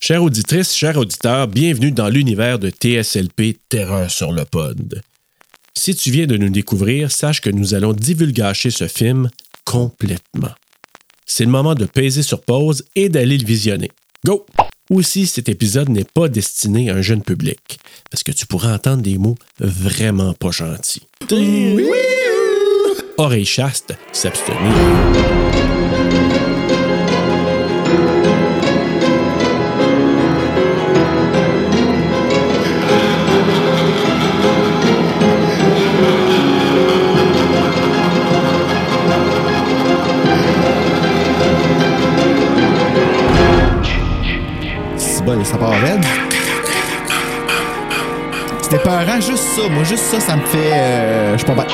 Chères auditrices, chers auditeurs, bienvenue dans l'univers de TSLP Terreur sur le Pod. Si tu viens de nous découvrir, sache que nous allons divulgacher ce film complètement. C'est le moment de peser sur pause et d'aller le visionner. Go! Aussi, cet épisode n'est pas destiné à un jeune public, parce que tu pourras entendre des mots vraiment pas gentils. Oreille chaste, s'abstenir. C'est bon, ça part raide. C'était peurant, juste ça. Moi, juste ça, ça me fait. euh, je suis pas mal.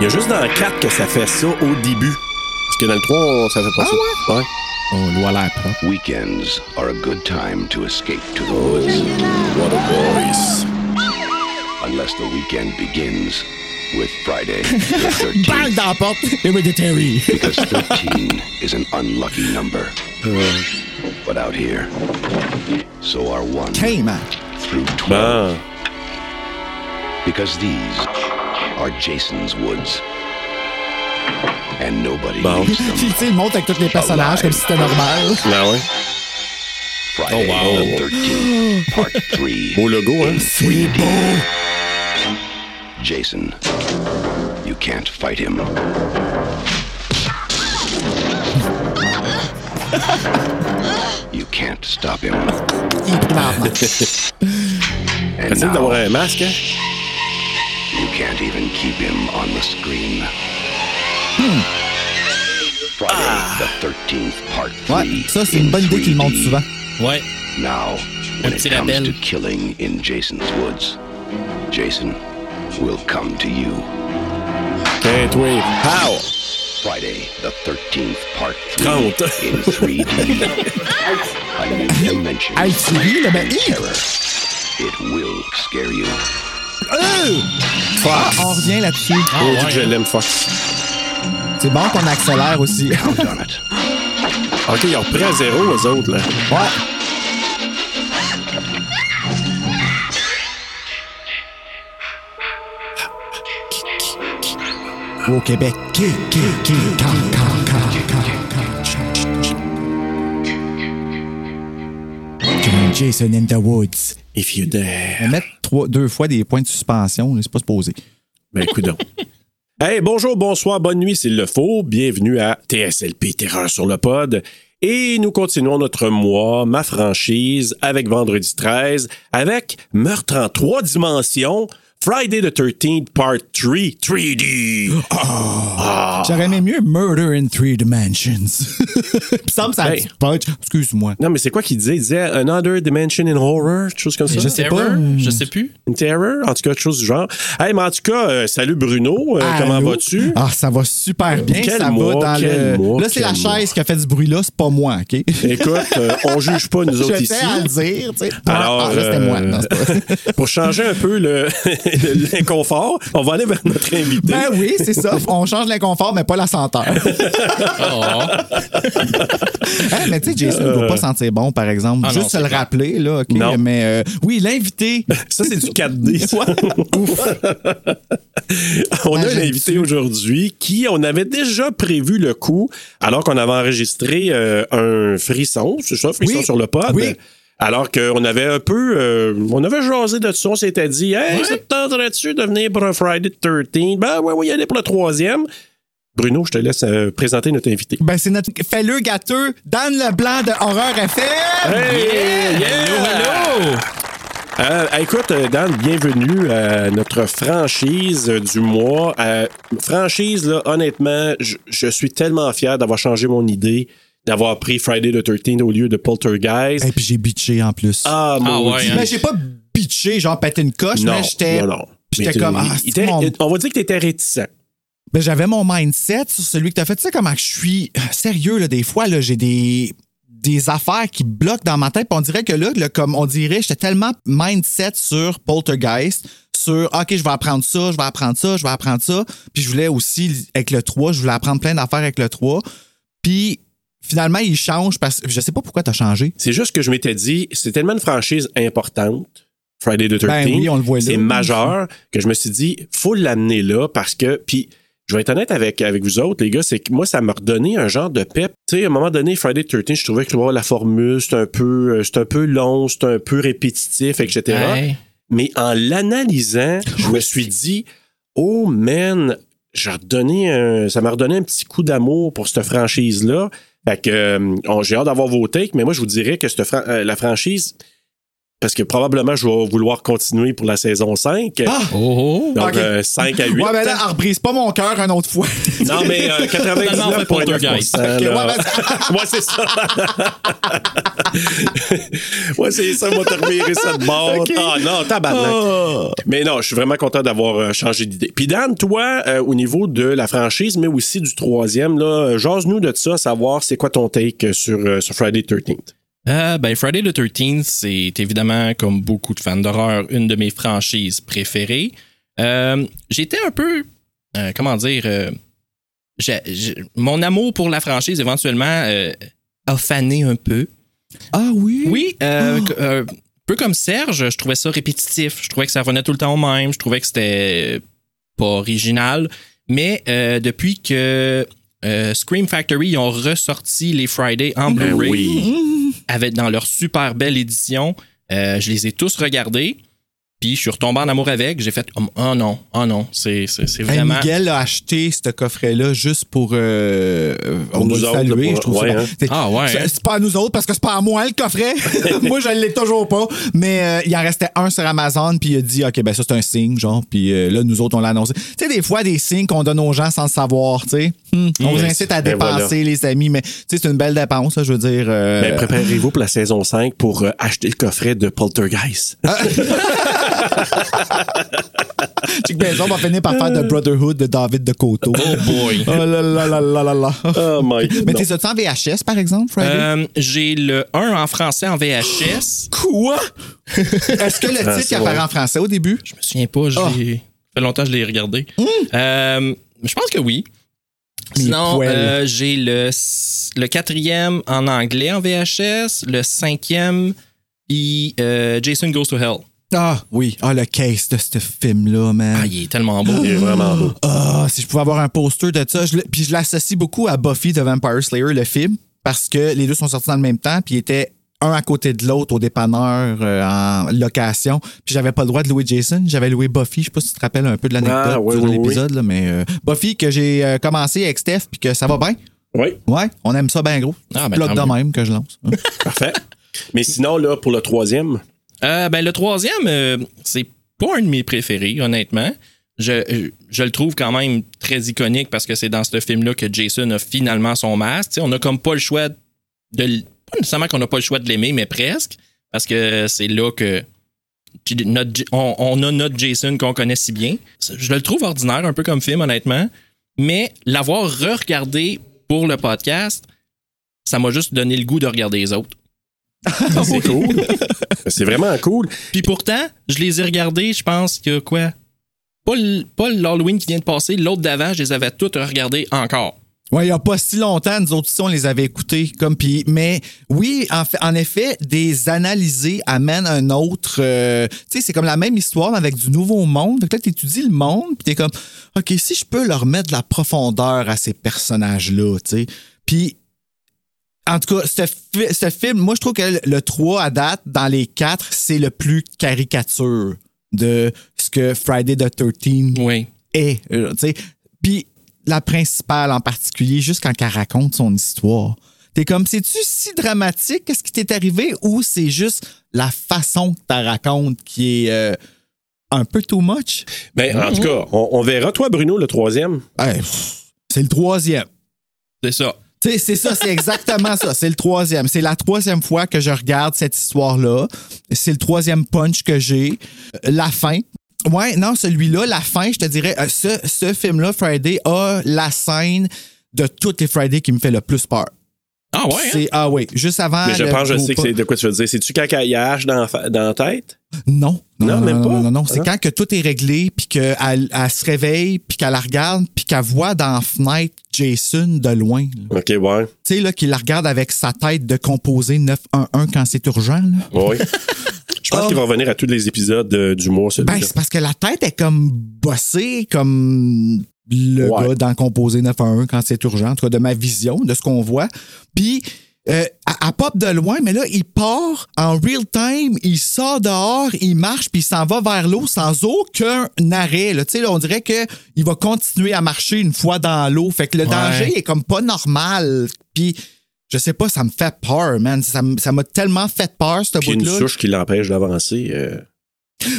Il y a juste dans le 4 que ça fait ça au début. Parce que dans le 3, on- ça fait Ah pas ça. Ouais. Oh, loi l'air propre. Weekends are a good time to escape to the woods. What a voice. Unless the weekend begins with Friday the 13th. Bang dans la porte! Et oui, de Terry! because 13 is an unlucky number. But out here, so are 1 Came, hein. through 12. Bon. Because these are Jason's woods. And nobody Bon. leaves Puis, them. tu sais, il monte avec tous les personnages comme si c'était normal. Ben ouais. Friday wow. the 13th, part 3. Beau logo, hein? C'est beau! Jason, you can't fight him. you can't stop him. Il est pris dans la main. And Facile d'avoir now un masque, hein? you can't even keep him on the screen. Friday the 13th, part 3. Ouais, ça, c'est une bonne idée qu'il monte souvent. Ouais. Now, when it petit comes label. to killing in Jason's woods, Jason will come to you. Can't wait. How? Friday the 13th, part 3 Count. in 3D. A new dimension. Hey, tu ris, là, mais and hi! terror. It will scare you. Ah, on revient là-dessus. Oh, dit que hein. je l'aime, Fox. C'est bon qu'on accélère aussi. Count on it. Ok, ils ont repris à zéro, eux autres, là. Ouais. Au Québec. Ki, ki, ki, ka, ka, ka, ka, ka. Comme Jason in the Woods. If you dare. Mettre trois, deux fois des points de suspension, là, c'est pas supposé. Ben, coudonc. Hey, bonjour, bonsoir, bonne nuit s'il le faut. Bienvenue à TSLP Terreur sur le pod. Et nous continuons notre mois, ma franchise, avec Vendredi 13, avec Meurtre en trois dimensions, Friday the 13th Part 3, 3D. Oh. J'aurais aimé mieux Murder in Three Dimensions. Puis ça me ça a un Hey. petit punch. Excuse-moi. Non, mais c'est quoi qu'il disait? Il disait Another Dimension in Horror, quelque chose comme ça? Je sais Terror? pas, euh, Je sais plus. Une terror, en tout cas, quelque chose du genre. Hey, mais en tout cas, euh, salut Bruno, euh, comment Allô? vas-tu? Ah, ça va super bien. Quel ça mois, va dans quel le. mois, là, c'est la quel mois. chaise qui a fait du bruit là, c'est pas moi, OK? Écoute, euh, on juge pas nous Je autres tiens ici. à le dire, tu sais. Ah, Alors, ah, là, c'était euh, moi. Non, c'est pas... pour changer un peu le- l'inconfort, on va aller vers notre invité. Ben oui, c'est ça. On change l'inconfort, mais pas la senteur. Oh. Hein, mais tu sais, Jason ne doit Euh. pas sentir bon, par exemple. Ah non, Juste se c'est le clair. rappeler, là, OK? Non. Mais euh, oui, l'invité. Ça, c'est du 4D. ça. on a un Imagine-tu. invité aujourd'hui qui, on avait déjà prévu le coup, alors qu'on avait enregistré euh, un frisson, c'est ça, frisson Oui. sur le pod. Oui. Alors qu'on avait un peu, euh, on avait jasé de ça, on s'était dit, hey, ça te tenterait-tu de venir pour un Friday the 13? Ben ouais, ouais, y aller pour le troisième. Bruno, je te laisse euh, présenter notre invité. Ben, c'est notre falleux gâteux, Dan Leblanc de Horreur FM. Hey! Yeah! Hello, hello! Euh, écoute, euh, Dan, bienvenue à notre franchise euh, du mois. Euh, franchise, là, honnêtement, je, je suis tellement fier d'avoir changé mon idée, d'avoir pris Friday the 13th au lieu de Poltergeist. Et puis j'ai bitché en plus. ah, mon ouais, Dieu. hein. Mais j'ai pas bitché, genre pété une coche, Non, mais j'étais. non, non. j'étais Mais t'es- comme, ah, il- il c'est était- mon- On va dire que tu étais réticent. Ben, j'avais mon mindset sur celui que t'as fait. Tu sais comment je suis euh, sérieux, là, des fois, là, j'ai des des affaires qui bloquent dans ma tête. Puis on dirait que là, là, comme on dirait, j'étais tellement mindset sur Poltergeist, sur OK, je vais apprendre ça, je vais apprendre ça, je vais apprendre ça. Puis je voulais aussi, avec le 3, je voulais apprendre plein d'affaires avec le 3. Puis Finalement, il change parce que je sais pas pourquoi t'as changé. C'est juste que je m'étais dit, c'est tellement une franchise importante, Friday the 13th. Ben oui, on le voit là. C'est majeur que je me suis dit, faut l'amener là parce que. Puis, je vais être honnête avec, avec vous autres, les gars, c'est que moi, ça m'a redonné un genre de pep. Tu sais, à un moment donné, Friday the 13th, je trouvais que oh, la formule, c'est un, peu, euh, c'est un peu long, c'est un peu répétitif, etc. Ouais. Mais en l'analysant, je me suis dit, oh man, j'ai redonné un- ça m'a redonné un petit coup d'amour pour cette franchise-là. Fait que euh, on- j'ai hâte d'avoir vos takes, mais moi, je vous dirais que cette fran- euh, la franchise, parce que probablement, je vais vouloir continuer pour la saison 5. Ah! Oh, oh. donc, ok. 5 à 8. Ouais, mais là, elle reprise pas mon cœur une autre fois. non, mais euh, Finalement, on fait 99,9%. Poltergeist. là. Ok, ouais, ouais, c'est ça. ouais, c'est ça, moi, t'as reviré ça de bord. Ah non, oh. tabarnak. Mais non, je suis vraiment content d'avoir euh, changé d'idée. Puis Dan, toi, euh, au niveau de la franchise, mais aussi du troisième, là, euh, jase-nous de ça, savoir c'est quoi ton take euh, sur, euh, sur Friday the 13th. Ah, ben Friday the 13th, c'est évidemment, comme beaucoup de fans d'horreur, une de mes franchises préférées. Euh, J'étais un peu, euh, comment dire, euh, j'ai- j'ai- mon amour pour la franchise éventuellement euh, a fané un peu. Ah oui? Oui, euh, que- euh, peu comme Serge, je trouvais ça répétitif. Je trouvais que ça revenait tout le temps au même. Je trouvais que c'était pas original. Mais euh, depuis que euh, Scream Factory ils ont ressorti les Friday en Ben Blu-ray avec dans leur super belle édition, euh, je les ai tous regardés. Puis je suis retombé en amour avec. J'ai fait oh, oh non, oh non, c'est c'est- c'est Hey, vraiment. Ben, Miguel a acheté ce coffret-là juste pour. euh, on nous va le autres, saluer, pour- je trouve ça ouais, bon. hein. C'est- Ah ouais, c'est- hein. C'est pas à nous autres parce que c'est pas à moi le coffret. moi, je l'ai toujours pas. Mais euh, il en restait un sur Amazon, puis il a dit OK, ben ça c'est un signe, genre. Puis euh, là, nous autres, on l'a annoncé. Tu sais, des fois, des signes qu'on donne aux gens sans le savoir, tu sais. Hum, on vous incite à ben dépenser, les amis, mais tu sais, c'est une belle dépense, là, je veux dire. euh, Ben, préparez-vous pour la saison 5 pour euh, acheter le coffret de Poltergeist. Ah. Chick Benson va finir par faire The Brotherhood de David de Coteau. oh boy. Oh là là là là là là. Oh my God. Mais t'es sorti en VHS, par exemple, Friday? Euh, J'ai le 1 en français en VHS. Quoi? Est-ce que le titre Français, qui apparaît ouais. en français au début? Je me souviens pas, je Ah. Hmm. l'ai- ça fait longtemps que je l'ai regardé. Euh, je pense que oui. Mes Sinon, poils. euh, j'ai le, s- le quatrième en anglais en VHS, le cinquième, puis euh, Jason Goes to Hell. Ah oui. Ah, le case de ce film-là, man. Ah, il est tellement beau. Il est vraiment beau. Ah, si je pouvais avoir un poster de ça. Je le- puis je l'associe beaucoup à Buffy The Vampire Slayer, le film, parce que les deux sont sortis dans le même temps, puis ils étaient un à côté de l'autre au dépanneur euh, en location. Puis j'avais pas le droit de louer Jason, j'avais loué Buffy. Je sais pas si tu te rappelles un peu de l'anecdote Ah, oui, durant oui, oui. l'épisode, là, mais euh, Buffy que j'ai euh, commencé avec Steph, puis que ça va bien. Oui, Ouais, on aime ça bien gros. Ah, ben, Plug tant de mieux. même que je lance. parfait. Mais sinon, là, pour le troisième, Euh, ben, le troisième, euh, c'est pas un de mes préférés, honnêtement. Je, je- je le trouve quand même très iconique parce que c'est dans ce film-là que Jason a finalement son masque. Tu sais, on a comme pas le choix de. l- Pas nécessairement qu'on n'a pas le choix de l'aimer, mais presque. Parce que c'est là que. J- notre J- on, on a notre Jason qu'on connaît si bien. Je le trouve ordinaire, un peu comme film, honnêtement. Mais l'avoir re-regardé pour le podcast, ça m'a juste donné le goût de regarder les autres. Ah c'est cool. C'est vraiment cool. Puis pourtant, je les ai regardés, je pense que quoi? Pas l- pas l'Halloween qui vient de passer, l'autre d'avant, je les avais toutes regardées encore. Oui, il n'y a pas si longtemps, nous autres, ici, on les avait écoutés. Comme, puis, mais oui, en, fait- en effet, des analysés amènent un autre. euh, tu sais, c'est comme la même histoire, mais avec du nouveau monde. Fait que là, tu étudies le monde, puis tu es comme, OK, si je peux leur mettre de la profondeur à ces personnages-là, tu sais. Puis, en tout cas, ce, fi- ce film, moi, je trouve que le- le 3 à date, dans les 4, c'est le plus caricature de ce que Friday the 13 Oui. est. euh, tu sais. Puis la principale en particulier, juste quand elle raconte son histoire. T'es comme, c'est-tu si dramatique, qu'est-ce qui t'est arrivé, ou c'est juste la façon que t'as raconte qui est euh, un peu too much? Ben, en tout cas, on, on verra. Toi, Bruno, le troisième. Hey, Ben, pff, c'est le troisième. C'est ça. Tu sais, c'est ça, c'est exactement ça. C'est le troisième. C'est la troisième fois que je regarde cette histoire-là. C'est le troisième punch que j'ai. Euh, La fin. Ouais, non, celui-là, la fin, je te dirais, euh, ce, ce film-là, Friday, a la scène de toutes les Fridays qui me fait le plus peur. Ah ouais? hein? C'est, ah oui, juste avant. Mais je le pense, je gros sais que pas. c'est de quoi tu veux dire. C'est-tu quand il y a H dans, dans la tête? Non. Non, Non, même non, pas? non, non, non. C'est Hein? quand que tout est réglé, puis qu'elle elle se réveille, puis qu'elle la regarde, puis qu'elle voit dans la fenêtre Jason de loin. là. OK, ouais. Tu sais, là, qu'il la regarde avec sa tête de composé 911 quand c'est urgent. là. Oui. Je pense Ah. qu'il va revenir à tous les épisodes euh, du mois, celui-là. Ben, c'est parce que la tête est comme bossée, comme le Ouais. gars dans composé 911 quand c'est urgent, en tout cas de ma vision, de ce qu'on voit. Puis, euh, à, à pop de loin, mais là, il part en real time, il sort dehors, il marche, puis il s'en va vers l'eau sans aucun arrêt. Là. Tu sais, là, on dirait que il va continuer à marcher une fois dans l'eau. Fait que le danger est comme pas normal. Puis, je sais pas, ça me fait peur, man. Ça me- ça m'a tellement fait peur, ce Puis il y a une bout-là. souche qui l'empêche d'avancer. euh.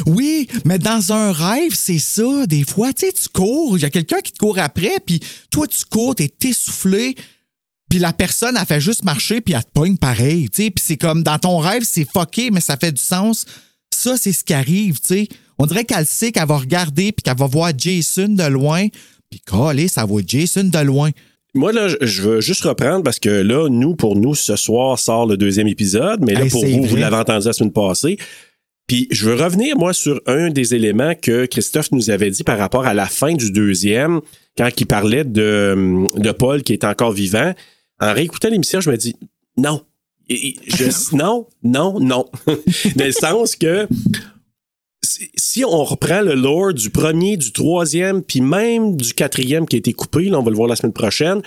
Oui, mais dans un rêve, c'est ça. Des fois, tu sais, tu cours, il y a quelqu'un qui te court après, puis toi, tu cours, t'es essoufflé, puis la personne, elle fait juste marcher, puis elle te pogne pareil, tu sais. Puis c'est comme, dans ton rêve, c'est fucké, mais ça fait du sens. Ça, c'est ce qui arrive, tu sais. On dirait qu'elle sait qu'elle va regarder, puis qu'elle va voir Jason de loin, puis calé, ça voit Jason de loin. Moi, là, je- je veux juste reprendre parce que là, nous, pour nous, ce soir sort le deuxième épisode, mais là, Hey, pour c'est vous, vous vrai. l'avez entendu la semaine passée. Puis je veux revenir, moi, sur un des éléments que Christophe nous avait dit par rapport à la fin du deuxième, quand il parlait de, de Paul qui est encore vivant. En réécoutant l'émission, je me dis non. Et- et je- non, non, non. Dans le sens que si- si on reprend le lore du premier, du troisième, puis même du quatrième qui a été coupé, là, on va le voir la semaine prochaine,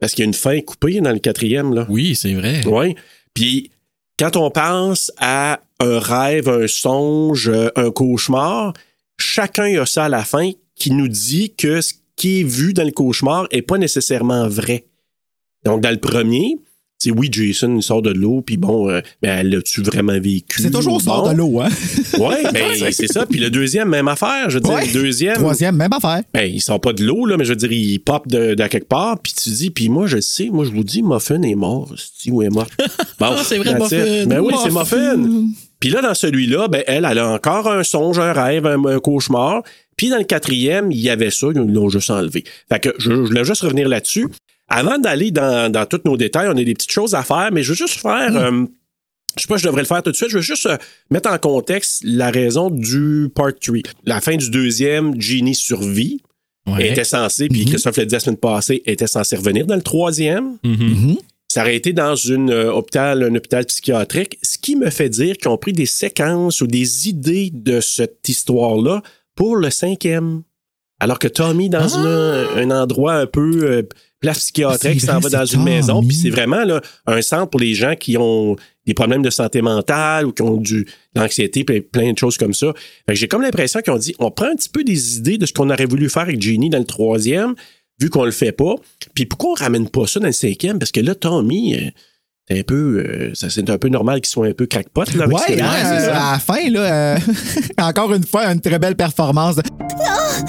parce qu'il y a une fin coupée dans le quatrième, là. Oui, c'est vrai. Oui. Puis quand on pense à un rêve, un songe, euh, un cauchemar, chacun a ça à la fin qui nous dit que ce qui est vu dans le cauchemar est pas nécessairement vrai. Donc dans le premier, c'est oui, Jason, il sort de l'eau, puis bon, euh, ben, l'as-tu vraiment vécu? C'est toujours sort Bon. de l'eau, hein? Oui, ben, c'est ça. Puis le deuxième, même affaire. Je veux dire, Ouais. le deuxième, Troisième, même affaire. ben, il sort pas de l'eau, là, mais je veux dire, il pop de, de quelque part. Puis tu dis, puis moi, je sais, moi, je vous dis, Muffin est mort. Si, ou est mort. Bon, Ah, c'est vrai, that's it. Muffin. Ben oui, c'est Muffin. Muffin. Puis là, dans celui-là, ben, elle, elle a encore un songe, un rêve, un, un cauchemar. Puis dans le quatrième, il y avait ça, ils l'ont juste enlevé. Fait que je, je voulais juste revenir là-dessus. Avant d'aller dans, dans tous nos détails, on a des petites choses à faire, mais je veux juste faire. Mm. euh, je sais pas, je devrais le faire tout de suite. Je veux juste euh, mettre en contexte la raison du part 3. La fin du deuxième, Genie survit. Ouais. était censé, puis Christophe l'a dit la semaine passée, était censé revenir dans le troisième. Mhm. Mm-hmm. Ça aurait été dans une, euh, hôpital, un hôpital psychiatrique, ce qui me fait dire qu'ils ont pris des séquences ou des idées de cette histoire-là pour le cinquième. Alors que Tommy, dans Ah! une- un endroit un peu euh, place psychiatrique, C'est s'en va vrai, dans c'est une maison, Tommy. puis c'est vraiment là, un centre pour les gens qui ont des problèmes de santé mentale ou qui ont du, de l'anxiété, plein, plein de choses comme ça. Fait que j'ai comme l'impression qu'ils ont dit, on prend un petit peu des idées de ce qu'on aurait voulu faire avec Genie dans le troisième, vu qu'on le fait pas. Puis pourquoi on ramène pas ça dans le cinquième? Parce que là, Tommy, euh, c'est un peu, euh, ça, c'est un peu normal qu'il soit un peu crackpot. Là, avec Ouais, ses- hein, ouais, c'est euh, ça. à la fin, là, euh, encore une fois, une très belle performance. de- Oh,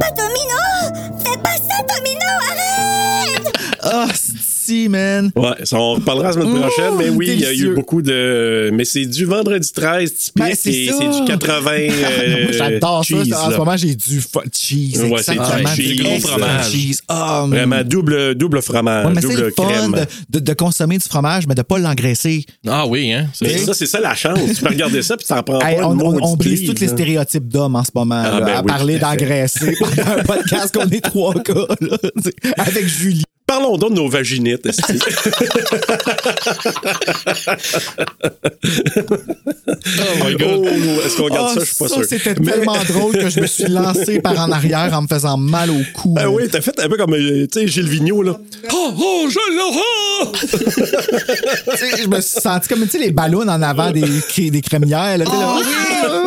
pas Domino Fais pas ça, Domino Arrête Ah, si, man! Ouais, ça, on reparlera la semaine Ouh, prochaine, mais oui, il y a eu délicieux. beaucoup de. Mais c'est du vendredi 13 typique Ben, c'est et ça. c'est du 80. euh, Ah, Moi, J'adore ça. cheese, En là. ce moment, j'ai du fo- cheese. Ouais, c'est exactement. du cheese, du gros excellent fromage. cheese. Ah, hum. Vraiment double, double fromage, Ouais, mais c'est double le fun crème. de, de- de consommer du fromage, mais de pas l'engraisser. Ah oui, hein? Mais C'est ça, c'est ça la chance. tu peux regarder ça puis t'en prends Hey, pas. on, une on- maudite on brise livre, tous les là. stéréotypes d'hommes en ce moment, Ah, là, ben à oui, parler tout à fait. d'engraisser pendant un podcast qu'on est trois gars, là, tu sais, avec Julie. Parlons donc de nos vaginites. esti. Oh my Oh, god. est-ce qu'on garde Ah, ça? Je suis pas sûr. c'était Mais- tellement drôle que je me suis lancé par en arrière en me faisant mal au cou. Ah oui, t'as fait un peu comme, euh, tu sais, Gilles Vigneault, là. Ah, Oh, oh, je l'aurai! Tu sais, je me suis senti comme tu sais, les ballons en avant des, cré- des crémières. Là, tu sais, là.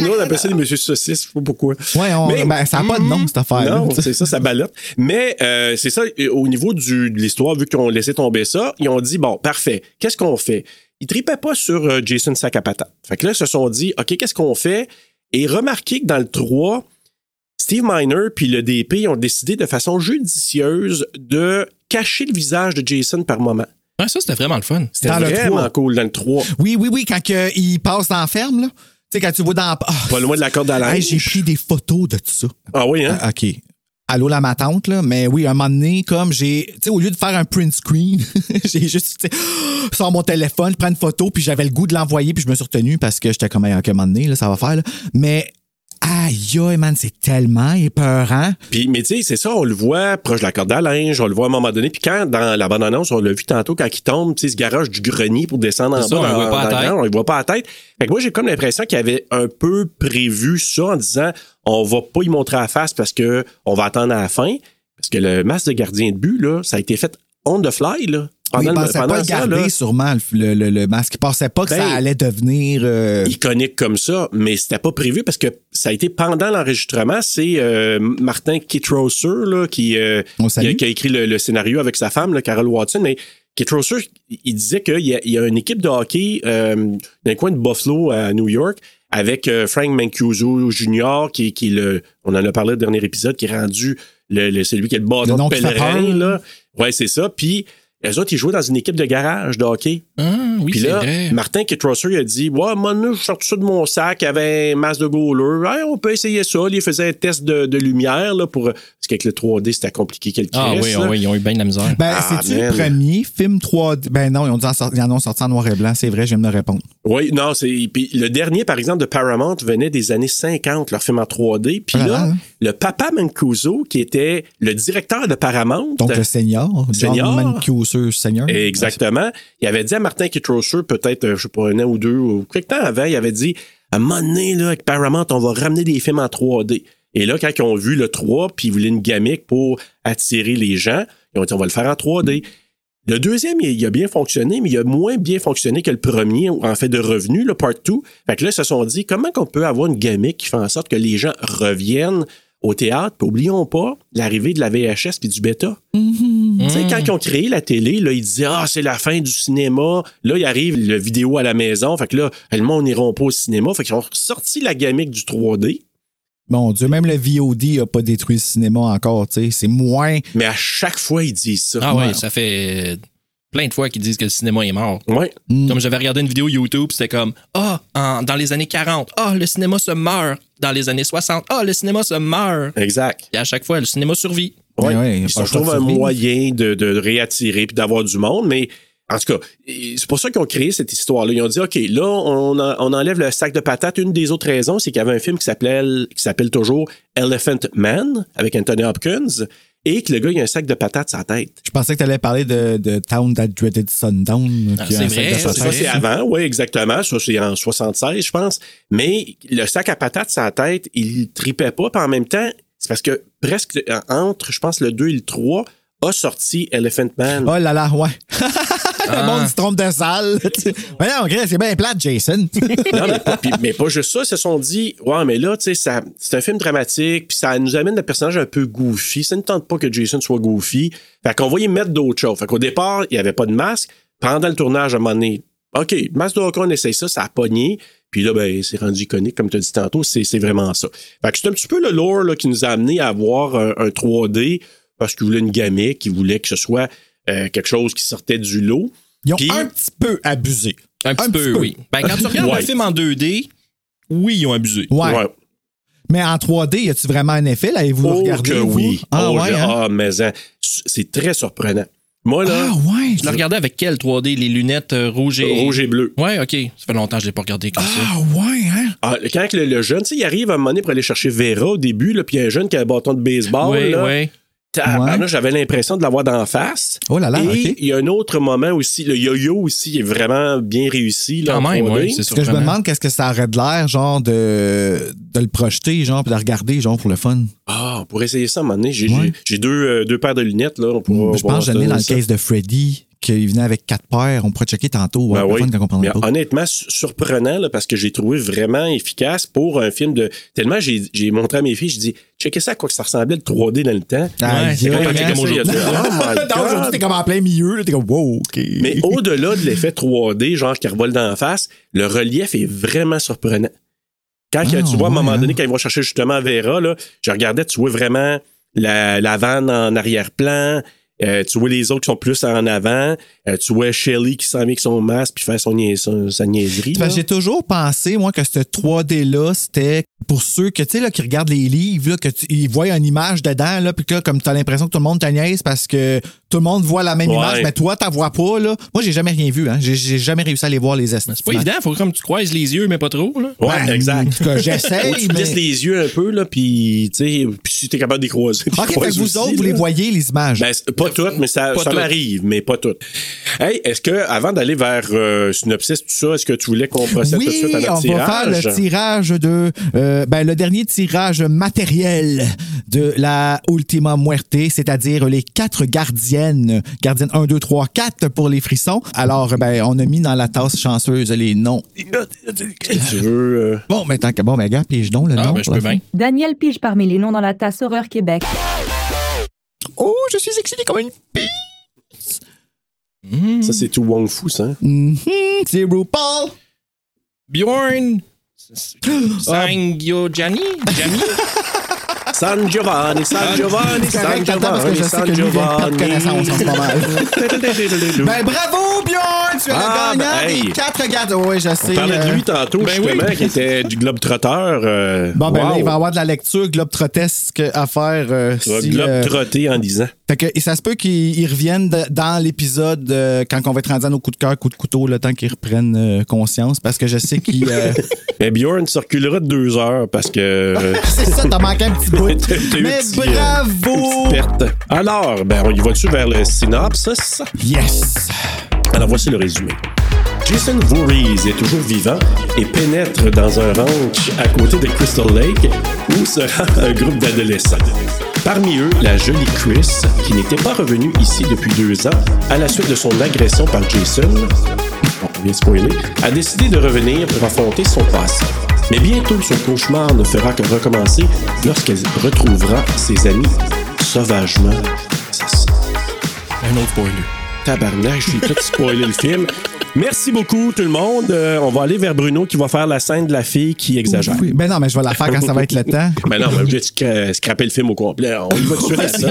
Nous, on appelle ça les Monsieur Saucisses, je sais pas pourquoi. Ouais, Ah, on- Mais- mm-hmm. ben, ça n'a pas de nom, cette affaire. Non, c'est ça, ça balotte. Mais euh, c'est ça, euh, au niveau du, de l'histoire, vu qu'on laissait tomber ça, ils ont dit, bon, parfait, qu'est-ce qu'on fait? Ils tripaient pas sur euh, Jason Sac à patate. Fait que là, ils se sont dit, OK, qu'est-ce qu'on fait? Et remarquez que dans le 3, Steve Miner puis le DP ont décidé de façon judicieuse de cacher le visage de Jason par moment. Ouais, ça, c'était vraiment le fun. C'était Dans le vraiment 3. cool dans le 3. Oui, oui, oui, quand que il passe dans la ferme, là. Tu sais, quand tu vois dans. Ah, Pas loin de la corde à linge. hey, J'ai pris des photos de tout ça. Ah oui, hein? Ah, OK. Allô la matante, là, mais oui, un moment donné, comme j'ai, tu sais, au lieu de faire un print screen, j'ai juste, tu sais, sur mon téléphone, prendre une photo, puis j'avais le goût de l'envoyer, puis je me suis retenu parce que j'étais comme, hey, ok, un moment donné, là, ça va faire, là. Mais, aïe, aïe, man, c'est tellement épeurant. Puis, mais tu sais, c'est ça, on le voit proche de la corde à linge, on le voit à un moment donné. Puis quand, dans la bande-annonce, on l'a vu tantôt, quand il tombe, tu sais, il se garage du grenier pour descendre en C'est ça, bas. on le dans- voit pas dans à le tête. grand, on le voit pas à tête. Fait que moi, j'ai comme l'impression qu'il avait un peu prévu ça en disant, on va pas y montrer la face parce que on va attendre à la fin. Parce que le masque de gardien de but, là, ça a été fait on the fly, là. Oui, Pendant le- il pensait pendant pas le ça, garder, là, sûrement, le, le- le masque. Il pensait pas que Ben, ça allait devenir. euh, iconique comme ça, mais c'était pas prévu parce que ça a été pendant l'enregistrement. C'est euh, Martin Kittrosser là, qui, euh, On qui, a, salue. qui a écrit le, le scénario avec sa femme, là, Carol Watson. Mais Kittrosser, il disait qu'il y, a- il y a une équipe de hockey euh, dans le coin de Buffalo à New York avec euh, Frank Mancuso Jr., qui, qui est le, on en a parlé au dernier épisode, qui est rendu le, le- celui qui est le bâton Le nom de qui fait pèlerin. peur. Là. Ouais, c'est ça. Puis, eux autres, ils jouaient dans une équipe de garage de hockey. Ah, oui, Puis c'est là, vrai. Martin Kittrosser, il a dit Ouais, moi, là, je sorti ça de mon sac, il y avait un masque de goaler. Hey, on peut essayer ça. Il faisait un test de, de lumière là, pour. Parce qu'avec le 3D, c'était compliqué quelque Ah oui, ah oui, ils ont eu bien de la misère. Ben, Ah, c'est-tu le man. premier film 3D? Ben non, ils, ont dû en sor- ils en ont sorti en noir et blanc, c'est vrai, je viens de me répondre. Oui, non, c'est. Puis le dernier, par exemple, de Paramount venait des années 50, leur film en 3D. Puis Ah, là, hein. le papa Mancuso, qui était le directeur de Paramount. Donc, le senior, Senior. Eh, John Mancuso senior. Exactement. Il avait dit à Martin Kittrosser, peut-être, euh, je sais pas, un an ou deux, ou quelque temps avant, il avait dit, à un moment donné, là, avec Paramount, on va ramener des films en 3D. Et là, quand ils ont vu le 3, puis ils voulaient une gimmick pour attirer les gens, ils ont dit, on va le faire en 3D. Le deuxième, il il a bien fonctionné, mais il a moins bien fonctionné que le premier, en fait, de revenus, le part 2. Fait que là, ils se sont dit, comment qu'on peut avoir une gimmick qui fait en sorte que les gens reviennent au théâtre? Puis oublions pas l'arrivée de la VHS puis du bêta. Tu sais, quand ils ont créé la télé, là, ils disaient Ah, c'est la fin du cinéma. Là, il arrive le vidéo à la maison. Fait que là, le monde n'iront pas au cinéma. Fait qu'ils ont ressorti la gamique du 3D. Mon Dieu, même le VOD a pas détruit le cinéma encore, tu sais. C'est moins. Mais à chaque fois, ils disent ça. Ah oui, ça fait euh, plein de fois qu'ils disent que le cinéma est mort. Ouais. Mm. Comme j'avais regardé une vidéo YouTube, c'était comme Ah, en- dans les années 40, ah, le cinéma se meurt. Dans les années 60, ah, le cinéma se meurt. Exact. Et à chaque fois, le cinéma survit. Ouais. Ben ouais, ils pas se le choix de trouvent un survivre. moyen de, de réattirer puis d'avoir du monde. Mais en tout cas, et c'est pour ça qu'ils ont créé cette histoire-là. Ils ont dit OK, là, on, en- on enlève le sac de patates. Une des autres raisons, c'est qu'il y avait un film qui s'appelait- qui s'appelle toujours Elephant Man avec Anthony Hopkins et que le gars, il a un sac de patates sur la tête. Je pensais que tu allais parler de, de Town That Dreaded Sundown. Ah, qui a c'est un sac vrai, de ça, Ça, saucisses. ça, c'est Ouais. avant, oui, exactement. Ça, c'est en 76, je pense. Mais le sac à patates sur la tête, il tripait pas. Puis en même temps, c'est parce que presque entre, je pense, le 2 et le 3, a sorti Elephant Man. Oh là là, ouais. Ah. le monde se trompe de salle. mais non, Chris, c'est bien plate, Jason. Non, mais, pas, puis- mais pas juste ça. Ils se sont dit, ouais, mais là, tu sais, ça- c'est un film dramatique, puis ça nous amène le personnage un peu goofy. Ça ne tente pas que Jason soit goofy. Fait qu'on va y mettre d'autres choses. Fait qu'au départ, il n'y avait pas de masque. Pendant le tournage, à un moment donné, OK, masque de hockey, on essaye ça, ça a pogné. Puis là, ben, c'est rendu iconique, comme tu as dit tantôt, c'est c'est vraiment ça. Fait que c'est un petit peu le lore là, qui nous a amené à avoir un, un 3D parce qu'ils voulaient une gamique, qu'ils voulaient que ce soit euh, quelque chose qui sortait du lot. Ils ont Puis- un petit peu abusé. Un petit peu, oui. Ben, quand tu regardes Ouais. un film en 2D, oui, ils ont abusé. Ouais. Mais en 3D, y a-tu vraiment un effet? là vous Oh regardez? que vous? oui. Ah, oh, ouais, je- hein? ah, mais hein, c'est très surprenant. Moi, là, Ah, ouais. Tu l'as regardé avec quel 3D Les lunettes euh, rouges et. rouge et bleu. Ouais, ok. Ça fait longtemps que je l'ai pas regardé comme ça. Ah, ouais, hein? Ah, quand le, le jeune, tu sais, il arrive à un moment donné pour aller chercher Vera au début, là, puis il y a un jeune qui a un bâton de baseball. oui, Ah, là. oui. Tabarnak, J'avais l'impression de l'avoir d'en face. Oh là là, Et ok. il y a un autre moment aussi, le yo-yo aussi est vraiment bien réussi. Là, Quand en même, 3D. oui. C'est Ce que je me surprenant. demande, qu'est-ce que ça aurait de l'air, genre, de, de le projeter, genre, puis de le regarder, genre, pour le fun. Ah, on pourrait essayer ça à un moment donné. J'ai Ouais. j'ai- j'ai deux, euh, deux paires de lunettes. Là, on pourra- je on pourra pense que j'en ai dans le ça. case de Freddy, qu'il venait avec quatre paires. On pourrait checker tantôt. Ben Ouais, pour le oui. fun qu'on comprendrait Mais pas. honnêtement, su- surprenant là, parce que j'ai trouvé vraiment efficace pour un film de. Tellement j'ai j'ai montré à mes filles, je dis checkez ça à quoi que ça ressemblait le 3D dans le temps. Aïe, c'est aïe, pas aïe. pratique comme Ça, il y a aujourd'hui. deux- Oh my Non, aujourd'hui, God! t'es comme en plein milieu, là, t'es comme wow, ok. Mais au-delà de l'effet 3D, genre qui revole dans la face, le relief est vraiment surprenant. Quand que Ah, tu vois, à un ouais, moment hein? donné, quand ils vont chercher justement Vera, là, je regardais, tu vois vraiment la, la vanne en arrière-plan, Euh, tu vois les autres qui sont plus en avant. Euh, tu vois Shelly qui s'en vient avec son masque puis fait son nia- son- sa niaiserie. Fait que là. J'ai toujours pensé, moi, que ce 3D-là, c'était pour ceux que, tu sais, là, qui regardent les livres, là, que tu- ils voient une image dedans, là, puis que là, comme t'as l'impression que tout le monde te niaise parce que tout le monde voit la même Ouais. image, mais toi, t'en vois pas, là. Moi, j'ai jamais rien vu, hein. J'ai- J'ai jamais réussi à aller voir les estimes. C'est pas évident, faut comme tu croises les yeux, mais pas trop. Là. Ouais, En exact. tout cas, Ou j'essaye, tu mais... baisses les yeux un peu, là, puis, tu sais, puis si t'es capable de les croiser. tu OK, fait croises que vous aussi, autres, vous là. les voyez, les images. Ben, c'est- pas toutes, mais ça, Pas ça toutes. m'arrive, mais pas toutes. Hey, est-ce que, avant d'aller vers euh, synopsis, tout ça, est-ce que tu voulais qu'on procède tout de oui, suite à on notre va faire tirage? le tirage de... euh, ben, le dernier tirage matériel de la Ultima Muerte, c'est-à-dire les quatre gardiennes. Gardiennes 1, 2, 3, 4 pour les frissons. Alors, ben, on a mis dans la tasse chanceuse les noms. Tu veux. euh, Bon, mais tant que... Bon, mais gars, pige donc le Ah, nom. ben, je pour la peux fin. bien. Daniel pige parmi les noms dans la tasse Horreur Québec. Oh, je suis excité comme une... Ça, c'est tout Wong Fu, ça. hein? Mhm, C'est RuPaul. Bjorn Sangiojani? Gianni? San Giovanni, San Giovanni, Ah, C'est San correct, attends, parce que Giovanni, je sais San que lui vient de perdre Giovanni. connaissance en ce moment. Ben bravo, Bjorn! Tu es Ah, le ben, gagnant des hey. quatre gardiennes. Oui, je sais. On parlait de euh, lui tantôt, Ben justement, oui. qui était du Globetrotter. Euh, Bon, ben là, wow. il va avoir de la lecture globe-trotesque à faire. euh, Tu vas si, euh, globe-trotter en disant. fait que, et ça se peut qu'ils ils reviennent de- dans l'épisode euh, quand on va être rendu à nos coups de cœur, coups de couteau, le temps qu'ils reprennent euh, conscience, parce que je sais qu'ils. euh, Mais Ben, Bjorn circulera de deux heures parce que. euh, c'est ça, t'as manqué un petit bout. T'as eu Mais un petit, euh, bravo! petite perte. Alors, ben, on y va-tu vers le synopsis? Yes! Alors voici le résumé. Jason Voorhees est toujours vivant et pénètre dans un ranch à côté de Crystal Lake où se rend un groupe d'adolescents. Parmi eux, la jolie Chris, qui n'était pas revenue ici depuis deux ans à la suite de son agression par Jason, on vient de spoiler, a décidé de revenir pour affronter son passé. Mais bientôt, son cauchemar ne fera que recommencer lorsqu'elle retrouvera ses amis sauvagement assassins. Un autre spoiler. Tabarnak, j'ai tout spoilé le film. Merci beaucoup tout le monde. Euh, on va aller vers Bruno qui va faire la scène de la fille qui exagère. Oui, Hein? ben non, mais je vais la faire quand ça va être le temps. Ben non, on va obligé de sc- scraper le film au complet. On y va tout de suite à ça.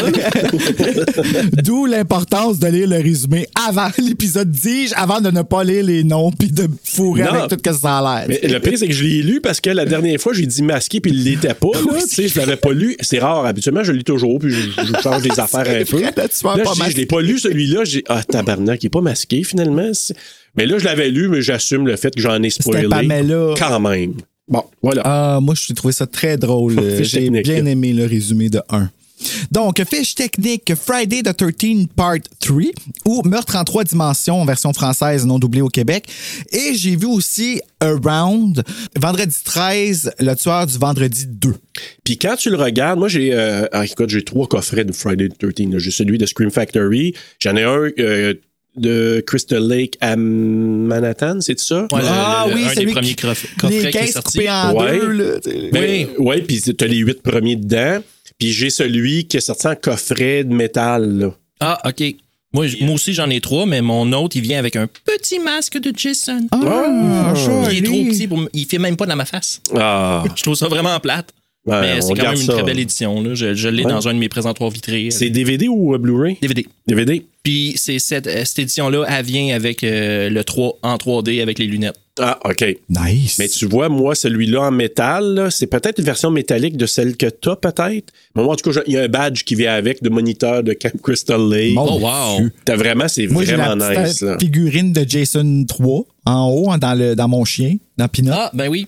D'où l'importance de lire le résumé avant l'épisode, dis-je, avant de ne pas lire les noms puis de fourrer Non. avec tout ce que ça a l'air. Mais le pire, c'est que je l'ai lu parce que la dernière fois, j'ai dit masqué puis il l'était pas. Ah là. Tu sais, je l'avais pas lu. C'est rare. Habituellement, je lis toujours puis je, je change les affaires un peu. vrai, là, tu vas Là, je pas dis, je masqué. l'ai pas lu celui-là. J'ai ah tabarnak, il est pas masqué finalement. C'est- Mais là, je l'avais lu, mais j'assume le fait que j'en ai spoilé. Pamela. Quand même. Bon, voilà. Ah, moi, je trouvé ça très drôle. Euh, Fiche J'ai technique. bien aimé le résumé de 1. Donc, fiche technique Friday the 13th Part 3 ou Meurtre en trois dimensions en version française non doublée au Québec. Et j'ai vu aussi Around, vendredi 13, le tueur du vendredi 2. Puis quand tu le regardes, moi j'ai euh, ah, écoute, j'ai trois coffrets de Friday the 13 là. J'ai celui de Scream Factory, j'en ai un euh, de Crystal Lake à Manhattan, c'est ça Ouais, le- ah le- oui, un c'est des lui premiers qui- coffres- les coffrets qui est caisses sorti. coupées en Ouais. deux. là, tu sais. Ben, ouais, puis t'as les huit premiers dedans. Puis j'ai celui qui est sorti en coffret de métal. là. Ah, OK. Moi, j- moi aussi, j'en ai trois, mais mon autre, il vient avec un petit masque de Jason. Ah, il est trop joli. petit, pour m- il fait même pas dans ma face. Ah, Je trouve ça vraiment plate. Ouais, mais Euh, on c'est quand garde même une ça. très belle édition. là. Je, je l'ai Ouais. dans un de mes présentoirs vitrés. euh, C'est DVD ou euh, Blu-ray DVD. DVD. Puis c'est cette, euh, cette édition-là, elle vient avec euh, le 3 en 3D avec les lunettes. Ah, OK. Nice. Mais tu vois, moi, celui-là en métal, là, c'est peut-être une version métallique de celle que t'as, peut-être. Mais moi, en tout cas, il y a un badge qui vient avec de moniteur de Camp Crystal Lake. Mon Oh, wow. Dieu. T'as vraiment, c'est Moi, j'ai la vraiment petite nice. là. figurine de Jason 3 en haut, en- dans, le, dans mon chien, dans Pinot. Ah, ben oui.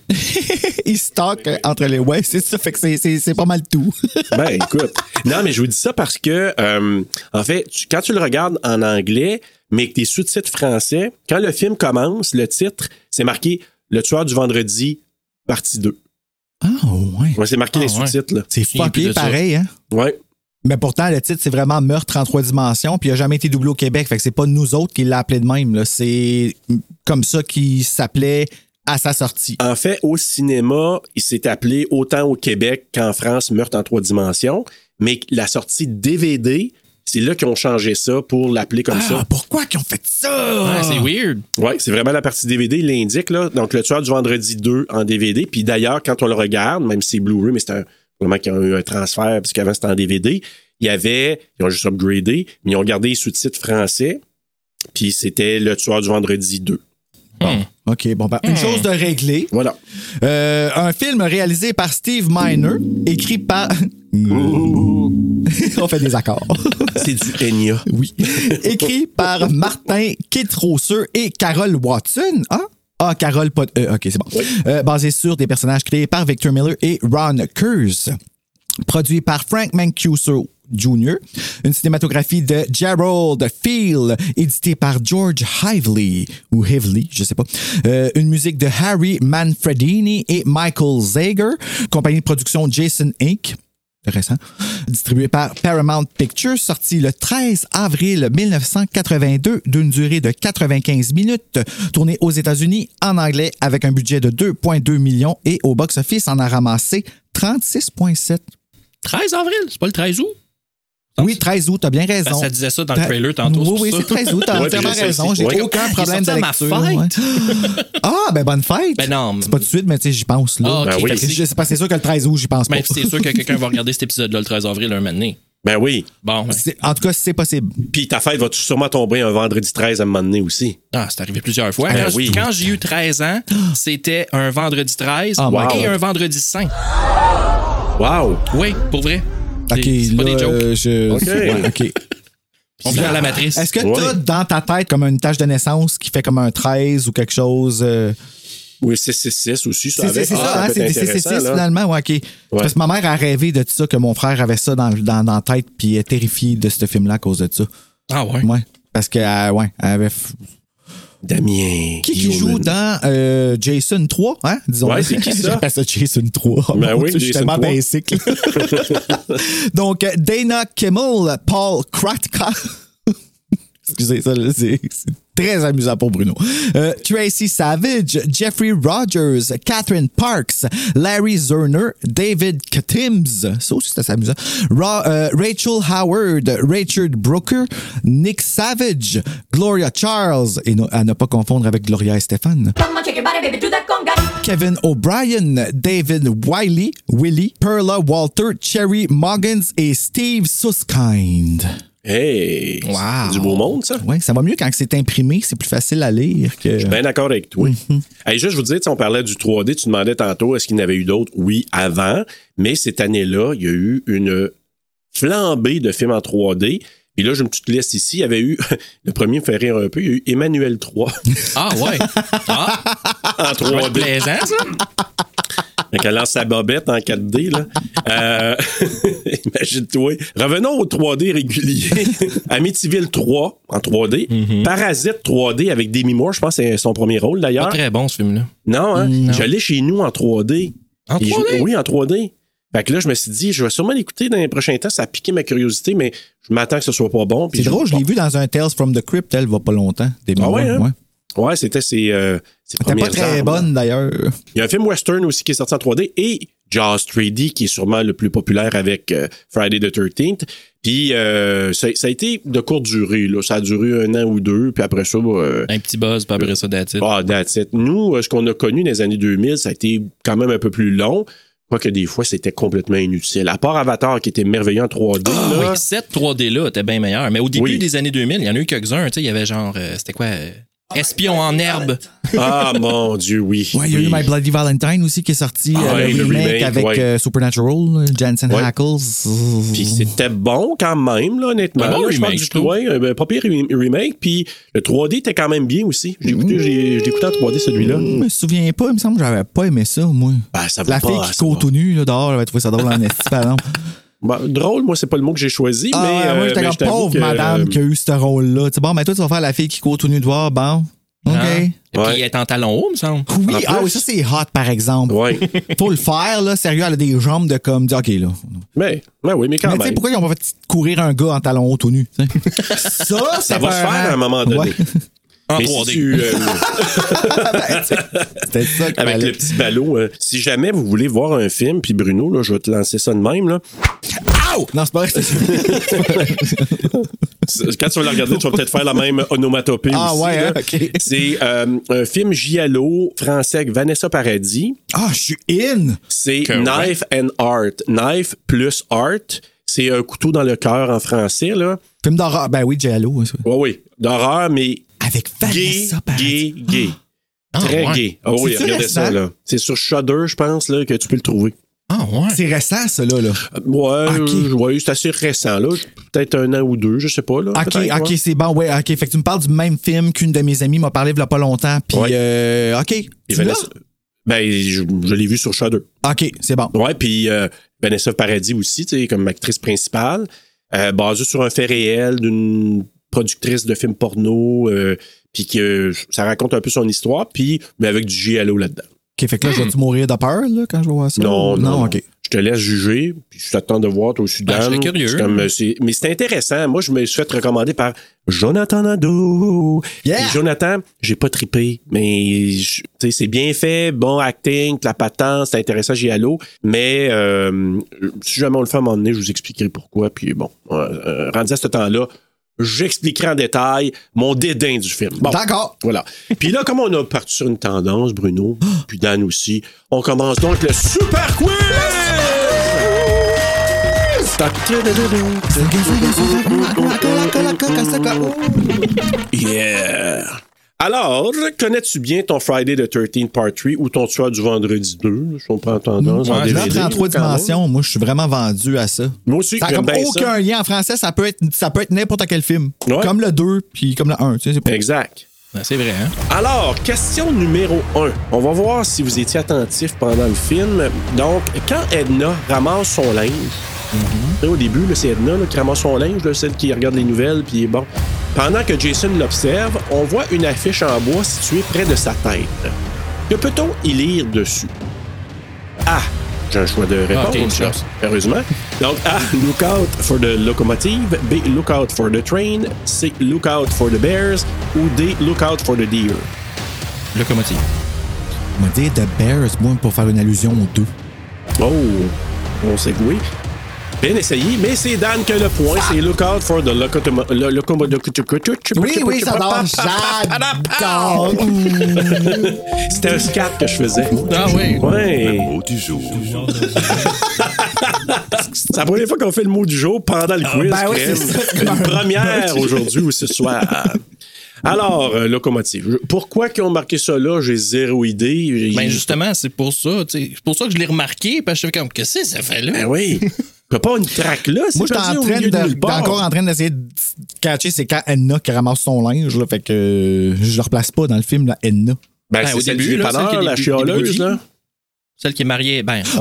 Il stocke euh, entre les. Ouais, c'est ça. Fait que c'est- c'est c'est pas mal tout. Ben écoute, non mais je vous dis ça parce que euh, en fait, tu- quand tu le regardes en anglais, mais que tes sous-titres français, quand le film commence, le titre, c'est marqué Le tueur du vendredi partie 2. Ah, ouais. Ouais, c'est marqué Ah, les ouais. sous-titres là. C'est Il y a plus fucké de ça. pareil, hein? Ouais. Mais pourtant, le titre, c'est vraiment Meurtre en trois dimensions, puis il a jamais été doublé au Québec. Fait que c'est pas nous autres qui l'a appelé de même, là. C'est comme ça qu'il s'appelait à sa sortie. En fait, au cinéma, il s'est appelé autant au Québec qu'en France Meurtre en trois dimensions, mais la sortie DVD, c'est là qu'ils ont changé ça pour l'appeler comme Ah, ça. pourquoi qu'ils ont fait ça? Ouais, c'est weird. Oui, c'est vraiment la partie DVD, il l'indique, là. Donc, le tueur du vendredi 2 en DVD. Puis d'ailleurs, quand on le regarde, même si c'est Blu-ray, mais c'est un, vraiment qu'il y a eu un transfert, parce qu'avant c'était en DVD, il y avait, ils ont juste upgradé, mais ils ont gardé les sous-titres français, puis c'était Le Tueur du Vendredi 2. Hmm. OK, bon, ben, une chose de régler. Voilà. Euh, un film réalisé par Steve Miner, écrit par. On fait des accords. C'est du Enya. oui. écrit par Martin Kétroseux et Carol Watson. Hein? Ah, Carol Pot. euh, OK, c'est bon. Euh, basé sur des personnages créés par Victor Miller et Ron Kurz. Produit par Frank Mancuso Jr. Une cinématographie de Gerald Field, édité par George Hively, ou Hively, je sais pas. Euh, une musique de Harry Manfredini et Michael Zager. Compagnie de production Jason Inc. Intéressant. Distribué par Paramount Pictures, sorti le 13 avril 1982, d'une durée de 95 minutes, tourné aux États-Unis en anglais avec un budget de 2,2 millions et au box-office en a ramassé 36,7. 13 avril, c'est pas le 13 août? Oui, 13 août, t'as bien raison. Ben, ça disait ça dans le trailer tantôt. c'est Oui, pour oui, ça. c'est 13 août, t'as Ouais, entièrement puis je sais raison. aussi. J'ai Ouais. aucun Il est problème de sorti à ma lecture. fête. ouais. Ah, ben bonne fête. Ben non, mais- C'est pas tout de suite, mais tu sais, j'y pense là. Ah, ok, Ben oui. fait que c'est- Je sais pas, c'est sûr que le 13 août, j'y pense ben, pas. c'est sûr que quelqu'un va regarder cet épisode-là le 13 avril un moment donné. Ben oui. Bon, ouais. C'est- En tout cas, c'est possible. Puis ta fête va sûrement tomber un vendredi 13 à un moment donné aussi. Ah, c'est arrivé plusieurs fois. Ben quand oui. quand j'ai eu 13 ans, c'était un vendredi 13 Ah, wow. et un vendredi 5. Wow! Oui, pour vrai. OK, C'est- c'est pas là, des jokes. euh, je- Ok. ouais, OK. On vient à la matrice. Est-ce que Ouais. t'as dans ta tête comme une tâche de naissance qui fait comme un 13 ou quelque chose? euh, Oui, 666 aussi, ça C'est c'est- avec. c'est Ah, ça, hein, peut c'est être c'est- c'est- intéressant, c'est- là. finalement, ouais, OK. Parce que ma mère a rêvé de ça, que mon frère avait ça dans, dans, dans la tête, puis elle est terrifiée de ce film-là à cause de ça. Ah ouais. Ouais. Parce que, euh, ouais, elle avait. f- Damien. Qui, qui joue Guillaume. dans euh, Jason 3, hein? Disons. Ouais, c'est qui ça? J'appelle ça Jason 3. Ben Oh Mon oui, Dieu, je suis Jason tellement 3. basic. là. Donc, euh, Dana Kimmel, Paul Kratka. Excusez ça, là, c'est c'est très amusant pour Bruno. Euh, Tracy Savage, Jeffrey Rogers, Catherine Parks, Larry Zerner, David Katims, ça aussi c'est assez amusant, Ra- euh, Rachel Howard, Richard Brooker, Nick Savage, Gloria Charles, et no- à ne pas confondre avec Gloria et Stéphane. Kevin O'Brien, David Wiley, Willie, Perla Walter, Cherry Moggins et Steve Suskind. Hey! Wow. c'est Du beau monde, ça? Oui, ça va mieux quand c'est imprimé, c'est plus facile à lire que. Bien Ben d'accord avec toi. Hey, juste vous dire, tu sais, on parlait du 3D, tu demandais tantôt est-ce qu'il y en avait eu d'autres? Oui, avant, mais cette année-là, il y a eu une flambée de films en 3D. Puis là, j'ai une petite liste ici. Il y avait eu, le premier me fait rire un peu, il y a eu Emmanuel 3 Ah ouais. Ah, en ça va être 3D. plaisant, ça. Fait qu'elle lance sa bobette en 4D, là. Euh, Imagine-toi. Revenons au 3D régulier. Amityville 3 en 3D. Parasite 3D avec Demi Moore, je pense que c'est son premier rôle Pas d'ailleurs. très bon, ce film-là. Non, hein? Je l'ai chez nous en 3D. En Et je- 3D? oui, en 3D. Fait que là, je me suis dit, je vais sûrement l'écouter dans les prochains temps. Ça a piqué ma curiosité, mais je m'attends que ce soit pas bon. puis C'est drôle, je l'ai vu dans un Tales from the Crypt, elle va pas longtemps. Des Ah ouais, mémoires, hein? Ouais, c'était ses, euh, ses T'es premières pas très armes. bonne d'ailleurs. Il y a un film western aussi qui est sorti en 3D et Jaws 3D qui est sûrement le plus populaire avec euh, Friday the 13th. Puis euh, ça, ça a été de courte durée. Là. Ça a duré un an ou deux, puis après ça... euh, Un petit buzz, pas après ça, that's it. Ah, that's it. Nous, euh, ce qu'on a connu dans les années 2000, ça a été quand même un peu plus long. Quoique des fois, c'était complètement inutile. À part Avatar, qui était merveilleux en 3D. Ah, là. oui, cette 3D-là était bien meilleure. Mais au début Oui. des années 2000, il y en a eu quelques-uns. Tu sais, il y avait genre, euh, c'était quoi? euh, Espion en herbe. Ah, mon Dieu, oui. Ouais, il y a oui. eu My Bloody Valentine aussi qui est sorti, Ah euh, ouais, le, le remake remake, avec ouais. euh, Supernatural, Jansen Ouais. Hackles. Puis c'était bon quand même, là, honnêtement. Un bon Là, je parle remake, du je trouve. ouais, euh, ben, pas pire re- remake. Puis le 3D était quand même bien aussi. J'ai Mmh. écouté, j'ai- je l'ai écouté en 3D, celui-là. Je me souviens pas, il me semble que j'avais pas aimé ça, moi. Ben, ça va Mmh. La pas, fille ça qui court va. tout nu là, dehors, j'avais trouvé ça drôle en esti, par exemple. Ben, drôle, moi, c'est pas le mot que j'ai choisi, Ah, mais. ouais, moi, euh, j'étais mais comme je t'avoue pauvre que, madame euh, qui a eu ce rôle-là. Tu sais, bon, mais toi, tu vas faire la fille qui court tout nu dehors, bon. OK. Hein? Et Ouais. puis, être en talon haut, me semble. Oui, Ah. En ah plus. oui, ça c'est hot par exemple. Ouais. Pour le faire, là, sérieux, elle a des jambes de comme dire, OK, là. Mais, ben oui, mais quand Mais tu sais, même. pourquoi ils ont pas fait courir un gars en talon haut tout nu? tu sais? ça, Ça va se faire à un moment donné. En Mais si 3D. tu, euh, Ben, C'était ça qu'il avec fallait. le petit ballot, euh, si jamais vous voulez voir un film, puis Bruno, là, je vais te lancer ça de même. Là. Oh, Non, c'est pas vrai. c'est- C'est- Quand tu vas le regarder, tu vas peut-être faire la même onomatopée Ah aussi. ouais, là. hein, ok. C'est euh, un film giallo français avec Vanessa Paradis. Ah, je suis in! C'est Correct. Knife and Art. Knife plus Art. C'est un couteau dans le cœur en français, là. Film d'horreur. Ben oui, Jallo. oui, ça. Oui, oui. D'horreur, mais Avec gay, Vanessa Paradis. gay, gay. Ah, Très ouais. gay. Ah oui, C'est-tu regardez récent? ça, là. C'est sur Shudder, je pense, là, que tu peux le trouver. Ah, ouais. C'est récent, ça, là. là. Euh, Ouais, Ok. euh, ouais, c'est assez récent, là. Peut-être un an ou deux, je sais pas, là. OK, Peut-être, OK, ouais. c'est bon. Ouais, OK. Fait que tu me parles du même film qu'une de mes amies m'a parlé il y a pas longtemps. Puis, Ouais. euh, OK. Et Tu Vanessa- Ben, je, je l'ai vu sur Shudder. l'as? OK, c'est bon. Ouais, puis euh, Vanessa Paradis aussi, tu sais, comme actrice principale, euh, basée sur un fait réel d'une productrice de films porno, euh, puis que ça raconte un peu son histoire, puis mais avec du giallo là-dedans. OK, fait que là, je vais-tu mourir de peur, là, quand je Oh, vois ça? Non, non, Non, non. OK. Je te laisse juger, puis je t'attends de voir toi aussi Ben, je Dan. serais curieux. C'est comme, euh, c'est- mais c'est intéressant. Moi, je me suis fait recommander par Jonathan Nadeau. Yeah! Et Jonathan, j'ai pas trippé, mais je- tu sais, c'est bien fait, bon acting, la patente, c'est intéressant, j'y allo. Mais euh, si jamais on le fait à un moment donné, je vous expliquerai pourquoi. Puis bon, euh, euh, rendu à ce temps-là, j'expliquerai en détail mon dédain du film. Bon. D'accord. Voilà. Puis là, comme on a parti sur une tendance, Bruno, puis Dan aussi, on commence donc le super quiz! Yeah! Alors, connais-tu bien ton Friday the 13th Part 3 ou ton tueur du vendredi 2, là, si on prend en Mmh. tendance, en Ouais, je DVD, L'entrée en trois quand même. dimensions, moi, je suis vraiment vendu à ça. Moi aussi, Ça n'a j'aime bien ça. aucun lien en français. Ça peut être, ça peut être n'importe quel film. Ouais. Comme le 2, puis comme le 1. Tu sais, c'est pas... Exact. Ben, c'est vrai, hein? Alors, question numéro 1. On va voir si vous étiez attentif pendant le film. Donc, quand Edna ramasse son linge, là, au début, là, c'est Edna là, qui ramasse son linge, là, celle qui regarde les nouvelles, puis bon. Pendant que Jason l'observe, on voit une affiche en bois située près de sa tête. Que peut-on y lire dessus? A. J'ai un choix de réponse. Ah, t'as une chance. Heureusement. Donc, A. Look out for the locomotive. B. Look out for the train. C. Look out for the bears. Ou D. Look out for the deer. Locomotive. On va dire The Bears, moi, pour faire une allusion aux deux. Oh, on s'est goué. Bien essayé, mais c'est Dan qui a le point. C'est Look Out for the Locotomo- lo- Locomotive. Oui, oui, j'adore. J'adore. C'était un scat que je faisais. Ah oui. Ouais. Mot du jour. C'est la première fois qu'on fait le mot du jour pendant le quiz. ben oui, crème. c'est Une première aujourd'hui ou ce soir. Alors, euh, locomotive. Je- Pourquoi qu'ils ont marqué ça là? J'ai zéro idée. J'ai- Ben justement, c'est pour ça, tu sais, c'est pour ça que je l'ai remarqué, parce que je fais comme, qu'est-ce que ça fait là? Ben oui. Peut pas une traque là? c'est Moi, j'étais perdu en au train milieu de de, nulle part. encore en train d'essayer de catcher, c'est quand Edna qui ramasse son linge, là, fait que euh, je le replace pas dans le film, là, Edna. Ben, Ben, c'est au celle début, du là, celle dépanneur, qui a la des- des chialeuse, bigoudis. là. Ah! Celle qui est mariée, ben. on-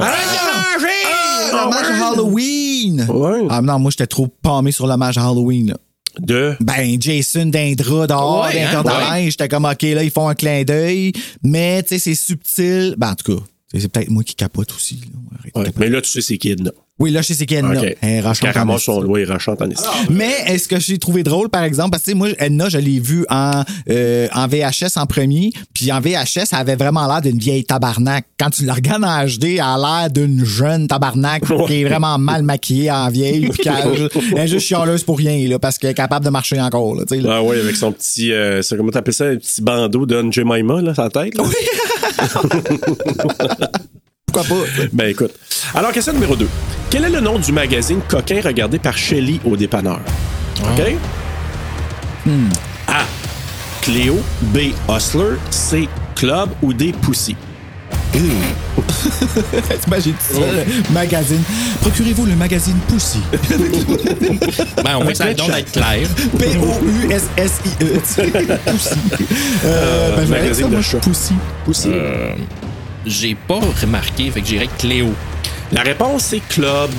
L'hommage à Halloween! Ouais. Ah non, moi j'étais trop pâmé sur l'hommage à Halloween. là. De. Ben, Jason d'Indra dehors, Ouais, d'un hein, corps de ouais. linge, j'étais comme ok, là, ils font un clin d'œil, mais tu sais, c'est subtil. Ben, en tout cas, tu sais, c'est peut-être moi qui capote aussi. là. On va arrêter de Ouais, capoter. Mais là, tu sais, c'est Kid, là. Oui, là, je sais c'est Hein, qu'Edna. OK. Elle rachante en Carrément, esti. son loi, il rachante en esti. Ah. Mais est-ce que j'ai trouvé drôle, par exemple? Parce que tu sais, moi, Edna, je l'ai vue en, euh, en VHS en premier. Puis en VHS, elle avait vraiment l'air d'une vieille tabarnak. Quand tu la regardes en HD, elle a l'air d'une jeune tabarnak qui est vraiment mal maquillée en vieille. Puis qu'elle- elle est juste chialeuse pour rien, là, parce qu'elle est capable de marcher encore. Là, tu sais, là. Ah oui, avec son petit, euh, ça, comment t'appelles ça, un petit bandeau de Jemima, là, sa tête. là. Pourquoi pas? tu sais? Ben écoute. Alors, question numéro 2. Quel est le nom du magazine coquin regardé par Shelley au dépanneur? OK? A. Cléo. B. Hustler. C. Club ou D. Pussy. T'imagines ça? le Magazine. Procurez-vous le magazine Pussy. Ben, on voit que ça donne d'être clair. P-O-U-S-S-I-E. E, Pussy. Euh, ben, je vais magazine avec ça, moi, de chat. Pussy. Pussy. J'ai pas remarqué, fait que j'irai avec Cléo. La réponse est club.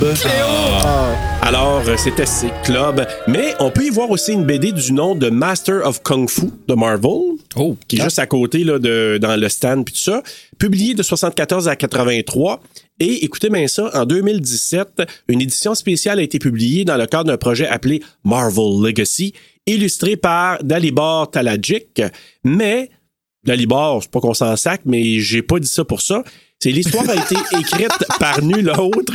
Alors, euh, c'était C, club. Mais on peut y voir aussi une BD du nom de Master of Kung Fu de Marvel, Oh. qui est juste à côté là, de, dans le stand puis tout ça, publié de 74 à 83. Et écoutez bien ça, en 2017, une édition spéciale a été publiée dans le cadre d'un projet appelé Marvel Legacy, illustré par Dalibor Talajic. Mais Dalibor, c'est pas qu'on s'en sac, mais j'ai pas dit ça pour ça. C'est l'histoire a été écrite par nul autre.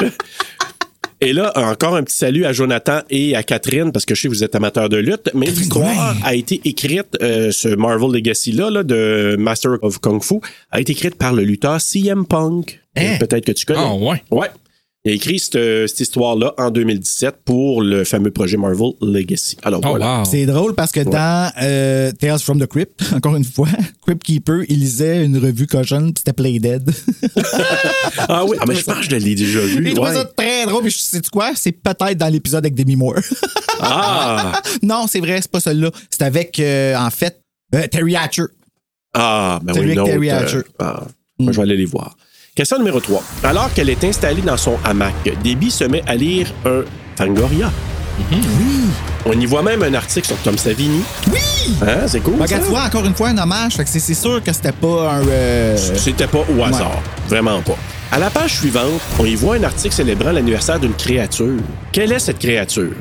Et là, encore un petit salut à Jonathan et à Catherine, parce que je sais que vous êtes amateurs de lutte, mais l'histoire a été écrite, euh, ce Marvel Legacy-là, là, de Master of Kung Fu, a été écrite par le lutteur CM Punk. Euh, Hein? Peut-être que tu connais. Ah, ouais. Ouais. Il a écrit cette, cette histoire-là en 2017 pour le fameux projet Marvel Legacy. Alors Oh, voilà. wow. C'est drôle parce que dans euh, Tales from the Crypt, encore une fois, Crypt Keeper, il lisait une revue cochonne, puis c'était Play Dead. Ah oui, ah, mais je pense que je l'ai déjà vu. Il trouvait ouais. ça très drôle, puis je sais quoi? C'est peut-être dans l'épisode avec Demi Moore. Ah, non, c'est vrai, c'est pas celui-là. C'est avec, euh, en fait, euh, Terry Hatcher. ah, ben C'est oui, lui non. avec Terry euh, Hatcher. Hmm. ah. Moi, je vais aller les voir. Question numéro 3. Alors qu'elle est installée dans son hamac, Debbie se met à lire un Fangoria. Mhm. On y voit même un article sur Tom Savini. Oui! Hein, c'est cool. Ben, ça? regarde, tu vois, encore une fois, un hommage. Fait que c'est c'est sûr que c'était pas un. euh, C'était pas au hasard. Vraiment pas. À la page suivante, on y voit un article célébrant l'anniversaire d'une créature. Quelle est cette créature?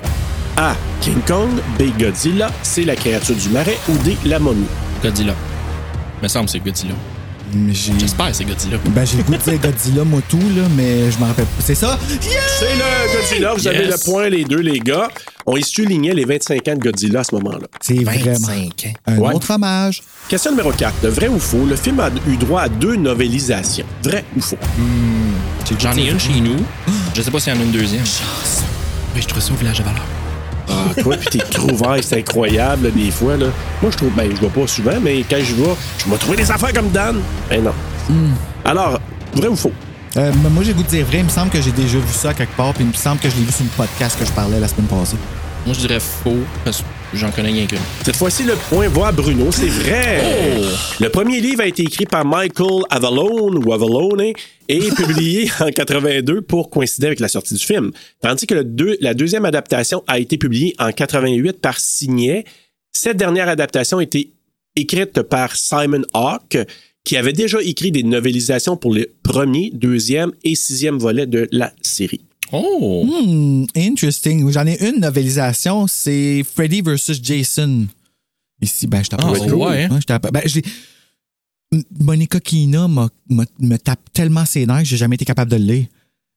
A. King Kong. B. Godzilla. C. La créature du marais. Ou D. La momie. Godzilla. Me semble que c'est Godzilla. mais j'ai- J'espère que c'est Godzilla. Ben, j'ai le goût de dire Godzilla, moi tout, là, mais je m'en rappelle pas. C'est ça? Yeah! C'est le Godzilla. Vous avez le Yes. point, les deux, les gars. On y soulignait les 25 ans de Godzilla à ce moment-là. C'est vraiment ans. un hein? Ouais. autre hommage. Question numéro 4. De vrai ou faux, le film a eu droit à deux novelisations. Vrai ou faux? J'en ai une chez nous. Je sais pas s'il y en a une deuxième. Chance. Mais je trouve ça au village de valeur. Ah, toi, puis tes trouvailles, c'est incroyable, là, des fois. Là. Moi, je trouve, ben, je vois pas souvent, mais quand je vois, je vais trouver des affaires comme Dan. Ben non. Alors, vrai ou faux? Euh, mais moi, j'ai le goût de dire vrai. Il me semble que j'ai déjà vu ça quelque part, puis il me semble que je l'ai vu sur le podcast que je parlais la semaine passée. Moi, je dirais faux, parce que j'en connais rien qu'une. Cette fois-ci, le point va à Bruno, c'est vrai. Le premier livre a été écrit par Michael Avalone ou Avalone et publié en 82 pour coïncider avec la sortie du film. Tandis que le deux- la deuxième adaptation a été publiée en 88 par Signet. Cette dernière adaptation a été écrite par Simon Hawke, qui avait déjà écrit des novélisations pour les premier, deuxième et sixième volets de la série. Oh! Hmm, interesting. J'en ai une novelisation, c'est Freddy vs. Jason. Ici, ben, je t'en Ah, parle. c'est ouais, hein? je t'en parle. Ben, je l'ai- M- Monica Kina m'a- m'a- me tape tellement ses nerfs que j'ai jamais été capable de le lire.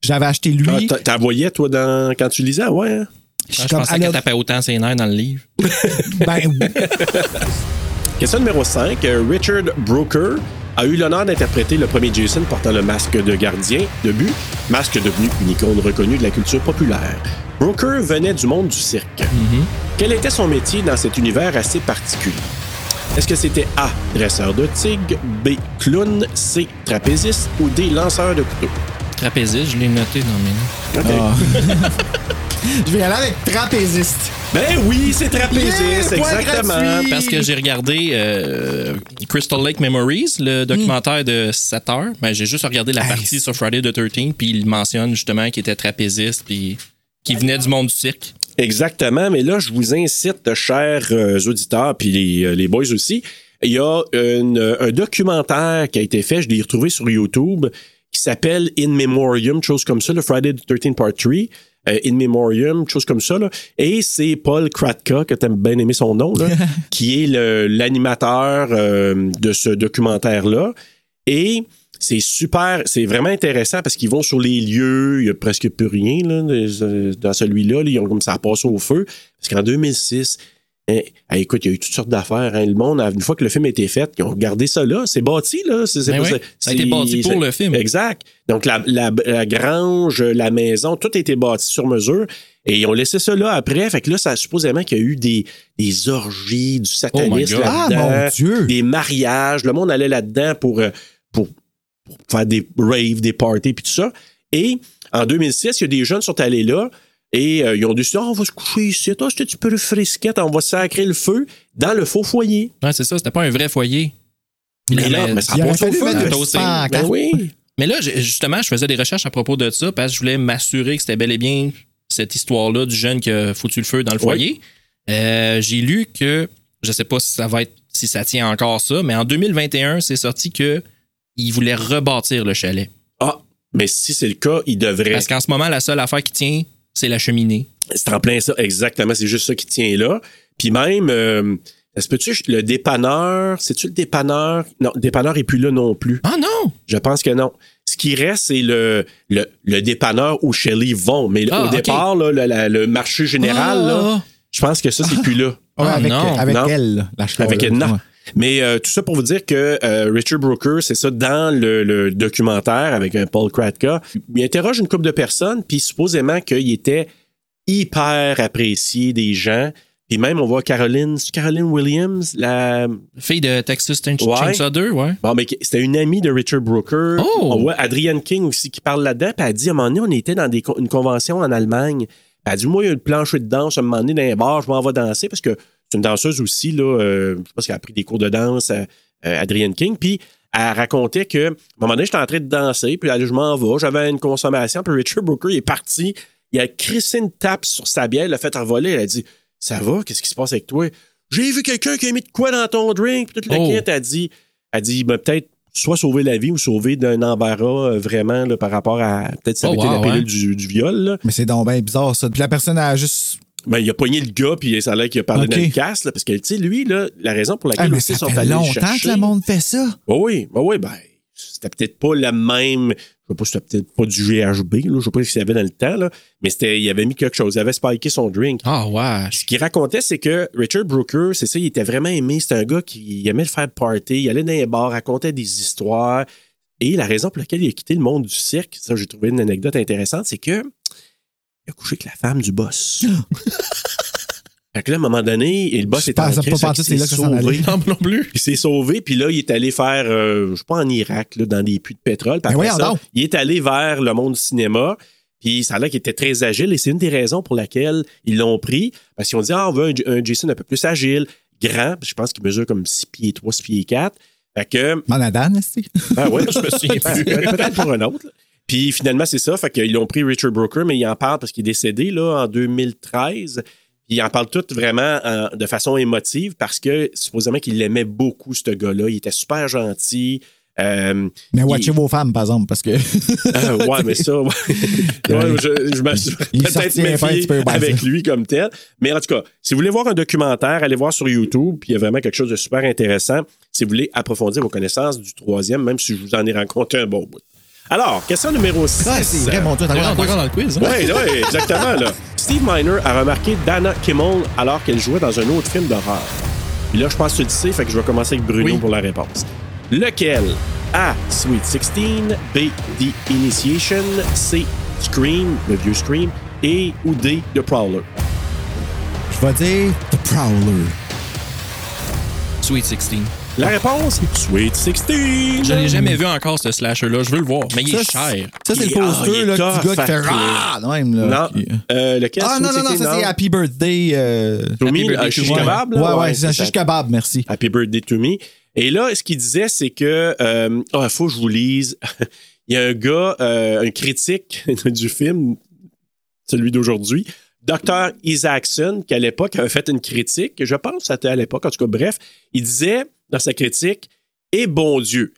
J'avais acheté lui. Ah, t'en- T'en voyais, toi, dans, quand tu lisais, ouais? hein? je suis Je comme, pensais qu'elle alors, tapait autant ses nerfs dans le livre. ben, oui. Question numéro 5. Richard Brooker a eu l'honneur d'interpréter le premier Jason portant le masque de gardien de but, masque devenu une icône reconnue de la culture populaire. Brooker venait du monde du cirque. Quel était son métier dans cet univers assez particulier? Est-ce que c'était A, dresseur de tigre, B, clown, C, trapéziste ou D, lanceur de couteau? Trapéziste, je l'ai noté dans mes notes. OK. je vais y aller avec trapéziste. Ben oui, c'est trapéziste, Yeah, point exactement. gratuit. Parce que j'ai regardé euh, Crystal Lake Memories, le documentaire de 7 heures. Ben, j'ai juste regardé la Hey. partie sur Friday the 13 puis il mentionne justement qu'il était trapéziste, puis qu'il venait du monde du cirque. Exactement, mais là, je vous incite, chers euh, auditeurs, puis les, euh, les boys aussi, il y a une, euh, un documentaire qui a été fait, je l'ai retrouvé sur YouTube, qui s'appelle In Memoriam, chose comme ça, le Friday the 13th Part 3, euh, In Memoriam, chose comme ça. Là. Et c'est Paul Kratka, que t'aimes bien aimer son nom, là, qui est le- l'animateur euh, de ce documentaire-là. Et c'est super, c'est vraiment intéressant parce qu'ils vont sur les lieux, il n'y a presque plus rien là, de- dans celui-là. là, ils ont comme ça passe au feu. Parce qu'en 2006, hein, eh, écoute, il y a eu toutes sortes d'affaires. hein. le monde, une fois que le film a été fait, ils ont regardé ça là. C'est bâti, là. C'est, c'est Ben pas- oui, c'est- ça a été bâti pour c'est- le film. hein? Exact. Donc, la, la- la grange, la maison, tout a été bâti sur mesure. Et ils ont laissé ça là après. Fait que là, ça supposément qu'il y a eu des, des orgies, du satanisme God. Ah, là-dedans mon Dieu. des mariages. Le monde allait là-dedans pour, euh, pour, pour faire des raves, des parties, puis tout ça. Et en 2006, il y a des jeunes qui sont allés là et euh, ils ont décidé Ah, on va se coucher ici. Toi, c'était un petit peu le frisquette. On va sacrer le feu dans le faux foyer. Ouais, c'est ça, c'était pas un vrai foyer. Mais là, mais ça Il a aurait pas son fallu feu. mettre là, le aussi. spank, Ben hein. oui. Mais là, j'ai- justement, je faisais des recherches à propos de ça parce que je voulais m'assurer que c'était bel et bien cette histoire-là du jeune qui a foutu le feu dans le foyer. Euh, j'ai lu que, je sais pas si ça va être, si ça tient encore ça, mais en 2021, c'est sorti que il voulait rebâtir le chalet. Ah, mais si c'est le cas, il devrait. Parce qu'en ce moment, la seule affaire qui tient, c'est la cheminée. C'est en plein ça, exactement. C'est juste ça qui tient là. Puis même, euh, est-ce que tu le dépanneur, c'est-tu le dépanneur? Non, le dépanneur est plus là non plus. Ah non! Je pense que non. Ce qui reste, c'est le, le, le dépanneur où Shelley vont. Mais Ah, au ok. départ, là, le, la- le marché général, là, Ah. je pense que ça, c'est plus là. Ouais, Ah, avec, non, avec non. elle, la chaleur, Avec là, elle, non. ouais. Mais euh, tout ça pour vous dire que euh, Richard Brooker, c'est ça, dans le, le documentaire avec euh, Paul Kratka, il interroge une couple de personnes, puis supposément qu'il était hyper apprécié des gens. Puis même, on voit Caroline, c'est Caroline Williams, la... Fille de Texas Chains- Ouais. Chainsaw 2, ouais. Bon, mais qui- c'était une amie de Richard Brooker. Oh! On voit Adrienne King aussi qui parle là-dedans, puis elle dit, à un moment donné, on était dans des con- une convention en Allemagne. Puis Elle dit, moi, il y a une plancher de danse, à un moment donné, dans un bar, je m'en vais danser, parce que c'est une danseuse aussi, là, euh, je pense qu'elle a pris des cours de danse à euh, Adrienne King, puis elle racontait que, à un moment donné, j'étais en train de danser, puis elle dit, je m'en vais, j'avais une consommation, puis Richard Brooker, il est parti, il a crissé une tape sur sa bière, il l'a fait envoler, elle a dit, ça va, qu'est-ce qui se passe avec toi? J'ai vu quelqu'un qui a mis de quoi dans ton drink, puis toute la Oh. quête, elle dit, elle dit, ben, peut-être soit sauver la vie ou sauver d'un embarras euh, vraiment là, par rapport à peut-être Oh, s'arrêter wow, la pilule hein. du, du viol. là. Mais c'est donc bien bizarre, ça. Puis la personne a juste. Ben, il a poigné le gars, puis ça a l'air qu'il a parlé Ok. dans le casse, là, parce que, tu sais, lui, là, la raison pour Ah, laquelle mais aussi ils ça sont fait allés le longtemps que chercher- le monde fait ça. Ben oui, ben oui, ben, c'était peut-être pas la même, je sais pas, c'était peut-être pas du GHB, là, je sais pas ce qu'il y avait dans le temps, là, mais c'était, il avait mis quelque chose, il avait spiké son drink. Ah, ouais. Ce qu'il racontait, c'est que Richard Brooker, c'est ça, il était vraiment aimé. C'était un gars qui aimait le faire party, il allait dans les bars, racontait des histoires. Et la raison pour laquelle il a quitté le monde du cirque, ça, j'ai trouvé une anecdote intéressante, c'est que il a couché avec la femme du boss. fait que là, à un moment donné, et le boss Je est en pense pas crise, fait pantoute, qu'il c'est là s'est que ça s'en allait. sauvé. Non, moi non plus. Il s'est sauvé, puis là, il est allé faire, euh, je sais pas, en Irak, là, dans des puits de pétrole. Puis Ben après voyons ça, donc. il est allé vers le monde du cinéma, puis ça a l'air qu'il était très agile, et c'est une des raisons pour laquelle ils l'ont pris. Parce qu'ils ont dit, ah, on veut un, J- un Jason un peu plus agile, grand, puis je pense qu'il mesure comme 6 pieds 3, 6 pieds 4. Fait que, Manadan, est-ce que- ben ouais, je me souviens pas. Peut-être pour un autre. là. Puis finalement, c'est ça. Fait qu'ils l'ont pris Richard Brooker, mais il en parle parce qu'il est décédé là, en 2013. Puis il en parle tout vraiment en- de façon émotive parce que supposément qu'il l'aimait beaucoup, ce gars-là. Il était super gentil. Euh, Mais watchez Il- vos femmes, par exemple, parce que. euh, ouais, mais ça, ouais. Ouais, je, je me suis Il peut-être sortit un peu, un méfié petit peu, ben, avec ça. lui comme tel. Mais en tout cas, si vous voulez voir un documentaire, allez voir sur YouTube, puis il y a vraiment quelque chose de super intéressant si vous voulez approfondir vos connaissances du troisième, même si je vous en ai rencontré un bon bout. Alors, question numéro 6. Ah, c'est vrai, mon Dieu, t'as On est encore- encore dans le quiz. hein? Oui, oui, exactement. Là. Steve Miner a remarqué Dana Kimmel alors qu'elle jouait dans un autre film d'horreur. Puis là, je pense que tu le sais, fait que je vais commencer avec Bruno Oui. pour la réponse. Lequel? A. Sweet 16. B. The Initiation. C. Scream, le vieux Scream. Et ou D. The Prowler. Je vais dire The Prowler. Sweet 16. La réponse? Sweet 16. Je l'ai jamais vu encore, ce slasher-là. Je veux le voir, mais il est Ça, c'est- cher. Ça, c'est Il le est- ah, il est poster là, tough, du gars qui fait fait que- Ah! de même, là. Non. Qui- Euh, lequel? Ah, non, Sweet non, non, 16, ça, c'est Happy Birthday. euh, To me, Happy Birthday euh, to shish me. kebab, Ouais, là? ouais, c'est un ça. shish kebab, merci. Happy Birthday to Me. Et là, ce qu'il disait, c'est que, euh, ah, faut que je vous lise. Il y a un gars, euh, un critique du film, celui d'aujourd'hui, Dr. Isaacson, qui à l'époque avait fait une critique, je pense que c'était à l'époque, en tout cas, bref, il disait dans sa critique, Et bon Dieu,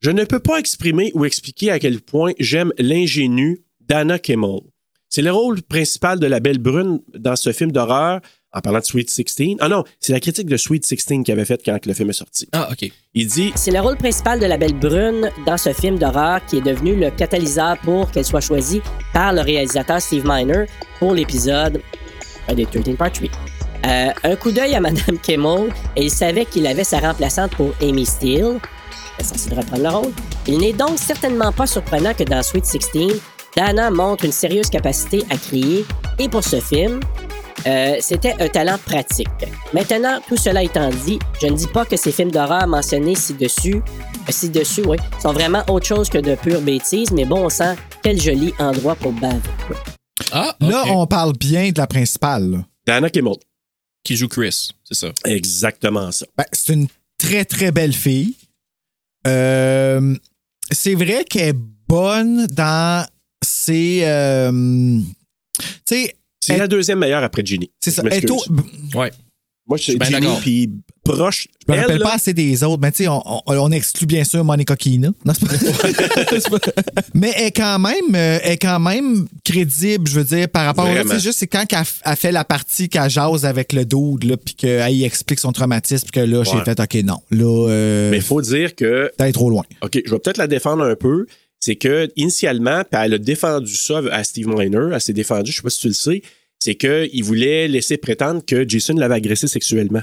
je ne peux pas exprimer ou expliquer à quel point j'aime l'ingénue d'Anna Kimmel. C'est le rôle principal de la belle brune dans ce film d'horreur, en parlant de Sweet 16. Ah non, c'est la critique de Sweet 16 qu'il avait faite quand le film est sorti. Ah, OK. Il dit C'est le rôle principal de la Belle Brune dans ce film d'horreur qui est devenu le catalyseur pour qu'elle soit choisie par le réalisateur Steve Miner pour l'épisode euh, des 13 Part 3. Euh, un coup d'œil à Madame Kimmel et il savait qu'il avait sa remplaçante pour Amy Steele, censée de reprendre le rôle. Il n'est donc certainement pas surprenant que dans Sweet 16, Dana montre une sérieuse capacité à crier et pour ce film, euh, c'était un talent pratique. Maintenant, tout cela étant dit, je ne dis pas que ces films d'horreur mentionnés ci-dessus, euh, ci-dessus, oui, sont vraiment autre chose que de pures bêtises, mais bon sang, quel joli endroit pour baver. Ah, OK. Là, on parle bien de la principale. là. Dana Kimmel. Qui joue Chris, c'est ça. Exactement ça. Ben, c'est une très, très belle fille. Euh, c'est vrai qu'elle est bonne dans ses. euh, tu sais, C'est Elle- la deuxième meilleure après Ginny. c'est ça. Je m'excuse. elle est au- Ouais. Moi, je suis bien Ginny, d'accord. puis proche. Je me elle, rappelle là, pas assez des autres, mais tu sais, on, on- on exclut bien sûr Monica Keena. Non, c'est pas- c'est pas- mais elle est quand même, euh, elle est quand même crédible, je veux dire, par rapport à Vraiment. c'est juste c'est quand qu'elle f- elle fait la partie qu'elle jase avec le dude, là, puis qu'elle y explique son traumatisme, puis que là, j'ai Ouais. fait, OK, non, là, euh, Mais il faut dire que t'es trop loin. OK, je vais peut-être la défendre un peu. C'est que, initialement, puis elle a défendu ça à Steve Miner, elle s'est défendue, je sais pas si tu le sais, c'est qu'il voulait laisser prétendre que Jason l'avait agressé sexuellement.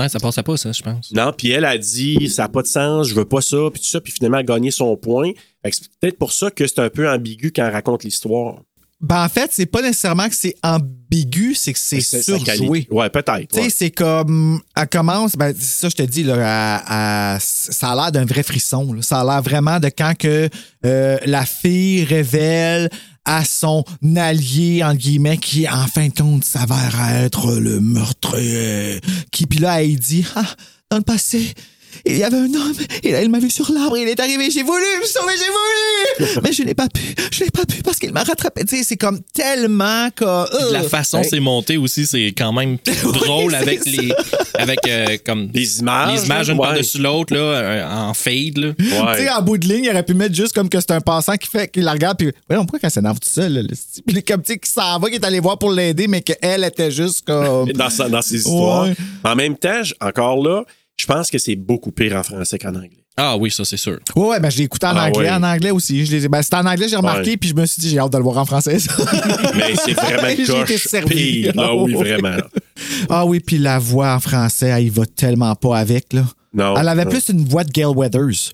Ouais, ça passait pas, ça, je pense. Non, puis elle a dit ça n'a pas de sens, je veux pas ça, puis tout ça, puis finalement elle a gagné son point. Fait que C'est peut-être pour ça que c'est un peu ambigu quand elle raconte l'histoire. Ben, en fait, c'est pas nécessairement que c'est ambigu, c'est que c'est sa qualité. surjoué. Ouais, peut-être. Tu sais, ouais. c'est comme. Elle commence, ben, c'est ça, je te dis, là, à- à- ça a l'air d'un vrai frisson. là. Ça a l'air vraiment de quand que euh, la fille révèle à son allié, en guillemets, qui, en fin de compte, s'avère être le meurtrier. Qui, puis là, elle dit Ah, dans le passé. Il y avait un homme, et il m'a vu sur l'arbre, il est arrivé, j'ai voulu me sauver, j'ai voulu! Mais je l'ai pas pu, je l'ai pas pu parce qu'il m'a rattrapé. Tu sais, c'est comme tellement que. Euh, euh, De la façon ben- c'est monté aussi, c'est quand même drôle avec les. avec euh, comme. Les images. les images là, une ouais. par-dessus l'autre, là, euh, en fade, là. Ouais. Tu sais, en bout de ligne, il aurait pu mettre juste comme que c'est un passant qui fait qu'il la regarde, puis ouais, on pourrait qu'elle s'énerve tout seul, là, le style. Puis comme tu sais, qui s'en va, qui est allé voir pour l'aider, mais qu'elle était juste comme. dans, sa- dans ses histoires. Ouais. En même temps, j- encore là, je pense que c'est beaucoup pire en français qu'en anglais. Ah oui, ça, c'est sûr. Ouais, ouais, ben je l'ai écouté en Ah anglais, ouais. en anglais aussi. Je l'ai- ben, c'était en anglais, j'ai remarqué, Ouais. puis je me suis dit, j'ai hâte de le voir en français. ça. Mais c'est vraiment J'ai une été coche servi. pire. Ah oui, vraiment. ah oui, puis la voix en français, elle y va tellement pas avec, là. Non. Elle avait Non. plus une voix de Gail Weathers.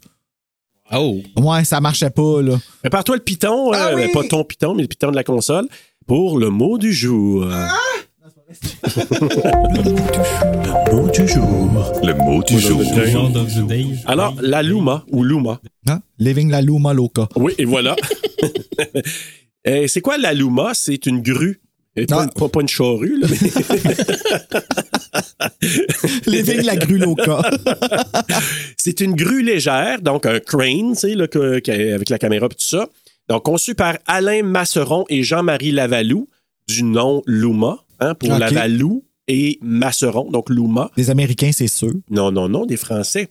Oh! Ouais, ça marchait pas, là. Prépare-toi le piton, Ah euh, oui! pas ton piton, mais le piton de la console, pour le mot du jour. Ah! le mot du jour. Le mot du jour. Alors, la Luma ou Luma. Hein? Living la Luma Loca. Oui, et voilà. Euh, c'est quoi la Luma? C'est une grue. Et pas, Ah. une- pas- pas une charrue, là, mais- Living la Grue Loca. C'est une grue légère, donc un crane, tu sais, là, que- que- avec la caméra et tout ça. Donc, conçu par Alain Masseron et Jean-Marie Lavalou, du nom Luma, hein, pour Ok. Lavalou et Masseron, donc Luma. Des Américains, c'est sûr. Non, non, non, des Français.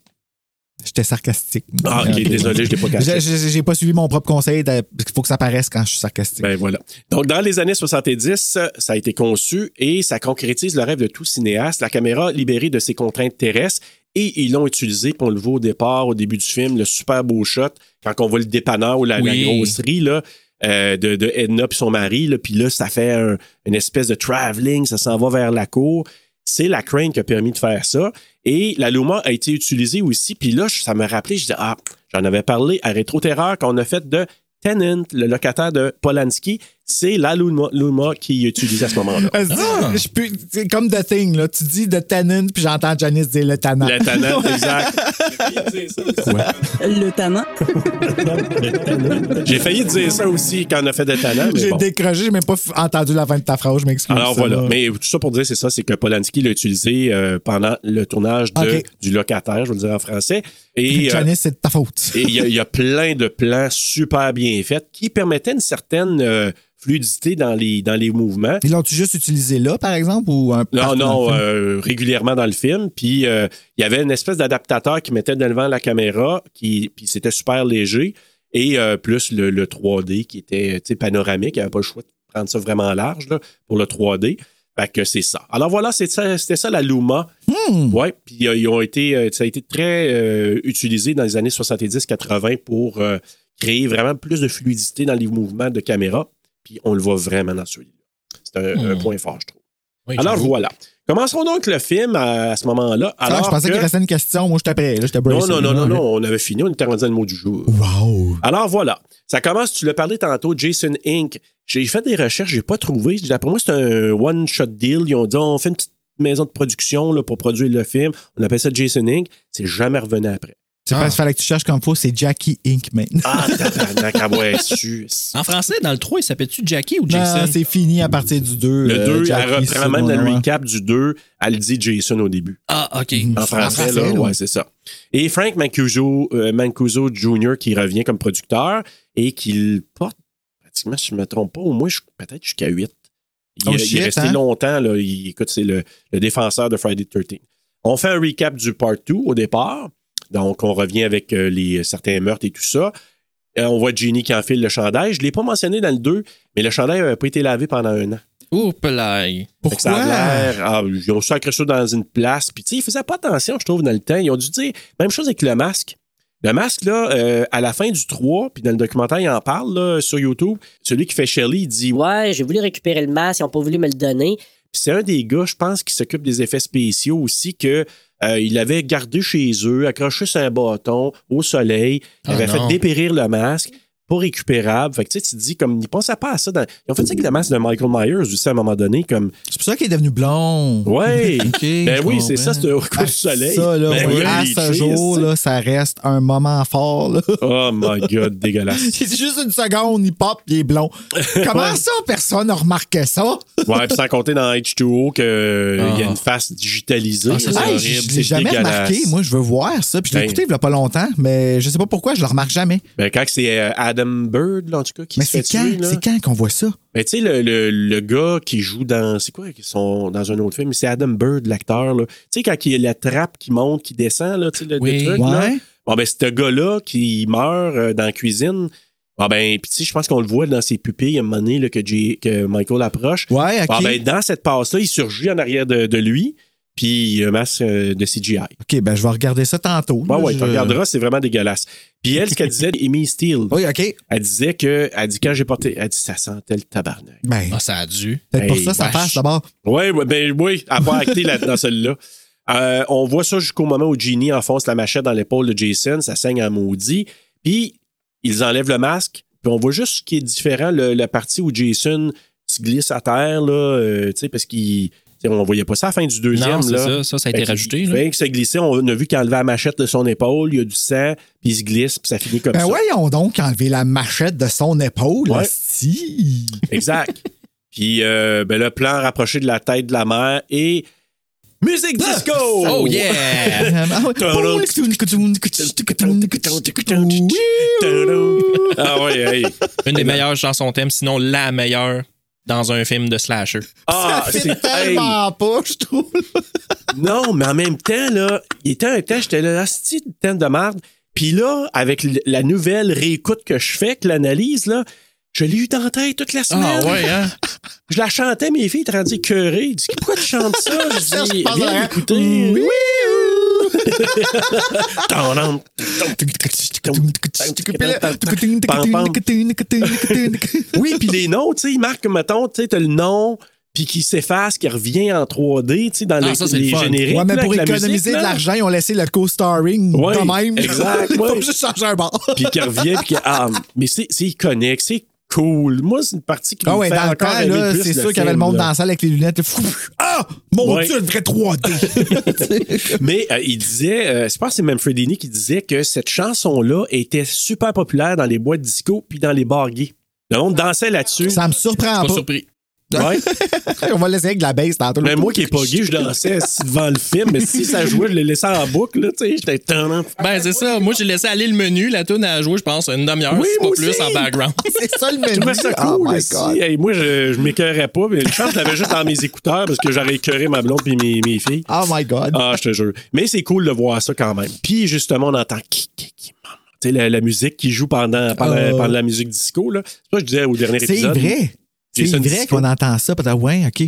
J'étais sarcastique. Ah, ok, désolé, je l'ai pas caché. J'ai- J'ai j'ai pas suivi mon propre conseil. de- Il faut que ça paraisse quand je suis sarcastique. Ben voilà. Donc, dans les années 70, ça a été conçu et ça concrétise le rêve de tout cinéaste, la caméra libérée de ses contraintes terrestres. Et ils l'ont utilisé, puis on le voit au départ, au début du film, le super beau shot, quand on voit le dépanneur ou la, la Oui. grosserie là, euh, de, de Edna et son mari. Là, puis là, ça fait un- une espèce de travelling, ça s'en va vers la cour. C'est la crane qui a permis de faire ça. Et la Luma a été utilisée aussi. Puis là, je- ça me rappelait, je dis, ah, j'en avais parlé à Rétro-Terreur qu'on a fait de Tenant, le locataire de Polanski. C'est la Luma, Luma qui utilisée à ce moment-là. Ah, c'est- je peux- c'est comme The Thing, là. Tu dis The Tannen, puis j'entends Janice dire le Tannen. Le Tenant, exact. Le tannant. J'ai failli dire ça aussi quand on a fait de Tenant. mais J'ai bon. décroché, j'ai même pas f- entendu la fin de ta phrase, je m'excuse. Alors ça, voilà. là. Mais tout ça pour dire, c'est ça, c'est que Polanski l'a utilisé euh, pendant le tournage de- Ok. du locataire, je veux le dire en français. Puis Et, euh, Janice, c'est de ta faute. et il y, a- il y a plein de plans super bien faits qui permettaient une certaine euh, fluidité dans les, dans les mouvements. Ils l'ont-tu juste utilisé là, par exemple, ou un Non, partout dans le non, film? euh, régulièrement dans le film. Puis euh, il y avait une espèce d'adaptateur qui mettait devant la caméra, qui, puis c'était super léger. Et euh, plus le, le 3D qui était tu sais, panoramique, il n'y avait pas le choix de prendre ça vraiment large là, pour le 3D. Fait que c'est ça. Alors voilà, c'est ça- c'était ça la Luma. Hmm. Ouais, puis euh, ils ont été, euh, ça a été très euh, utilisé dans les années 70-80 pour euh, créer vraiment plus de fluidité dans les mouvements de caméra. Puis on le voit vraiment dans celui-là. C'est un- un Hmm. point fort, je trouve. Oui, Alors j'avoue. voilà. Commençons donc le film à, à ce moment-là. Ah, Alors je pensais que- qu'il restait une question. Moi, je t'apprends. Là, je te brace. non, non, non, non, non, on avait fini, on était rendu dans le mot du jour. Wow. Alors voilà, ça commence, tu l'as parlé tantôt, Jason Inc. J'ai fait des recherches, j'ai pas trouvé. D'après moi, c'est un one-shot deal. Ils ont dit, on fait une petite maison de production là, pour produire le film. On appelle ça Jason Inc. C'est jamais revenu après. C'est Ah. parce qu'il fallait que tu cherches comme faut, c'est Jackie Inc. maintenant. Ah, tabarnak, ah ouais, su- En français, dans le 3, il s'appelle-tu Jackie Ben, ou Non, Jason? c'est fini à partir du 2. Le 2, elle Jackie, reprend c'est même mon dans le nom. recap du 2, elle dit Jason au début. ah, OK. En français, là, là, ouais, oui. c'est ça. Et Frank Mancuso, euh, Mancuso Jr. qui revient comme producteur et qu'il porte pratiquement, si je ne me trompe pas, au moins je- peut-être jusqu'à 8. Il, Oh, il shit, est resté hein? longtemps. Là, il, écoute, c'est le, le défenseur de Friday the 13th. On fait un recap du part 2 au départ. Donc, on revient avec euh, les, certains meurtres et tout ça. Euh, on voit Ginny qui enfile le chandail. Je ne l'ai pas mentionné dans le 2, mais le chandail n'avait pas été lavé pendant un an. Oups, là. Fait que ça a Pourquoi? l'air- ah, ils ont sacré ça dans une place. Puis, tu sais, ils faisaient pas attention, je trouve, dans le temps. Ils ont dû dire, même chose avec le masque. Le masque, là, euh, à la fin du 3, puis dans le documentaire, il en parle là, sur YouTube. Celui qui fait Shelley, il dit, Ouais, j'ai voulu récupérer le masque, ils n'ont pas voulu me le donner. C'est un des gars, je pense, qui s'occupe des effets spéciaux aussi, que euh, il avait gardé chez eux, accroché sur un bâton au soleil, il Ah avait non. fait dépérir le masque, pas récupérable. Fait que tu sais, tu te dis, comme, ils pensaient pas à ça. Dans... Ils ont fait ça avec le masque de Michael Myers aussi à un moment donné, comme, C'est pour ça qu'il est devenu blond. ouais, Ok, ben je oui, c'est ça, comprends. c'est au coup Ah, du soleil. Ça, là, Ben oui, oui, à il ce chie, jour, c'est- là, ça reste un moment fort. Là. Oh my god, dégueulasse. C'est juste une seconde, il pop, il est blond. Comment ça, personne n'a remarqué ça? Ouais, puis sans compter dans H2O qu'il euh, y a une face digitalisée. Ah, ça, c'est Hey, horrible. je c'est l'ai jamais dégueulasse. remarqué. Moi, je veux voir ça. Puis je l'ai Ben. écouté il y a pas longtemps, mais je sais pas pourquoi, je le remarque jamais. Ben, quand c'est euh, Adam Bird, là, en tout cas, qui Mais se fait c'est quand? tuer, là. C'est quand qu'on voit ça? Ben, tu sais, le, le- le gars qui joue dans. C'est quoi qui sont dans un autre film? C'est Adam Bird, l'acteur, là. Tu sais, quand il y a la trappe qui monte, qui descend, là, tu sais, le, le Oui. truc, là. Ouais. Bon, ben, ce gars-là qui meurt euh, dans la cuisine. Bon, ben, puis tu sais, je pense qu'on le voit dans ses pupilles à un moment donné, là, que, Jay- que Michael approche. Ouais, ok. Bon, ben, dans cette passe-là, il surgit en arrière de, de lui, puis il y a un masque euh, de CGI. Ok, ben je vais regarder ça tantôt. Bon, là, Ben ouais, je- tu regarderas, c'est vraiment dégueulasse. Puis elle, ce qu'elle disait, Amy Steele, Oui, ok. elle disait que, elle dit, quand j'ai porté, elle dit, ça sentait le tabarnak. Ben, Ah, ça a dû. peut-être pour hey, ça, ça wesh. passe d'abord. Oui, ouais, ben oui, à pas acté là, dans celle-là. Euh, on voit ça jusqu'au moment où Genie enfonce la machette dans l'épaule de Jason, ça saigne à maudit. Puis ils enlèvent le masque, puis on voit juste ce qui est différent, le- la partie où Jason se glisse à terre, là, euh, tu sais, parce qu'il. tu sais, On voyait pas ça à la fin du deuxième. Non, c'est là. ça. Ça, ça a été rajouté. là. Fait que ça glissait, on a vu qu'il enlevait la machette de son épaule, il y a du sang, puis il se glisse, puis ça finit comme Ben ça. voyons donc enlever la machette de son épaule. Ouais. Si. Exact. puis euh, ben, le plan rapproché de la tête de la mère et. Musique disco! Oh, yeah! Ah oui, hey. Une des meilleures chansons thème, sinon la meilleure dans un film de slasher. Ah, ça fait c'est- hey. tellement pas, je trouve. Non, mais en même temps, là, il était un temps, j'étais là, c'est une thème de merde. Puis là, avec l- la nouvelle réécoute que je fais, que l'analyse, là, je l'ai eu dans la tête toute la semaine. hein? ah, Je la chantais, mes filles étaient rendues cœurées. Ils disent, pourquoi tu chantes ça? Ça, Je je dis, pense à- viens écouter. Oui. Tadam. Oui, puis les noms, tu sais, ils marquent, mettons, tu sais, t'as le nom, puis qui s'efface, qui revient en 3D, tu sais, dans Ah, les, ça, c'est le les fun. génériques. Ouais, mais là, pour avec la économiser musique, de là. l'argent, ils ont laissé le co-starring Ouais, quand même. exact, Ils ouais. peuvent juste changer un bord. Puis qui revient, puis qui. Ah, mais c'est c'est iconique, c'est cool. Moi, c'est une partie qui me Ah ouais, fait dans le encore temps, aimer là, plus c'est sûr film, qu'il y avait le monde là. dans la salle avec les lunettes. Fou, fou. Ah! Mon Ouais. Dieu, le vrai 3D! Mais euh, il disait, euh, je pense que c'est même Fredini qui disait que cette chanson-là était super populaire dans les boîtes disco puis dans les bars gays. Le monde dansait là-dessus. Ça me surprend Pas pas. surpris. Ouais. On va laisser avec de la baisse tantôt. Mais moi qui est pas gay, je dansais assis devant le film, mais si ça jouait, je le laissais en boucle, là, tu sais, j'étais hein. tendant. Ben, c'est ça. Moi, j'ai laissé aller le menu. La tune à jouer, je pense, une demi-heure, Oui, si pas moi plus, aussi. en background. C'est ça le Je menu. trouvais ça oh cool. my aussi. God. Hey, moi, je, je m'écœurais pas. Mais une chance, je l'avais juste dans mes écouteurs parce que j'aurais écœuré ma blonde puis mes, mes filles. Oh my God. Ah, je te jure. Mais c'est cool de voir ça quand même. Puis justement, on entend qui, qui, qui, maman. Tu sais, la, la musique qui joue pendant, pendant, Euh. pendant la musique disco, là. C'est ça que je disais au dernier C'est épisode. vrai. C'est Jason vrai Disco. qu'on entend ça. Peut-être, ouais, OK.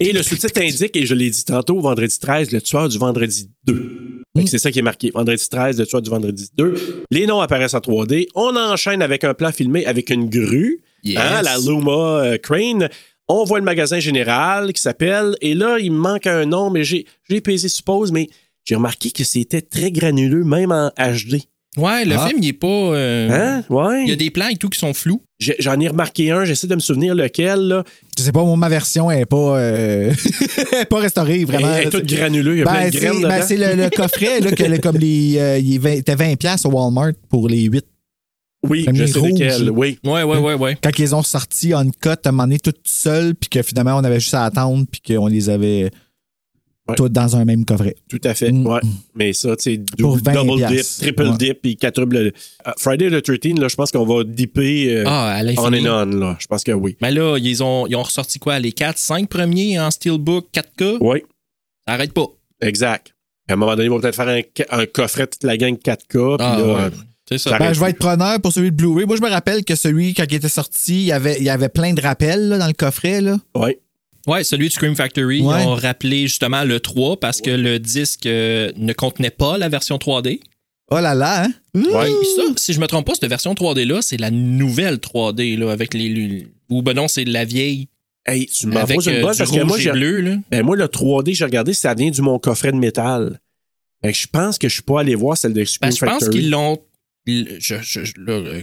Et le sous-titre indique, et je l'ai dit tantôt, vendredi 13, le tueur du vendredi 2. Mm. Fait que C'est ça qui est marqué. Vendredi 13, le tueur du vendredi 2. Les noms apparaissent en 3D. On enchaîne avec un plan filmé avec une grue, Yes. hein, la Luma euh, Crane. On voit le magasin général qui s'appelle, et là, il me manque un nom, mais j'ai j'ai pesé suppose, mais j'ai remarqué que c'était très granuleux, même en HD. Ouais, le Ah. film, il est pas. euh, Mm. Hein? Il y a Ouais. des plans et tout qui sont flous. J'ai- J'en ai remarqué un, j'essaie de me souvenir lequel, là. Je sais pas, moi, ma version elle est pas, euh, elle est pas restaurée, Elle vraiment. est toute granuleuse, il y a plein Ben, de c'est graines ben, dedans. c'est le, le coffret, là, que, le- comme les, euh, il est 20 était 20$ piastres au Walmart pour les 8. Oui, un je sais rouge. lequel, oui. Ouais, ouais, ouais, ouais. Quand ils ont sorti on cut, à un moment donné, tout seul, puis que finalement, on avait juste à attendre, puis qu'on les avait Ouais. tous dans un même coffret. Tout à fait, Mm. ouais. Mais ça, tu sais, Pour dou- 20 double dip, piastres. triple Ouais. dip et quadruple dip. Euh, Friday the 13, là, je pense qu'on va dipper euh, Ah, à on l'infini. and on, là. Je pense que oui. Mais là, ils ont, ils ont ressorti quoi? Les 4, 5 premiers en Steelbook 4K? Oui, Arrête pas. exact. À un moment donné, ils vont peut-être faire un, ca- un coffret de toute la gang 4K. puis Ah, là, ouais. euh, C'est ça. ça Ben, arrête je vais être preneur pour celui de Blu-ray. Moi, je me rappelle que celui, quand il était sorti, il y avait, il y avait plein de rappels là, dans le coffret. Là. ouais. Ouais, celui de Scream Factory, Ouais. ils ont rappelé justement le 3 parce que le disque euh, ne contenait pas la version 3D. Oh là là, hein? Ouais. Puis ça, si je me trompe pas, cette version 3D là, c'est la nouvelle 3D là avec les lu- ou ben non, c'est la vieille Hey, tu m'en Avec poses une euh, bonne du parce que rouge moi, et j'ai- bleu, là. ben, moi, le 3D, j'ai regardé, ça vient du mon coffret de métal. Fait que je pense que je suis pas allé voir celle de Scream Ben, je pense Factory. qu'ils l'ont. ils- Je, je, je- là, euh,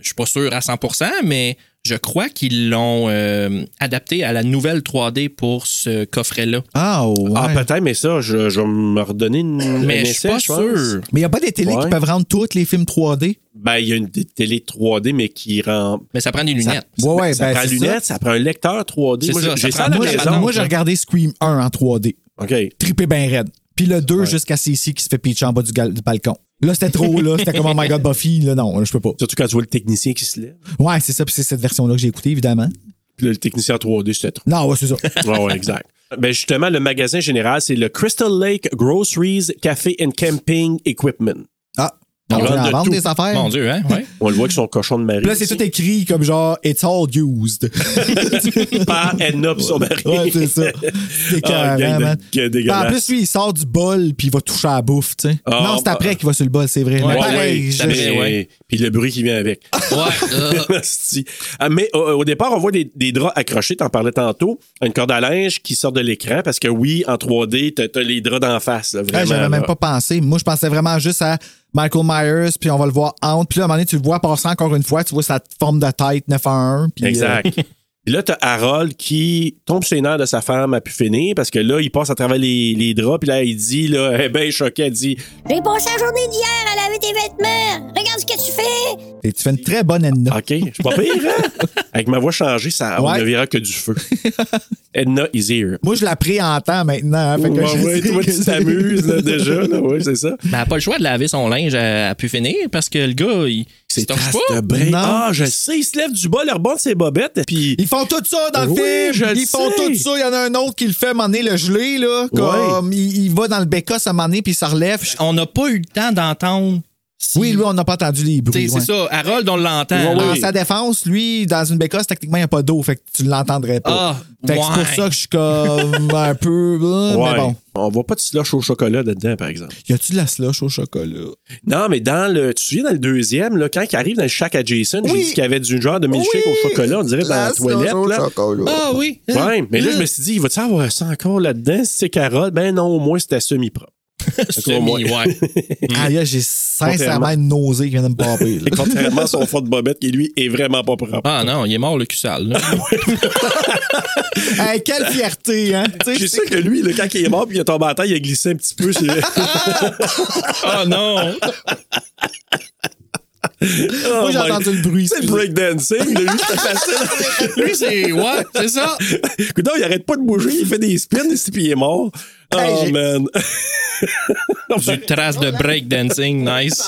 je suis pas sûr à 100%, mais je crois qu'ils l'ont euh, adapté à la nouvelle 3D pour ce coffret-là. Ah, ouais. Ah, peut-être, mais ça, je, je vais me redonner une. un Mais je suis essai, pas pense. sûr. mais il n'y a pas des télés Ouais. qui peuvent rendre tous les films 3D. Ben, il y a une t- télé 3D, mais qui rend. Mais ça prend des lunettes. Ouais, ouais, ça ben, prend c'est lunettes, ça. prend un lecteur 3D. C'est Moi, j'ai- ça, ça j'ai prend ça à la une Moi, lunettes. j'ai- maison. moi, j'ai regardé Scream 1 en 3D. OK. Trippé bien raide. Puis le 2 jusqu'à Cécile qui se fait pitcher en bas du, gal- du balcon. Là, c'était trop, là. C'était comme, oh my god, Buffy. Là, non, je peux pas. Surtout quand tu vois le technicien qui se lève. Ouais, c'est ça. Puis c'est cette version-là que j'ai écoutée, évidemment. Puis là, le technicien en 3D, c'était trop. Non, ouais, c'est ça. Ouais, ouais, exact. Ben justement, le magasin général, c'est le Crystal Lake Groceries Café and Camping Equipment. Ah. Ils On va vendent en de vendre tout. des affaires. Mon Dieu, hein? Ouais. On le voit qu'ils sont cochons de Marie. Puis là, c'est tout écrit comme genre, it's all used. Par and up sur Marie. ouais, c'est ça. C'est Ah, carrément, gang de- man. gang Puis En dégueulasse. plus, lui, il sort du bol puis il va toucher à la bouffe, tu sais. Ah, non, c'est bah- après qu'il va sur le bol, c'est vrai. Ouais, mais ouais, pareil, ouais, je- ça Mais- Mais ouais. Puis le bruit qui vient avec. Ouais. euh, Asti. Ah, mais euh, au départ, on voit des, des draps accrochés, t'en parlais tantôt, une corde à linge qui sort de l'écran parce que oui, en 3D, t'as, t'as les draps d'en face. là, Ouais, vraiment, J'avais là. même pas pensé. Moi, je pensais vraiment juste à Michael Myers, puis on va le voir entre. Puis là, à un moment donné, tu le vois passer encore une fois, tu vois sa forme de tête 9 à 1. Puis, euh, Exact. euh, Puis là, t'as Harold qui tombe sur les nerfs de sa femme à pu finir parce que là, il passe à travers les, les draps, puis là, il dit, là, eh ben, choqué, elle dit, J'ai passé la journée d'hier à laver tes vêtements. Regarde ce que tu fais. euh, et tu fais une très bonne Edna. OK, je suis pas pire, hein? Avec ma voix changée, ça, on Ouais. ne verra que du feu. Edna is here. Moi, je la préentends maintenant. hein, fait que Ouais, je ouais, sais toi, que tu c'est- t'amuses, là, déjà, là, ouais, c'est ça. ben, elle a pas le choix de laver son linge à, à pu finir parce que le gars, il. C'est pas. de brain. Ah, je sais, il se lève du bas, le rebond de ses bobettes, puis... Ils font tout ça dans le Oui, je film. le Ils font sais. tout ça. Il y en a un autre qui le fait m'emmener le gelé, là. Comme il, il va dans le bécasse à un moment donné, puis il se relève. Je- On n'a pas eu le temps d'entendre. si- Oui, lui, on n'a pas entendu les bruits. T'sais, C'est ouais. ça. Harold, on l'entend. Ouais, là. En oui. sa défense, lui, dans une bécasse, techniquement, il n'y a pas d'eau, fait que tu l'entendrais pas. Ah, Fait que c'est ouais. pour ça que je suis comme un peu. euh, Ouais. Mais bon. On voit pas de slush au chocolat dedans, par exemple. Y a-tu de la slush au chocolat? Non, mais dans le. Tu te souviens dans le deuxième, là, quand il arrive dans le shack à Jason, j'ai Oui. dit qu'il y avait du genre de milkshake Oui. au chocolat, on dirait dans la, toilette. Là. chocolat. Ah oui. Ouais, mais là, je me suis dit, il va-tu avoir ça encore là-dedans, si c'est carotte? Ben non, au moins, c'était semi-propre. Semi, ouais. Aïe, j'ai sincèrement Contrairement. une nausée qui vient de me pomper. là. Contrairement à son fond de bobette, qui lui est vraiment pas propre. Ah non, il est mort le cul sale. là. Hey, quelle fierté, hein? Tu sais, J'ai sûr que lui, le quand il est mort puis il est tombé à terre, il a glissé un petit peu. c'est- Ah non. Oh Moi, j'ai my- entendu le bruit. C'est le breakdancing, là, lui, c'était facile. Lui, c'est. Ouais, c'est ça. Coudon, il arrête pas de bouger, il fait des spins ici, puis il est mort. Oh Hey, j'ai- man, Du trace de breakdancing, nice.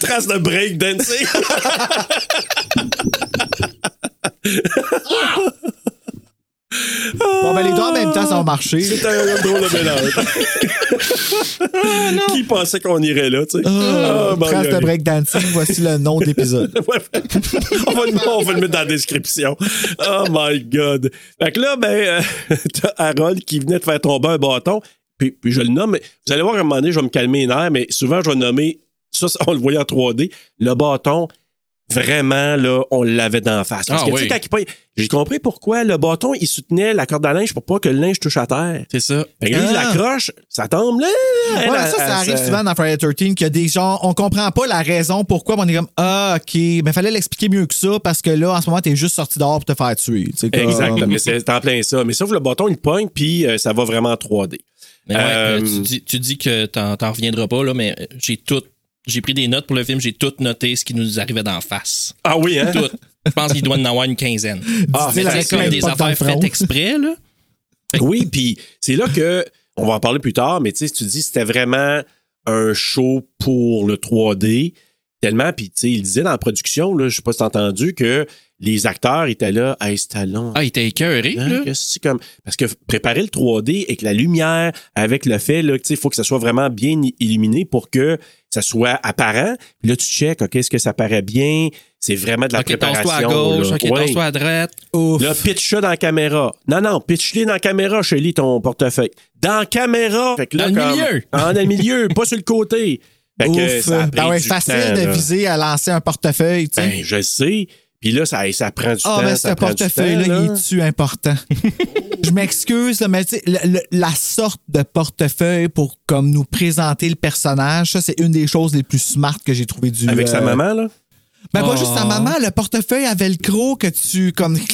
trace de breakdancing. Bon, ben, les deux en même temps, ça va marcher. C'est un drôle de mélange. Ah, Qui pensait qu'on irait là, tu sais? Ah, bon, Trace regardez. de breakdancing, voici le nom de l'épisode. Ouais. on, va le, on va le mettre dans la description. Oh my God. Fait que là, ben, euh, t'as Harold qui venait de faire tomber un bâton. Puis, puis je le nomme. Vous allez voir, à un moment donné, je vais me calmer les nerfs, mais souvent, je vais nommer, ça, ça, on le voyait en 3D, le bâton, vraiment, là, on l'avait d'en face. Parce Ah que, tu sais, oui. quand il pogne- j'ai compris pourquoi le bâton, il soutenait la corde à linge pour pas que le linge touche à terre. C'est ça. Fait que Ben, lui, il Ah. l'accroche, ça tombe, là. Ouais, elle, mais elle, ça, elle, ça arrive ça- souvent dans Friday 13 qu'il y a des gens, on comprend pas la raison pourquoi, mais on est comme, ah, ok, mais fallait l'expliquer mieux que ça parce que là, en ce moment, t'es juste sorti dehors pour te faire tuer. Tu sais, comme- euh, Exact, mais c'est en plein ça. Mais sauf le bâton, il pogne, puis euh, ça va vraiment en 3D. Mais ouais, Euh, là, tu, dis, tu dis que t'en, t'en reviendras pas, là, mais j'ai tout. J'ai pris des notes pour le film, j'ai tout noté ce qui nous arrivait d'en face. Ah oui, hein? Tout. Je pense qu'il doit en avoir une quinzaine. Ah, Mais la c'est comme même des porte dans le affaires front. faites exprès, là. Oui, puis c'est là que, on va en parler plus tard, mais tu sais, si tu dis c'était vraiment un show pour le 3D, tellement, puis tu sais, il disait dans la production, là, je sais pas si t'as entendu, que les acteurs étaient là, hey, c'était long. Ah, il était écœuré, Hein, là. que c'est comme parce que préparer le 3D avec la lumière, avec le fait là, il faut que ça soit vraiment bien i- illuminé pour que ça soit apparent. Puis là, tu check, ok, est-ce que ça paraît bien C'est vraiment de la Ok, préparation. tasse-toi à gauche, là. ok, Ouais. tasse-toi à droite. Ouf. Là, pitch ça dans la caméra. Non, non, pitch-les dans la caméra, Shelly, ton portefeuille. Dans la caméra! Fait que là, Dans le comme- milieu. En le milieu, pas sur le côté! Fait que Ouf. ça a pris Ben ouais, du facile Ah temps, de là. viser à lancer un portefeuille, tu sais. Ben, je sais. Puis là, ça, ça prend du Ah, temps. ben, ça ce prend du temps, portefeuille-là, là. il est-tu important? Je m'excuse, là, mais tu sais, le- le- la sorte de portefeuille pour comme nous présenter le personnage, ça, c'est une des choses les plus smart que j'ai trouvé du. Avec sa euh, maman, Ah. là. Ben, pas Oh. juste ta maman, le portefeuille à velcro que tu, comme.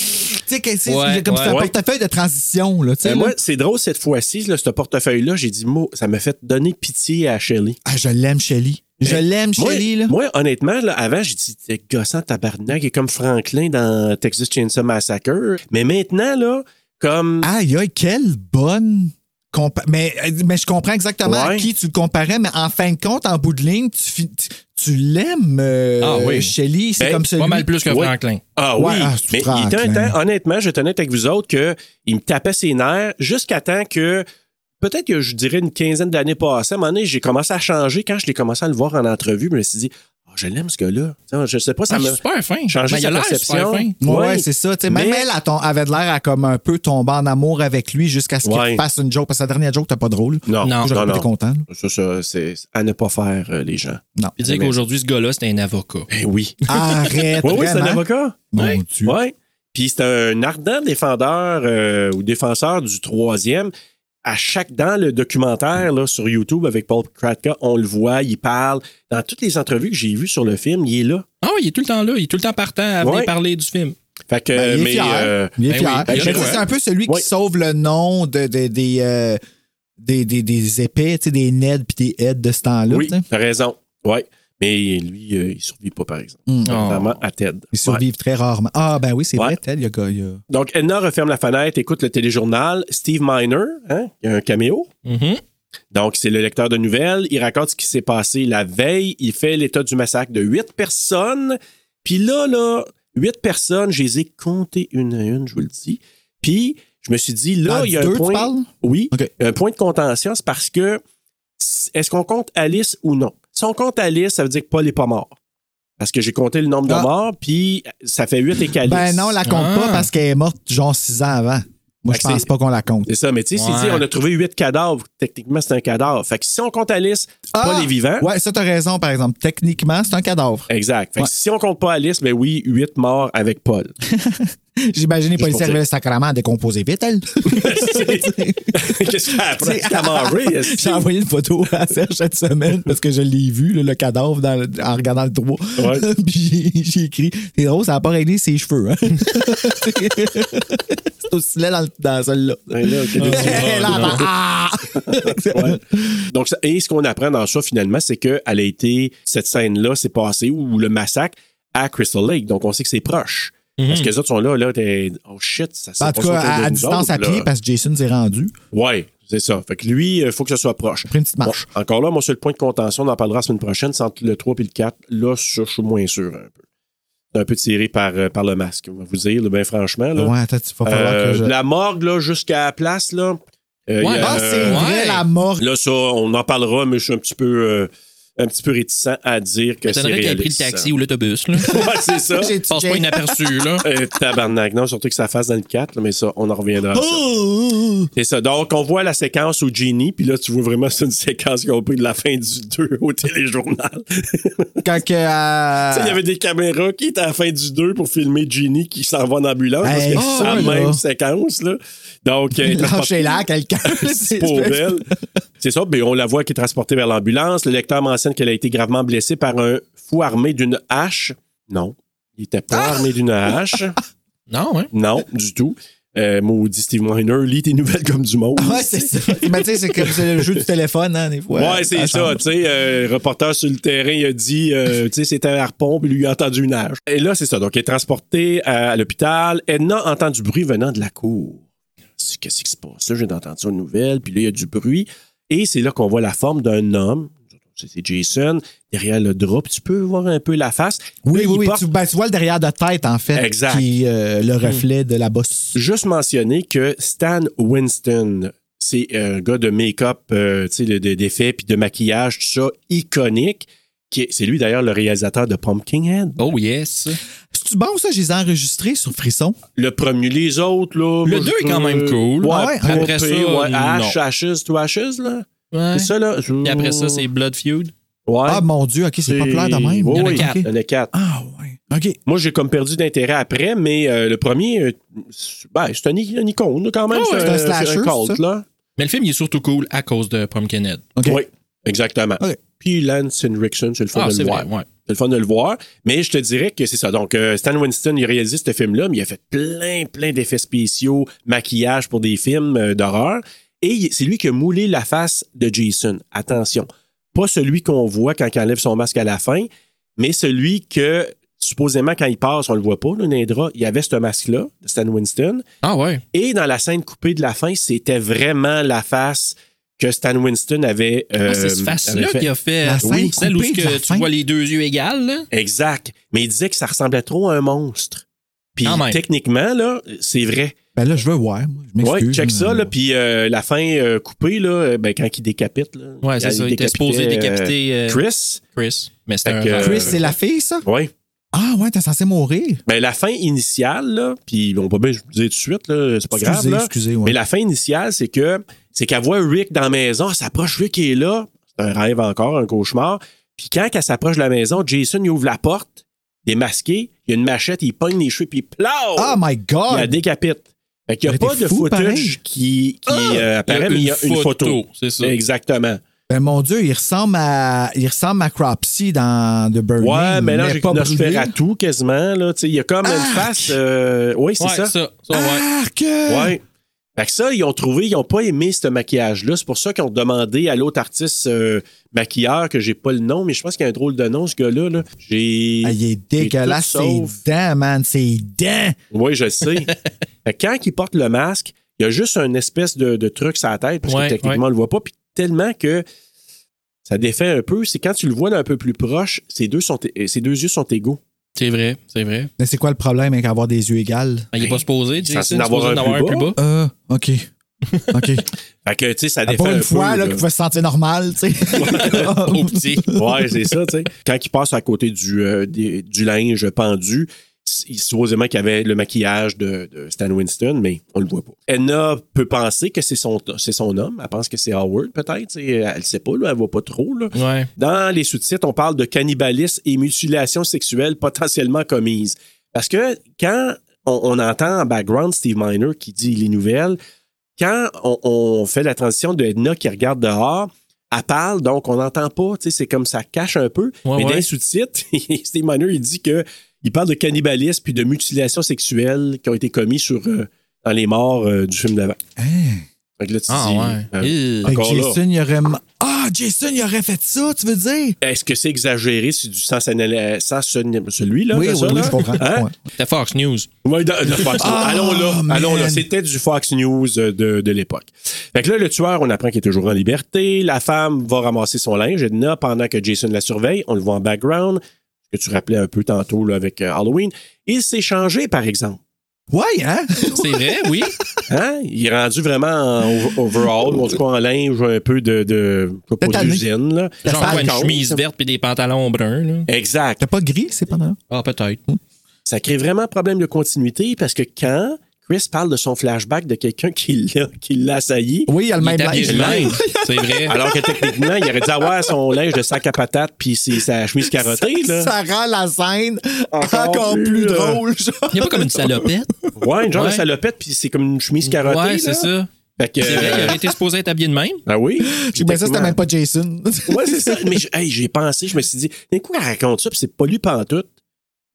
Tu sais, que c'est Ouais, comme ouais. c'est un Ouais. portefeuille de transition, là. Tu sais, Ben, là. moi, c'est drôle cette fois-ci, là, ce portefeuille-là, j'ai dit, moi, ça m'a fait donner pitié à Shelley. Ah, je l'aime, Shelly. Je l'aime, ben, Moi, Shelly, là. moi, honnêtement, là, avant, j'ai dit, t'es gossant tabarnak, il est comme Franklin dans Texas Chainsaw Massacre. Mais maintenant, là, comme. Aïe, aïe, quelle bonne. compa- Mais, euh, mais je comprends exactement à Ouais. qui tu le comparais, mais en fin de compte, en bout de ligne, tu, fi- tu- tu l'aimes, euh, Ah oui. Shelley. C'est Ben, comme celui Pas mal plus que Ouais. Franklin. Ah Ouais, oui, ah, c'est mais Franklin. il était un temps, honnêtement, je tenais avec vous autres que il me tapait ses nerfs jusqu'à temps que peut-être que je dirais une quinzaine d'années passées, à un moment donné, j'ai commencé à changer quand je l'ai commencé à le voir en entrevue, je me suis dit Ah, je l'aime ce gars-là. Tu sais, Je sais pas ça Ah, me c'est super fin. changer Ben, il a sa l'air super perception. fin. Ouais, Ouais. ouais, c'est ça. tu sais, Même Mais- elle a ton- avait de l'air à comme un peu tomber en amour avec lui jusqu'à ce qu'il Ouais. fasse une joke. Parce que la dernière joke, t'as pas drôle. non, Non. non, J'aurais non, pas été content. là. Ça, ça, c'est à ne pas faire euh, les gens. Non. Puis dire qu'aujourd'hui, ce gars-là, c'est un avocat. Eh oui. Arrête. Oui, oui, c'est un vraiment? avocat. Mon Oui. Dieu. Ouais. Puis c'est un ardent défendeur euh, ou défenseur du troisième. À chaque dans le documentaire là, sur YouTube avec Paul Kratka, on le voit, il parle. Dans toutes les entrevues que j'ai vues sur le film, il est là. Ah oui, il est tout le temps là. Il est tout le temps partant à venir Ouais. parler du film. Fait que, Ben, il est mais, fier. euh, Il est Ben fier. oui, ben Mais j'ai tu sais, le c'est droit. un peu celui Oui. qui sauve le nom de, de- des, euh, des, des, des épées, tu sais, des Ned puis des Ed de ce temps-là. oui, tu sais. t'as raison. Ouais. Mais lui, euh, il survit pas, par exemple. Mm. Ah. Notamment à Ted. Ils Ouais. survivent très rarement. Ah, ben oui, c'est Ouais. vrai, tel, il y a. gars, il y a- Donc, Edna referme la fenêtre, écoute le téléjournal. Steve Miner, hein, il y a un caméo. Mhm. Donc, c'est le lecteur de nouvelles. Il raconte ce qui s'est passé la veille. Il fait l'état du massacre de huit personnes. Puis là, là, huit personnes, je les ai comptées une à une, je vous le dis. Puis, je me suis dit, là, Ah, il y a deux, un tu point... parles? Oui, OK. un point de contention, c'est parce que s- est-ce qu'on compte Alice ou non? Si on compte Alice, ça veut dire que Paul n'est pas mort. Parce que j'ai compté le nombre Ah. de morts, puis ça fait huit et qu'Alice. Ben non, on la compte Ah. pas parce qu'elle est morte genre six ans avant. Moi, Fait que je pense c'est- pas qu'on la compte. C'est ça, mais tu sais, Ouais. si on a trouvé huit cadavres, techniquement, c'est un cadavre. Fait que si on compte Alice, Ah! Paul est vivant. Ouais, ça, t'as raison, par exemple. Techniquement, c'est un cadavre. Exact. Fait que Ouais. si on compte pas Alice, ben oui, huit morts avec Paul. J'imagine les Juste pour policiers dire. arrivaient sacrément à décomposer vite, elle. Qu'est-ce que t'as appris? T'as marré, est-ce J'ai que- envoyé une photo à Serge cette semaine parce que je l'ai vu, là, le cadavre, dans le- en regardant le trou. Ouais. Puis j'ai- j'ai écrit C'est drôle, ça n'a pas réglé ses cheveux. Hein? c'est aussi laid dans, le- dans celle-là. Ouais, Ben là, ok, là, tu- Là, avant- ah! Ouais. Donc, ça- et ce qu'on apprend dans ça, finalement, c'est qu'elle a été, cette scène-là s'est passée, ou le massacre, à Crystal Lake. Donc, on sait que c'est proche. Parce que les autres sont là, là, t'es- oh shit, ça s'est Ben, En tout passé autour cas, de à, à nous distance à autres, là. pied parce que Jason s'est rendu. Ouais, c'est ça. Fait que lui, il faut que ce soit proche. J'ai pris une petite marche. Bon, encore là, mon seul point de contention, on en parlera la semaine prochaine, c'est entre le 3 et le 4. Là, ça, je suis moins sûr un peu. C'est un peu tiré par, euh, par le masque, on va vous dire, là, ben franchement. Là, Ouais, attends, tu vas falloir Euh, que je. de La morgue, là, jusqu'à la place, là. euh, Ouais, il y a, Ah, c'est euh, vrai, ouais. la mort. Là, ça, on en parlera, mais je suis un petit peu, euh, un petit peu réticent à dire que c'est J'attendrais qu'il ait réaliste. pris le taxi ou l'autobus. là. Ouais, c'est ça. J'ai Passe pas inaperçu, là. Euh, tabarnak, non, surtout que ça fasse dans le 4, là, mais ça, on en reviendra. à ça. Oh! C'est ça. Donc, on voit la séquence où Genie, puis là, tu vois vraiment, c'est une séquence qu'ils ont pris de la fin du 2 au téléjournal. Quand que. euh, Tu sais, Il y avait des caméras qui étaient à la fin du 2 pour filmer Ginny qui s'en va en ambulance. Hey, parce que c'est la oh, même là. séquence. Là. Donc, elle est Lâchez-la, quelqu'un. transportée pour elle. C'est ça, mais on la voit qui est transportée vers l'ambulance. Le lecteur mentionne qu'elle a été gravement blessée par un fou armé d'une hache. Non, il était pas Ah! armé d'une hache. Non, hein? Non, du tout. Euh, maudit Steve Miner, lis tes nouvelles comme du monde. Ah Ouais, c'est ça. Mais tu sais, c'est comme c'est le jeu du téléphone, hein, des fois. Ouais, c'est ça, tu sais, euh, reporter sur le terrain, il a dit, euh, tu sais, c'était un harpon, puis lui, il a entendu une hache. Et là, c'est ça, donc il est transporté à, à l'hôpital. Edna entend du bruit venant de la cour. C'est- Qu'est-ce qui se passe? Là, j'ai entendu ça aux nouvelles, puis là, il y a du bruit. Et c'est là qu'on voit la forme d'un homme, c'est c'est Jason, derrière le drap, puis tu peux voir un peu la face. Là, Oui, il oui, oui. porte- Tu, ben, tu vois le derrière de tête, en fait. Exact. Qui est euh, le reflet de la bosse. Juste mentionner que Stan Winston, c'est un gars de make-up, euh, tu sais, de- de- d'effets, puis de maquillage, tout ça, iconique. qui est- C'est lui d'ailleurs le réalisateur de Pumpkinhead. Oh yes. C'est-tu bon, ça? Je les ai enregistrés sur Frisson. Le premier, les autres, là. Le moi, deux je- est quand même cool. Ouais, Ah ouais? pas Après pire, ça, ouais. H, non. Ashes to Ashes, là. Ouais. C'est ça, là. Puis après ça, c'est Ah, Blood Feud. Ouais. Ah, mon Dieu, OK, c'est populaire de même. Oui, Il y en a oui, quatre. Il y en a quatre. Ah, ouais. OK. Moi, j'ai comme perdu d'intérêt après, mais euh, le premier, euh, c'est ben, c'est un, i- une icône là, quand même. Ah ouais, c'est un slasher, culte, ça. là. Mais le film, il est surtout cool à cause de Pumpkinhead. OK. Oui, exactement. Ok. Puis Lance Henriksen, c'est le fun Ah, de c'est le voir. vrai, ouais. C'est le fun de le voir. Mais je te dirais que c'est ça. Donc, euh, Stan Winston, il a réalisé ce film-là, mais il a fait plein, plein d'effets spéciaux, maquillage pour des films euh, d'horreur. Et il- c'est lui qui a moulé la face de Jason. Attention. Pas celui qu'on voit quand il enlève son masque à la fin, mais celui que, supposément, quand il passe, on le voit pas, le Nindra, il avait ce masque-là, de Stan Winston. Ah ouais. Et dans la scène coupée de la fin, c'était vraiment la face que Stan Winston avait. Ah, euh, c'est cette avait face-là fait. qu'il a fait. La scène Oui, celle où coupée ce de la que tu fin. vois les deux yeux égales. là. Exact. Mais il disait que ça ressemblait trop à un monstre. Puis Quand même. techniquement, là, c'est vrai. Ben là, je veux voir. moi. Je m'excuse. Ouais, check ça, mais- là. Puis euh, la fin euh, coupée, là, euh, ben, quand il décapite, là. Ouais, c'est ça. Il était supposé décapitait, décapiter euh, euh, Chris. Chris. Mais Fait c'était un que, rêve. Chris, c'est la fille, ça? Ouais. Ah ouais, t'es censé mourir. Ben, la fin initiale, là, puis on va bien je vous dire tout de suite, là, c'est pas grave, excusez, là. excusez, ouais. Mais la fin initiale, c'est que c'est qu'elle voit Rick dans la maison, elle s'approche, Rick est là. C'est un rêve encore, un cauchemar. Puis quand elle s'approche de la maison, Jason il ouvre la porte, démasqué, il y a une machette, il pogne les cheveux, puis plow! Oh my il la God! décapite. Fait qu'il n'y a Mais pas t'es de fou, footage pareil. qui, qui euh, Ah! Il y a apparaît, mais il y a une photo. C'est ça. Exactement. Ben mon Dieu, il ressemble à, il ressemble à Cropsy dans The Burning. Ouais, mais là, j'ai pas une brûlé. à tout quasiment. Là. Tu sais, Il y a comme une Arc! face. euh, oui, c'est Ah! Ouais, ça. ça, ouais. Arc! Ouais. Fait que ça, ils ont trouvé, ils n'ont pas aimé ce maquillage-là. C'est pour ça qu'ils ont demandé à l'autre artiste euh, maquilleur, que j'ai pas le nom, mais je pense qu'il y a un drôle de nom, ce gars-là. là. J'ai. Ah, il est dégueulasse, tout ses sauf. dents, man, ses dents. Oui, je le sais. Fait que quand il porte le masque, il y a juste une espèce de, de truc sur la tête, parce Ouais, que techniquement, on le voit pas. Puis tellement que ça défait un peu, c'est quand tu le vois d'un peu plus proche, ses deux, sont, euh, ses deux yeux sont égaux. C'est vrai, c'est vrai. Ben, Mais c'est quoi le problème avec avoir des yeux égaux? Il Ben, n'est pas supposé, censé Jason. Il est en avoir supposé un en avoir un plus plus bas. bas. Euh, OK. OK. Fait que, tu sais, ça défait Ah, Pas un une fois, peu, là, qu'il pouvait se sentir normal, tu Oh. Trop sais. petit. Ouais, c'est ça, tu sais. Quand il passe à côté du, euh, des- du linge pendu, il- supposément qu'il y avait le maquillage de, de Stan Winston, mais on le voit pas. Edna peut penser que c'est son, c'est son homme. Elle pense que c'est Howard, peut-être. tu sais. Elle sait pas, là, elle voit pas trop. Là. Ouais. Dans les sous-titres, on parle de cannibalisme et mutilation sexuelle potentiellement commise. Parce que quand on, on entend en background Steve Miner qui dit les nouvelles, quand on, on fait la transition de Edna qui regarde dehors, elle parle, donc on n'entend pas, tu sais, c'est comme ça cache un peu. Ouais, mais dans ouais. les sous-titres, Steve Miner, il dit que il parle de cannibalisme puis de mutilation sexuelle qui ont été commis sur, euh, dans les morts euh, du film d'avant. Hein? Fait que là, tu Ah dis, ouais. euh, Ew. Fait que Encore là. Jason, il aurait. m- Ah, Jason, il aurait fait ça, tu veux dire? Est-ce que c'est exagéré? C'est du sens, celui-là? oui, de oui, ça, oui, là? je comprends. Hein? Ouais. C'était Fox News. Ouais, dans- dans Fox News. Ah, allons là, man. allons là. C'était du Fox News euh, de, de l'époque. Fait que là, le tueur, on apprend qu'il est toujours en liberté. La femme va ramasser son linge, Edna, pendant que Jason la surveille. On le voit en background, ce que tu rappelais un peu tantôt là, avec euh, Halloween. Il s'est changé, par exemple. Ouais, hein? C'est vrai, oui. Hein? Il est rendu vraiment en over- overall, ou en tout cas en linge un peu de, de je sais pas, Totalement. d'usine. là. Genre Falcon. quoi, une chemise verte puis des pantalons bruns. là. Exact. T'as pas gris, c'est pendant. Ah, peut-être. ça crée vraiment problème de continuité parce que quand Chris parle de son flashback de quelqu'un qui l'a, qui l'a assailli, Oui, il a le Il même est habillé linge. de même. C'est vrai. alors que techniquement, il aurait dû avoir son linge de sac à patates puis ses- sa chemise carottée. Là. Ça rend la scène Encore encore, plus, plus, là. drôle, genre. Il n'y a pas comme une salopette. Ouais, une genre de Ouais. salopette puis c'est comme une chemise carottée. Ouais, là. c'est ça. Fait que, C'est vrai, il euh, aurait été supposé être habillé de même. ah oui. Ben, ça, c'était même pas Jason. Ouais, c'est ça. Mais je- hey, j'ai pensé, je me suis dit, d'un coup, elle raconte ça puis c'est pas lui pantoute.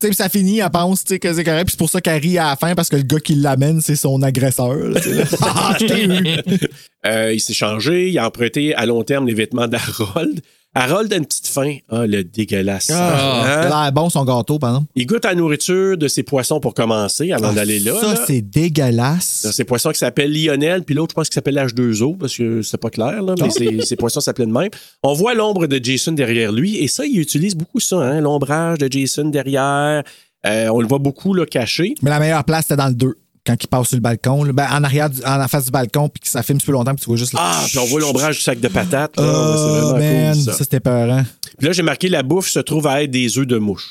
Tu sais, puis ça finit, elle pense tu sais, que c'est correct, puis c'est pour ça qu'elle rit à la fin, parce que le gars qui l'amène, c'est son agresseur. là, tu sais, là. Ah, je t'ai eu. Euh, il s'est changé, il a emprunté à long terme les vêtements d'Harold. Harold a une petite faim. Ah, le dégueulasse. Ah. Hein? Ça a l'air bon, son gâteau, pardon. Il goûte à la nourriture de ses poissons pour commencer, avant d'aller là. Ah, Ça, là. c'est dégueulasse. Ces poissons qui s'appellent Lionel, puis l'autre, je pense qu'il s'appelle H2O, parce que c'est pas clair, Ah. là, mais ces, ces poissons s'appellent de même. On voit l'ombre de Jason derrière lui, et ça, il utilise beaucoup ça, hein, l'ombrage de Jason derrière. Euh, on le voit beaucoup là, caché. Mais la meilleure place, c'était dans le 2, quand il passe sur le balcon. là. Ben, en arrière, du- en face du balcon, puis que ça filme un petit peu longtemps, puis tu vois juste... le- Ah, puis on voit l'ombrage du sac de patates. là. Ouais, c'est Oh, vraiment man, cool, ça, ça. c'était peurant. Puis là, j'ai marqué la bouffe se trouve à être des œufs de mouche.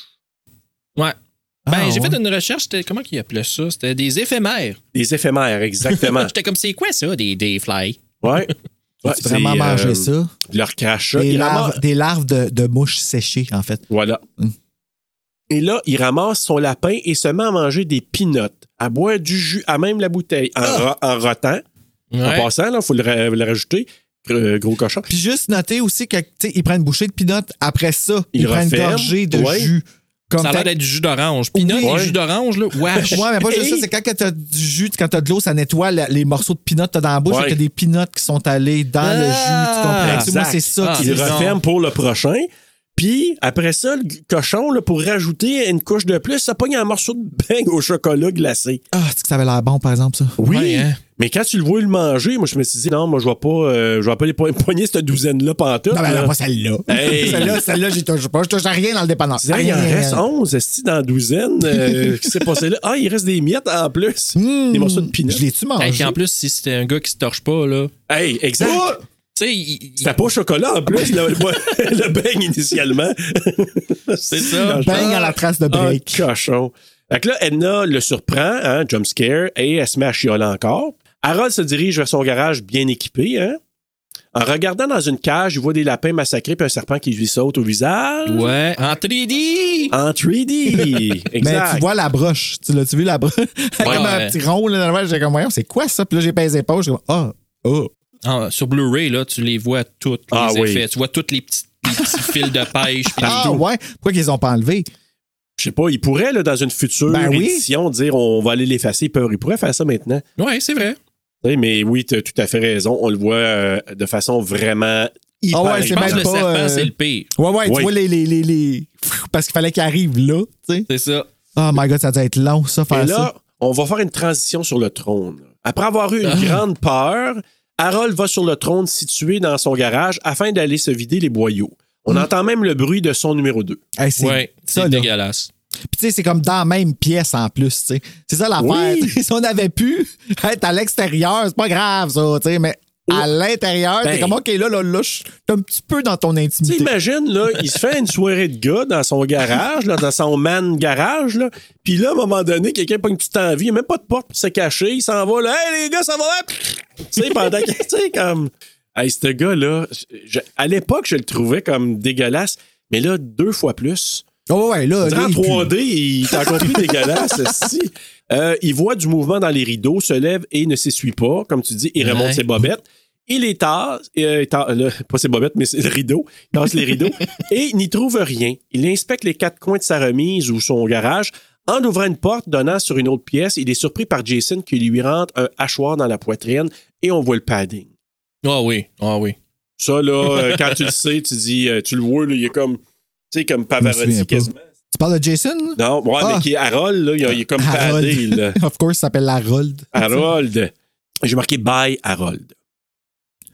Ouais. Ah, Ben, j'ai ouais. fait une recherche, c'était comment qu'il appelait ça? C'était des éphémères. Des éphémères, exactement. J'étais comme, c'est quoi ça, des, des fly? ouais. Ouais, Tu vraiment c'est, manger euh, ça. Leur crachat. Des Ils larves, ramassent- Mm. des larves de, de mouches séchées, en fait. Voilà. Et là, il ramasse son lapin et se met à manger des pinottes, à boire du jus, à même la bouteille, Ah! en, ro- en rotant. En Ouais. passant, il faut le, ra- le rajouter. Euh, gros cochon. Puis juste noter aussi que, tu sais, il prend une bouchée de pinotte. Après ça, Il il, prend une referme, gorgée de ouais. jus. Comme Ça a t'as- l'air d'être du jus d'orange. Pinot, Oui. du jus d'orange, là. Wesh. Ouais, mais pas juste Et- ça, c'est quand que t'as du jus, quand t'as de l'eau, ça nettoie la- les morceaux de pinottes que t'as dans la bouche, Ouais. et t'as des pinottes qui sont allées dans le Ah, jus, tu comprends? Moi, exact. c'est ça Ah, qui Il c'est ça. referme pour le prochain. Puis après ça, le g- cochon, là, pour rajouter une couche de plus, ça pogne un morceau de beigne au chocolat glacé. Ah, c'est que ça avait l'air bon, par exemple, ça. Oui. Ouais, hein. Mais quand tu le vois le manger, moi je me suis dit non, moi je vais pas euh, je vais pas les po- poigner cette douzaine là pantoute. Non, mais là. non, pas celle-là. Hey. Celle-là, celle-là, j'y touche pas. Je touche à rien dans le dépanneur. Je disais, Ah, il en Rien. reste 11, est dans la douzaine? euh, Qu'est-ce qui s'est passé là? Ah, il reste des miettes en plus. Hmm. Des morceaux de pinot. Je l'ai-tu mangé? Hey, puis en plus, si c'était un gars qui se torche pas, là. Hey, exact. Oh! Tu sais, il- il- C'était pas au chocolat en plus, le, le beigne initialement. c'est ça. Bang à la trace de Ah, break. cochon. Fait que là, Edna le surprend, hein, jump scare, et elle se met à chioler encore. Harold se dirige vers son garage bien équipé, hein. En regardant dans une cage, il voit des lapins massacrés puis un serpent qui lui saute au visage. Ouais, en 3D! En 3D. exact. Mais tu vois la broche. Tu l'as-tu vu la broche? comme ouais. un petit rond, là, dans le verre, j'étais comme, voyons, c'est quoi ça? Puis là, j'ai pesé pas. J'ai comme, ah, oh. En- sur Blu-ray, là, tu les vois toutes, Ah les oui. effets. Tu vois tous les petits, les petits fils de pêche. puis Ah, tout. ouais. Pourquoi qu'ils les ont pas enlevé? Je sais pas, il pourrait, là, dans une future Ben oui. édition, dire on va aller l'effacer. Ils peuvent- Ils pourraient faire ça maintenant. Ouais, c'est vrai. Tu sais, Mais oui, tu as tout à fait raison. On le voit euh, de façon vraiment hyper. Ah ouais, Je c'est pense même que le pas, serpent, euh, c'est le pire. Ouais, ouais, Oui. tu vois les. les, les, les- Parce qu'il fallait qu'ils arrivent là, tu sais. C'est ça. Oh my god, ça doit être long, ça, faire Et ça. là, on va faire une transition sur le trône. Après avoir eu une grande peur, Harold va sur le trône situé dans son garage afin d'aller se vider les boyaux. On Hum. entend même le bruit de son numéro 2. Hey, c'est Ouais, ça, c'est là. dégueulasse. Puis tu sais, c'est comme dans la même pièce en plus, tu sais. C'est ça l'affaire. Oui. Si on avait pu être à l'extérieur, c'est pas grave ça, tu sais, mais à l'intérieur, Ben. t'es comme OK, là, là, là, je suis un petit peu dans ton Tu sais, intimité. imagine, là, il se fait une soirée de gars dans son garage, là, dans son man garage, là. Puis là, à un moment donné, quelqu'un pas une petite envie, il a même pas de porte pour se cacher, il s'en va, là, hey les gars, ça va, hein? tu sais, pendant que, tu sais, comme, hey, ce gars-là, je- à l'époque, je le trouvais comme dégueulasse, mais là, deux fois plus. Oh ouais, là, Dans là, il pue. 3D, il est encore plus dégueulasse. si. Euh, il voit du mouvement dans les rideaux, se lève et ne s'essuie pas. Comme tu dis, il remonte Ouais. ses bobettes. Il les tasse, euh, il ta- là, pas ses bobettes, mais ses rideaux. Il tasse les rideaux et il n'y trouve rien. Il inspecte les quatre coins de sa remise ou son garage. En ouvrant une porte donnant sur une autre pièce, il est surpris par Jason qui lui rentre un hachoir dans la poitrine et on voit le padding. Ah oui, ah oui. Ça, là, euh, quand tu le sais, tu dis, euh, tu le vois, là, il est comme, tu sais, comme Pavarotti souviens pas. quasiment. Tu parles de Jason? là? Non, ouais, Ah. mais qui est Harold, là, il, il est comme padé, là. of course, il s'appelle Harold. Harold. J'ai marqué Bye Harold.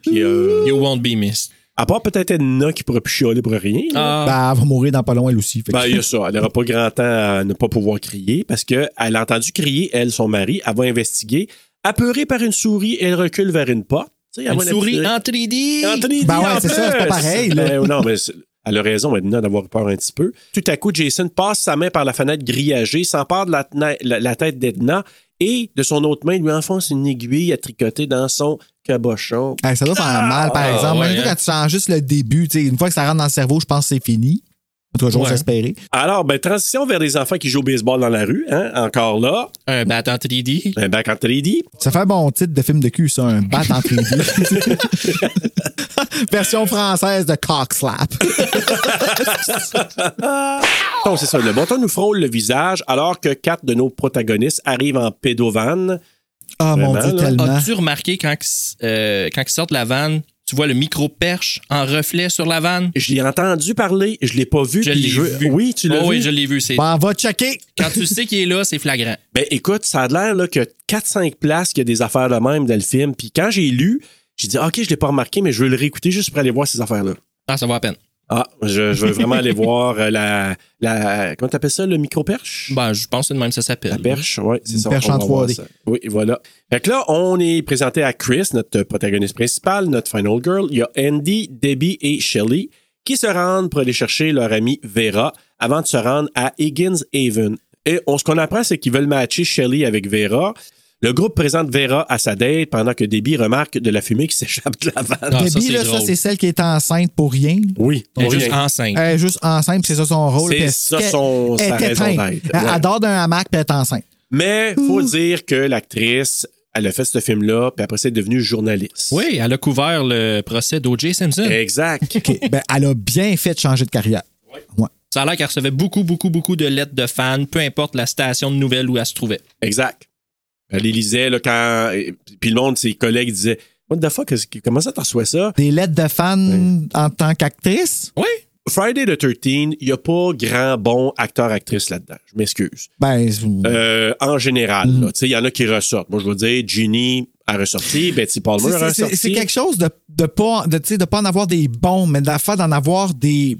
Puis, euh, You won't be missed. à part peut-être Edna qui pourra plus chialer pour rien. là. Ah, Ben, elle va mourir dans pas long, elle aussi. fait que- Ben, il y a ça. Elle n'aura pas grand temps à ne pas pouvoir crier parce qu'elle a entendu crier, elle, son mari. Elle va investiguer. Apeurée par une souris, elle recule vers une porte. Tu sais, Bah. elle une voit la souris petite- en 3D! Anthony Ben dit ouais, en c'est ça, c'est pas plus. pareil, là. Ben, non, mais c'est- elle a raison maintenant d'avoir peur un petit peu. Tout à coup, Jason passe sa main par la fenêtre grillagée, s'empare de la, tena- la- la tête d'Edna et de son autre main lui enfonce une aiguille à tricoter dans son cabochon. Hey, ça doit faire mal, par Ah, exemple. ouais, Même hein. quand tu sens juste le début, tu sais, une fois que ça rentre dans le cerveau, je pense que c'est fini. En tout cas, j'ose Ouais. espérer. Alors, ben, transition vers des enfants qui jouent au baseball dans la rue, hein, encore là, Ben, Un bat en 3D. un bac en 3D. Ça fait un bon titre de film de cul, ça, un bat en 3D. Version française de cock slap. Donc, c'est ça, le bâton nous frôle le visage alors que quatre de nos protagonistes arrivent en pédovane. Ah mon Vraiment, dieu, là. tellement. As-tu remarqué quand, ils- euh, quand ils sortent de la vanne, tu vois le micro-perche en reflet sur la vanne? Je l'ai entendu parler, je l'ai pas vu. Je puis l'ai vu. Oui, tu l'as Oh vu. oui, je l'ai vu. C'est... Ben, on va checker. Quand tu sais qu'il est là, c'est flagrant. Ben écoute, ça a l'air là, que 4-5 places qu'il y a des affaires de même dans le film. Puis quand j'ai lu, j'ai dit OK, je l'ai pas remarqué, mais je veux le réécouter juste pour aller voir ces affaires-là. Ah, ça vaut à peine. Ah, je, je veux vraiment aller voir euh, la, la. Comment t'appelles ça, le micro-perche? Ben, je pense que de même ça La s'appelle. perche, oui, c'est Une ça. perche on va en voir 3D. ça. Oui, voilà. Fait que là, on est présenté à Chris, notre protagoniste principal, notre final girl. Il y a Andy, Debbie et Shelley qui se rendent pour aller chercher leur amie Vera avant de se rendre à Higgins Haven. Et on, ce qu'on apprend, c'est qu'ils veulent matcher Shelley avec Vera. Le groupe présente Vera à sa date pendant que Debbie remarque de la fumée qui s'échappe de la vanne. Ah, ça, Debbie, c'est là, ça, drôle. c'est celle qui est enceinte pour rien. Oui, Elle est rien. juste enceinte. Elle est juste enceinte, puis c'est ça son rôle. C'est puis elle- ça son- elle sa est raison éteinte. d'être. Elle Ouais. adore d'un hamac, puis elle est enceinte. Mais faut dire que l'actrice, elle a fait ce film-là, puis après, c'est devenue journaliste. Oui, elle a couvert le procès d'O.J. Simpson. Exact. OK. ben, elle a bien fait de changer de carrière. Ouais. Ça a l'air qu'elle recevait beaucoup, beaucoup, beaucoup de lettres de fans, peu importe la station de nouvelles où elle se trouvait. exact. Elle les lisait là, quand. et- Puis le monde, ses collègues disaient What the fuck, est-ce que- comment ça t'en reçois ça? Des lettres de fans en tant qu'actrice? Oui. Friday the 13, il n'y a pas grand bon acteur-actrice là-dedans. Je m'excuse. Ben, Euh, en général, Mm. là, tu sais, il y en a qui ressortent. Moi, je veux dire, Ginny a ressorti, Betty Palmer a c'est- c'est- ressorti. c'est quelque chose de, de pas de, tu sais, de pas en avoir des bons, mais de la faire d'en avoir des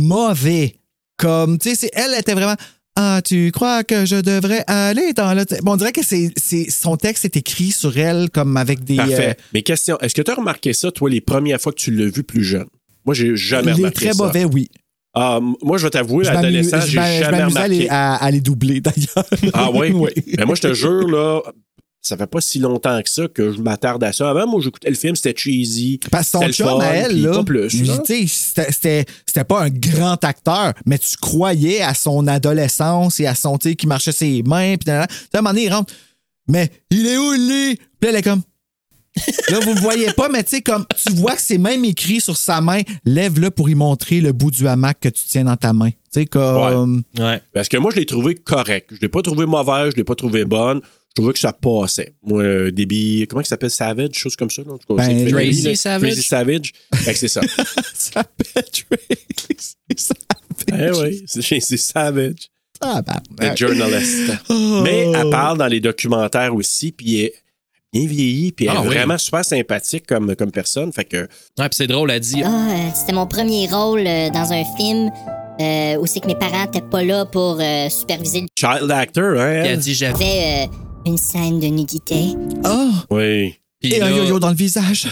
mauvais. Comme, tu sais, c'est- elle était vraiment. Ah, tu crois que je devrais aller dans le. Bon, on dirait que c'est c'est- son texte est écrit sur elle comme avec des. Parfait. euh, Mais question, est-ce que tu as remarqué ça, toi, les premières fois que tu l'as vu plus jeune? Moi, j'ai jamais il est remarqué très ça. mauvais, oui. Ah, m- moi, je vais t'avouer, Je m'amu- adolescent, j'ai je m'a- je jamais m'amusais à, les- remarqué. à, à les doubler, d'ailleurs. Ah ouais? oui. Mais moi, je te jure, là, ça fait pas si longtemps que ça que je m'attarde à ça. Avant, moi, j'écoutais le film, c'était cheesy. Parce C'était que son le chum, fun, à elle, puis là, pas plus, lui, là. tu sais, c'était- c'était c'était pas un grand acteur, mais tu croyais à son adolescence et à son, tu sais, qui marchait ses mains, puis nanana. Tu sais, à un moment donné, il rentre, mais il est où, lui? Puis là, elle est comme... Là, vous le voyez pas, mais tu sais, comme, tu vois que c'est même écrit sur sa main, lève-le pour y montrer le bout du hamac que tu tiens dans ta main. Tu sais, comme... Ouais. Parce que moi, je l'ai trouvé correct. Je l'ai pas trouvé mauvais, je l'ai pas trouvé bonne. Je trouvais que ça passait. Moi, euh, débit, comment il s'appelle? Savage, chose comme ça. là, en tout cas, Ben, c'est- Crazy là, Savage. Crazy Savage. Fait que c'est ça. Ça Patrick, ça eh oui, c'est c'est Savage. The tabarnak. journalist. Oh. Mais elle parle dans les documentaires aussi, puis elle est bien vieillie, puis elle Ah est oui. vraiment super sympathique comme, comme personne. Fait que Ouais, puis c'est drôle, elle dit Ah, euh, c'était mon premier rôle euh, dans un film euh, où c'est que mes parents étaient pas là pour euh, superviser. child actor, hein? Puis elle elle? dit j'avais. J'avais euh, une scène de nudité. Ah! Oui. Puis Et un là- yo-yo dans le visage.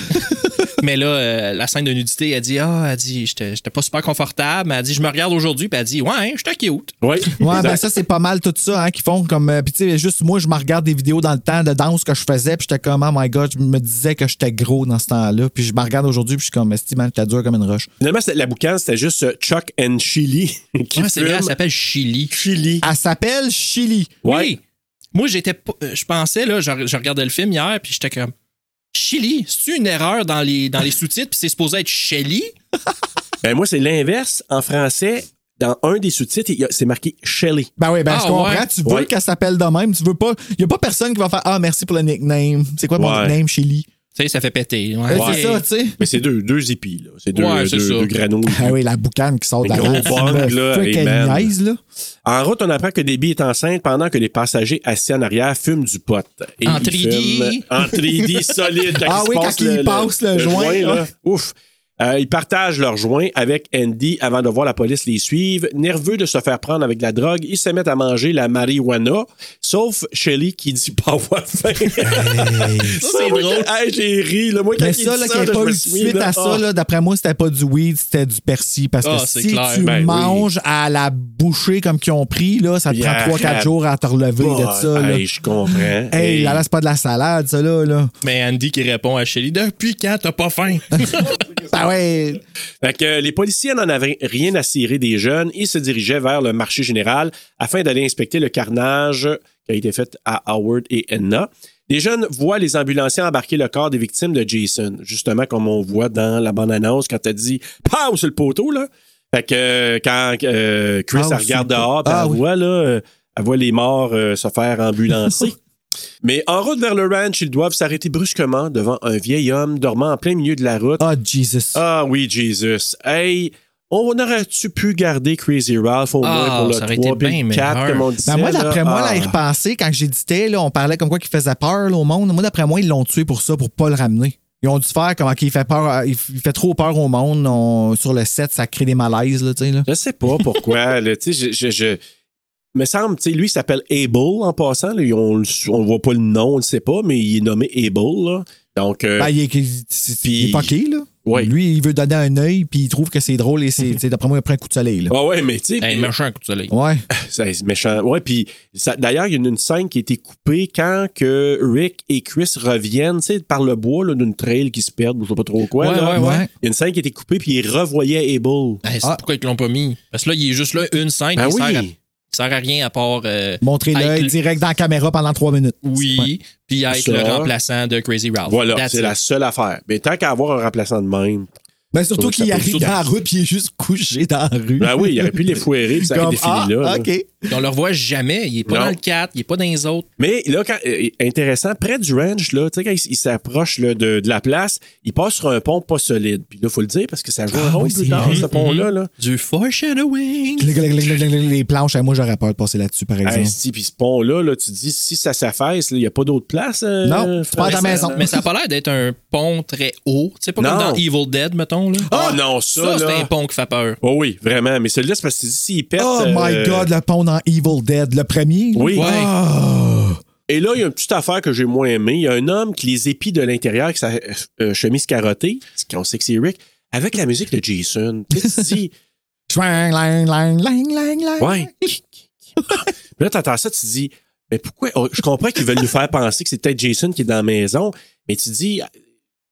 Mais là, euh, la scène de nudité, elle dit Ah, elle dit, j'étais j'étais pas super confortable. Mais elle dit Je me regarde aujourd'hui. Puis elle dit Ouais, hein, j'étais cute. Oui. Ouais, ben Exact. ça, c'est pas mal tout ça, hein, qui font comme. euh, Puis tu sais, juste moi, je me regarde des vidéos dans le temps de danse que je faisais, puis j'étais comme, oh my god, je me disais que j'étais gros dans ce temps-là. Puis je me regarde aujourd'hui, puis je suis comme, esti, man, t'as dur comme une roche. Finalement, c'était- la boucane, c'était juste euh, Chuck and Chili qui Ouais, c'est vrai, fume. elle s'appelle Chili. Chili. Elle s'appelle Chili. Oui. Moi, j'étais. pas- euh, Je pensais, là, je, je regardais le film hier, puis j'étais comme Chili, c'est-tu une erreur dans les, dans les sous-titres, puis c'est supposé être Shelly? Ben, moi, c'est l'inverse. En français, dans un des sous-titres, il y a- c'est marqué Shelly. Ben oui, ben Ah, je comprends. ouais. Tu veux Ouais. qu'elle s'appelle de même. Tu veux pas. Y a pas personne qui va faire Ah, merci pour le nickname. C'est quoi mon Ouais. nickname, Chili? Tu sais, ça fait péter. Ouais. Ben, C'est ça, tu sais. Mais c'est deux, deux épis, là. C'est deux, Ouais, c'est deux- ça. deux granos. Ah oui, la boucane qui sort de la Les gros tête, c'est bugs, une là, fucking hey, man. niaise, là. En route, on apprend que Debbie est enceinte pendant que les passagers assis en arrière fument du pot. Et En ils 3D. fument En 3D solide. Ah ils oui, se quand passent ils passent le joint, là. Ouf. Euh, ils partagent leur joint avec Andy avant de voir la police les suivre. Nerveux de se faire prendre avec de la drogue, ils se mettent à manger la marijuana, sauf Shelly qui dit pas avoir faim. Ça, c'est moi, drôle. quand- hey, j'ai ri. Là. Moi, quand Mais il ça, dit ça, là, qu'il n'y là, a je pas me eu de suis mis, suite là, à ah. ça, là, d'après moi, c'était pas du weed, c'était du persil. Parce que Ah, c'est si clair. tu Ben oui. manges à la bouchée comme qu'ils ont pris, là, ça te Yeah. prend 3-4 jours à te relever de ça. Là. Hey, je comprends. Hey, là, là, c'est pas de la salade, ça, là. là. Mais Andy qui répond à Shelly Depuis quand t'as pas faim? Ah ouais. Fait que euh, les policiers n'en avaient rien à cirer des jeunes. Ils se dirigeaient vers le marché général afin d'aller inspecter le carnage qui a été fait à Howard et Enna. Les jeunes voient les ambulanciers embarquer le corps des victimes de Jason, justement comme on voit dans la bande-annonce quand t'as dit « Pow! » sur le poteau, là. Fait que euh, quand euh, Chris, Ah, elle oui, regarde c'est- dehors, puis Ah, elle oui. voit, là, euh, elle voit les morts euh, se faire ambulancer. Mais en route vers le ranch, ils doivent s'arrêter brusquement devant un vieil homme dormant en plein milieu de la route. Ah, Jesus. Ah oui, Jesus. Hey, on aurait-tu pu garder Crazy Ralph au moins Ah, pour le ça aurait 3 été puis bien le 4, meilleur. comme on disait? Ben moi, là? d'après moi, Ah. là, y repenser, quand j'éditais, là, on parlait comme quoi qu'il faisait peur là, au monde. Moi, d'après moi, ils l'ont tué pour ça, pour pas le ramener. Ils ont dû faire comme, OK, il fait, peur, à- il f- il fait trop peur au monde. on- sur le set, ça crée des malaises, là, tu sais. Là. Je sais pas pourquoi. là, tu sais, je... je, je- me semble, tu sais, lui, il s'appelle Abel en passant. là, on le- on voit pas le nom, on le sait pas, mais il est nommé Abel. là. Donc, euh, Ben, il est, il- c'est- il Puis- est fucké, là. Oui. Lui, Ben, il veut donner un œil, puis il trouve que c'est drôle et c'est, tu sais, d'après moi, il prend un coup de soleil. Là. Ah ouais, mais tu sais, Hey, méchant coup de soleil. Ouais. Ça, C'est méchant. Ouais, puis ça- d'ailleurs, il y a une, une scène qui a été coupée quand que Rick et Chris reviennent, tu sais, par le bois là, d'une trail qui se perdent, ou je sais pas trop quoi. Ouais, là. ouais, ouais. Il y a une scène qui a été coupée, puis ils revoyaient Able. Hey, c'est Ah. pourquoi ils te l'ont pas mis? Parce que là, il est juste là une scène. Ben il, oui. sert à, il sert à rien à part. euh, Montrer à l'œil être- direct dans la caméra pendant trois minutes. Ouais. Oui, puis à être Ça. le remplaçant de Crazy Ralph. Voilà, That's c'est it. la seule affaire. Mais tant qu'à avoir un remplaçant de même. Ben, surtout Surtout qu'il que ça arrive peut- dans la rue, puis il est juste couché dans la rue. Ben oui, il aurait pu les foirer, puis ça aurait Comme, été fini ah, là, là. OK. Puis On le revoit jamais. Il est pas Non. dans le 4, il est pas dans les autres. Mais là, quand, euh, intéressant, près du ranch, là, tu sais, quand il, il s'approche là, de, de la place, il passe sur un pont pas solide. Puis là, faut le dire, parce que ça joue un Ah, rôle oui, plus c'est tard, vrai. ce pont-là. Là. Du foreshadowing. Euh, Glic, glic, glic, glic, glic, glic, Les planches, hein, moi, j'aurais peur de passer là-dessus, par exemple. Ah, si, puis ce pont-là, là, tu dis, si ça s'affaisse, là, il n'y a pas d'autre place. euh, Non, tu Fred? pars à ta Mais ça- maison. Mais ça a pas l'air d'être un pont très haut. C'est pas comme Non. dans Evil Dead, mettons. Là. Ah non, ça, Oh Ça, c'est là. un pont qui fait peur. Oh oui, vraiment. Mais celui-là, c'est parce que s'il pète. Oh euh, my God, le pont dans Evil Dead, le premier. là. Oui. Ouais. Ah. Et là, il y a une petite affaire que j'ai moins aimée. Il y a un homme qui les épis de l'intérieur avec sa euh, chemise carottée, ce qu'on sait que c'est Rick, avec la musique de Jason. Tu sais, tu dis, Chouin, ling, ling, ling, ling, ling. ouais. Puis là, t'entends ça, tu dis, mais pourquoi? oh, je comprends qu'ils veulent nous faire penser que c'est peut-être Jason qui est dans la maison, mais tu dis,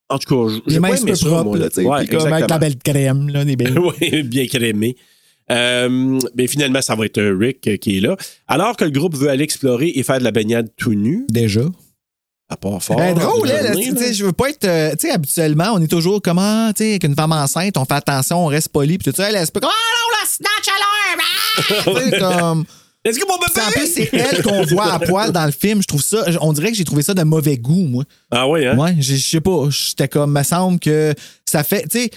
en tout cas, je Les mains pas aimé super ça, propres, moi. là, tu sais. Ouais, puis comme avec la exactement. belle crème, là, des belles. oui, bien crémé. Euh, mais finalement, ça va être euh, Rick euh, qui est là. Alors que le groupe veut aller explorer et faire de la baignade tout nu, Déjà. à part fort. Ben, drôle, à hein, là, donner, tu là. sais, je veux pas être. euh, tu sais, habituellement, on est toujours comment, tu sais, avec une femme enceinte, on fait attention, on reste poli, puis tout ça, elle, elle, c'est pas comme, ah non, la snatch à l'heure, ah! Tu sais, comme. Est-ce que mon Puis en bébé? plus, c'est elle qu'on voit à poil dans le film. Je trouve ça. On dirait que j'ai trouvé ça de mauvais goût, moi. Ah oui, hein? Ouais, j'ai- je sais pas. J'étais comme, me semble que ça fait. Tu sais,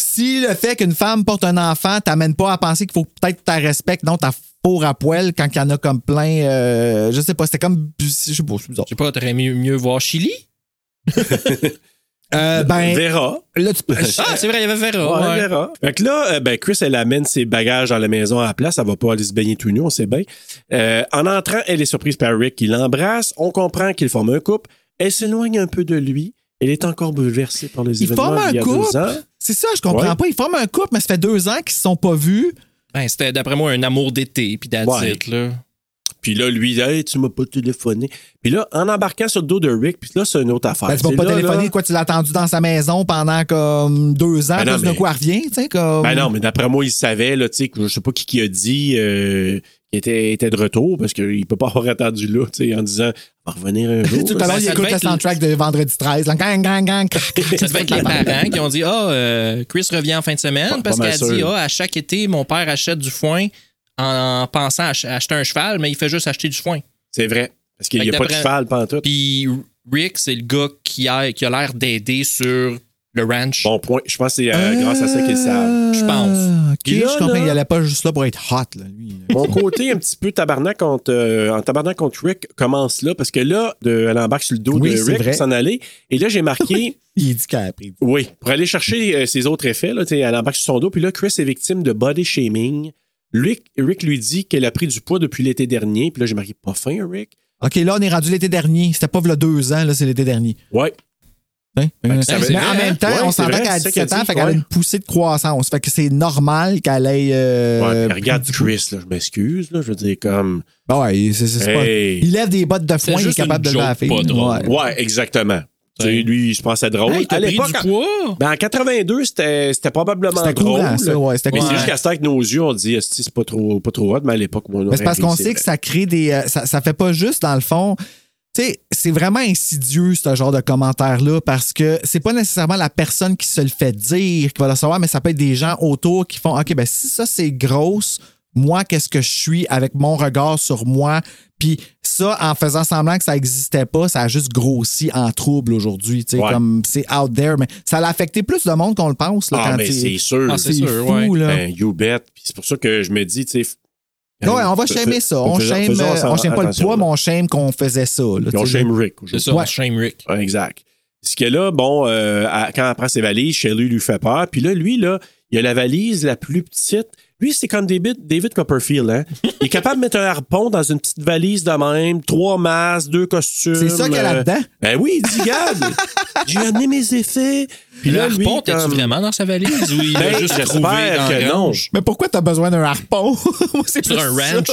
si le fait qu'une femme porte un enfant t'amène pas à penser qu'il faut peut-être que tu respectes, non, t'as four à poil quand il y en a comme plein. euh, je sais pas, c'était comme. Je sais pas, c'est bizarre. Je sais pas, t'aurais mieux, mieux voir Chili? Euh, ben, Vera. là, tu peux. Ah, c'est vrai, il y avait Vera. Ouais, ouais. Vera. Fait que là, euh, ben, Chris, elle amène ses bagages dans la maison à la place. Elle va pas aller se baigner tout nu, on sait bien. Euh, en entrant, elle est surprise par Rick qui l'embrasse. On comprend qu'ils forment un couple. Elle s'éloigne un peu de lui. Elle est encore bouleversée par les Ils événements forment un d'il y a deux couple? ans. C'est ça, je comprends Ouais. pas. Ils forment un couple, mais ça fait deux ans qu'ils se sont pas vus. Ben, c'était d'après moi un amour d'été, puis that's Ouais. it, là. Puis là, lui, hey, tu m'as pas téléphoné. Puis là, en embarquant sur le dos de Rick, puis là, c'est une autre affaire. Ben, tu vas C'est pas là, téléphoner, là- quoi, tu l'as attendu dans sa maison pendant comme deux ans, Ben non, parce que d'un mais- coup, elle revient, tu sais, comme. Ben non, mais d'après moi, il savait, là, tu sais, que je sais pas qui, qui a dit euh, qu'il était, était de retour parce qu'il peut pas avoir attendu là, tu sais, en disant, on va revenir un jour. Tout là. à l'heure, ça il écoute devait le être- soundtrack de Vendredi 13. là, gang, gang, gang, Ça devait être les parents qui ont dit Ah, euh, Chris revient en fin de semaine Pas- parce pas qu'elle mal a dit sûr. Ah, à chaque été, mon père achète du foin en pensant ach- acheter un cheval, mais il fait juste acheter du foin. C'est vrai. Parce qu'il Fait n'y a que pas de d'après- cheval pantoute. Puis Rick, c'est le gars qui a qui a l'air d'aider sur le ranch. Bon point. Je pense que c'est Ah! euh, grâce à ça qu'ils savent. je pense. Ok, Puis là, je comprends. là- Il allait pas juste là pour être hot, là, lui. là. Mon côté un petit peu tabarnak contre, euh, en tabarnak contre Rick commence là, parce que là, de, elle embarque sur le dos Oui, de c'est Rick vrai. pour s'en aller. Et là, j'ai marqué, Il dit qu'il a appris. oui, pour aller chercher euh, ses autres effets, là, tu sais, elle embarque sur son dos. Puis là, Chris est victime de body shaming. Rick, Rick lui dit qu'elle a pris du poids depuis l'été dernier. Puis là, j'ai marqué, pas fin, Rick. OK, là, on est rendu l'été dernier. C'était pas v'là deux ans, là, c'est l'été dernier. Ouais. Hein? que ça Mais veut- en même temps, Ouais, on c'est s'entend vrai, qu'elle a c'est ça qu'elle 17 ans, dit, fait qu'elle a ouais. une poussée de croissance. Fait que c'est normal qu'elle aille. Ouais, euh, puis regarde Chris, là, je m'excuse, là, je veux dire comme. Ah ouais, c'est, c'est- c'est pas- Hey. Il lève des bottes de C'est foin, il est juste capable de une le faire. joke pas drôle. Ouais. Ouais, exactement. Tu sais, Ouais. lui, je pensais drôle. Hey, t'as à pris l'époque, du poids? Ben, en 82, c'était c'était probablement C'était drôle. courant, ça, ouais, c'était mais courant. c'est juste qu'à ce temps que nos yeux, on dit, Esti, c'est pas trop, pas trop hot, mais à l'époque, moi, on Mais c'est aurait parce ri, qu'on sait que vrai. ça crée des. euh, ça, ça fait pas juste, dans le fond. Tu sais, c'est vraiment insidieux, ce genre de commentaire-là, parce que c'est pas nécessairement la personne qui se le fait dire qui va le savoir, mais ça peut être des gens autour qui font OK, ben si ça c'est grosse, moi, qu'est-ce que je suis avec mon regard sur moi? Puis ça, en faisant semblant que ça n'existait pas, ça a juste grossi en trouble aujourd'hui. Tu sais, Ouais. comme c'est out there, mais ça l'a affecté plus de monde qu'on le pense. Là, Ah, quand mais t'es- c'est sûr. Ah, c'est c'est sûr, fou, ouais. là. Ben, you bet. Puis c'est pour ça que je me dis, tu sais. Non, ouais, on va fais- shamer fais- ça. On faisons- shame, faisons euh, ça- on shame pas le attention, poids, là. mais on shame qu'on faisait ça. là, Puis On tu sais, là. shame Rick C'est aujourd'hui. ça, Ouais. Shame Rick. Ouais, exact. Parce que là, bon, euh, à- quand elle prend ses valises, Shelly lui fait peur. Puis là, lui, là, il a la valise la plus petite. Lui, c'est comme David, David Copperfield. Hein? Il est capable de mettre un harpon dans une petite valise de même, trois masques, deux costumes. C'est ça qu'il y a euh, là-dedans. Ben oui, il dit, Gad, J'ai amené mes effets. Puis Le là, lui, harpon, t'es-tu comme- vraiment dans sa valise ou il Ben, l'a juste j'espère trouvé en que non. grange? Mais pourquoi t'as besoin d'un harpon? Moi, c'est Sur plus un ça, ranch.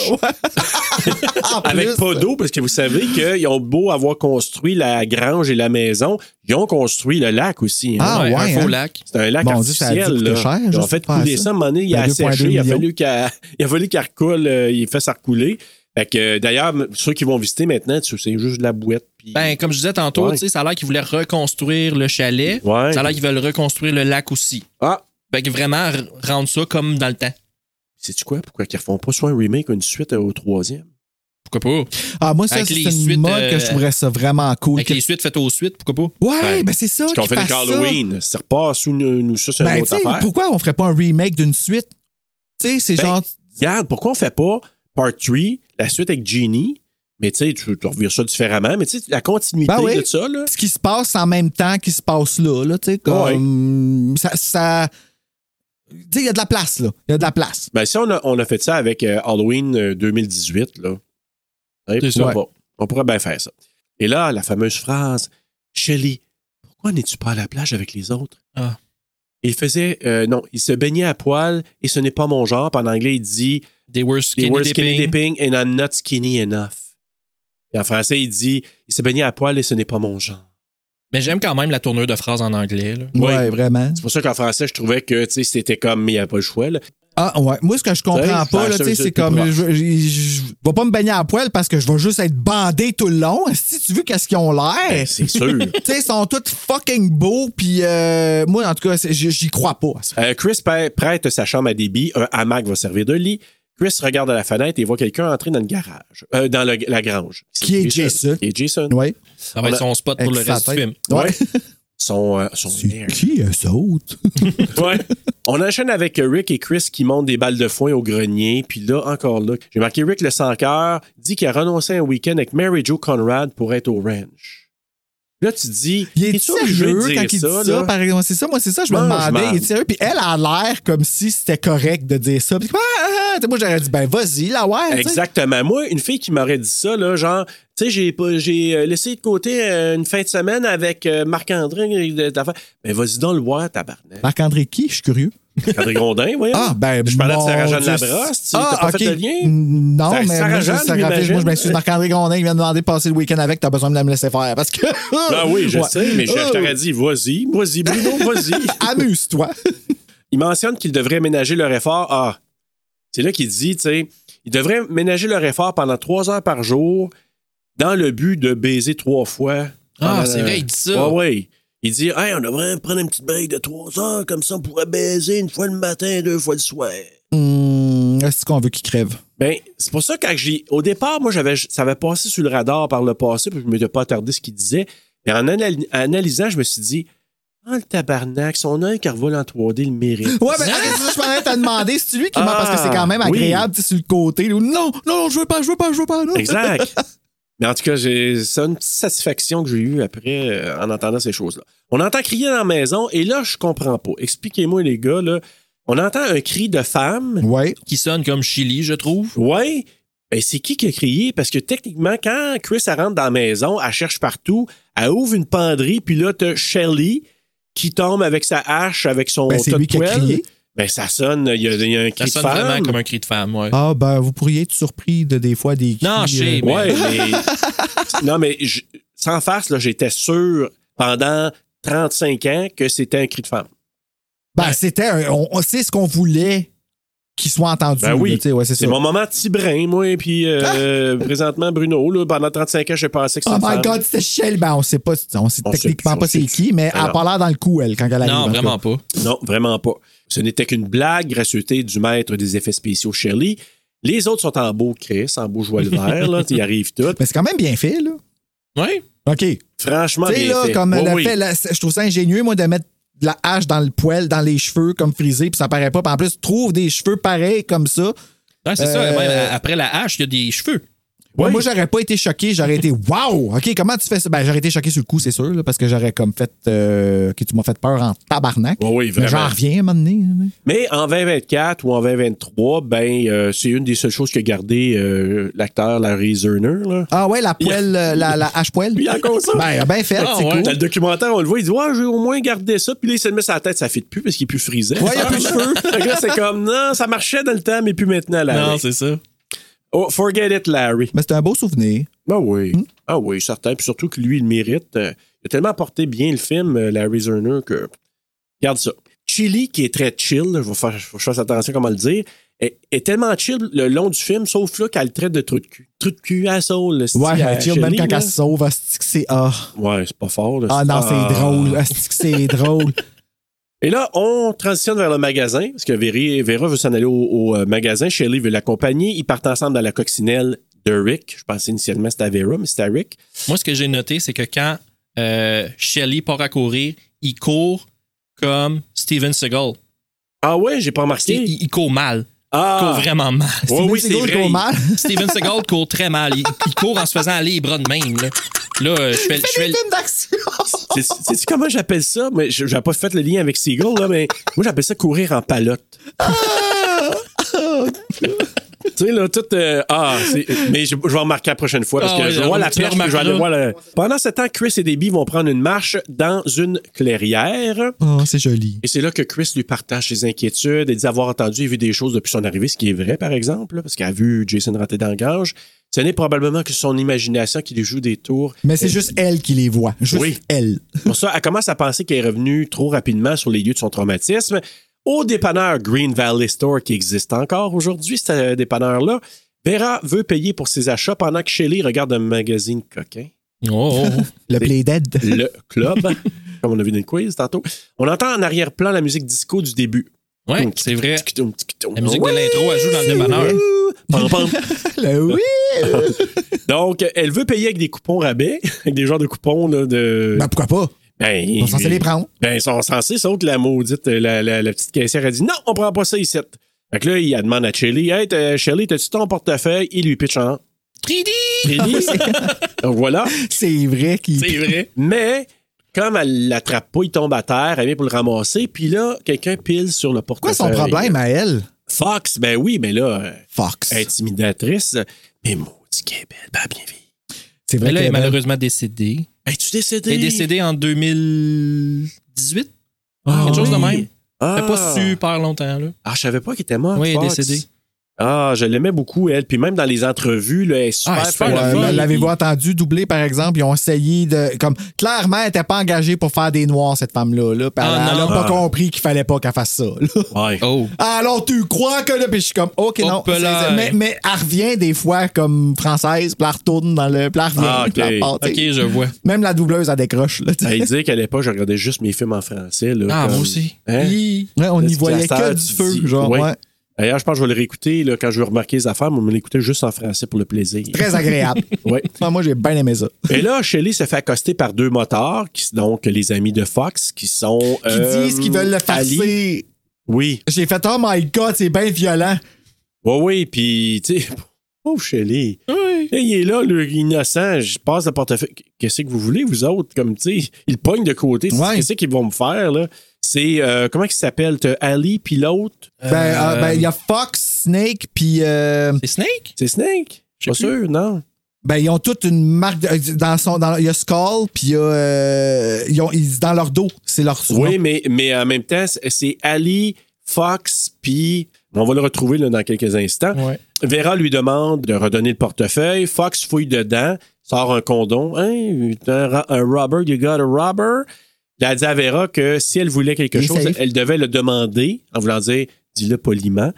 ouais. En Avec plus. euh, pas d'eau, parce que vous savez qu'ils ont beau avoir construit la grange et la maison, ils ont construit le lac aussi. hein. Ah, ouais, un faux hein. lac. C'est un lac Bon, on dit que ça a dû artificiel. là. coûter cher, Ils ont juste fait pour faire couler ça. ça. À un moment donné, il Ben, a 2,2 asséché, il a millions. fallu qu'elle- il a fallu qu'elle recoule, euh, il a fait ça recouler. Fait que, euh, d'ailleurs, m- ceux qui vont visiter maintenant, tu sais, c'est juste de la bouette. puis- Ben, comme je disais tantôt, Ouais. tu sais, ça a l'air qu'ils voulaient reconstruire le chalet. Ouais. Ça a l'air qu'ils veulent reconstruire le lac aussi. Ah. Fait que vraiment r- rendre ça comme dans le temps. Sais-tu quoi? Pourquoi qu'ils refont pas soit un remake ou une suite euh, au troisième? Pourquoi pas? Ah, moi, ça, Avec c'est les une suites, mode euh, que je trouverais ça vraiment cool. Avec les suites faites aux suites, pourquoi pas? Ouais, Ouais. ben c'est ça. Parce qu'on qu'ils fait avec fassent ça. Halloween. Ça repart sous nous, nous- ça, c'est une Ben, autre tu sais, affaire. pourquoi on ferait pas un remake d'une suite? Tu sais, c'est Ben, genre. Regarde, pourquoi on fait pas Part 3, la suite avec Genie? Mais tu sais, tu tu revires ça différemment. Mais tu sais, la continuité Ben oui. de ça, là. ce qui se passe en même temps qui se passe là, là tu sais, comme ça, ça- tu sais, il y a de la place là, il y a de la place. Ben, si on a, on a fait ça avec euh, Halloween euh, 2018, là. Hein, C'est pourquoi ça. pas? On pourrait bien faire ça. Et là, la fameuse phrase Shelly, pourquoi n'es-tu pas à la plage avec les autres? Ah. Il faisait. euh, non, il se baignait à poil et ce n'est pas mon genre. Puis En anglais, il dit They were They skinny were skinny dipping. dipping and I'm not skinny enough. Et en français, il dit Il se baignait à poil et ce n'est pas mon genre. Mais j'aime quand même la tournure de phrase en anglais. là. Oui. Ouais, vraiment. C'est pour ça qu'en français, je trouvais que tu sais, c'était comme, mais il n'y avait pas le choix. là. Ah ouais, moi ce que je Tu sais, comprends pas je pense là, tu que sais, c'est c'est comme plus je, je- je vais pas me baigner à poil parce que je vais juste être bandé tout le long. Si tu veux qu'est-ce qu'ils ont l'air Ben, C'est sûr. Tu sais, ils sont tous fucking beaux, puis euh, moi, en tout cas, c'est- j'y j'y crois pas. à ça. Euh, Chris pa- prête sa chambre à débit. Un hamac va servir de lit. Chris regarde à la fenêtre et voit quelqu'un entrer dans le garage, euh, dans le- la grange. C'est Qui est Jason. Qui est Jason. Ouais. Ça On va être a- son spot pour le Avec sa reste du tête. film. Ouais. Ouais. Son, euh, son C'est air. qui eux autres? Ouais. On enchaîne avec Rick et Chris qui montent des balles de foin au grenier. Puis là, encore là, j'ai marqué Rick le sans cœur dit qu'il a renoncé un week-end avec Mary Jo Conrad pour être au ranch. Là, tu te dis, Il est es-tu obligé de sérieux dire quand il dit ça, là? par exemple? C'est ça, moi, c'est ça, je me Non, je demandais. m'en- Il est sérieux, puis elle a l'air comme si c'était correct de dire ça. Puis, ah, ah, ah, tu sais, moi, j'aurais dit, ben, vas-y, là, ouais. tu sais. Exactement. Moi, une fille qui m'aurait dit ça, là, genre, tu sais, j'ai pas- j'ai euh, laissé de côté euh, une fin de semaine avec euh, Marc-André. euh, d'affaires. Ben, vas-y donc le voir, tabarnak. Marc-André qui? Je suis curieux. Marc-André Gondin, voyons. Ah, ben, Je parlais de mon Sarah-Jeanne Dieu. Labrosse, tu- Ah, t'as pas fait ok. de lien? Non, Sarah- mais moi, je, Sarah-Jeanne, Sarah- moi, je j'imagine. m'excuse. Marc-André Gondin, il vient de demander de passer le week-end avec, t'as besoin de me laisser faire. Parce que. Ah oui, je Ouais. sais, mais je, je Oh. t'aurais dit, vas-y, vas-y, Bruno, vas-y. Amuse-toi. Il mentionne qu'ils devraient ménager leur effort. Ah, c'est là qu'il dit, tu sais, ils devraient ménager leur effort pendant trois heures par jour dans le but de baiser trois fois. Ah, pendant- c'est vrai, il dit ça. Ouais, ouais. Il dit, hey, on devrait prendre une petite break de trois heures, comme ça on pourrait baiser une fois le matin et deux fois le soir. Hum, Est-ce qu'on veut qu'il crève? Ben, c'est pour ça que quand j'ai. Au départ, moi, j'avais, ça avait passé sur le radar par le passé, puis je ne m'étais pas attardé ce qu'il disait. Mais en anal- analysant, je me suis dit, ah, le tabarnak, son œil qui revole en 3D le mérite. Ouais, ben, arrête, c'est ça, je m'en à te demander si tu lui qui ment, parce que c'est quand même Ah, oui. agréable, tu sais, sur le côté. là, où, Non, non, non, je veux pas, je veux pas, je veux pas. Non. Exact. Mais en tout cas, j'ai ça une petite satisfaction que j'ai eue après euh, en entendant ces choses-là. On entend crier dans la maison et là, je comprends pas. Expliquez-moi, les gars, là. On entend un cri de femme. Ouais. Qui sonne comme Chili, je trouve. Ouais. Ben, c'est qui qui a crié? Parce que techniquement, quand Chris elle rentre dans la maison, elle cherche partout, elle ouvre une penderie, puis là, t'as Shelley qui tombe avec sa hache, avec son Ben, c'est tas de lui qui a poêle. crié. Ben, ça sonne, il y a, il y a un Ça cri sonne de femme. vraiment comme un cri de femme, ouais. Ah, ben, vous pourriez être surpris de des fois des. cris, Non, euh, je sais, mais- Ouais, mais. non, mais je- sans farce, là, j'étais sûr pendant 35 ans que c'était un cri de femme. Ben, c'était. un- On, on sait ce qu'on voulait qu'il soit entendu. Ben oui. là, tu sais, ouais, c'est C'est ça. mon moment petit brin, moi, puis euh, présentement, Bruno, là, pendant 35 ans, j'ai pensé que Oh c'était. une my femme. god, c'était Shell. Ben, on sait pas, on sait On techniquement sait- on pas c'est sait- qui, mais elle a Alors. pas l'air dans le coup, elle, quand elle arrive. en non, tout vraiment cas. pas. Non, vraiment pas. Ce n'était qu'une blague gracieuseté du maître des effets spéciaux, Shirley. Les autres sont en beau Chris, en beau joie le vert, là, ils arrivent tout. Mais c'est quand même bien fait, là. Ouais. OK. Tu Franchement, sais, bien là, fait. comme Ouais, le oui. fait, là, c'est- je trouve ça ingénieux, moi, de mettre de la hache dans le poêle, dans les cheveux, comme frisé, puis ça paraît pas. Puis en plus, trouve des cheveux pareils comme ça. Ouais, c'est ça. Euh, même, euh, après la hache, il y a des cheveux. Moi, Moi, j'aurais pas été choqué. J'aurais été Wow! OK, comment tu fais ça? Ben, j'aurais été choqué sur le coup, c'est sûr, là, parce que j'aurais comme fait. euh, OK, tu m'as fait peur en tabarnak. Oui, Oh oui, Mais vraiment. j'en reviens à un moment donné. là. Mais en 2024 ou en 2023, ben, euh, c'est une des seules choses que gardé euh, l'acteur Larry Zerner. Là. Ah ouais, la poêle, euh, la, la hache poêle. Il a encore ça. Ben, ben fait, Ah c'est ouais. Dans cool. le documentaire, on le voit, il dit Ouais, j'ai au moins gardé ça. Puis là, il se le met sur la tête, ça fit plus parce qu'il est plus frisé. Ouais, il y a plus de cheveux. Fait que là, c'est comme Non, ça marchait dans le temps, mais plus maintenant, Non, Larry. c'est ça. Oh, forget it, Larry. Mais c'est un beau souvenir. Ah oui. Ah oui, certain. Puis surtout que lui, il le mérite. Euh, Il a tellement porté bien le film, euh, Larry Zerner, que. Regarde ça. Chili, qui est très chill, là, je vais faire, faut que je fasse attention à comment le dire, est, est tellement chill le long du film, sauf là qu'elle le traite de trou de cul. Trou de cul à soul. le style Ouais, à elle chill, même Shelley, quand euh, là. elle se sauve, asti que c'est. Ah, Ouais, c'est pas fort. là. Ah non, c'est drôle. asti que c'est drôle. Et là, on transitionne vers le magasin, parce que Véry- Vera veut s'en aller au, au, euh, magasin. Shelley veut l'accompagner. Ils partent ensemble dans la coccinelle de Rick. Je pensais initialement que c'était à Vera, mais c'était à Rick. Moi, ce que j'ai noté, c'est que quand euh, Shelley part à courir, il court comme Steven Seagal. Ah ouais, j'ai pas Tu sais, remarqué. Il, il court mal. Il court Ah, vraiment mal. Ouais, oui, c'est gros, vrai. gros mal. Steven Seagal court très mal. Il, il court en se faisant aller les bras de même. Là, Là, euh, je fais, je fais- C'est une d'action. C'est- Sais-tu comment j'appelle ça? Mais je- j'ai pas fait le lien avec Seagull, là, mais moi, j'appelle ça courir en palotte. Ah! tu sais, là, tout. euh, ah, c'est- mais je, je vais remarquer la prochaine fois parce Ah que ouais, je vais voir on- la tu le perche. puis Je vais aller remarqueras. voir le- Pendant ce temps, Chris et Debbie vont prendre une marche dans une clairière. Oh, c'est joli. Et c'est là que Chris lui partage ses inquiétudes et dit avoir entendu et vu des choses depuis son arrivée, ce qui est vrai, par exemple, là, parce qu'elle a vu Jason rentrer dans le garage. Ce n'est probablement que son imagination qui lui joue des tours Mais c'est juste elle qui les voit. Juste Oui. elle. Pour ça, elle commence à penser qu'elle est revenue trop rapidement sur les lieux de son traumatisme. Au dépanneur Green Valley Store qui existe encore aujourd'hui, ce euh, dépanneur-là, Vera veut payer pour ses achats pendant que Shelley regarde un magazine coquin, Oh, oh. Le play dead. le club, comme on a vu dans le quiz tantôt. On entend en arrière-plan la musique disco du début. oh. Ouais, c'est vrai. La La musique de l'intro, elle joue dans le dépanneur. Le Ben oui. Donc, elle veut payer avec des coupons rabais, avec des genres de coupons là, de. Ben pourquoi pas? Ben, On est censé les prendre. Ben, ils sont censés, sauf que la maudite, euh, la, la- la petite caissière a dit non, on prend pas ça ici. Fait que là, il a demandé à Shelly, hey, t'as- Shelly, t'as-tu ton portefeuille? Il lui pitch en. 3D! Shelly. Donc voilà. C'est vrai qu'il. C'est vrai. Mais, comme elle l'attrape pas, il tombe à terre, elle vient pour le ramasser, puis là, quelqu'un pile sur le Quoi portefeuille. son problème à elle? Fox, ben oui, mais là, euh, Fox. intimidatrice. Mais maudit qu'elle est belle, ben bien vie. C'est vrai ben, Mais Ben, là, elle est qu'elle est belle. malheureusement décédée. Es-tu décédée? Elle est décédée en 2018. Quelque chose de Ah oui. même. Ah. Ça fait pas super longtemps. Là. Ah, je savais pas qu'elle était morte. Oui, elle est Fox. décédée. Ah, je l'aimais beaucoup, elle. Puis même dans les entrevues, là, elle est super, Ah, elle est super fan le de Ouais, fun. lui. l- euh, L'avez-vous entendu doubler, par exemple? Ils ont essayé de. Comme, clairement, elle n'était pas engagée pour faire des noirs, cette femme-là. Là, Puis Ah, elle n'a non. pas Ah. compris qu'il fallait pas qu'elle fasse ça. là. Ouais. Oh. Alors, tu crois que là. Puis je suis comme, OK, non. Hop c'est- là. c'est- Mais, mais elle revient des fois comme française, puis elle retourne dans le. Puis elle revient. Ah, puis elle ok. repart, OK, t'sais. je vois. Même la doubleuse, elle décroche. Là, t'sais. Elle dit qu'à l'époque, je regardais juste mes films en français. là, Ah, comme- moi aussi. Hein? Hi. Ouais, on Parce n'y que voyait la sœur, que du tu feu. dis, Genre, ouais. ouais. D'ailleurs, je pense que je vais le réécouter là, quand je vais remarquer les affaires, mais on me l'écouter juste en français pour le plaisir. Très agréable. Ouais. Non, moi, j'ai bien aimé ça. Et là, Shelley se fait accoster par deux motards, qui, donc les amis de Fox, qui sont. Qui Euh, disent qu'ils veulent le farcer. Oui. J'ai fait, oh my god, c'est bien violent. Oui, oui. Puis, tu sais, pauvre Shelley. Oui. Là, il est là, le innocent. Je passe le portefeuille. Qu'est-ce que vous voulez, vous autres? Comme, tu sais, il pogne de côté. Ouais. Qu'est-ce qu'ils vont me faire, là? C'est, euh, comment il s'appelle? T'as Ali, puis l'autre? Ben, ah, Euh. ben, il y a Fox, Snake, puis euh, C'est Snake? C'est Snake? Je Pas sais plus. sûr, non? ben ils ont toute une marque de- euh, dans son dans il y a Skull puis il y a euh, ils ont ils- dans leur dos, c'est leur surnom. Oui, mais, mais en même temps, c'est- c'est Ali, Fox, puis... On va le retrouver là, dans quelques instants. Ouais. Vera lui demande de redonner le portefeuille. Fox fouille dedans, sort un condom. Hein, un, ro- un robber, you got a robber. Elle a dit à Vera que si elle voulait quelque Il est chose, safe. elle devait le demander, en voulant dire, dis-le poliment.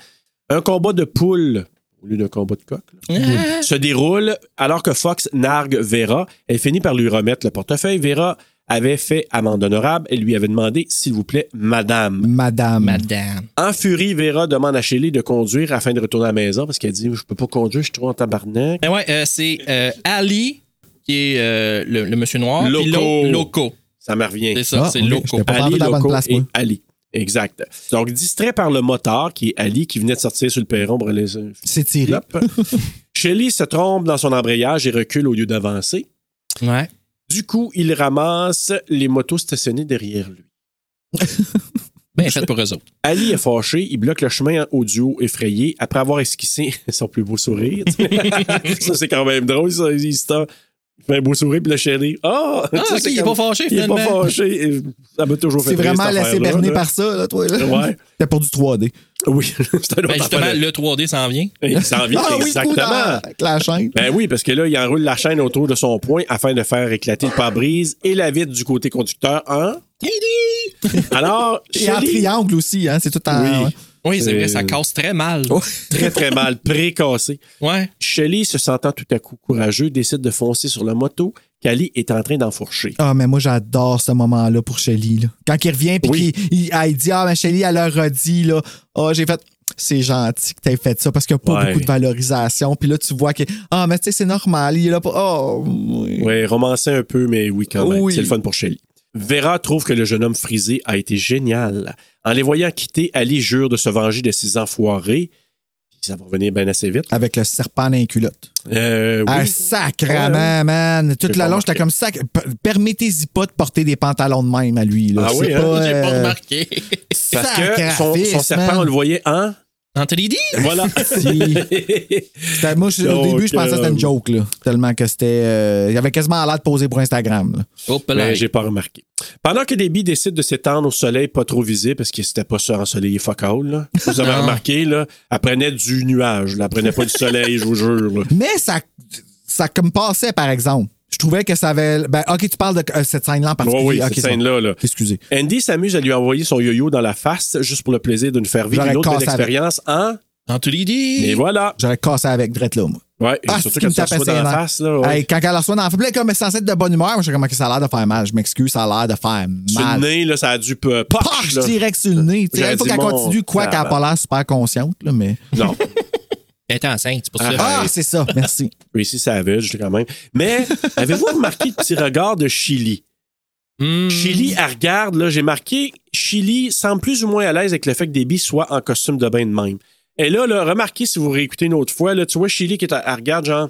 Un combat de poule, au lieu d'un combat de coq, là, Ah. se déroule alors que Fox nargue Vera. Elle finit par lui remettre le portefeuille. Vera avait fait amende honorable. Elle lui avait demandé, s'il vous plaît, madame. Madame. Madame. En furie, Vera demande à Shelley de conduire afin de retourner à la maison parce qu'elle dit Je peux pas conduire, je suis trop en tabarnak. Ben ouais, euh, c'est euh, Ali, qui est euh, le, le monsieur noir. puis Loco. l'autre, Loco. Ça me revient. C'est ça, Ah, c'est ok, Loco. j'étais pas- Ali, dans la bonne Loco place, et moi. Ali. Exact. Donc, distrait par le motard, qui est Ali, qui venait de sortir sur le perron pour aller. C'est tiré. Hop. Shelly se trompe dans son embrayage et recule au lieu d'avancer. Ouais. Du coup, il ramasse les motos stationnées derrière lui. Bien Ben, fait pour eux autres. Ali est fâché, il bloque le chemin au duo effrayé après avoir esquissé son plus beau sourire. ça, c'est quand même drôle, ça. Il se tend, il fait un beau sourire, puis le chéri. Ah! Ah, Ça, ok, c'est il est comme- pas fâché, Il est finalement. pas fâché. Et Ça m'a toujours fait C'est rire, vraiment cette laissé affaire-là, berner là. par ça, là, toi. Là. Ouais. C'était pour du 3D. Oui, c'est un Ben, autre justement, affaire. le 3D s'en vient. Il s'en vient, Ah oui, le coup exactement. dans- avec la chaîne. Ben oui, parce que là, il enroule la chaîne autour de son poing afin de faire éclater le pare-brise et la vitre du côté conducteur en. Alors, Et en Shelley- triangle aussi, hein, c'est tout en... Oui. ouais. Oui, c'est Euh, vrai, ça casse très mal. très très mal précassé. Ouais. Shelley, se sentant tout à coup courageux, décide de foncer sur la moto qu'Ali est en train d'enfourcher. Ah, mais moi, j'adore ce moment-là pour Shelly. là. Quand il revient, puis Oui. qu'il il- elle dit Ah, mais Shelly, elle leur a dit là, Ah, j'ai fait. C'est gentil que t'aies fait ça parce qu'il n'y a pas Ouais. beaucoup de valorisation. Puis là, tu vois que Ah, mais tu sais, c'est normal. Il est là pour. Oh, oui. Oui, romancé un peu, mais oui, quand même. Oui. C'est le fun pour Shelley. Vera trouve que le jeune homme frisé a été génial. En les voyant quitter, Ali jure de se venger de ses enfoirés. Ça va revenir bien assez vite. Avec le serpent dans les culottes. Euh, oui. Ah, Ah, sacrament, man. Toute J'ai la pas longe, t'as remarqué. comme ça. Permettez-y pas de porter des pantalons de même à lui. Là. Ah C'est oui, hein? pas, euh, remarqué. Parce que son, sacrifice, son serpent, man. on le voyait en. En 3D? Voilà. C'était- Moi, je- au Donc, début, je pensais que c'était euh, une joke, là. Tellement que c'était. euh, il avait quasiment l'air de poser pour Instagram. là. Hop là. Mais Ben, j'ai pas remarqué. Pendant que Debbie décide de s'étendre au soleil pas trop visé, parce que c'était pas ça ensoleillé fuck all, là. vous avez Non. remarqué, là, elle prenait du nuage, là, elle prenait pas du soleil, je vous jure. là. Mais ça, ça comme passait, par exemple. Je trouvais que ça avait. Ben, OK, tu parles de euh, cette scène-là en Ouais, particulier. oui, Ok, cette c'est bon. scène-là. Là. Excusez. Andy s'amuse à lui envoyer son yo-yo dans la face juste pour le plaisir de nous faire vivre J'aurais une autre belle cassé avec. expérience en. En 3D. Et voilà. J'aurais cassé avec Drette là, moi. Ouais, et Ah, surtout c'est quand qui ça me reçoit tapait dans la ses nerfs. face, là. ouais. Hey, quand elle reçoit dans la foulée, comme elle est censée être de bonne humeur, moi, je sais comment que ça a l'air de faire mal. Je m'excuse, ça a l'air de faire Sur le mal. nez, là, ça a dû. euh, poche, Poche là. direct sur le nez. Tu sais, J'aurais Il faut dit, qu'elle mon continue, quoi qu'elle n'a pas l'air super consciente, là, mais. Non. Elle était enceinte, c'est pour Ah, ça. Ah, c'est ça, merci. Tracy Savage, quand même. Mais avez-vous remarqué le petit regard de Chili? Hmm. ah. Chili, elle regarde, là, j'ai marqué, Chili semble plus ou moins à l'aise avec le fait que Debbie soit en costume de bain de même. Et là, là, remarquez si vous réécoutez une autre fois, là, tu vois Chili qui est à, elle regarde genre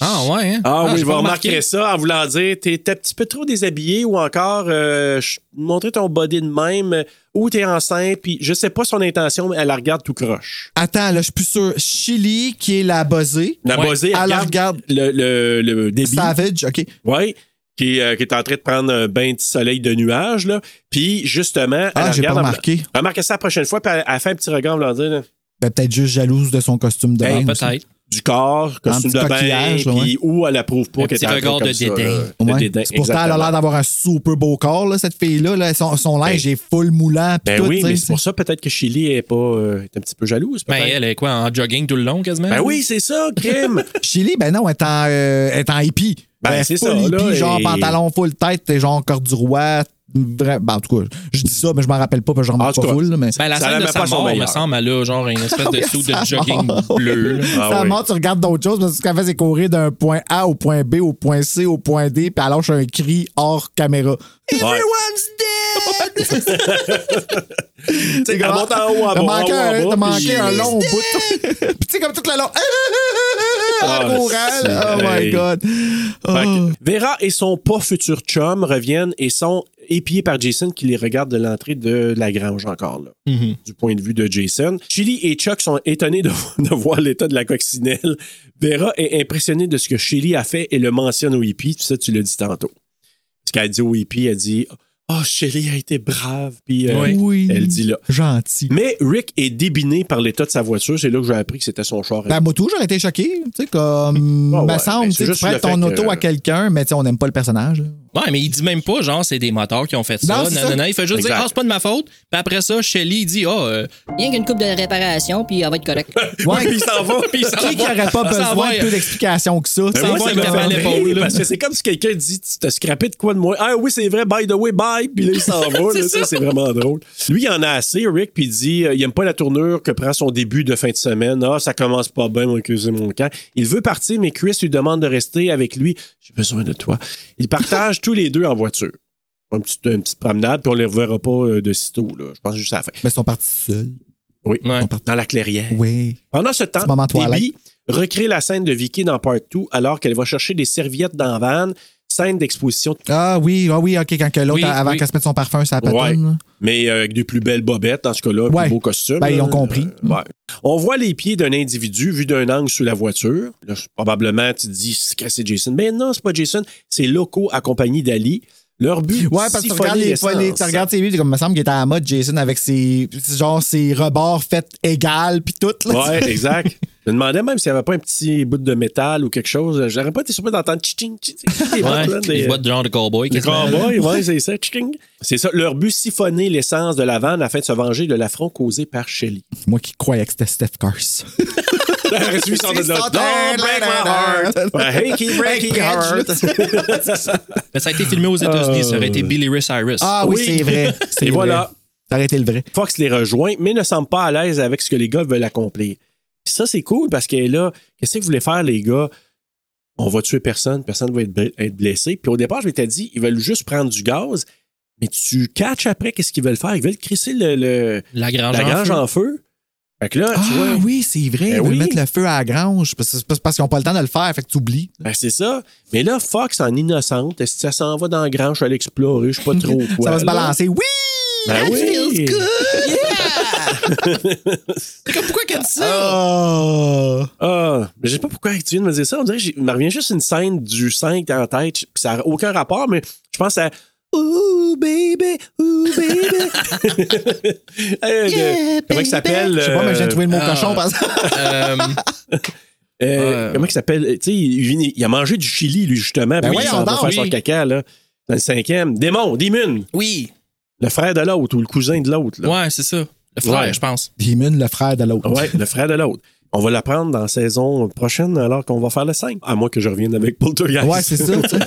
Ah, ouais, hein? Ah, oui, j'ai il va pas remarquer ça en voulant dire t'es t'es un petit peu trop déshabillé ou encore euh, ch- montrer ton body de même euh, ou t'es enceinte, puis je sais pas son intention, mais elle la regarde tout croche. Attends, là, je suis plus sûr. Chili, qui est la buzzée. La Ouais, buzzée, Elle elle, la regarde regarde. le, le, le Debbie. Savage, OK. Oui. Qui, euh, qui est en train de prendre un bain de soleil de nuages, là. Puis, justement, elle Ah, j'ai pas regarde. en- remarqué. Remarquez ça la prochaine fois, puis elle, elle fait un petit regard, en voulant dire, là, Ben, peut-être juste jalouse de son costume de Ah, bain. aussi. Peut-être. du corps, costume petit de bain, coquillage, là, puis où elle approuve pas Un qu'elle petit est en train regard comme de ça, dédain. là, de Ouais. dédain, C'est Pourtant, elle a exactement. l'air d'avoir un super beau corps, là, cette fille-là. là. Son, son linge est full moulant. pis Ben tout, oui, tu sais, mais c'est pour ça peut-être que Chili est pas euh, est un petit peu jalouse. Ben, peut-être. elle hein. est quoi, en jogging tout le long, quasiment? Ben oui, c'est ça, crime. Chili, ben non, elle est en, euh, elle est en hippie. Ben, Elle est c'est full ça, hippie, là, genre et- pantalon full tête, t'es genre encore du roi. Vra- Ben, en tout cas, je dis ça, mais je m'en rappelle pas, parce que En je remarque tout pas cas, full. là, mais... Ben, Ça la la scène de met sa pas son mort, me meilleur. semble, elle a genre une espèce de sou de Ça jogging mord. bleu. là. Ah ça oui. mort, tu regardes d'autres choses, parce que ce qu'elle fait, c'est courir d'un point A au point B, au point C, au point D, puis elle lâche un cri hors caméra. Ouais. Everyone's dead! Tu sais, elle monte en haut, en T'as bas, en haut, manqué, un, en bas, t'as puis- euh, manqué un long bout. Puis tu sais, comme tout le long. Ah, En courant, c'est là. Oh vrai. my God. Oh. Fait euh. que Vera et son pas futur chum reviennent et sont épiés par Jason qui les regarde de l'entrée de la grange encore, là, du point de vue de Jason. Chili et Chuck sont étonnés de, de voir l'état de la coccinelle. Vera est impressionnée de ce que Chili a fait et le mentionne aux hippies. Ça, tu l'as dit tantôt. Ce qu'elle dit aux hippies, elle dit « Oh, Chili a été brave. » Puis euh, Oui. elle dit là. Gentil. Mais Rick est débiné par l'état de sa voiture. C'est là que j'ai appris que c'était son char. Ben, moi, tout, j'aurais été choqué. Tu sais, comme. Ah ouais, me semble, mais tu c'est sais, tu juste le prêtes ton fait auto que- à quelqu'un, mais tu sais, on n'aime pas le personnage. là. Ouais, mais il dit même pas, genre, c'est des moteurs qui ont fait ça. Non, Non, c'est non, ça. non, Il fait juste Exact. dire, ah, c'est pas de ma faute. Puis après ça, Shelly, il dit, ah, euh, Rien qu'une coupe de réparation, puis elle va être correcte. Ouais. Puis il s'en va, puis il s'en Qui va. n'aurait pas Ça besoin va, de plus d'explications que ça? Ben Ça moi, va, ça ça me me fait fait mal rire, l'épaule, là. parce que c'est comme si quelqu'un dit Tu t'as scrappé de quoi de moi Ah oui, c'est vrai, by the way, bye. Puis là, il s'en va. là, ça, c'est vraiment drôle. Lui, il en a assez, Rick, puis il dit euh, Il aime pas la tournure que prend son début de fin de semaine. Ah, ça commence pas bien, mon cul, c'est mon camp. Il veut partir, mais Chris lui demande de rester avec lui. J'ai besoin de toi. Ils partagent tous les deux en voiture. Un petit- une petite promenade, puis on les reverra pas euh, de sitôt. Là. Je pense juste à la fin. Mais ils sont partis seuls. Oui, Ouais. on part dans la clairière. Oui. Pendant ce temps, Petit moment Debbie recréer la scène de Vicky dans Part 2 alors qu'elle va chercher des serviettes dans la vanne, scène d'exposition. Ah oui, ah oui, ok, quand que l'autre, Oui, avant oui. qu'elle se mette son parfum, ça patine. Ouais. là. Mais euh, avec des plus belles bobettes, dans ce cas-là, Ouais. plus beaux costumes. Ben, ils ont là. compris. Euh, ouais. On voit les pieds d'un individu vu d'un angle sous la voiture. Là, je- probablement, tu te dis, c'est que c'est Jason. Mais non, c'est pas Jason. C'est Loco accompagné d'Ali. Leur but, Ouais, parce que tu siphonner regardes les, l'essence. les- tu regardes ses vues, t'es comme, il me semble qu'il était à la mode, Jason, avec ses, genre, ses rebords faits égales, puis tout, là. Ouais, exact. Je me demandais même s'il n'y avait pas un petit bout de métal ou quelque chose. J'aurais pas été surpris d'entendre tching tching Les bottes, là, des- les boîtes de genre de cowboy. Les qui se mettent- cowboys, ouais, c'est ça. tching. C'est ça. Leur but, siphonner l'essence de la vanne afin de se venger de l'affront causé par Shelly. Moi qui croyais que c'était Steph Curse. Celui qui sort de là, Don't break my heart. Ouais, Hey, breaking heart. Mais ça a été filmé aux Euh, États-Unis. Ça aurait été Billy Ray Cyrus. Ah oui, Oui. c'est vrai. C'est Et vrai. voilà. Ça aurait été le vrai. Fox les rejoint, mais ne semble pas à l'aise avec ce que les gars veulent accomplir. Puis ça, c'est cool parce qu'elle est là. Qu'est-ce que vous voulez faire, les gars? On va tuer personne, personne ne va être bl- être blessé. Puis au départ, je m'étais dit, ils veulent juste prendre du gaz, mais tu catches après qu'est-ce qu'ils veulent faire. Ils veulent crisser le, le- La grange la en grange feu. en feu. Fait que là, Ah tu vois, oui, c'est vrai. Ben ils veulent oui. mettre le feu à la grange. parce que- c'est Parce qu'ils n'ont pas le temps de le faire, fait que tu oublies. ben, c'est ça. Mais là, Fox, en innocente, est-ce que ça s'en va dans la grange, je vais aller explorer, je sais pas trop quoi. ça va se là. balancer. Oui! Ben oui. Pourquoi qu'elle dit ça? Oh! Ah, mais je sais pas pourquoi tu viens de me dire ça. On dirait que j'ai- il me revient juste une scène du 5 en tête. puis Ça n'a aucun rapport, mais je pense à Ooh, baby, ooh, baby. Euh, de- comment il s'appelle? Je sais pas, mais je viens de trouver le mot euh, cochon. Parce... Ah. Euh, euh, Ouais. Comment il s'appelle? Euh, Tu sais, il, vient- il a mangé du chili, lui, justement. Ben puis il voyons s'en va donc, faire oui. son caca, là. Dans le cinquième. Démon, Demon. oui. Le frère de l'autre ou le cousin de l'autre. là. Ouais, c'est ça. Le frère, Ouais. je pense. Demon, le frère de l'autre. Ouais, le frère de l'autre. On va l'apprendre dans la saison prochaine alors qu'on va faire le 5. À moins que je revienne avec Poltergeist. Ouais, c'est ça. tu sais.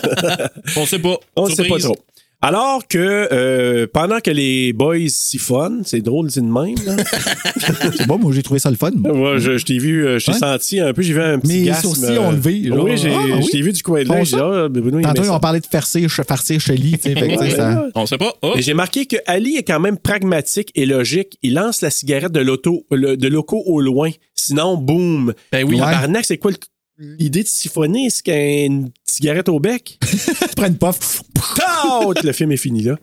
On sait pas. On ne sait pas Surprise. trop. Alors que euh, pendant que les boys siphonnent, c'est drôle dit de même. là. Je sais pas, moi, j'ai trouvé ça le fun. moi. Moi, je, je t'ai vu, euh, je t'ai Ouais. senti un peu, j'ai vu un petit Mes gasme, sourcils euh, ont levé, genre. Oui, j'ai- Ah, oui. je t'ai vu du coin de Font l'œil. j'ai dit, ça? Ah, Bruno, il Tantôt, aimait ils ont ça. parlé de farcir, ch- farcir Shelly. tu sais, fait que, tu sais, ça- On sait pas. Oh. Mais j'ai marqué que Ali est quand même pragmatique et logique. Il lance la cigarette de l'auto, le- de loco au loin. Sinon, boum. Ben oui. Ouais. Tabarnak, c'est quoi le- l'idée de siphonner? C'est qu'une cigarette au bec? Prends une puff. Taut! le film est fini là.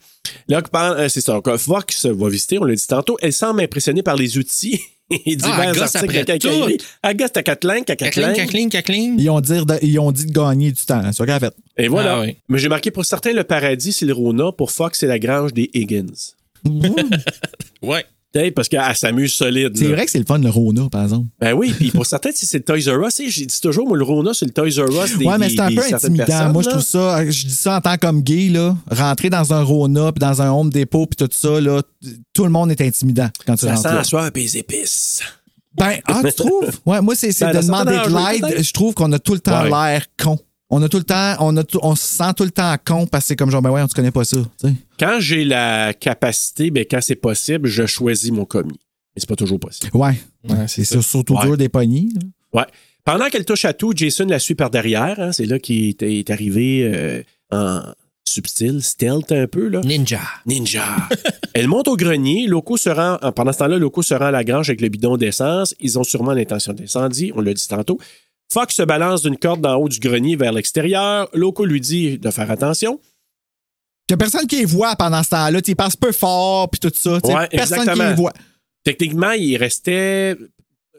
Là, que par- euh, c'est ça. Donc, Fox va visiter, on l'a dit tantôt. Elle semble impressionnée par les outils. Il dit Ah, vers Agathe, après tout. Agathe, t'as quatre links, t'as quatre Cacling, links. cacling, cacling. Ils ont, dit de, ils ont dit de gagner du temps. C'est fait. Et voilà. Ah oui. Mais j'ai marqué pour certains, le paradis, c'est le Rona. Pour Fox, c'est la grange des Higgins. Ouais. Hey, parce qu'elle s'amuse solide. C'est là. vrai que c'est le fun, le Rona, par exemple. Ben oui, puis pour certains, tu sais, c'est le Toys R Us. Tu sais, J'ai dit toujours, moi, le Rona, c'est le Toys R Us des ouais, mais des- c'est un des peu certaines intimidant. personnes, Moi, je là. trouve ça, je dis ça en tant comme gay, là, rentrer dans un Rona, puis dans un Home Depot, puis tout ça, là, t- tout le monde est intimidant quand tu Ça rentres sent là. la soif et les épices. Ben, ah, tu trouves? Ouais, moi, c'est c'est Ben, de dans demander certaines heures, de l'aide. peut-être. Je trouve qu'on a tout le temps Ouais. l'air con. On a tout le temps, on, a tout- on se sent tout le temps con parce que c'est comme genre, ben ouais, on ne connaît pas ça. tu sais. Quand j'ai la capacité, ben quand c'est possible, je choisis mon commis. Mais c'est pas toujours possible. Ouais. Ouais, c'est ça, surtout Ouais. dur des poignées. là. Pendant qu'elle touche à tout, Jason la suit par derrière. hein. C'est là qu'il est, est arrivé euh, en subtil, stealth un peu. Là. Ninja. Ninja. Elle monte au grenier. Loco se rend, en- pendant ce temps-là, Loco se rend à la grange avec le bidon d'essence. Ils ont sûrement l'intention d'incendie, on l'a dit tantôt. Fox se balance d'une corde d'en haut du grenier vers l'extérieur. Loco lui dit de faire attention. Il n'y a personne qui les voit pendant ce temps-là. Tu passe peu fort, puis tout ça. tu sais. Ouais, personne qui exactement. les voit. Techniquement, il restait,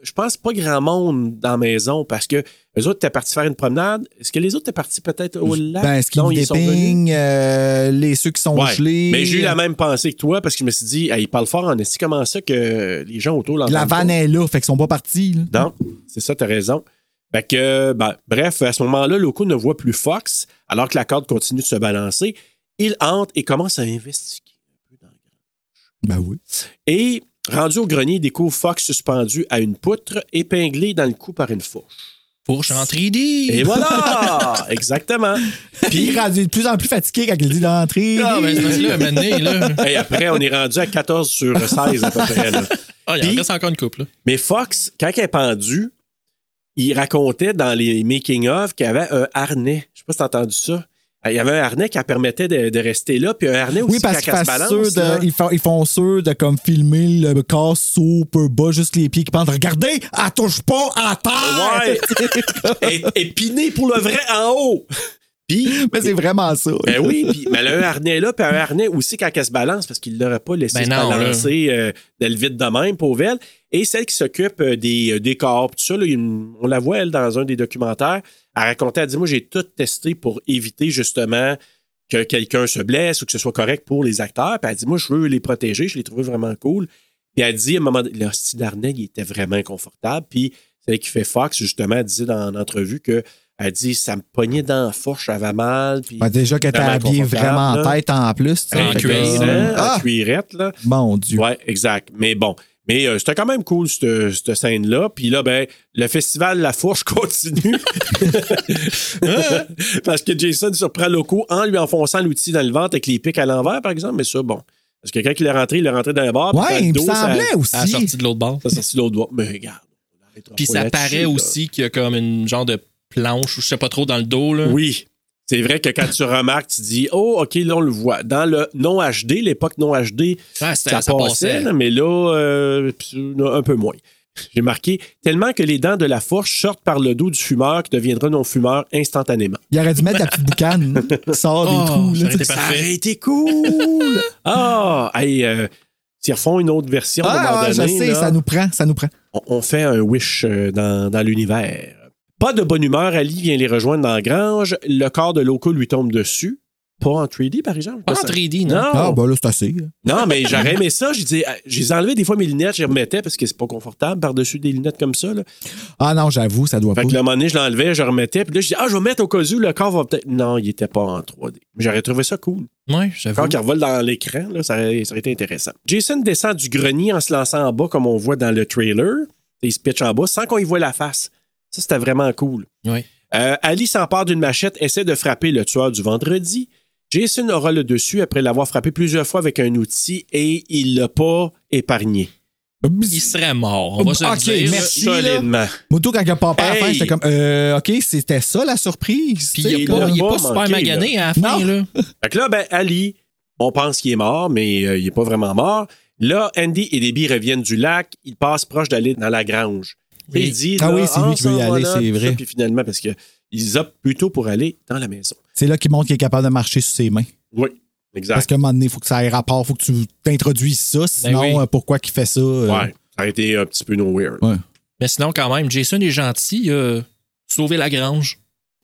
je pense, pas grand monde dans la maison parce que les autres étaient partis faire une promenade. Est-ce que les autres étaient partis peut-être au lac? Ben, ce qui Non, ils sont venus. dépigne, euh, les ceux qui sont Ouais, gelés. Mais j'ai eu la même pensée que toi parce que je me suis dit, hey, il parle fort en esti, comment ça que les gens autour l'entendent? La pas? vanne est là, fait qu'ils sont pas partis. là. Non, c'est ça, t'as raison. Fait que, ben, bref, à ce moment-là, Loco ne voit plus Fox alors que la corde continue de se balancer. Il entre et commence à investiguer. Ben oui. Et, rendu au grenier, il découvre Fox suspendu à une poutre, épinglé dans le cou par une fourche. Fourche en 3D. Et voilà! Exactement. Puis il est rendu de plus en plus fatigué quand il dit l'entrée. Ah, ben, c'est parce que là, un moment donné, là. Et après, on est rendu à 14 sur 16 à peu près. là. Ah, il en Puis- reste encore une couple, là. Mais Fox, quand il est pendu, il racontait dans les making-of qu'il avait un harnais. Je sais pas si t'as entendu ça. Il y avait un harnais qui permettait de, de rester là, puis un harnais aussi Oui, parce qui qu'ils fassent balance. ceux de- là. ils, font, ils font ceux de comme filmer le corps super bas, juste les pieds qui pendent. Regardez, elle touche pas à terre! Ouais. É- Épiné pour le vrai en haut. Puis, Mais c'est vraiment ça. ben oui, puis, mais elle a un harnais là, puis un harnais aussi quand elle se balance, parce qu'il ne l'aurait pas laissé Ben se non, là. balancer euh, dans le vide de même, pauvre elle. Et celle qui s'occupe euh, des, euh, des corps, puis tout ça, là, il y a une- on la voit, elle, dans un des documentaires, elle racontait, elle dit, moi, j'ai tout testé pour éviter, justement, que quelqu'un se blesse ou que ce soit correct pour les acteurs. Puis elle dit, moi, je veux les protéger, je les trouvais vraiment cool. Puis elle dit, à un moment donné, le style d'harnais, il était vraiment inconfortable. Puis celle qui fait Fox, justement, elle disait dans l'entrevue que, elle dit, ça me pognait dans la fourche, j'avais mal. Puis Ben, déjà que t'es Vraiment habillé confortable, vraiment en là. tête en plus. tu sais, En fait que- cuir, Hein, Ah, en cuirette, là. mon Dieu. Ouais, exact. Mais bon. Mais euh, c'était quand même cool, cette, euh, cette scène-là. Puis là, ben, le festival La Fourche continue. Parce que Jason surprend Loco en lui enfonçant l'outil dans le ventre avec les pics à l'envers, par exemple. Mais ça, bon. Parce que quand il est rentré, il est rentré dans le bar. puis dans Ouais, le il me dos, ça- semblait à la sortie aussi. de l'autre bord. Ça, sortit l'autre doigt. Mais regarde. on arrêtera Puis pas ça là-dessus, paraît là. aussi qu'il y a comme une genre de planche ou je sais pas trop dans le dos. Là. Oui. C'est vrai que quand tu remarques, tu dis Oh, OK, là, on le voit. Dans le non HD, l'époque non HD, Ah, ça, passait, là, mais là, euh, pis, euh, un peu moins. J'ai marqué tellement que les dents de la fourche sortent par le dos du fumeur qui deviendra non-fumeur instantanément. Il aurait dû mettre la petite boucane hein, qui sort Oh, des trous. ça là, aurait été tu sais. parfait. Ah, aurait été cool! ah! Hey, euh, s'ils refont une autre version, à un moment Ah, ouais, je donné, sais, là, ça nous prend, ça nous prend. on, on fait un wish euh, dans, dans l'univers. Pas de bonne humeur, Ali vient les rejoindre dans la grange. Le corps de Loco lui tombe dessus. Pas en 3D, par exemple? Pas en Ça- 3D, non. Non! Ah, bah là, c'est assez. là. Non, mais j'aurais aimé ça. J'ai dit- ah, j'ai enlevé des fois mes lunettes, je les remettais parce que c'est pas confortable par-dessus des lunettes comme ça. Là. Ah non, j'avoue, ça doit Fait pas. que là, à un moment donné, je l'enlevais, je remettais. Puis là, je dis, ah, je vais mettre au cas où, le corps va peut-être. Non, il était pas en 3D. Mais j'aurais trouvé ça cool. Ouais, Le j'avoue. corps qui revole dans l'écran, là, ça, aurait, ça aurait été intéressant. Jason descend du grenier en se lançant en bas, comme on voit dans le trailer. Et il se pitch en bas sans qu'on y voit la face. Ça, c'était vraiment cool. Ouais. Euh, Ali s'empare d'une machette, essaie de frapper le tueur du vendredi. Jason aura le dessus après l'avoir frappé plusieurs fois avec un outil et il l'a pas épargné. Il serait mort. On va se le Ok, dire. merci. Si, là. solidement. Moto, quand il a popé à la fin, Hey! j'étais comme, euh, OK, c'était ça la surprise. tu Puis sais, il n'est pas, là. il est l'a pas pas super manqué, magané à la fin. Non. Là. Fait que là, ben, Ali, on pense qu'il est mort, mais euh, il n'est pas vraiment mort. Là, Andy et Debbie reviennent du lac. Ils passent proche d'aller dans la grange. Oui. Il dit, Ah là, oui, c'est lui on qui veut s'en y va aller, là, c'est puis vrai. ça, Puis finalement, parce qu'ils optent plutôt pour aller dans la maison. C'est là qu'il montre qu'il est capable de marcher sur ses mains. Oui, exact. Parce qu'à un moment donné, il faut que ça ait rapport, il faut que tu t'introduises ça, sinon oui. euh, pourquoi qu'il fait ça? euh, Ouais, ça a été un petit peu nowhere. Ouais. Mais sinon, quand même, Jason est gentil. Il a sauvé la grange.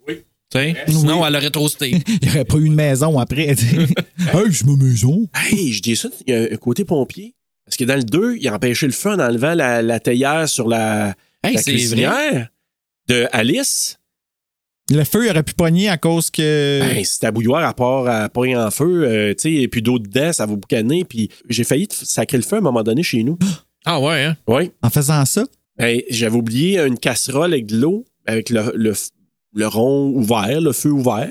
Oui. Tu sais, Sinon, elle aurait trop cité. Il n'y aurait pas eu une maison après. tu sais. hey, je me maison. Hey, je dis ça, il y a un côté pompier. Parce que dans le 2, il a empêché le feu en enlevant la, la théière sur la, Hey, la c'est vrai. cuisinière de Alice. Le feu, il aurait pu pogner à cause que. Ben, si ta bouilloire à part à pogne en feu, euh, tu sais, et puis d'eau dedans, ça va boucaner. Puis j'ai failli te sacrer le feu à un moment donné chez nous. Ah ouais, hein? Oui. En faisant ça, Ben, J'avais oublié euh, une casserole avec de l'eau, avec le, le, f- le rond ouvert, le feu ouvert.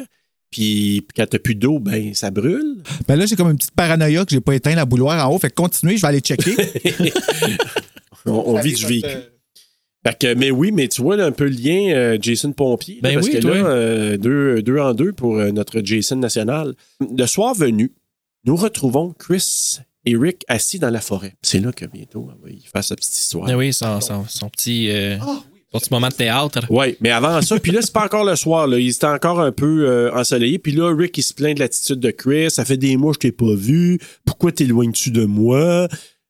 Puis puis quand t'as plus d'eau, ben ça brûle. ben là, j'ai comme une petite paranoïa que j'ai pas éteint la bouloire en haut. Fait que continuez, je vais aller checker. On, on vit du vécu. Fait que, mais oui, mais tu vois là, un peu le lien euh, Jason Pompier. là, Ben parce oui, que toi. là, euh, deux, deux en deux pour euh, notre Jason national. Le soir venu, nous retrouvons Chris et Rick assis dans la forêt. C'est là que bientôt il va y faire sa petite histoire. Ah oui, son, son- son petit, euh, Ah, son petit moment de théâtre. Oui, mais avant ça, puis là, c'est pas encore le soir. Là. Il était encore un peu euh, ensoleillé. Puis là, Rick, il se plaint de l'attitude de Chris. Ça fait des mois que je t'ai pas vu. Pourquoi t'éloignes-tu de moi?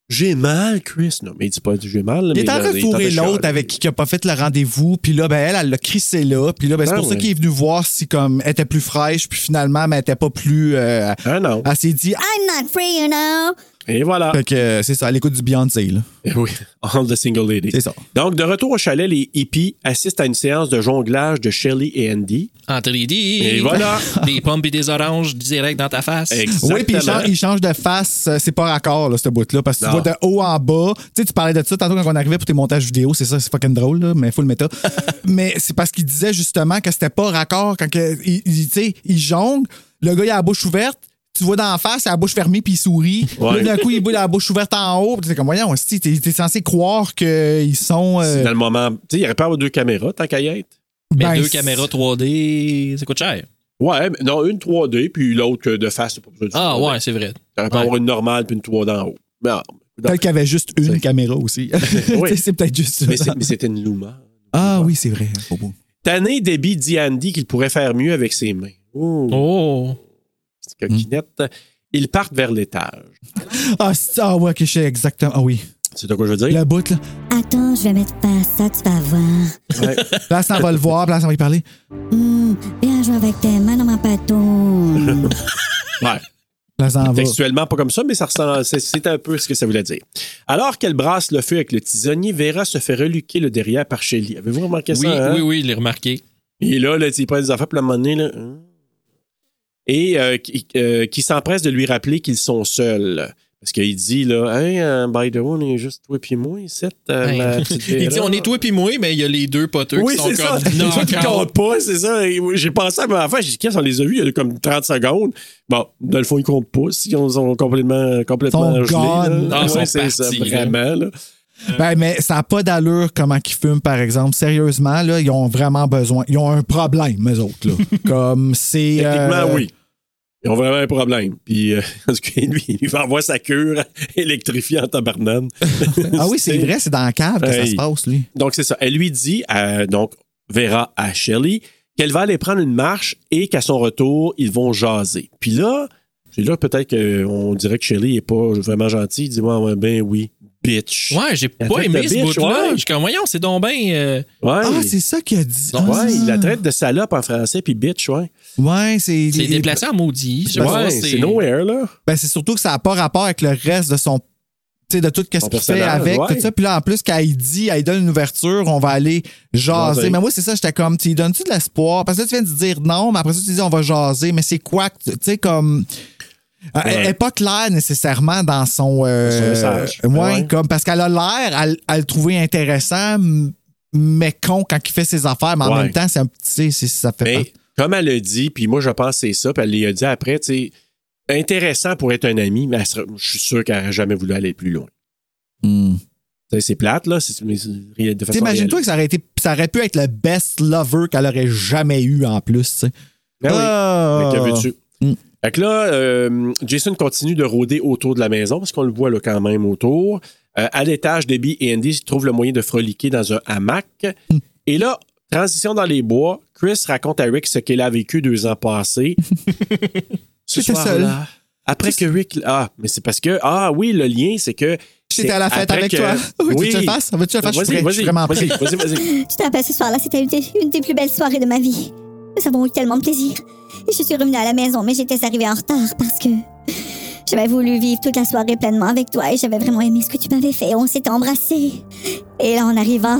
J'ai mal, Chris. Non, mais il dit pas j'ai mal. Il est en train de fourrer l'autre avec qui il a pas fait le rendez-vous. Puis là, ben, elle, elle l'a crissé là. Puis là, ben, c'est Ah pour ça ouais. qu'il est venu voir si comme elle était plus fraîche. Puis finalement, mais elle était pas plus. euh, Ah non. elle s'est dit. I'm not free, you know. Et voilà. Ah. Fait que euh, c'est ça, à l'écoute du Beyoncé, là. Eh Oui, All the Single Lady. C'est ça. Donc, de retour au chalet, les hippies assistent à une séance de jonglage de Shirley et Andy. En 3D. Et voilà. Des pommes et des oranges direct dans ta face. Exactement. Oui, puis il change, il change de face, euh, c'est pas raccord, là, ce bout-là, parce que Non. tu vois de haut en bas. Tu sais, tu parlais de ça tantôt quand on arrivait pour tes montages vidéo, c'est ça, c'est fucking drôle, là, mais full méta. mais c'est parce qu'il disait justement que c'était pas raccord quand que- il, il- tu sais, il jongle, le gars, il a la bouche ouverte. Tu vois d'en face, il a la bouche fermée puis il sourit. Ouais. Là, d'un coup, il boit la bouche ouverte en haut. Puis t'es comme, voyons, hostie, t'es t'es censé croire qu'ils sont. euh, C'est dans le moment. Tu sais, il aurait pas avoir deux caméras, tant qu'à y être. Mais ben, deux caméras 3D, ça coûte cher. Ouais, mais non, une 3D, puis l'autre euh, de face. c'est Pas besoin de Ah 3D. ouais, c'est vrai. T'aurais pu avoir une normale, puis une 3D en haut. Mais, ah, non. Peut-être qu'il y avait juste une C'est- caméra aussi. Tu sais, c'est peut-être juste Mais ça. c'est- mais c'était une Luma. Ah oui, c'est vrai. Pas beau. Tanné Debbie dit à Andy qu'il pourrait faire mieux avec ses mains. Ouh, Oh. petite coquinette. Ils partent vers l'étage. Ah, c'est- ah ouais, que je sais exactement. Ah oui. C'est de quoi je veux dire? La bout, là. Attends, je vais mettre faire ça, tu vas voir. Ouais. Là, ça va le voir, puis là, ça va y parler. Hum, viens jouer avec tes mains dans mon pâteau. Ouais. Là, ça en va. Textuellement, pas comme ça, mais ça ressemble, c'est, c'est un peu ce que ça voulait dire. Alors qu'elle brasse le feu avec le tisonnier, Vera se fait reluquer le derrière par Shelly. Avez-vous remarqué Oui, ça? hein? oui, oui, je l'ai remarqué. Et là, là, tu sais, il prend des affaires, puis à un moment donné, là, hein? Et euh, qui, euh, qui s'empresse de lui rappeler qu'ils sont seuls. Parce qu'il dit, là, hey, euh, by the way, on est juste toi puis moi, ici, euh, Hey. ma petite Il dit Vera. on est toi puis moi, mais il y a les deux poteux Oui, qui sont c'est ça. comme C'est ça qui knock-out. compte pas, c'est ça. Et oui, J'ai pensé à ma affaire, j'ai dit, qu'est-ce qu'on les a vus il y a comme 30 secondes. Bon, dans le fond, ils comptent pas. Si on sont complètement, complètement Sont gelés, là. gone. Ah, Ouais, ils sont c'est ça, partis, là. vraiment. là. Ben, mais ça n'a pas d'allure comment qu'ils fument, par exemple. Sérieusement, là, ils ont vraiment besoin. Ils ont un problème, eux autres, là. Comme c'est. euh, Techniquement, oui. Ils ont vraiment un problème. Puis, euh, parce que lui, il va avoir sa cure électrifiée en tabarnane. Ah oui, c'est vrai, c'est dans la cave que ça Hey. se passe, lui. Donc, c'est ça. Elle lui dit, à- donc, Vera à Shirley, qu'elle va aller prendre une marche et qu'à son retour, ils vont jaser. Puis là, c'est là peut-être qu'on dirait que Shirley n'est pas vraiment gentille. Il dit, ouais, ouais, ben oui, bitch. Ouais, j'ai La pas traite aimé de ce bitch, bout-là. ouais. Je suis comme, voyons, c'est donc bien. euh, Ouais. Ah, c'est ça qu'il a dit. Non, Ah. Ouais, il la traite de salope en français, puis bitch, ouais. Ouais, c'est. c'est déplacé en maudit. Je sais pas, Ouais, c'est nowhere, là. Ben, c'est surtout que ça n'a pas rapport avec le reste de son. Tu sais, de tout ce Son qu'il fait personnage, avec, ouais. tout ça. Puis là, en plus, quand il dit, elle donne une ouverture, on va aller jaser. Jaser. Mais moi, c'est ça, j'étais comme, tu lui donnes-tu de l'espoir? Parce que là, tu viens de dire non, mais après ça, tu dis, on va jaser. Mais c'est quoi? que Tu tu sais, comme. Euh, Elle n'est pas claire nécessairement dans son, euh, Son message. ouais, Ouais. comme parce qu'elle a l'air à, l- à le trouver intéressant, m- mais con quand il fait ses affaires, mais en Ouais. même temps, c'est un petit, c'est- ça fait Mais comme elle le dit, puis moi, je pense que c'est ça, puis elle lui a dit après, tu sais, intéressant pour être un ami, mais elle sera- je suis sûr qu'elle n'aurait jamais voulu aller plus loin. pas. Hmm. Tu sais, C'est plate, là. C'est, mais c'est ré- de façon T'imagines-toi que ça aurait, été, ça aurait pu être le best lover qu'elle aurait jamais eu en plus. tu sais. Ben oui. Ah! Mais que veux-tu? Mm. Fait que là, euh, Jason continue de rôder autour de la maison parce qu'on le voit là, quand même autour. Euh, à l'étage, Debbie et Andy trouvent le moyen de froliquer dans un hamac. Mm. Et là, transition dans les bois, Chris raconte à Rick ce qu'il a vécu deux ans passés. Ce J'étais soir-là, seul. Après que Rick. Ah, mais c'est parce que. Ah oui, le lien, c'est que. c'est J'étais à la fête après avec que- toi. Oui. Oui, Tu veux que je le fasse? Veux-tu que je le fasse? Je suis Vas-y, prêt. Je vas-y, suis vraiment prêt. vas-y, vas-y, vas-y. Je te rappelle ce soir-là, c'était une, des- une des plus belles soirées de ma vie. Nous avons eu tellement de plaisir. Je suis revenue à la maison, mais j'étais arrivée en retard parce que j'avais voulu vivre toute la soirée pleinement avec toi et j'avais vraiment aimé ce que tu m'avais fait. On s'était embrassés. Et là, en arrivant,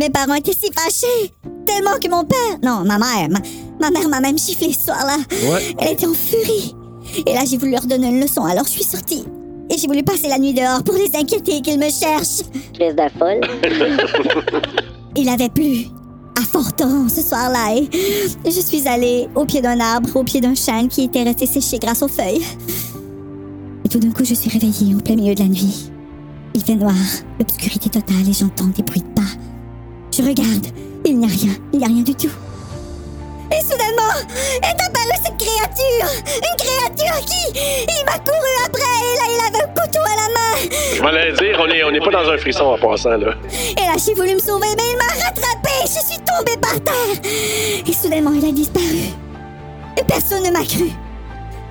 mes parents étaient si fâchés. Tellement que mon père. Non, ma mère. Ma, ma mère m'a même giflé ce soir-là. Ouais. Elle était en furie. Et là, j'ai voulu leur donner une leçon, alors je suis sortie. Et j'ai voulu passer la nuit dehors pour les inquiéter qu'ils me cherchent. Crise de folle. Il avait plu à fort temps ce soir-là et je suis allée au pied d'un arbre, au pied d'un chêne qui était resté séché grâce aux feuilles. Et tout d'un coup, je suis réveillée en plein milieu de la nuit. Il fait noir, l'obscurité totale et j'entends des bruits de pas. Je regarde, il n'y a rien, il n'y a rien du tout. Et soudainement, est apparue cette créature Une créature qui Il m'a couru après et là, il avait un couteau à la main Je voulais dire, on n'est on est pas dans un frisson en passant, là. et là, j'ai voulu me sauver, mais il m'a rattrapé. Je suis tombée par terre. Et soudainement, il a disparu. Et personne ne m'a cru.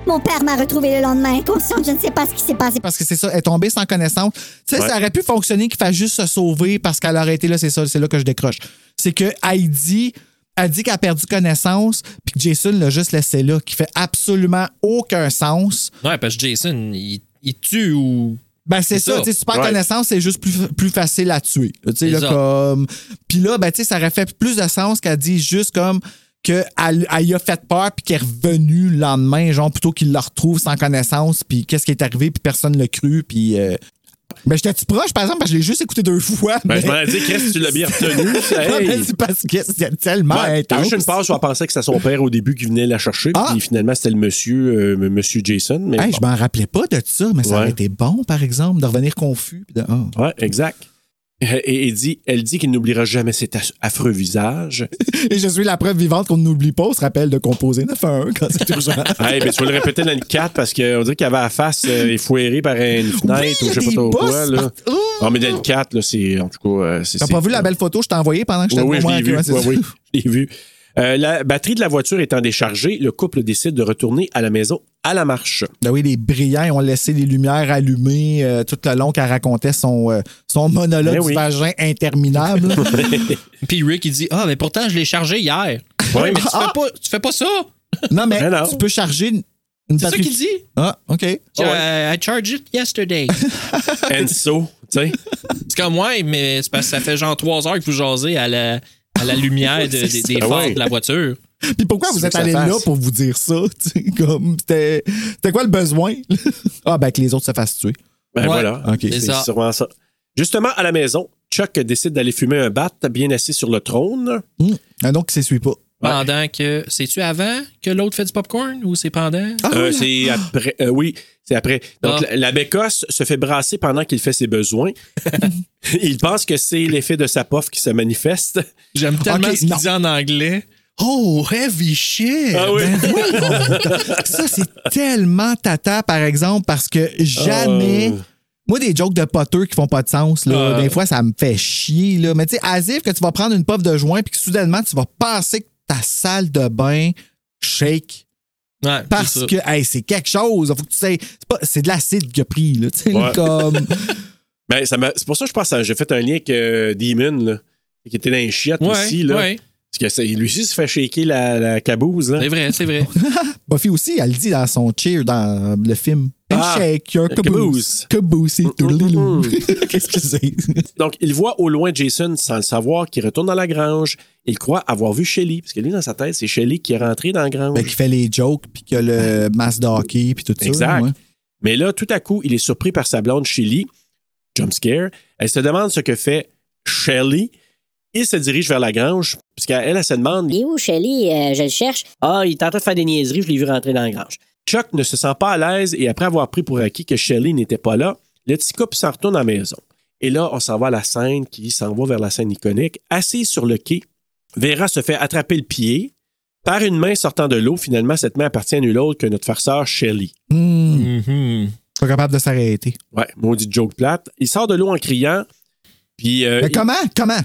Mon père m'a retrouvée le lendemain, inconsciente. Je ne sais pas ce qui s'est passé. Parce que c'est ça, elle est tombée sans connaissance. Tu sais, Ouais. ça aurait pu fonctionner qu'il fasse juste se sauver parce qu'elle aurait été là, c'est ça, c'est là que je décroche. C'est que Heidi a dit qu'elle a perdu connaissance, puis que Jason l'a juste laissé là, qui fait absolument aucun sens. Ouais, parce que Jason, il, il tue ou. Ben, c'est C'est ça. ça. tu sais, Si tu perds Ouais. connaissance, c'est juste plus, plus facile à tuer. Tu sais, là, Exact. comme. Puis là, ben, tu sais, ça aurait fait plus de sens qu'elle dit juste comme qu'elle elle y a fait peur puis qu'elle est revenue le lendemain, genre, plutôt qu'il la retrouve sans connaissance, puis qu'est-ce qui est arrivé, puis personne ne l'a cru, puis. euh, Ben, j'étais-tu proche, par exemple, parce que je l'ai juste écouté deux fois. Ben, mais- je m'en dis, Chris, tu l'as bien retenu. ça, Non, hey. mais c'est parce que c'est tellement Ouais, t'as intense. juste une passe où elle pensait que c'était son père au début qui venait la chercher, Ah! puis finalement c'était le monsieur, euh, monsieur Jason. Mais Hey, bon. je m'en rappelais pas de ça, mais ça Ouais. aurait été bon, par exemple, de revenir confus. puis de- oh. Ouais, exact. Et, et dit, elle dit qu'il n'oubliera jamais cet aff- affreux visage. Et je suis la preuve vivante qu'on n'oublie pas, on se rappelle de composer 9 à 1 quand c'est urgent. hey, ben, tu vas le répéter dans le 4 parce qu'on dirait qu'elle avait la face euh, effouérée par une fenêtre Oui, ou je sais il y pas trop a des quoi. bosses Là. partout. Non, mais dans le 4, là, c'est. En tout cas, euh, c'est. T'as c'est- pas vu la belle photo que je t'ai envoyée pendant que j'étais Oui, oui, au je moins l'ai vu. avec moi, c'est Oui, ça. oui, je l'ai vu. Euh, la batterie de la voiture étant déchargée, le couple décide de retourner à la maison à la marche. Ben oui, les brillants ils ont laissé les lumières allumées euh, tout le long qu'elle racontait son, euh, son monologue Ben du oui. vagin interminable. Puis Rick, il dit Ah, mais pourtant, je l'ai chargé hier. Oui, mais tu, Ah! fais pas, tu fais pas ça. non, mais Ben non. tu peux charger une, une C'est ça batterie. qu'il dit. Euh, Ah, OK. I, I charged it yesterday. And so, tu sais. c'est comme, ouais, mais c'est parce que ça fait genre trois heures que vous jasez à la, à la lumière de- des, des Ah phares ouais. de la voiture. Puis pourquoi Tu vous veux êtes que ça allé fasse? là pour vous dire ça? tu sais, comme, C'était c'était quoi le besoin? ah, ben que les autres se fassent tuer. Ben Ouais. voilà. OK. C'est C'est ça. sûrement ça. Justement, à la maison, Chuck décide d'aller fumer un bat bien assis sur le trône. Hum, Un autre qui s'essuie pas. Pendant que. C'est-tu avant que l'autre fait du popcorn ou c'est pendant? Ah, Euh, c'est après. euh, oui, c'est après. Donc, Ah. la, la bécosse se fait brasser pendant qu'il fait ses besoins. Il pense que c'est l'effet de sa pof qui se manifeste. J'aime tellement Ok, ce qu'il non. dit en anglais. Oh, heavy Eh shit! Ah oui. Ben, Ça, c'est tellement tata, par exemple, parce que jamais. Oh. Moi, des jokes de poteux qui font pas de sens, là, Ah. des fois, ça me fait chier. Là. Mais tu sais, asif que tu vas prendre une puff de joint puis que soudainement, tu vas penser que ta salle de bain shake Ouais, c'est parce ça. que hey, c'est quelque chose. Faut que tu sais, c'est, pas- c'est de l'acide qu'il a pris. Là, tu sais, Ouais. comme, Ben, ça m'a- c'est pour ça que je pense que j'ai fait un lien avec euh, Demon, là, qui était dans les chiottes Ouais, aussi. Là, ouais. Parce que c'est- lui aussi se fait shaker la, la cabouse. là. C'est vrai, c'est vrai. Buffy aussi, elle le dit dans son cheer dans le film. And Ah, Mm, shake your caboose. Caboose. et toulilou. Qu'est-ce que c'est? Donc, il voit au loin Jason sans le savoir qui retourne dans la grange. Il croit avoir vu Shelly. Parce que lui, dans sa tête, c'est Shelly qui est rentré dans la grange. Ben, qui fait les jokes, puis que le masque de hockey, puis tout ça. Exact. ouais. Mais là, tout à coup, il est surpris par sa blonde Shelly. Jump scare. Elle se demande ce que fait Shelly. Il se dirige vers la grange. Parce qu'elle, elle, elle se demande. Il est où, Shelly? Euh, je le cherche. Ah, il est en train de faire des niaiseries, je l'ai vu rentrer dans la grange. Chuck ne se sent pas à l'aise et après avoir pris pour acquis que Shelly n'était pas là, le petit couple s'en retourne à la maison. Et là, on s'en va à la scène qui s'en va vers la scène iconique. Assise sur le quai, Vera se fait attraper le pied par une main sortant de l'eau. Finalement, cette main appartient à nul autre que notre farceur Shelly. Hmm, Mhm. Pas capable de s'arrêter. Ouais, maudit joke plate. Il sort de l'eau en criant. Puis. euh, Mais il- comment? Comment?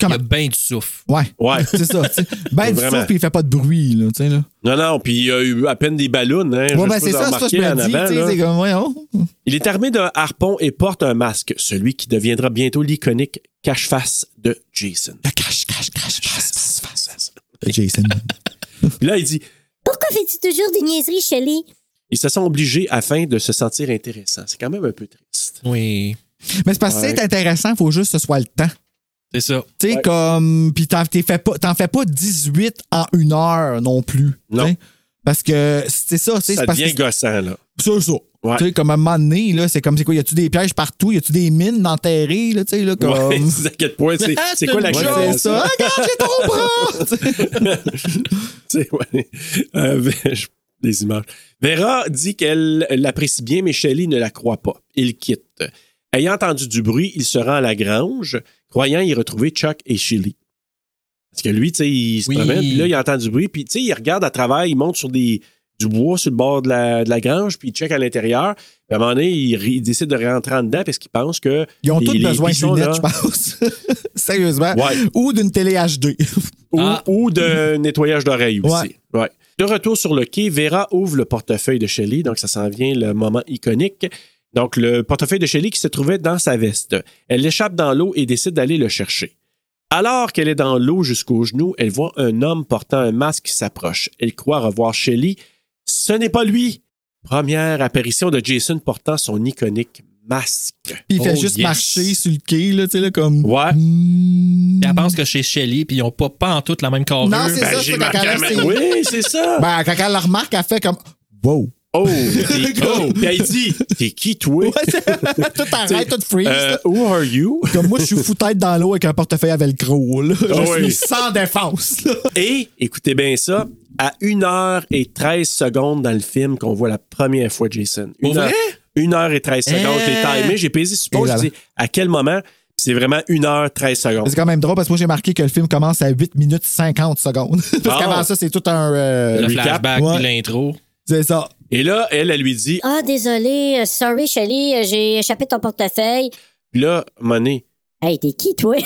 Il y Comment? a bien du souffle. Ouais. Ouais. C'est ça. tu sais. Ben, du Vraiment. souffle, puis il fait pas de bruit, là. Tu sais, là. Non, non, puis il y a eu à peine des ballons. Hein, Je Ouais, sais pas ben, si c'est vous ça, avez c'est ça, que je remarqué en me dis. avant, tu sais, là. C'est comme, oh. voyons. Il est armé d'un harpon et porte un masque, celui qui deviendra bientôt l'iconique cache-face de Jason. Le Ben, Cache, cache, cache, cache. Face, face, face. Euh, Jason. Puis là, il dit Pourquoi fais-tu toujours des niaiseries, Shelley? ils se sont obligés afin de se sentir intéressants. C'est quand même un peu triste. Oui. Mais c'est parce que c'est Ouais. intéressant, faut juste que ce soit le temps. C'est ça. Tu sais, Ouais. comme. Puis t'en t'es fait pas- t'en fais pas 18 en une heure non plus. tu Non. sais. Parce que c'est ça, tu sais, Ça c'est parce que devient gossant, là. C'est ça. Ouais. Tu sais, comme à un moment donné, là, c'est comme, c'est quoi, y a-tu des pièges partout? Y a-tu des mines enterrées, là, tu sais, là, comme... Ah, Ouais, c'est à quel point c'est c'est quoi la Ouais, C'est gossance? ça. Ah, regarde, j'ai ton bras! Tu sais. C'est- ouais. Euh, je- les images. Vera dit qu'elle l'apprécie bien, mais Shelley ne la croit pas. Il quitte. Ayant entendu du bruit, il se rend à la grange, croyant y retrouver Chuck et Shelly. Parce que lui, tu sais, il se Oui. promène, puis là, il entend du bruit, puis tu sais, il regarde à travers, il monte sur des, du bois sur le bord de la, de la grange, puis il check à l'intérieur. Puis à un moment donné, il, ri- il décide de rentrer en dedans parce qu'il pense que. Ils ont les- tous les besoin de pistons, lunettes, là. je pense. Sérieusement. Ouais. Ou d'une télé HD. Ou, Ah. ou de nettoyage d'oreilles aussi. Ouais. De retour sur le quai, Vera ouvre le portefeuille de Shelley, donc ça s'en vient le moment iconique. Donc le portefeuille de Shelley qui se trouvait dans sa veste. Elle l'échappe dans l'eau et décide d'aller le chercher. Alors qu'elle est dans l'eau jusqu'aux genoux, elle voit un homme portant un masque qui s'approche. Elle croit revoir Shelley. Ce n'est pas lui. Première apparition de Jason portant son iconique masque. Puis il fait Oh, juste yes. marcher sur le quai, là, tu sais, là, comme... Ouais. Hmm. Puis elle pense que chez Shelly, puis ils ont pas pas en tout la même carrure. Non, c'est Ben, ça, c'est ça, quand elle Carrément. c'est- Oui, c'est ça. Ben, quand elle la remarque, elle fait comme... Wow! Oh, t'es- oh. Puis elle dit, t'es qui toi? tout arrête, tout freeze. Euh, là. who are you? Comme moi, je suis foutête dans l'eau avec un portefeuille à velcro, là. Je Ah oui. suis sans défense, là. Et, écoutez bien ça, à 1h13 secondes dans le film qu'on voit la première fois Jason. Pour Une heure- vrai? 1h13 secondes, Euh. Eh! j'ai timé, j'ai pesé Et suppose, là je là. dis à quel moment. Puis C'est vraiment 1h13 secondes. C'est quand même drôle parce que moi j'ai marqué que le film commence à 8 minutes 50 secondes. parce Ah. qu'avant ça, c'est tout un. euh, Le recap, flashback, ouais. puis l'intro. c'est ça. Et là, elle, elle lui dit, Ah, désolé, euh, sorry, Shelly, euh, j'ai échappé ton portefeuille. Puis là, Money, Hey, t'es qui, toi?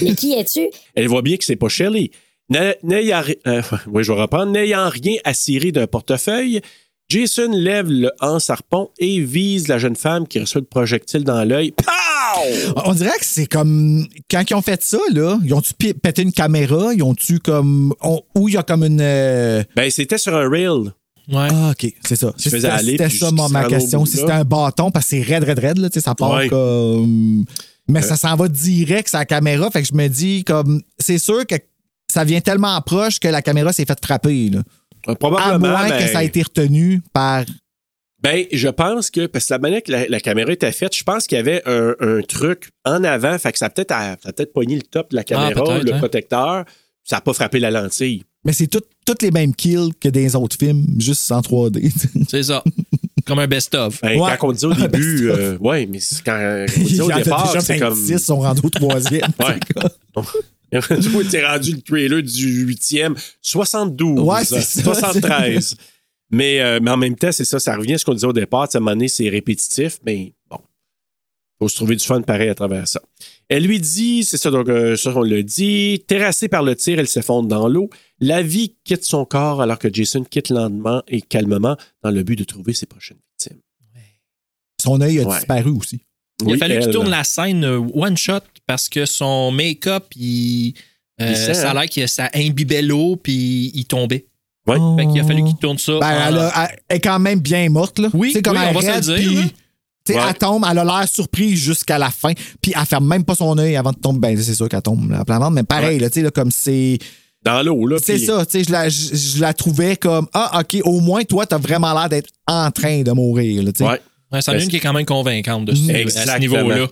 Mais qui es-tu? elle voit bien que c'est pas Shelley. N'a- n'ayant ri- euh, oui, je vais reprendre. N'ayant rien à cirer d'un portefeuille, Jason lève le en-sarpon et vise la jeune femme qui reçoit le projectile dans l'œil. Pow! On dirait que c'est comme. Quand ils ont fait ça, là, ils ont-tu pi- pété une caméra? Ils ont-tu comme. on- Ou il y a comme une. euh, Ben, c'était sur un reel. Ouais. Ah, OK, c'est ça. faisais C'était aller, c'était puis ça qui ma, se ma rend au question. bout, Si là. c'était un bâton, parce que c'est raide, raide, raide, là, tu sais, ça part Ouais. comme. Mais Euh. ça s'en va direct sur la caméra, fait que je me dis, comme. C'est sûr que ça vient tellement proche que la caméra s'est faite frapper, là. Euh, À Probablement. moins que ben- ça a été retenu par. Ben, je pense que, parce que la manière que la, la caméra était faite, je pense qu'il y avait un, un truc en avant, fait que ça a peut-être peut pogné le top Ah, de la caméra, peut-être, le hein. protecteur, ça n'a pas frappé la lentille. Mais c'est tout- toutes les mêmes kills que des autres films, juste en 3D. C'est ça. Comme un best-of. Ben, Ouais. Quand on dit au Ah, ben, début, c'est ça. euh, ouais, mais c'est quand on Il dit y en au a départ, c'est déjà comme. 26 sont rendus au troisième. Ouais. Toi, t'es rendu le trailer du 8e, 72, Ouais, c'est ça. 73. mais, euh, mais en même temps, c'est ça, ça revient à ce qu'on disait au départ. Ça, à un moment donné, c'est répétitif, mais bon. faut se trouver du fun pareil à travers ça. Elle lui dit, c'est ça, donc euh, ça, on le dit, terrassée par le tir, elle s'effondre dans l'eau. La vie quitte son corps alors que Jason quitte lentement et calmement dans le but de trouver ses prochaines victimes. Son œil a Ouais. disparu aussi. Il a Oui, fallu elle. qu'il tourne la scène euh, one shot parce que son make-up, il, euh, Il sent, hein. ça a l'air que ça imbibait l'eau puis il tombait. Ouais. Fait qu'il a fallu qu'il tourne ça. Ben, Ah. en- elle, a- elle est quand même bien morte. Là. Oui, Tu sais, comme oui, elle on va se le raide, dire, puis, là. tu sais, hein. Ouais. Elle tombe, elle a l'air surprise jusqu'à la fin. Puis elle ferme même pas son œil avant de tomber. Ben, c'est sûr qu'elle tombe là, à plein ventre, mais pareil, là, tu sais, là, comme c'est. Dans l'eau, là. C'est puis- ça, tu sais, je la, je, je la trouvais comme Ah, OK, au moins, toi, t'as vraiment l'air d'être en train de mourir. Là, tu sais. Ouais. Ouais, c'en est Parce- une qui est quand même convaincante de ce- à Exactement. Euh, ce niveau-là.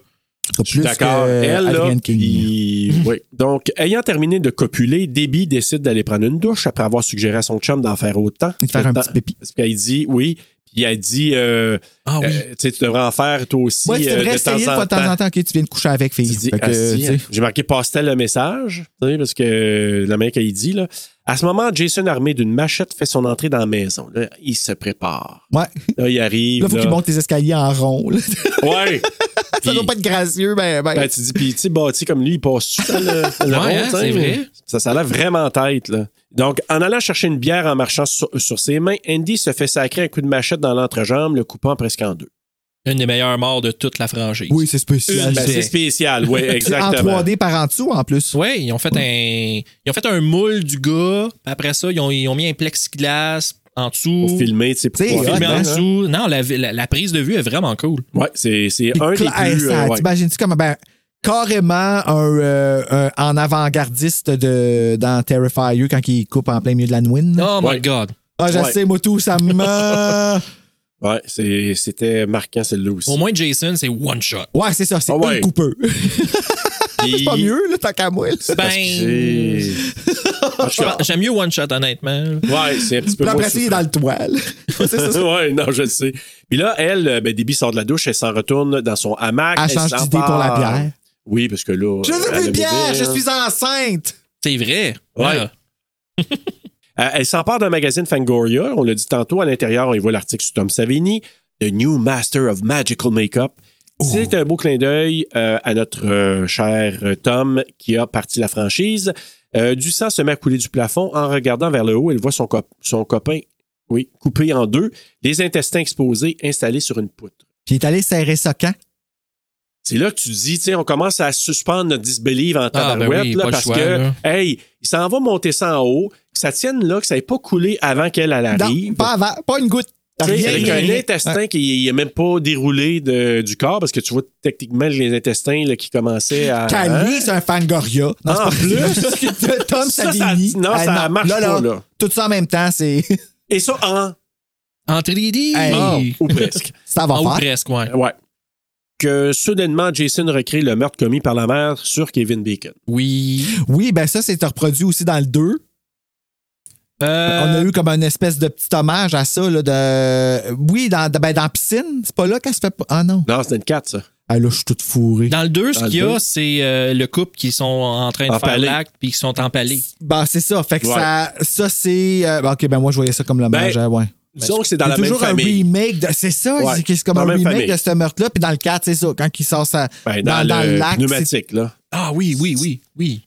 C'est Je suis plus d'accord. que Elle, là, Adrienne King. puis- oui. Donc, ayant terminé de copuler, Debbie décide d'aller prendre une douche après avoir suggéré à son chum d'en faire autant. Et de faire un petit pépi. Parce qu'elle dit, oui, puis elle dit, euh, Ah oui. euh, tu sais, tu devrais en faire toi aussi Ouais, c'est euh, vrai, de temps essayer de en fois de temps en temps. temps, OK, tu viens de coucher avec, Tu fille. dis, Fait que, Ah, si, tu sais. J'ai marqué pastel le message, tu sais, parce que euh, la manière qu'elle dit, là. À ce moment, Jason, armé d'une machette, fait son entrée dans la maison. Là, il se prépare. Ouais. Là, hein. il arrive. Là, faut là. qu'il monte les escaliers en rond. là. Ouais. Ça Puis- doit pas être gracieux, ben, ben. Ben, tu dis, puis tu sais, bâti comme lui, il passe tout le, le Ouais, hein, rond, tu sais, c'est mais vrai. Ça, ça a l'air vraiment tête, là. Donc, en allant chercher une bière en marchant sur, sur ses mains, Andy se fait sacrer un coup de machette dans l'entrejambe, le coupant presque en deux. Une des meilleures morts de toute la franchise. oui, c'est spécial. Une Ben, ça. bête. c'est spécial, oui, en exactement. 3D par en dessous, en plus. Ouais, ils ont fait un ils ont fait un moule du gars, puis après ça ils ont, ils ont mis un plexiglas en dessous. Pour filmer, tu sais, pour T'sais, pouvoir hot, filmer filmer en hein? dessous. Non, la, la- la prise de vue est vraiment cool. Ouais, c'est c'est Puis un des cla- hey, plus... ça, euh, ouais. T'imagines-tu comme ben, carrément un, euh, un- en avant-gardiste de dans Terrifier quand il coupe en plein milieu de la nouine? là? Oh my Ouais. god. Ah, je ouais. sais, Motu, ça me. Ouais, c'est- c'était marquant, celle-là aussi. Au moins Jason, c'est one shot. ouais, c'est ça, c'est Ah ouais. un coupeux. c'est Puis- pas mieux, là, tant qu'à moi. là. Puis Parce que Ben c'est- En tout cas, j'aime mieux one shot honnêtement. Ouais, c'est un petit peu moins après, ça, il est dans le toile. c'est ça. ça. ouais, non, je le sais. Puis là, elle, euh, ben, Debbie sort de la douche, elle s'en retourne dans son hamac. Elle change s'en d'idée pour la part. bière. Oui, parce que là. Je euh, veux elle plus de a bière, bébé, je hein. suis enceinte. C'est vrai. Ouais. Ah. Euh, elle s'empare d'un magazine Fangoria. On l'a dit tantôt, à l'intérieur, on y voit l'article sur Tom Savini, The New Master of Magical Makeup. C'est un beau clin d'œil euh, à notre euh, cher euh, Tom qui a parti la franchise. Euh, du sang se met à couler du plafond. En regardant vers le haut, elle voit son, cop- son copain, oui, coupé en deux, les intestins exposés, installés sur une poutre. Puis il est allé serrer ça quand? C'est là que tu dis, tu sais, on commence à suspendre notre disbelief en Ah, ben tabarouette, oui, là, pas le parce choix, que, là. hey, il s'en va monter ça en haut, que ça tienne là, que ça n'ait pas coulé avant qu'elle elle Non, arrive. pas avant, pas une goutte. Tu sais, Rien, avec rien, rien. un intestin qui n'est même pas déroulé de- du corps, parce que tu vois techniquement les intestins là, qui commençaient à. Cali, hein? Ah, c'est un Fangoria. Non, En c'est pas vrai. Que Tom Ça, ça- Savini. non, Ah, ça marche là, là, pas, là. Tout ça en même temps, c'est. Et ça, en. En Hey. 3D. Ah. Ou presque. Ça va Ah, ou faire. presque, ouais. ouais. Que soudainement, Jason recrée le meurtre commis par la mère sur Kevin Bacon. Oui. Oui, ben ça, c'est reproduit aussi dans le 2. Euh, On a eu comme une espèce de petit hommage à ça, là, de. Oui, dans, de- ben, dans la piscine. C'est pas là qu'elle se fait. Ah non. Non, c'était une 4, ça. Ah là, je suis toute fourrée. Dans le 2, ce Dans le qu'il y deux. a, c'est euh, le couple qui sont en train de Empalé. faire l'acte puis qui sont empalés. Ben, c'est ça. Fait que Ouais. ça, ça c'est. euh, ben, ok, ben moi, je voyais ça comme l'hommage. Ben, à- ouais. Disons que c'est dans Il y a la même toujours famille. un remake. de- C'est ça, Ouais, c'est- c'est comme dans un la même remake famille. de ce meurtre-là. Puis dans le 4, c'est ça, quand il sort ça. Ben, dans- dans, dans le l'acte, pneumatique, là. Ah oui, oui, oui, oui.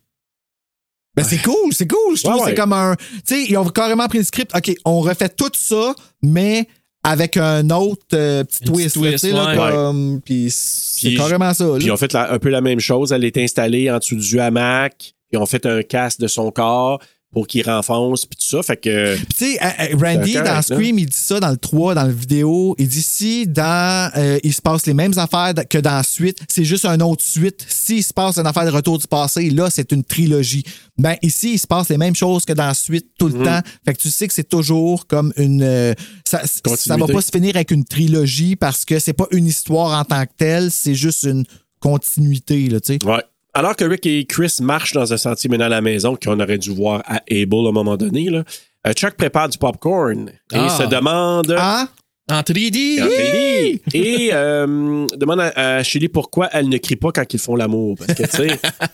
Ben, c'est cool, c'est cool. Je trouve Ouais, que c'est ouais. comme un. Tu sais, ils ont carrément pris le script. OK, on refait tout ça, mais avec un autre euh, petit Un petit twist. là, tu sais, twist, là, ouais. comme- Puis c'est Puis- carrément ça. là. Puis ils ont fait la- un peu la même chose. Elle est installée en dessous du hamac. Ils ont fait un casque de son corps pour qu'il renfonce, puis tout ça. Fait que... Puis tu sais, euh, euh, C'est Randy, correct, dans là. Scream, il dit ça dans le 3, dans la vidéo. Il dit si dans euh, il se passe les mêmes affaires que dans la suite, c'est juste un autre suite. S'il se passe une affaire de retour du passé, là, c'est une trilogie. Ben ici, il se passe les mêmes choses que dans la suite tout Mhm. le temps. Fait que tu sais que c'est toujours comme une. euh, ça, ça va Continuité. pas se finir avec une trilogie parce que c'est pas une histoire en tant que telle, c'est juste une continuité, là, tu sais. Ouais. Alors que Rick et Chris marchent dans un sentier menant à la maison qu'on aurait dû voir à Able à un moment donné, là, euh, Chuck prépare du popcorn et Ah. se demande... Hein? En 3D. Ah, Billy! Et euh, demande à, à Shelley pourquoi elle ne crie pas quand ils font l'amour. Parce que, tu sais,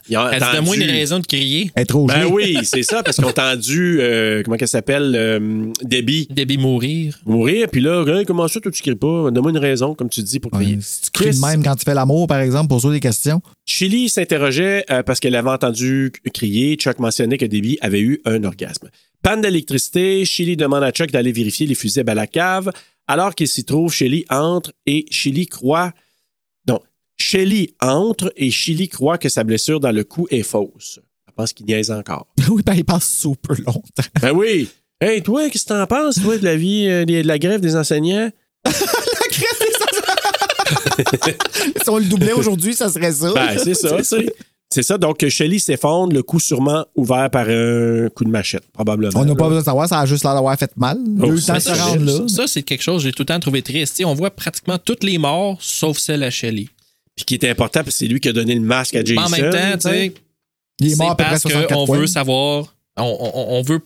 ils ont Elle se donne entendu- moins une raison de crier. Elle est trop Ben gelée. oui, c'est ça, parce qu'ils ont entendu, euh, comment qu'elle s'appelle, euh, Debbie Debbie mourir. mourir. Puis là, Hey, comment ça, toi, tu cries pas? Donne-moi une raison, comme tu dis, pour crier. Ouais, si tu cries de même quand tu fais l'amour, par exemple, pour poser des questions. Chili s'interrogeait euh, parce qu'elle avait entendu crier. Chuck mentionnait que Debbie avait eu un orgasme. Panne d'électricité, Chili demande à Chuck d'aller vérifier les fusées à la cave. Alors qu'il s'y trouve, Chili entre et Chili croit. Non, Chili entre et Chili croit que sa blessure dans le cou est fausse. Je pense qu'il niaise encore. oui, ben il passe super longtemps. ben oui! Hey, toi, qu'est-ce que t'en penses, toi, de la vie, euh, des- de la grève des enseignants? si on le doublait aujourd'hui, ça serait ça. Ben, c'est ça, tu sais. C'est ça, donc Shelly s'effondre, le coup sûrement ouvert par un coup de machette, probablement. on n'a pas là. besoin de savoir, ça a juste l'air d'avoir fait mal. Oh, Deux ça, temps de se Ça, rendre là. j'ai- ça, c'est quelque chose que j'ai tout le temps trouvé triste. Tu sais, on voit pratiquement toutes les morts, sauf celle à Shelley. Puis qui était important, puis c'est lui qui a donné le masque à Jason. en même temps, tu sais, Il est c'est mort à peu près parce 64 qu'on fois. veut savoir, on, on- on veut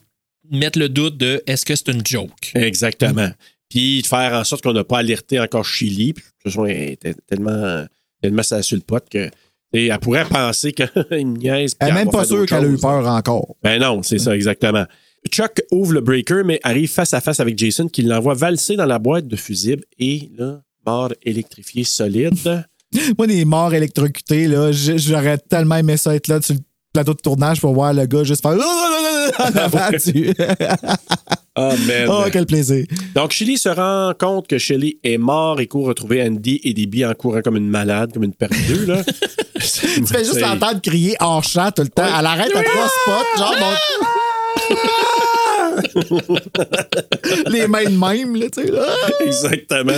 mettre le doute de est-ce que c'est une joke. Exactement. Puis de faire en sorte qu'on n'a pas alerté encore Chili. Puis de toute façon, elle était tellement, tellement ça sur le pote que. Et elle pourrait penser qu'il me niaise. puis Elle est même va pas faire sûre d'autres qu'elle a eu choses. peur encore. Ben non, c'est ça, exactement. Chuck ouvre le breaker, mais arrive face à face avec Jason qui l'envoie valser dans la boîte de fusible et là, mort électrifié solide. Moi, des morts électrocutés, là, j- j'aurais tellement aimé ça être là sur le plateau de tournage pour voir le gars juste faire. en avant du- Oh, man. oh, quel plaisir. Donc, Shelly se rend compte que Shelly est mort et court retrouver Andy et Debbie en courant comme une malade, comme une perdue. Là. Tu fais juste l'entendre crier hors champ tout le temps. Elle arrête à trois spots, genre. bon- Les mains de même, là, tu sais. là. Exactement.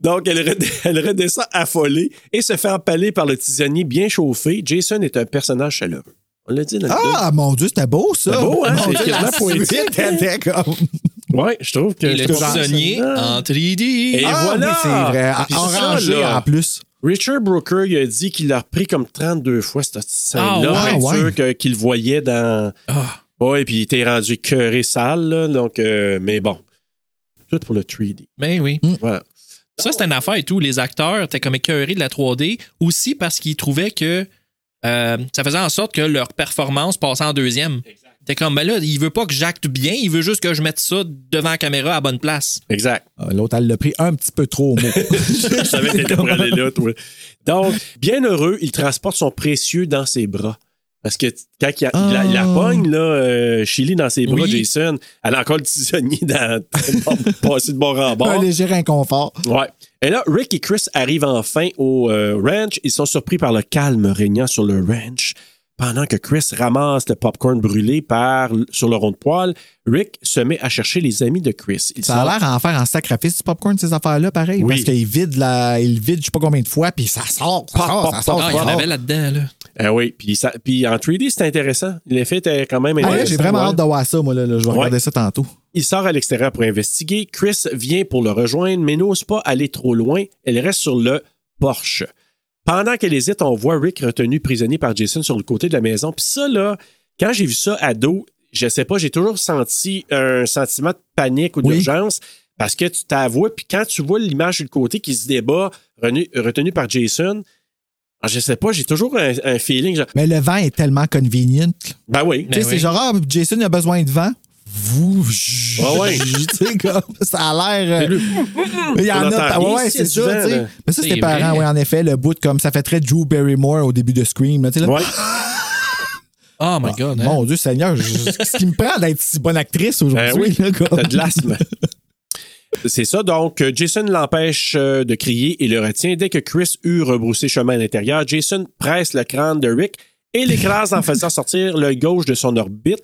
Donc, elle, red- elle redescend affolée et se fait empaler par le tisonnier bien chauffé. Jason est un personnage chaleureux. On l'a dit dans le Ah, mon Dieu, c'était beau, ça. C'était beau, hein? Mon C'est Dieu, la quasiment poétique. suite était comme- film. Ouais, je trouve que. Et le je trouve que- prisonnier en 3D. Et Ah, voilà! oui, c'est vrai. Puis En ça, rangée, là. en plus. Richard Brooker il a dit qu'il l'a repris comme 32 fois cette scène-là, Ah, pour ouais, être ouais. sûr que- qu'il voyait dans. Ah. Ouais, puis il était rendu cœuré sale, là, donc, euh, mais bon. Tout pour le 3D. Ben oui. Voilà. Ça, c'était une affaire et tout. Les acteurs étaient comme écœurés de la 3D aussi parce qu'ils trouvaient que euh, ça faisait en sorte que leur performance passait en deuxième. T'es comme, ben là, il veut pas que j'acte bien, il veut juste que je mette ça devant la caméra à la bonne place. Exact. Ah, L'autre, elle l'a pris un petit peu trop au mot. Je savais que t'étais pour aller là, toi. Donc, bien heureux, il transporte son précieux dans ses bras. Parce que t- quand il, a- il la- il la Ah. pogne, là, euh, Chili dans ses bras, Oui. Jason, elle a encore le tisonnier dans passé de bord en un bord. léger inconfort. Ouais. Et là, Rick et Chris arrivent enfin au euh, ranch. Ils sont surpris par le calme régnant sur le ranch. Pendant que Chris ramasse le popcorn brûlé par, sur le rond de poêle, Rick se met à chercher les amis de Chris. Il Ça a l'air à en faire en sacrifice du popcorn, ces affaires-là, pareil. Oui. Parce qu'il vide, la... il vide je sais pas combien de fois, puis ça sort, ça Pop, sort, pop, ça pop. sort. Ah, ça il y en sort. avait là-dedans, là. Ah oui, puis, ça- puis en 3D, c'est intéressant. L'effet était quand même Ah, intéressant. ouais, J'ai vraiment Ouais. hâte de voir ça, moi. Là, là. Je vais Ouais. regarder ça tantôt. Il sort à l'extérieur pour investiguer. Chris vient pour le rejoindre, mais n'ose pas aller trop loin. Elle reste sur le Porsche. Pendant qu'elle hésite, on voit Rick retenu prisonnier par Jason sur le côté de la maison. Puis ça, là, quand j'ai vu ça à dos, je sais pas, j'ai toujours senti un sentiment de panique ou Oui. d'urgence parce que tu t'avoues. Puis quand tu vois l'image du côté qui se débat, renu- retenu par Jason, Ah, Je sais pas, j'ai toujours un, un feeling. genre- Mais le vent est tellement convenient. là. Ben oui. Tu sais, c'est genre, ah, Jason a besoin de vent. Vous, j- Ah ouais. j- tu sais, comme, ça a l'air. euh, Il y On en entend a. rien Ouais, ouais, s'il y a c'est du ça. vent, tu sais. là. Mais ça, C'est c'était parent, vrai. oui, en effet, le bout de comme ça fait très Drew Barrymore au début de Scream. là, tu sais, là. Ouais. Oh Ah, my God. hein? Mon Dieu Seigneur, je- je- ce qui me prend d'être si bonne actrice aujourd'hui. Ben oui, là, comme. T'as de l'asthme. C'est ça, donc euh, Jason l'empêche euh, de crier et le retient. Dès que Chris eut rebroussé chemin à l'intérieur, Jason presse le crâne de Rick et l'écrase en faisant sortir l'œil gauche de son orbite.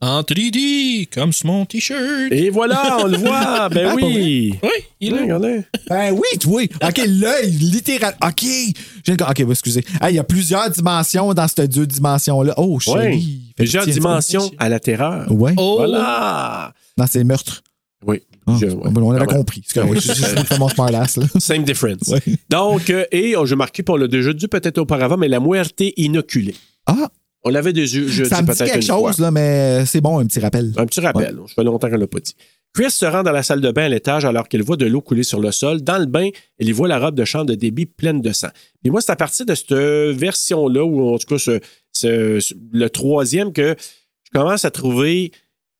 En 3D, comme sur mon T-shirt. Et voilà, on le voit! Ah, Ben oui! Oui, il est là. Regardez. Ben oui, toi. OK, l'œil, littéral. OK. J'ai- OK, bah, excusez. Ah, Il y a plusieurs dimensions dans cette deux dimensions-là. Oh, chérie. Oui. Fait Plusieurs pitié, dimensions à la terreur. ça. Ouais. Oh, Voilà! Dans ces meurtres. Oui. Ah, Je- bon, on avait Ah ouais. compris. C'est correct. Oui, je- je- je fais mon smartass, là. Same difference. Ouais. Donc, euh, et on- je marquais, puis on l'a déjà dit peut-être auparavant, mais la muerte inoculée. Ah, On l'avait déjà déjà dit ça me peut-être dit quelque une fois. chose, là, mais c'est bon, un petit rappel. Un petit rappel. Je fais longtemps qu'on l'a pas dit. Chris se rend dans la salle de bain à l'étage alors qu'il voit de l'eau couler sur le sol. Dans le bain, il y voit la robe de chambre de débit pleine de sang. Et moi, c'est à partir de cette version-là, ou en tout cas ce- ce- ce- le troisième, que je commence à trouver.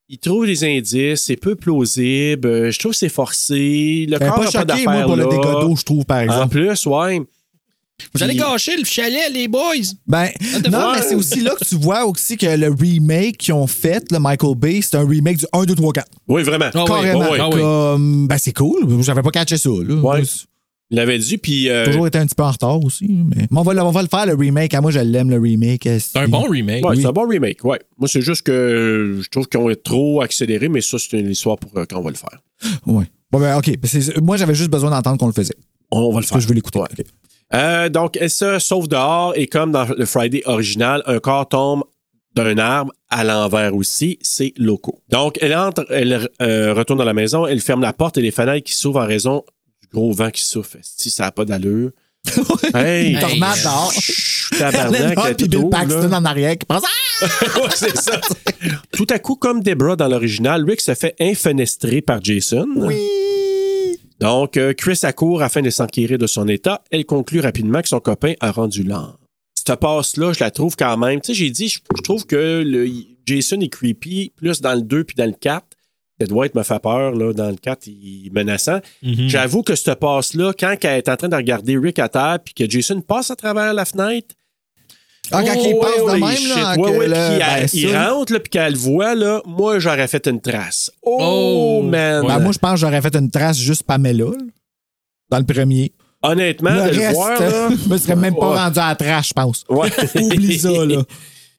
Il trouve des indices, c'est peu plausible, euh, je trouve que c'est forcé, le Ben, corps pas n'a pas choqué, moi, d'affaires pour le dégât là. Ah. d'eau, je trouve, par En exemple. plus, ouais. Oh, Vous allez Puis- gâcher le chalet, les boys. Ben, te non, voit. mais c'est aussi là que tu vois aussi que le remake qu'ils ont fait, le Michael Bay, c'est un remake du 1, 2, 3, 4. Oui, vraiment. Ah oui, Carrément. ah oui, ah oui. comme, ben, c'est cool. J'avais pas catché ça, là. Ouais. Il l'avait dit, puis euh, Toujours été un petit peu en retard aussi. Mais... mais on, va, le- on va le faire, le remake. Ah, moi, je l'aime, le remake. C'est un bon remake. ouais, c'est un bon remake. Ouais. Moi, c'est juste que euh, je trouve qu'on est trop accéléré, mais ça, c'est une histoire pour euh, quand on va le faire. Ouais. Bon, ben, OK. C'est- Moi, j'avais juste besoin d'entendre qu'on le faisait. On va le Parce faire. que je veux l'écouter. Ouais. OK. Euh, donc, elle se sauve dehors et comme dans le Friday original, un corps tombe d'un arbre à l'envers aussi, c'est locaux. Donc, elle entre, elle euh, retourne dans la maison, elle ferme la porte et les fenêtres qui s'ouvrent en raison du gros vent qui souffle. Si ça n'a pas d'allure. hey! Une tornade dehors. Chut, Lennon Tabarnak, elle est puis toute Bill haute, là. Paxton en arrière qui pense Ah! Ouais, c'est ça. Tout à coup, comme Deborah dans l'original, Rick se fait infenestrer par Jason. Donc, euh, Chris accourt afin de s'enquérir de son état. Elle conclut rapidement que son copain a rendu l'âme. Cette passe-là, je la trouve quand même. Tu sais, j'ai dit, je, je trouve que le, Jason est creepy plus dans le 2 puis dans le 4. Ça doit être me fait peur, là, dans le 4, il est menaçant. Mhm. J'avoue que cette passe-là, quand elle est en train de regarder Rick à terre puis que Jason passe à travers la fenêtre, Ah, quand Oh, il passe ouais, de ouais, même, shit. là. Ouais, que ouais, là, puis ben, elle- il ça, rentre, là, puis qu'elle le voit, là, moi, j'aurais fait une trace. Oh, Oh. man! ben, moi, je pense que j'aurais fait une trace juste Pamela, là, dans le premier. Honnêtement, le de le reste, voir, là... je me serais même Ouais. pas rendu à la trash, je pense. Ouais. Oublie ça, là.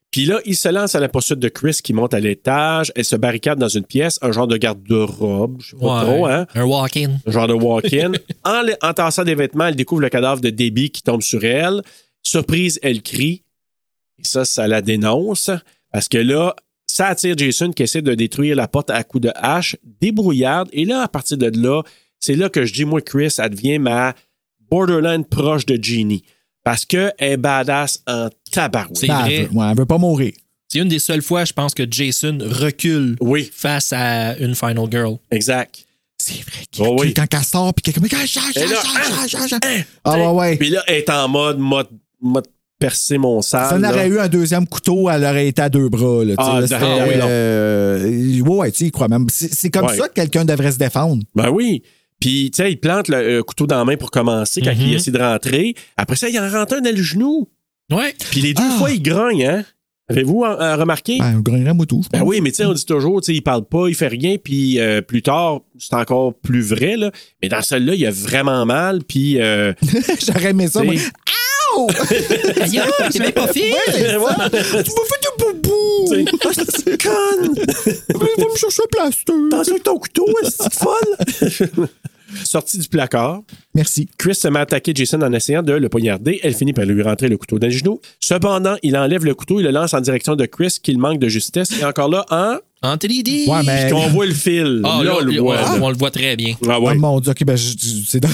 Puis là, il se lance à la poursuite de Chris qui monte à l'étage. Elle se barricade dans une pièce, un genre de garde-robe, je sais pas Ouais. trop, hein? Un walk-in. Un genre de walk-in. en, le- en tassant des vêtements, elle découvre le cadavre de Debbie qui tombe sur elle. Surprise, elle crie. Et ça, ça la dénonce. Parce que là, ça attire Jason qui essaie de détruire la porte à coups de hache, débrouillarde. Et là, à partir de là, c'est là que je dis, moi, Chris, elle devient ma borderline proche de Genie. Parce qu'elle est badass en tabarouette. C'est Ben, vrai. elle veut- ouais, elle veut pas mourir. C'est une des seules fois, je pense, que Jason recule Oui, face à une Final Girl. exact. C'est vrai qu'il Oh oui. recule quand elle sort, puis quelqu'un me dit Ah, j'en- Et là, j'en- j'en- hein, j'en- j'en- Ah, ouais, ouais. Puis là, elle est en mode, mode, mode percer mon Si sale. on là. aurait eu un deuxième couteau, elle aurait été à deux bras. Là, tu sais, Ah, là, c'était, d'accord, oui, non. euh, ouais, ouais, tu sais, il croit même. C'est, c'est comme Ouais. ça que quelqu'un devrait se défendre. Ben oui. Puis, tu sais, il plante le euh, couteau dans la main pour commencer quand Mhm. il essaie de rentrer. Après ça, il en rentre un dans le genou. Ouais. Puis les deux Ah. fois, il grogne, hein? Avez-vous en- en remarqué? Ben, un grand moutou, je pense. Ben oui, mais tu sais, on dit toujours, tu sais, il parle pas, il fait rien, puis euh, plus tard, c'est encore plus vrai, là. Mais dans celle-là, il a vraiment mal, puis... euh, J'aurais aimé ça. tu Moi. sais, Oh! Aïe, t'es même pas fille. Ouais, c'est ça. Tu m'as fait du boubou! tu sais, Conne! Va me chercher un plaster. Attention avec ton couteau, est-ce que c'est folle? Sortie du placard, Merci. Chris se met à attaquer Jason en essayant de le poignarder. Elle finit par lui rentrer le couteau dans le genou. Cependant, il enlève le couteau et le lance en direction de Chris, qu'il manque de justesse. Et encore là, hein, En 3D. Ouais, mais- qu'on voit le fil. Ah, là, on le voit. là. on le voit très bien. Ah Oh ouais. mon dieu, ok, ben, je- je- c'est dans...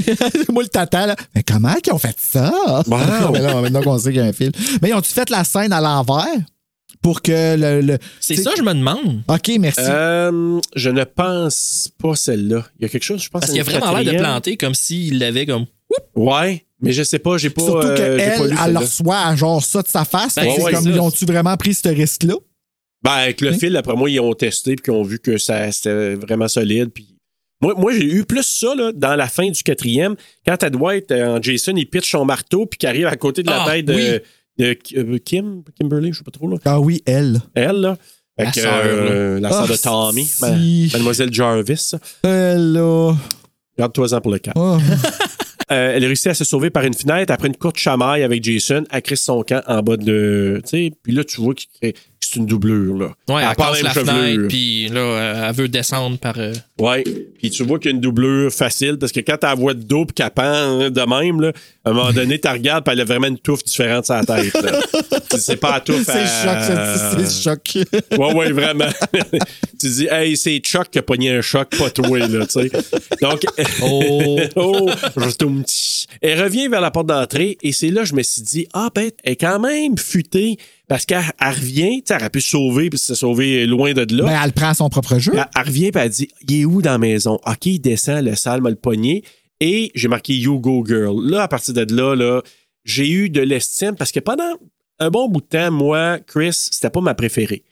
Moi, le tata, là. Mais comment qu'ils ont fait ça? Mais là, maintenant qu'on sait qu'il y a un film. Mais ils ont-tu fait la scène à l'envers pour que le. le- C'est tu sais- ça, je me demande. Ok, merci. Euh, je ne pense pas celle-là. Il y a quelque chose, je pense. Parce qu'il a à une vraiment l'air de quatrième. planter comme s'il l'avait comme. Ouais, Mais je sais pas, j'ai pas. Surtout euh, j'ai pas qu'elle, lu elle celle-là. leur soit genre ça de sa face. Ben, Fait que ouais, c'est comme, ça. ils ont-tu vraiment pris ce risque-là? Ben, avec le Oui. fil, après moi, ils ont testé puis qu'ils ont vu que ça c'était vraiment solide. Puis moi, moi j'ai eu plus ça là, dans la fin du quatrième, quand à Dwight, euh, en Jason, il pitch son marteau puis qu'il arrive à côté de la Ah, tête de, oui. de Ki- euh, Kim, Kimberly, je sais pas trop là. Ah oui, elle. Elle, là. Fait La que, sœur, euh, la sœur Ah, de Tommy, si. ma- Mademoiselle Jarvis. Elle, là. Garde-toi-en pour le cas. Oh. Euh, elle réussit à se sauver par une fenêtre après une courte chamaille avec Jason. Elle crisse son camp en bas de. Tu sais, puis là, tu vois qu'il crée- que c'est une doublure, là. Ouais, elle, a pas passe même la chevelure. fenêtre, puis là, euh, elle veut descendre par. euh, Ouais. Puis tu vois qu'il y a une doublure facile parce que quand t'as la voix de dos puis qu'elle pend hein, de même, là, à un moment donné, t'as regardes puis elle a vraiment une touffe différente sur la tête. là. Tu dis, c'est pas la touffe. C'est choc, ça, à- c'est choc. Ouais, ouais, vraiment. tu dis, hey, c'est Chuck qui a pogné un choc, pas toi, là, tu sais. Donc, Oh. oh, retoum, tch. elle revient vers la porte d'entrée et c'est là que je me suis dit, ah, ben, elle est quand même futée parce qu'elle elle revient, tu sais, elle aurait pu se sauver puis se sauver loin de là. Ben, elle prend à son propre jeu. Puis Elle, elle revient et elle dit Il est où dans la maison Ok, il descend, le sale m'a le poignet. Et j'ai marqué You Go Girl. Là, à partir de là, là j'ai eu de l'estime parce que pendant un bon bout de temps, moi, Chris, c'était pas ma préférée.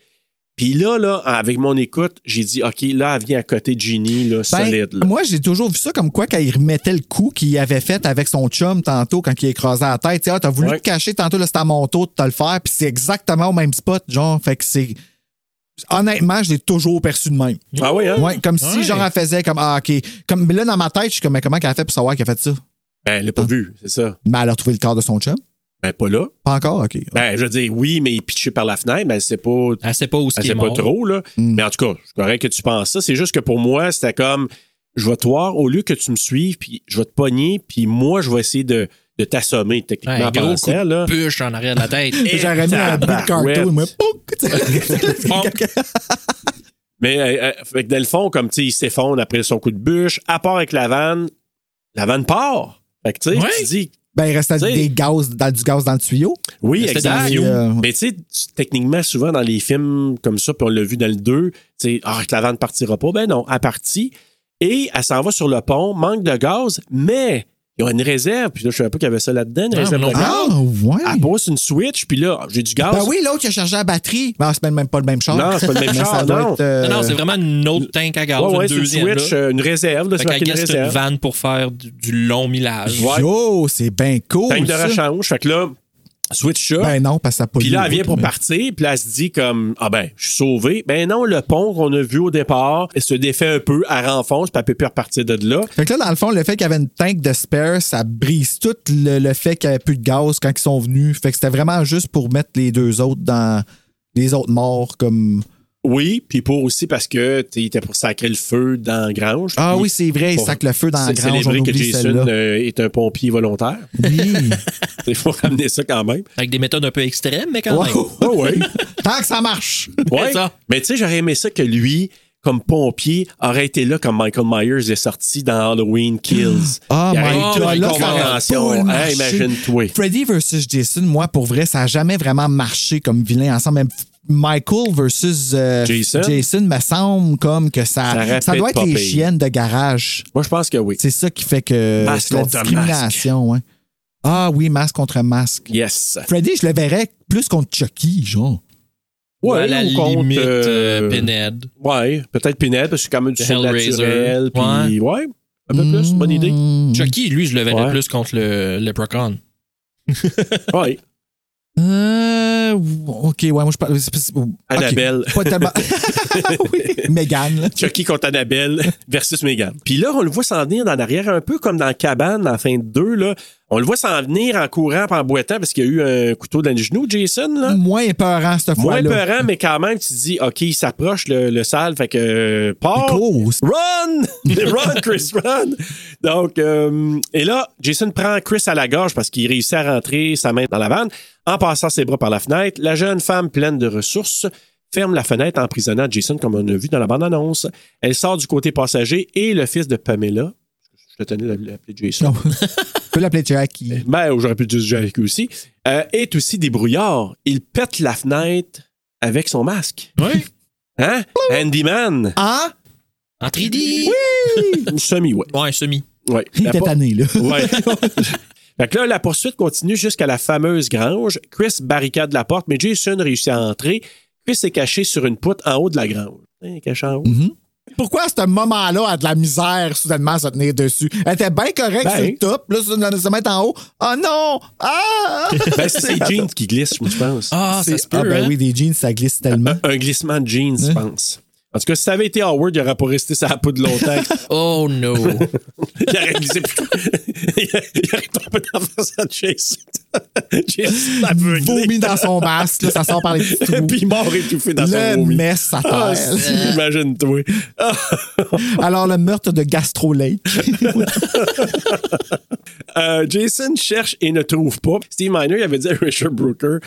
Puis là, là, avec mon écoute, j'ai dit OK, là, elle vient à côté de Ginny, là, Ben, solide. là. Moi, j'ai toujours vu ça comme quoi quand il remettait le coup qu'il avait fait avec son chum tantôt quand il écrasait la tête. Tu sais, Ah, t'as voulu Ouais. te cacher tantôt, là, c'était à mon tour de te le faire. Puis c'est exactement au même spot, genre. Fait que c'est. Honnêtement, je l'ai toujours perçu de même. Ah oui, hein? euh, Ouais, comme si, Ouais. genre, elle faisait comme, ah, OK. Comme, mais là, dans ma tête, je suis comme, mais comment qu'elle a fait pour savoir qu'elle a fait ça? Ben, elle l'a Ah. pas vu, c'est ça. Mais elle a retrouvé le corps de son chum? Ben, pas là. Pas encore, OK. Ben, je veux dire, oui, mais il est pitché par la fenêtre, mais c'est pas. Elle sait pas où ce Elle qui est sait Ah, pas mort. trop, là. Mm. Mais en tout cas, c'est correct que tu penses ça. C'est juste que pour moi, c'était comme je vais te voir au lieu que tu me suives, puis je vais te pogner, puis moi, je vais essayer de, de t'assommer Ouais, techniquement en gros pensant, coup de là. bûche en arrière de la tête. Et J'aurais mis un bout de Ben, tabarouette. carton, moi, pouc! tu sais. Bon. Mais euh, euh, fait que dans le fond, comme tu sais, il s'effondre après son coup de bûche, à part avec la vanne, la vanne part. Fait que tu sais, Ouais. tu dis Ben, il restait T'sais. des gaz, dans- du gaz dans le tuyau. oui, C'était dans exact. le euh, Mais tu sais, tu- techniquement, souvent dans les films comme ça, puis on l'a vu dans le 2, tu sais, ah, que la vanne partira pas. Ben non, elle partit et elle s'en va sur le pont, manque de gaz, mais ils ont une réserve. Puis là, je savais pas qu'il y avait ça là-dedans, une Non, réserve mais de non. gaz. Ah, ouais! Elle pose une switch, puis là, j'ai du gaz. Ben oui, l'autre, il a chargé la batterie. Ben, c'est même pas le même char. Non, c'est pas le même Mais char, ça doit non. être, euh, Non, non, c'est vraiment une autre tank à gaz, Ouais, ouais, une c'est une deuxième. switch, là. euh, une réserve, là, Fait c'est marqué qu'elle une gaste une réserve. vanne pour faire du, du long millage. Ouais. Yo, c'est bien cool. Tank de ça. rechange. Fait que là, switch ça. Ben non, parce que ça pollue Puis là, elle vient l'autre, pour mais- partir, puis là, elle se dit comme Ah ben, je suis sauvé. Ben non, le pont qu'on a vu au départ elle se défait un peu, elle renfonce, puis elle peut plus repartir de là. Fait que là, dans le fond, le fait qu'il y avait une tank de spare, ça brise tout le, le fait qu'il n'y avait plus de gaz quand ils sont venus. Fait que c'était vraiment juste pour mettre les deux autres dans les autres morts comme. Oui, puis pour aussi parce que tu sais, il était pour sacrer le feu dans la grange. Ah puis oui, c'est vrai, ils pour sacent le feu dans la c'est- grange, on célébrer que oublie Jason celle-là. euh, est un pompier volontaire. Oui. Il faut ramener ça quand même. Avec des méthodes un peu extrêmes, mais quand même. Wow. Oh, ouais. Tant que ça marche. Ouais. C'est ça. Mais tu sais, j'aurais aimé ça que lui, comme pompier, aurait été là comme Michael Myers est sorti dans Halloween Kills. Ah, il aurait my eu toute God, une là, ça aurait convention. pas Hey, marché. Imagine-toi. Freddy versus Jason, moi, pour vrai, ça n'a jamais vraiment marché comme vilain ensemble. Même Michael versus euh, Jason. me semble comme que Ça ça. Ça, aurait pu doit être être les pas pire. chiennes de garage. Moi, je pense que oui. C'est ça qui fait que Masque c'est la contre discrimination. ouais. Ah oui, masque contre masque. Yes. Freddy, je le verrais plus contre Chucky, genre. Ou à la ou contre, limite, euh, euh, Pinhead. Ouais, peut-être Pinhead, parce que c'est quand même du Hellraiser. Mm. surnaturel. Puis, ouais, un peu plus. Bonne idée. Mmh. Chucky, lui, je le verrais Ouais. plus contre le Leprechaun. Ouais. Euh, ok, ouais, moi je parle. c'est- c'est- ok. Annabelle. Pas tellement. oui, Megan, là. Chucky contre Annabelle versus Megan. Puis là, on le voit s'en venir dans l'arrière, un peu comme dans Cabane, en fin de 2. Là. On le voit s'en venir en courant, puis en boitant, parce qu'il y a eu un couteau dans le genou, Jason. Mm. Là. Moins épeurant cette Moins fois-là. peurant, mais quand même, tu te dis, OK, il s'approche, le, le sale, fait que euh, Il pars. court. Run! run, Chris, run! Donc, euh, et là, Jason prend Chris à la gorge parce qu'il réussit à rentrer sa main dans la vanne en passant ses bras par la fenêtre. La jeune femme, pleine de ressources, ferme la fenêtre emprisonnant Jason, comme on a vu dans la bande-annonce. Elle sort du côté passager et le fils de Pamela, je te tenais à l'appeler Jason, Non. Tu peux l'appeler Jackie. mais j'aurais pu dire Jack aussi, euh, est aussi débrouillard. Il pète la fenêtre avec son masque. Oui. Hein? Handyman. Ah, En 3D. Semi, ouais. Ouais, semi. ouais. il La était po- tanné, là. Ouais. Fait que là, la poursuite continue jusqu'à la fameuse grange. Chris barricade la porte, mais Jason réussit à entrer. Chris est caché sur une poutre en haut de la grange. Hein, caché en haut. Pourquoi à ce moment-là, elle a de la misère soudainement à se tenir dessus? Elle était bien correcte Ben. sur le top, là, se, se mettre en haut. Oh non! Ah! Ben, c'est ses jeans qui glissent, je pense. Ah, ça C'est- se peut, ah ben hein? oui, des jeans, ça glisse tellement. Un glissement de jeans, je pense. En tout cas, si ça avait été Howard, il n'aurait pas resté sa poudre longtemps. Oh no! il aurait glissé. il aurait tombé dans la face à Jason. Jason aveuglé. Vomi dans son masque, là, ça sort par les petits trous. Puis mort étouffé dans son le vomi. mess à Ah, terre. si, imagine-toi. Alors, le meurtre de Gastro Lake. Euh, Jason cherche et ne trouve pas. Steve Miner il avait dit à Richard Brooker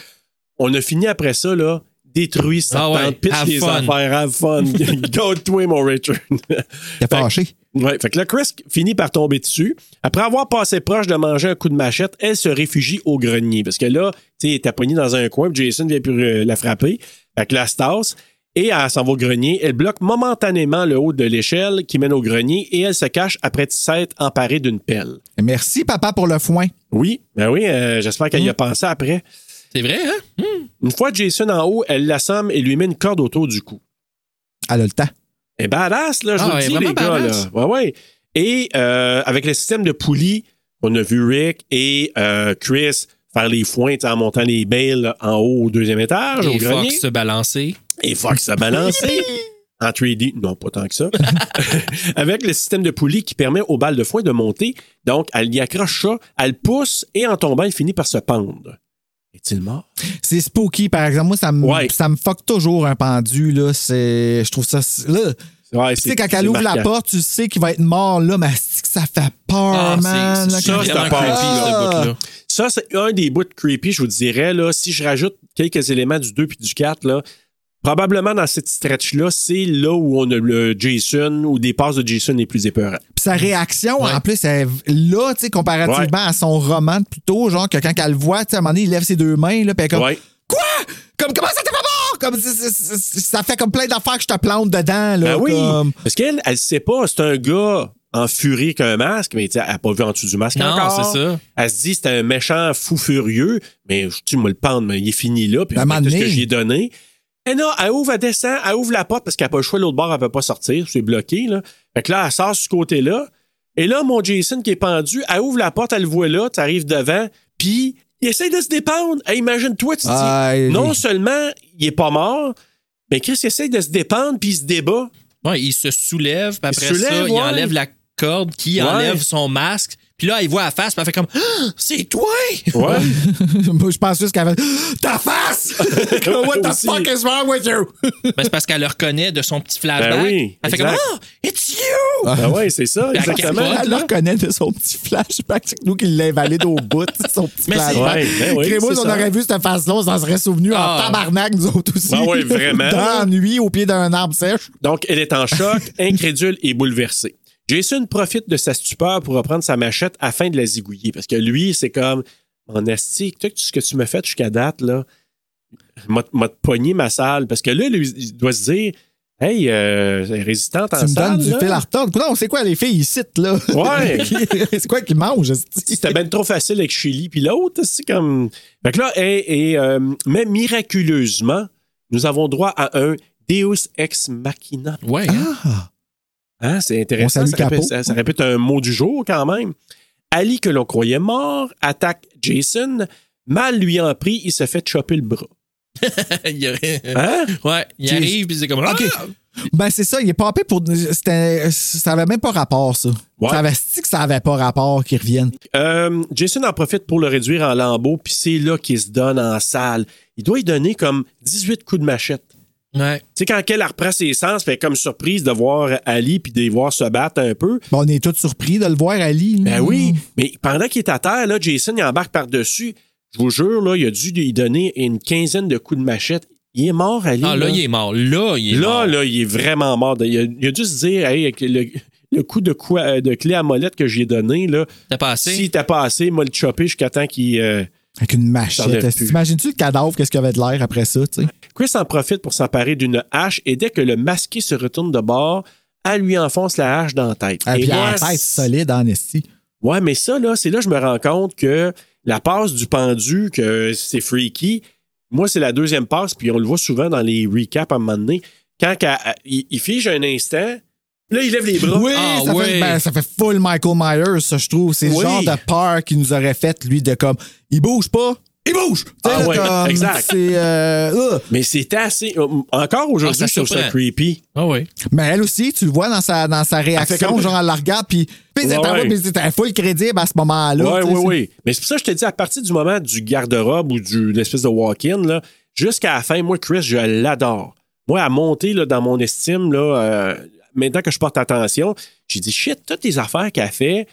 on a fini après ça, là, détruit sa Ah ouais, tente, pitch have les fun. affaires, have fun. Go to him, mon Richard. T'es fâché. ouais, fait que là, Chris finit par tomber dessus. Après avoir passé proche de manger un coup de machette, elle se réfugie au grenier. Parce que là, tu sais, elle était pognée dans un coin, puis Jason vient pour euh, la frapper. Fait que là, elle se tasse. Et elle s'en va au grenier. Elle bloque momentanément le haut de l'échelle qui mène au grenier et elle se cache après s'être emparée d'une pelle. Merci, papa, pour le foin. Oui, ben oui, euh, j'espère qu'elle y a Hmm. pensé après. C'est vrai, hein? Une fois Jason en haut, elle l'assomme et lui met une corde autour du cou. Elle a le temps. Et badass, là, je Ah, vous le elle est dis, vraiment les gars. badass. Là. Ouais, ouais. Et euh, avec le système de poulie, on a vu Rick et euh, Chris faire les foins tu sais, en montant les bales en haut au deuxième étage, Ah, au Et grenier. Fox se balancer. Et Fox a balancé. En 3D, non, pas tant que ça. Avec le système de poulie qui permet aux balles de foin de monter. Donc, elle y accroche ça, elle pousse et en tombant, elle finit par se pendre. Est-il mort? C'est spooky, par exemple. Moi, ça me, Ouais. ça me fuck toujours un pendu, là. C'est, je trouve ça, là. Ouais, Tu sais, quand elle c'est ouvre la marquant. porte, tu sais qu'il va être mort, là, mais c'est que ça fait Oh, peur, Ah, man. c'est- là, c'est quand- ça, vraiment c'est pas- creepy, ce bout-là. Ça, c'est un des bouts de creepy, je vous dirais. Là, si je rajoute quelques éléments du 2 puis du 4, là, probablement dans cette stretch-là, c'est là où on a le Jason, ou des passes de Jason les plus épeurantes. Puis sa réaction, Ouais. en plus, elle- là, tu sais, comparativement à son roman de plus tôt, genre que quand elle le voit, tu sais, à un moment donné, il lève ses deux mains, là, puis elle est comme, Ouais. Quoi? Comme, comment ça t'es pas mort? Comme, c'est- c'est- c'est- ça fait comme plein d'affaires que je te plante dedans, là. Ben oui! comme- Parce qu'elle, elle sait pas, c'est un gars en furie qu'un masque, mais tu sais, elle n'a pas vu en dessous du masque Non, encore. c'est ça. Elle se dit, c'était un méchant fou furieux, mais je- tu me le pendre, mais il est fini là, puis Ben, à un moment tout ce que donné. j'y ai donné. Et non, elle ouvre, elle descend, elle ouvre la porte parce qu'elle n'a pas le choix, l'autre bord, elle ne peut pas sortir, c'est bloqué. Là. Fait que là, elle sort de ce côté-là. Et là, mon Jason qui est pendu, elle ouvre la porte, elle le voit là, tu arrives devant, puis il essaie de se dépendre. Hey, Imagine-toi, tu te dis, Aïe. non seulement il est pas mort, mais Chris il essaie de se dépendre, puis il se débat. Ouais, il se soulève, puis se après ça, soulève, il ouais. enlève la corde qui Ouais. enlève son masque. Puis là, il voit la face, puis elle fait comme Ah, C'est toi! Ouais. Moi, je pense juste qu'elle fait Ta face! Comme, What the Aussi. fuck is wrong with you? Ben, c'est parce qu'elle le reconnaît de son petit flashback. Ben oui, elle fait exact. comme Ah, it's you! Ben, Ah ouais, c'est ça, La exactement. capote. Elle le reconnaît de son petit flashback. C'est que nous qui l'invalide au bout, c'est son petit Mais c'est- flashback. Ouais, ben oui, Crémo, c'est on ça. aurait vu cette face-là, on s'en serait souvenu Ah. en tabarnak, nous autres aussi. Ben oui, vraiment. Dans nuit, au pied d'un arbre sèche. Donc, elle est en choc, incrédule et bouleversée. Jason profite de sa stupeur pour reprendre sa machette afin de la zigouiller. Parce que lui, c'est comme Mon esti, tu sais que ce que tu m'as fait jusqu'à date, là, m'a m'a te pogné ma salle. Parce que là, lui, il doit se dire Hey, euh, elle est résistante en Tu me salle. donnes du là. fil à retordre. Non, c'est quoi les filles ici, là? Ouais. c'est quoi qu'ils mangent? esti? C'était bien trop facile avec Chili puis l'autre. C'est comme. Fait que là, et, et, euh, mais miraculeusement, nous avons droit à un Deus ex machina. Ouais. hein? Ah! Hein, c'est intéressant. On salue ça, répète, Capot. ça- ça répète un mot du jour quand même. Ali, que l'on croyait mort, attaque Jason. Mal lui en pris, il se fait choper le bras. il aurait- Hein? Ouais, il Jeez. arrive, puis c'est comme Ok. Ah! Ben, c'est ça, il est papé pour. c'était- Ça avait même pas rapport, ça. Ouais. Ça avait c'est que ça avait pas rapport qu'ils reviennent. Euh, Jason en profite pour le réduire en lambeaux, puis c'est là qu'il se donne en salle. Il doit y donner comme 18 coups de machette. Ouais. Tu sais, quand elle reprend ses sens, fait comme surprise de voir Ali puis de les voir se battre un peu. Ben, on est tous surpris de le voir, Ali. là. Ben oui, Mm. mais pendant qu'il est à terre, là, Jason, il embarque par-dessus. Je vous jure, là, il a dû lui donner une quinzaine de coups de machette. Il est mort, Ali. Ah, là, il est mort. Là, il est là, mort. là, il est vraiment mort. Il a, il a dû se dire, hey, avec le, le coup de, cou- euh, de clé à molette que j'ai donné, là, T'as passé? s'il t'a pas assez, moi, le chopper jusqu'à temps qu'il. euh, Avec une Ça machette. lève esti. plus. T'imagines-tu le cadavre, qu'est-ce qu'il y avait de l'air après ça, tu sais? Chris en profite pour s'emparer d'une hache et dès que le masqué se retourne de bord, elle lui enfonce la hache dans la tête. Ah, Et puis la moi, tête solide en esti. Ouais, mais ça, là, c'est là que je me rends compte que la passe du pendu, que c'est freaky, moi, c'est la deuxième passe, puis on le voit souvent dans les recaps à un moment donné. Quand qu'elle- elle- il, il fige un instant, là, il lève les bras. Oui, Ah, ça, oui. Fait, ben, ça fait full Michael Myers, ça, je trouve. C'est le Oui. genre de peur qu'il nous aurait fait, lui, de comme, il bouge pas, il bouge! Tu sais, Ah là, ouais, comme, exact. C'est, euh, euh. Mais c'était assez. euh, Encore aujourd'hui, Ah, ça je trouve ça surprend. creepy. Ah oui. Mais elle aussi, tu le vois dans sa, dans sa réaction, comme- genre, elle la regarde, puis puis Ouais, elle ouais. était full crédible à ce moment-là. Oui, tu sais, oui, c'est- oui. Mais c'est pour ça que je te dis, à partir du moment du garde-robe ou du- de l'espèce de walk-in, là, jusqu'à la fin, moi, Chris, je l'adore. Moi, à monter là, dans mon estime, là, euh, maintenant que je porte attention, j'ai dit, shit, toutes les affaires qu'elle fait,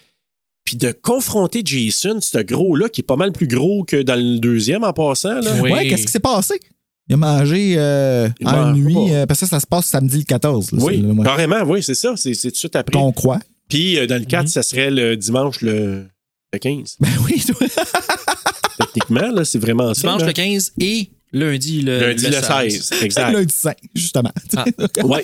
puis de confronter Jason, ce gros-là, qui est pas mal plus gros que dans le deuxième en passant. Là. Oui. Ouais, qu'est-ce qui s'est passé? Il a mangé euh, Il en mange nuit, pas. euh, parce que ça se passe samedi le 14. là, Oui, Ah. celui-là, ouais. carrément, oui, c'est ça. C'est c'est tout de suite après. Qu'on croit. Puis euh, dans le Mhm. 4, ça serait le dimanche le, le 15. Ben oui, toi. Techniquement, là, c'est vraiment ça. Dimanche là. le 15 et lundi le, Lundi le 16, exact. lundi saint, justement. Ah. Oui.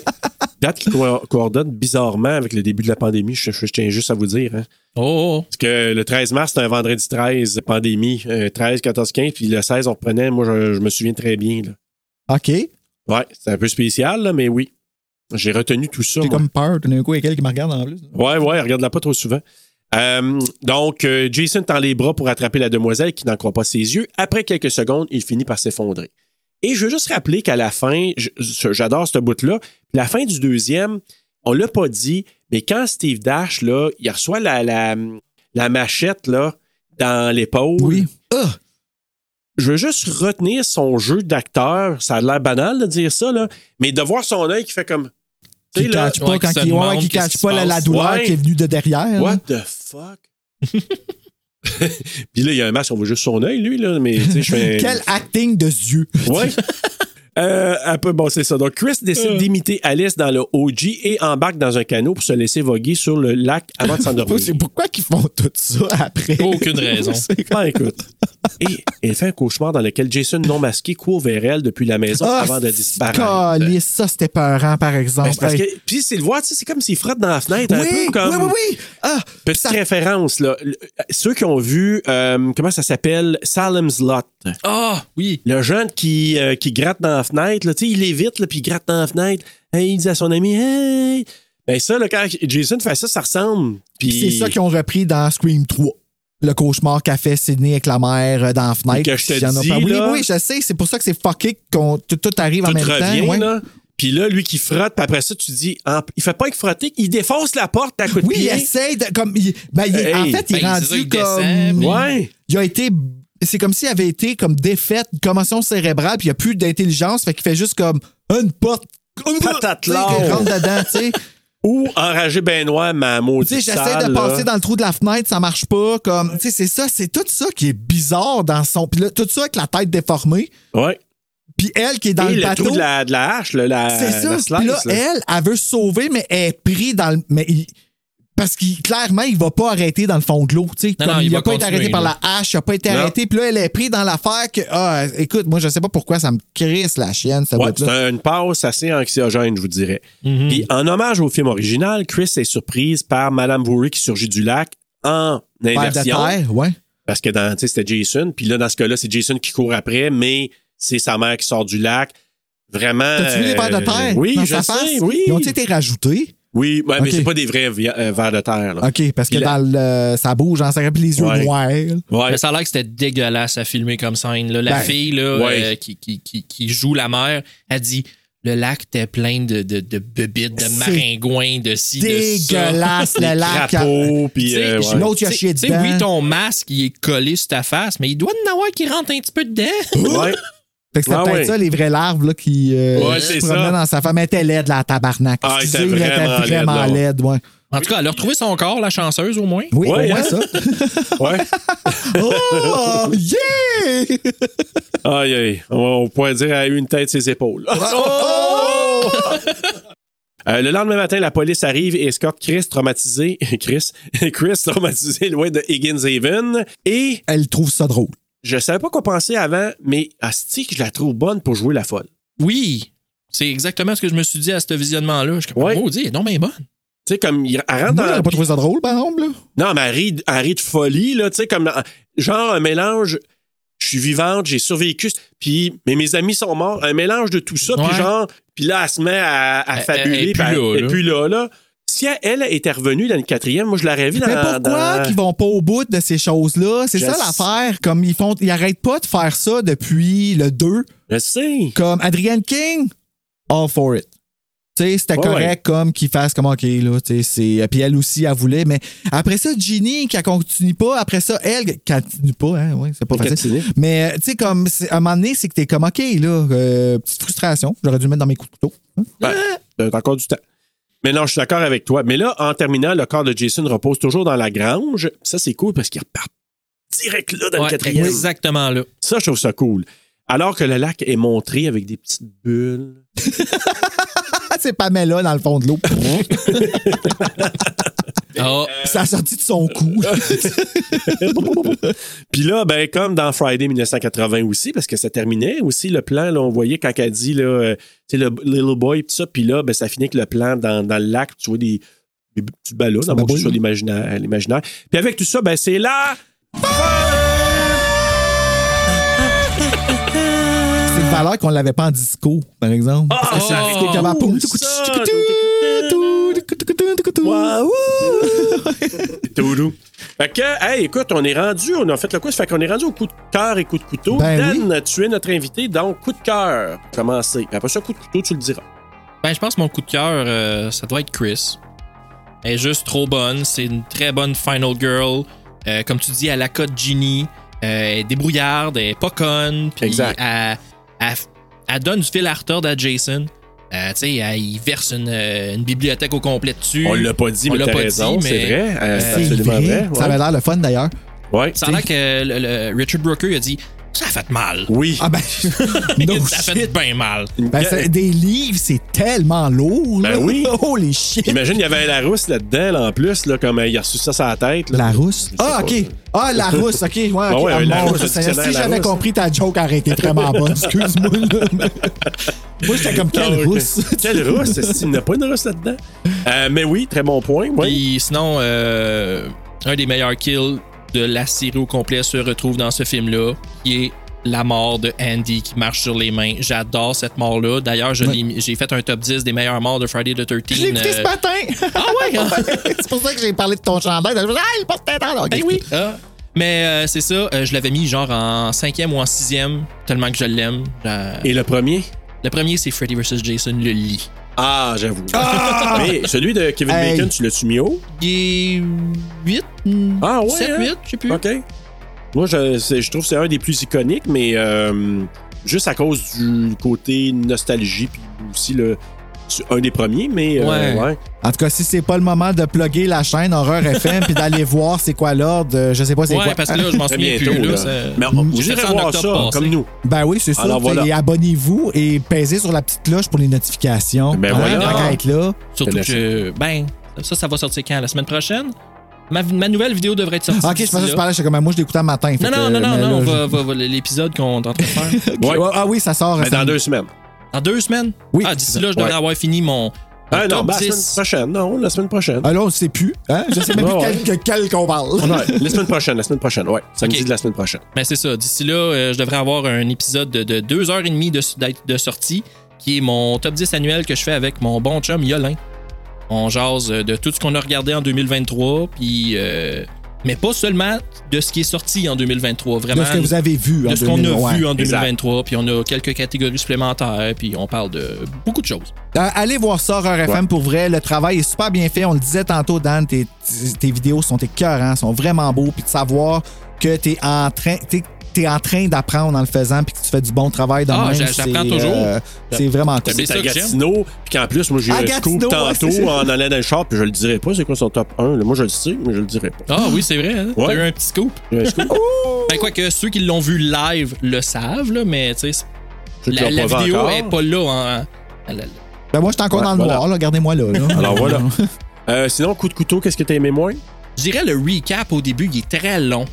Date qui co- coordonne bizarrement avec le début de la pandémie, je, je- je tiens juste à vous dire. hein. Oh, oh, Parce que le 13 mars, c'était un vendredi 13, pandémie. euh, 13, 14, 15, puis le 16, on reprenait. Moi, je, je me souviens très bien. Là. OK. J'ai Ouais, c'est un peu spécial, là, mais oui. J'ai retenu tout ça. moi. comme peur. Tout d'un coup, il y a quelqu'un qui me regarde en plus. Ouais, ouais, regarde-la pas trop souvent. Euh, donc, euh, Jason tend les bras pour attraper la demoiselle qui n'en croit pas ses yeux. Après quelques secondes, il finit par s'effondrer. Et je veux juste rappeler qu'à la fin, je- je- j'adore ce bout-là, la fin du deuxième, on l'a pas dit, mais quand Steve Dash, là, il reçoit la, la, la machette, là, dans l'épaule, Ah! Oui. je veux juste retenir son jeu d'acteur. Ça a l'air banal de dire ça, là, mais de voir son œil qui fait comme... Tu Qui sais, ne là, catch ouais, pas, quand qui se il- ouais, demande qui qu'est-ce catch qui se pas la, la passe. douleur Ouais. qui est venue de derrière. What là. the fuck? Puis là, il y a un masque, on voit juste son œil, lui, là, mais tu sais, je fais. Quel acting de Dieu. Ouais. Euh, un peu, bon, c'est ça. Donc, Chris Euh. décide d'imiter Alice dans le OG et embarque dans un canot pour se laisser voguer sur le lac avant de s'endormir. Oh, C'est pourquoi qu'ils font tout ça après? Aucune raison. C'est- Ben, écoute. Et elle fait un cauchemar dans lequel Jason, non masqué, court vers elle depuis la maison Ah, avant de c'est- disparaître. caliste, ça, c'était peurant, par exemple. Ben, c'est parce Hey. que, puis c'est le voir, tu sais, c'est comme s'il frappe dans la fenêtre, un oui, peu comme. oui, oui, oui. Ah, Petite ça- référence, là. Le- euh, Ceux qui ont vu, euh, comment ça s'appelle? Salem's Lot. Ah, oui. Le jeune qui, euh, qui gratte dans la fenêtre, là, tu sais, il évite, là, puis il gratte dans la fenêtre. Hey, il dit à son ami, hey! Ben ça, là, quand Jason fait ça, ça ressemble. Puis c'est ça qu'ils ont repris dans Scream 3. Le cauchemar qu'a fait Sidney avec la mère euh, dans la fenêtre. Que je te Il y en a dis, pas- Oui, là- oui, je sais. C'est pour ça que c'est fucké qu'on tout, tout arrive en tout même revient, temps. ouais. là. Puis là, lui qui frotte, puis après ça, tu dis, en- il fait pas que frotter, il défonce la porte à coup de Oui, il pied. essaie de. Comme, il- ben, il- Hey. en fait, il est Ben, c'est rendu ça, il comme. descend, puis- Ouais. Il a été. C'est comme s'il avait été comme défaite, commotion cérébrale, puis il n'y a plus d'intelligence, fait qu'il fait juste comme une porte. Une Patate tu sais, lard. qu'il rentre dedans, tu sais. Ou enragé ben noir, ma Tu maudite sais, j'essaie sale, de là. passer dans le trou de la fenêtre, ça marche pas. Comme, tu sais, c'est ça, c'est tout ça qui est bizarre dans son. Puis là, tout ça avec la tête déformée. Ouais. Puis elle qui est dans Et le le bateau. trou de la, de la hache, là, la, c'est ça. Euh, la slice, Puis là, là. elle, elle veut se sauver, mais elle est prise dans le. Mais il- parce qu'il clairement, il va pas arrêter dans le fond de l'eau. tu sais. Non, Comme non, il il va a pas été continuer, arrêté par là. la hache, il a pas été Non. arrêté. Puis là, elle est prise dans l'affaire que. Ah, écoute, moi, je sais pas pourquoi ça me crisse la chienne, cette Ouais, boîte-là. c'est une passe assez anxiogène, je vous dirais. Mhm. Hmm. Puis en hommage au film original, Chris est surprise par Madame Bourré qui surgit du lac en Paire de inversion. terre, ouais. Parce que dans, tu sais, c'était Jason. Puis là, dans ce cas-là, c'est Jason qui court après, mais c'est sa mère qui sort du lac. Vraiment. T'as-tu vu les euh, paires de terre? Oui, dans je sa sais, face? oui. Ils ont été rajoutés. Oui, ouais, mais Ok. c'est pas des vrais vi- euh, vers de terre. Là. OK, parce que Il a- dans le, ça bouge, hein, ça rappelle les yeux Ouais. noirs. Ouais. Mais ça a l'air que c'était dégueulasse à filmer comme scène. là. La Ben, fille là, ouais. euh, qui, qui, qui, qui joue la mère, elle dit le lac était plein de, de, de bébites, de C'est maringouins, de ci, de ça. dégueulasse le lac. Crapaud, puis. T'sais, euh, je- ouais. L'autre, il a T'sais- chié t'sais, dedans. Oui, ton masque, il est collé sur ta face, mais il doit en avoir qui rentre un petit peu dedans. Ouais. Fait que c'était Ah peut-être ouais. ça, les vraies larves là, qui euh, Ouais, se c'est promenaient ça. dans sa femme. Elle était laide, la tabarnak. Ah, elle était Excusez, là, elle vraiment laide, là, ouais. laide, ouais. En tout cas, elle a retrouvé son corps, la chanceuse, au moins. Oui, Ouais, ouais, hein? ça. Ouais. Oh, yeah! Aïe, aïe. On, on pourrait dire qu'elle a eu une tête ses épaules. Euh, le lendemain matin, la police arrive et escorte Chris traumatisé. Chris, Chris traumatisé loin de Higgins Haven. Et Elle trouve ça drôle. je savais pas quoi penser avant, mais Asti, je la trouve bonne pour jouer la folle. Oui. C'est exactement ce que je me suis dit à ce visionnement-là. Je suis comme, Ouais. maudit, elle est non, mais bonne. Tu sais, comme, il, elle rentre Moi, dans- j'aurais pas trouvé ça drôle, par exemple. là. Non, mais elle rit, elle rit de folie, là, tu sais, comme, dans- genre un mélange, je suis vivante, j'ai survécu, puis, mais mes amis sont morts, un mélange de tout ça, Ouais. puis genre, puis là, elle se met à, à Elle- elle fabuler, puis est plus là, elle- elle est là. plus là, là. Si elle, elle était revenue dans une quatrième, moi, je l'aurais vu dans... Mais pourquoi dans- qu'ils vont pas au bout de ces choses-là? C'est Je ça sais. l'affaire. Comme ils font, ils arrêtent pas de faire ça depuis le 2. Je sais. Comme Adrian King, all for it. Tu sais, c'était Ouais, correct ouais. comme qu'ils fassent comme OK, là, tu sais, c'est. euh, Puis elle aussi, elle voulait, mais après ça, Ginny, qui continue pas, après ça, elle, qui continue pas, hein, ouais, c'est pas facile. Catherine. Mais, euh, tu sais, comme, c'est- à un moment donné, c'est que t'es comme OK, là, euh, petite frustration, j'aurais dû le mettre dans mes coups de couteau. Hein? Ben, t'as encore du temps. Mais non, je suis d'accord avec toi. Mais là, en terminant, le corps de Jason repose toujours dans la grange. Ça, c'est cool parce qu'il repart direct là dans Ouais, le quatrième. exactement là. Ça, je trouve ça cool. Alors que le lac est montré avec des petites bulles. Ah, c'est Pamela dans le fond de l'eau. Ah, euh, ça a sorti de son cou. Puis là, ben, comme dans Friday 1980 aussi, parce que ça terminait aussi le plan, là, on voyait quand elle dit, là, euh, tu sais, le Little Boy, pis ça, puis là, ben, ça finit avec le plan dans, dans le lac, tu vois des, des petits ballons dans mon babouille. sur l'imaginaire. l'imaginaire. Puis avec tout ça, ben, c'est là. C'est une valeur qu'on l'avait pas en disco, par exemple. Ah, Ça, oh, c'est le cabapoum. ça! Waouh! Tourou. Fait que, hey, écoute, on est rendu, on a fait le quiz, fait qu'on est rendu au coup de cœur et coup de couteau. Ben Dan, tu es notre invité, donc coup de cœur pour commencer. Puis Après ça, coup de couteau, tu le diras. Ben, je pense que mon coup de cœur, euh, ça doit être Chris. Elle est juste trop bonne. C'est une très bonne Final Girl. Euh, comme tu dis, elle la cote Ginny. Euh, elle est débrouillarde, elle est pas conne. Puis Exact. Elle, elle- elle donne du fil à retordre à Jason. Euh, tu sais, elle- il verse une, euh, une bibliothèque au complet dessus. On l'a pas dit, On mais l'a t'as pas dit, raison, mais- c'est vrai. euh, c'est Euh, C'est absolument vrai. vrai. Ça avait ouais. l'air le fun d'ailleurs. Ouais. Ça a l'air que le- le Richard Brooker il a dit Ça a fait mal. Oui. Ah ben, no ça a shit. fait bien mal. Ben, c'est- des livres, c'est tellement lourd. là. Ben oui. Holy shit. Imagine, il y avait la rousse là-dedans, là, en plus, là, comme euh, il a reçu ça sur la tête. là. La rousse. Je sais Ah, pas. OK. Ah, la rousse, OK. Ouais, OK. ouais, Ah, la mon rousse, Dieu, le Seigneur, dictionnaire, si la j'avais rousse. compris ta joke, elle aurait été vraiment bonne. Excuse-moi. là. Moi, j'étais comme, Ah, quelle ok. rousse. Quelle rousse? Est-ce qu'il n'y a pas une rousse là-dedans? Euh, mais oui, très bon point. ouais. Puis sinon, euh, un des meilleurs kills de la série au complet se retrouve dans ce film-là, qui est la mort de Andy qui marche sur les mains. J'adore cette mort-là. D'ailleurs, je l'ai- j'ai fait un top 10 des meilleures morts de Friday the 13. Je l'ai écouté ce euh, matin. Ah ouais? hein? c'est pour ça que j'ai parlé de ton chandail. Ah, il porte tête ben oui. Ah. Mais euh, c'est ça, euh, je l'avais mis genre en cinquième ou en sixième, tellement que je l'aime. Euh, Et le premier? le premier, c'est Freddy vs. Jason, le lit. Ah, j'avoue. Mais celui de Kevin Hey. Bacon, tu l'as-tu mis haut? Il est 8, Ah, ouais. 7, hein? 8, je sais plus. OK. Moi, je, c'est- je trouve que c'est un des plus iconiques, mais euh, juste à cause du côté nostalgie, puis aussi le, c'est un des premiers, mais euh, Ouais. ouais. En tout cas, si c'est pas le moment de plugger la chaîne Horreur FM puis d'aller voir c'est quoi l'ordre, euh, je sais pas c'est Ouais, quoi. parce que là, je m'en Très souviens bientôt, plus. Là, là. ça- Mais on- vous J'ai fait irez ça en voir ça, octobre passé. comme nous. Ben oui, c'est ça. Alors voilà. Et abonnez-vous et pèsez sur la petite cloche pour les notifications. Ben voilà. tant qu'à être là. Je Surtout que, je- ben, ça, ça va sortir quand? La semaine prochaine? Ma, ma nouvelle vidéo devrait être sortie. Ah, Ok, je d'ici pensais que tu là. parlais, j'étais comme moi, je l'écoute le matin. fait Non, non, que, non, non, mais non, là, va- va- va- l'épisode qu'on est en train de faire. je- Ouais, Ah oui, ça sort. Mais ça- dans deux semaines. En deux semaines? Oui. Ah, d'ici là, je devrais Ouais. avoir fini mon. mon Ah non, top ben, la 10. semaine prochaine. Non, la semaine prochaine. Ah là, on ne sait plus. Hein? Je sais même plus Ouais, quel, que- quel qu'on parle. Ouais, la semaine prochaine, la semaine prochaine, ouais. Samedi Ah, Ok. de la semaine prochaine. Mais Ben, c'est ça. D'ici là, euh, je devrais avoir un épisode de, de deux heures et demie de, d'être- de sortie, qui est mon top 10 annuel que je fais avec mon bon chum Yolin. On jase euh, de tout ce qu'on a regardé en 2023, puis. euh, mais pas seulement de ce qui est sorti en 2023. Vraiment. de ce que vous avez vu. en de ce qu'on 2000, a ouais. vu en exact. 2023, puis on a quelques catégories supplémentaires, puis on parle de beaucoup de choses. Euh, allez voir ça, Horreur FM, pour vrai. Le travail est super bien fait. On le disait tantôt, Dan, tes, tes vidéos sont écœurantes, sont vraiment beaux. Puis de savoir que t'es en train... t'es- t'es en train d'apprendre en le faisant puis que tu fais du bon travail dans Ah, même, j'a- c'est, euh, j'apprends toujours. c'est vraiment cool. C'est C'est ça à que j'aime. Gatineau, puis qu'en plus, moi, j'ai eu À un Gatineau, scoop ouais, c'est- tantôt en allant dans le char, puis je le dirai pas, c'est quoi son top 1. là. Moi, je le sais, mais je le dirai pas. Ah oui, c'est vrai. hein? Ouais. T'as eu un petit scoop. J'ai eu un scoop. Ben, quoi que ceux qui l'ont vu live le savent, là, mais tu sais, c'est- Je te la, l'ai la pas vu vidéo encore. est pas là. hein. en- en- la- Ben moi, je suis encore Ouais, dans le voilà. noir, là. Regardez-moi là, là. Alors voilà. Euh, sinon, coup de couteau, qu'est-ce que t'as aimé moins? Je dirais le recap au début, il est très long.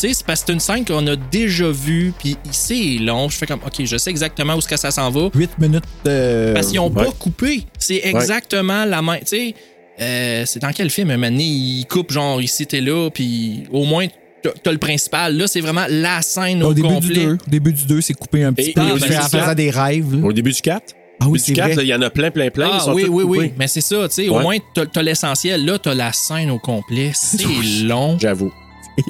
Tu sais, c'est parce que c'est une scène qu'on a déjà vue, puis c'est long. Je fais comme, OK, je sais exactement où ce que ça s'en va. 8 minutes. euh, Parce qu'ils n'ont ouais. pas coupé. C'est exactement la même. Tu sais, euh, c'est dans quel film, un moment donné, il coupe genre ici, t'es là, puis au moins, t'as- t'as le principal. Là, c'est vraiment la scène au, Au début du complet. 2, début du 2, c'est coupé un petit Et- peu. et ah, ben, au il fait début en du faisant quatre. des rêves. là. Au début du 4? Ah oui, du c'est 4, vrai. il y en a plein, plein, plein. ils Ah sont oui, tous oui, coupés. oui. Mais c'est ça, tu sais, au Ouais. moins, t'as t'as l'essentiel. Là, t'as la scène au complet. C'est long. J'avoue.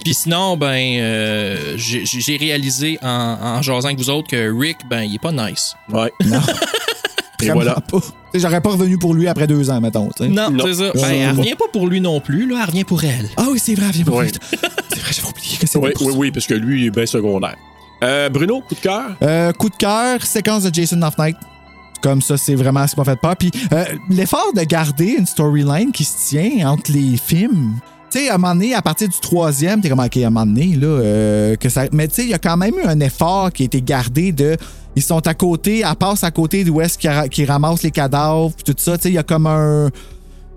Puis sinon, ben, euh, j'ai j'ai réalisé en, en jasant avec vous autres que Rick, ben, il est pas nice. Ouais. Et Vraiment voilà. pas. Tu sais, J'aurais pas revenu pour lui après deux ans, mettons. tu sais. Non, Non. c'est ça. Ouais. Ben, elle revient pas pour lui non plus, là, elle revient pour elle. Ah oui, c'est vrai, viens Ouais. C'est vrai, j'avais oublié que c'était Oui, pour oui, ça. oui, parce que lui, il est bien secondaire. Euh, Bruno, coup de cœur? Euh, coup de cœur, séquence de Jason Off Night. Comme ça, c'est vraiment ce qui m'a fait peur. Puis euh, l'effort de garder une storyline qui se tient entre les films. Tu sais, à un moment donné, à partir du troisième, t'es comme, OK, à un moment donné, là, euh, que ça. Mais tu sais, il y a quand même eu un effort qui a été gardé de. Ils sont à côté, à passe à côté d'où est-ce qu'ils ra- qu'ils ramassent les cadavres, puis tout ça. Tu sais, il y a comme un.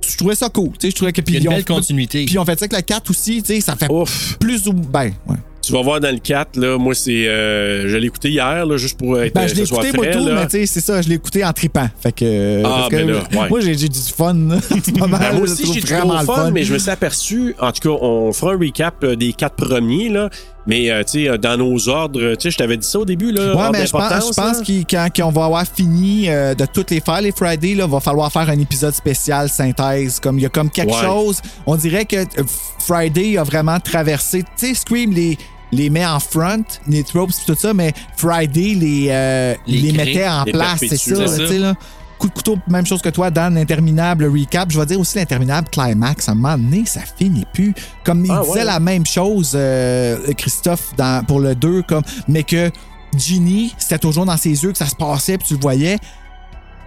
Je trouvais ça cool. Tu sais, je trouvais que. Il Puis y a une ils ont- belle continuité. puis on fait ça avec la 4 aussi, tu sais, ça fait Ouf! plus ou. Ben, ouais. Tu vas voir dans le 4, là, moi, c'est. euh, je l'ai écouté hier, là, juste pour être. euh, Ben, je l'ai que ce soit écouté, moi, frais, tout, là. mais tu sais, c'est ça, je l'ai écouté en tripant. Fait que. euh, Ah, parce que ben là, ouais. Moi, j'ai j'ai du fun, là. C'est pas mal. Ben, moi je aussi, trouve j'ai vraiment vraiment le fun, mais je me suis aperçu, en tout cas, on fera un recap euh, des quatre premiers, là, mais euh, tu sais, euh, dans nos ordres, euh, tu sais, je t'avais dit ça hein. au début, là, Ouais, ordre mais je pense, je d'importance, pense là. qu'il- quand qu'on va avoir fini euh, de toutes les faire, les Friday, là, va falloir faire un épisode spécial synthèse. Comme il y a comme quelque Ouais. chose. On dirait que euh, Friday a vraiment traversé. Tu sais, Scream les les met en front, les tropes pis tout ça, mais Friday les euh, Les les, crée, mettait en les place, c'est perpétue, ça, c'est ça. tu sais là. Coup de couteau, même chose que toi, Dan, l'interminable recap. Je vais dire aussi l'interminable climax. À un moment donné, ça finit plus. Comme il Ah, disait ouais. la même chose, euh, Christophe, dans- pour le 2, comme, mais que Ginny, c'était toujours dans ses yeux que ça se passait, puis tu le voyais.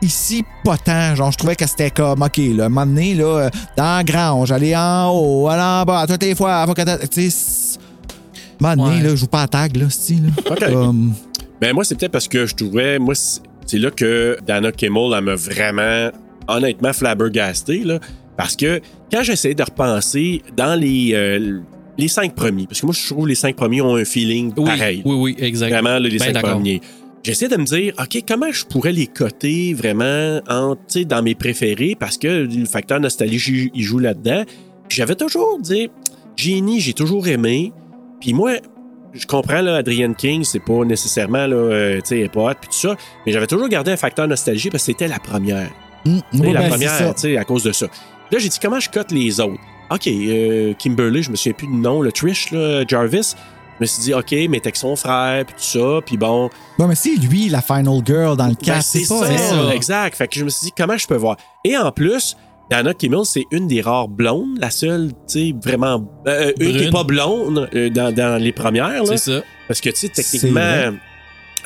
Ici, pas tant. Genre, je trouvais que c'était comme, OK, là, un moment donné, là, euh, dans la grange, aller en haut, aller en bas, à toutes les fois, avant que t'a- tu sais, c'est- un moment donné, Ouais. là, je joue pas à tag, là, style. là. OK. Comme, hmm, Ben, moi, c'est peut-être parce que je trouvais. Moi, c'est c'est là que Dana Kimmel, elle m'a vraiment, honnêtement, flabbergasté, là. Parce que quand j'essayais de repenser dans les, euh, les cinq premiers, parce que moi, je trouve que les cinq premiers ont un feeling oui, pareil. oui, oui, exact. Vraiment, là, les Ben cinq d'accord. premiers. J'essaie de me dire, OK, comment je pourrais les coter vraiment en, tu sais, dans mes préférés parce que le facteur nostalgie, il joue là-dedans. Puis J'avais toujours dit, Genie, j'ai toujours aimé. Puis moi, je comprends, là, Adrienne King, c'est pas nécessairement, là, euh, tu sais, elle est pas hot, puis tout ça, mais j'avais toujours gardé un facteur nostalgie parce que c'était la première. hum, Tu sais, ouais, la ben, c'est ça. première, tu sais, à cause de ça. Là, j'ai dit, comment je cote les autres? OK, euh, Kimberly, je me souviens plus du nom, le Trish, là, Jarvis. Je me suis dit, OK, mais t'es que son frère, puis tout ça, puis bon. Bon, mais c'est lui, la final girl dans le Ben, cas. c'est pas ça, elle. ça. exact. Fait que je me suis dit, comment je peux voir? Et en plus, Dana Kimmel, c'est une des rares blondes, la seule, tu sais, vraiment. euh, une Brune. qui n'est pas blonde euh, dans, dans les premières, là. C'est ça. Parce que, tu sais, C'est techniquement,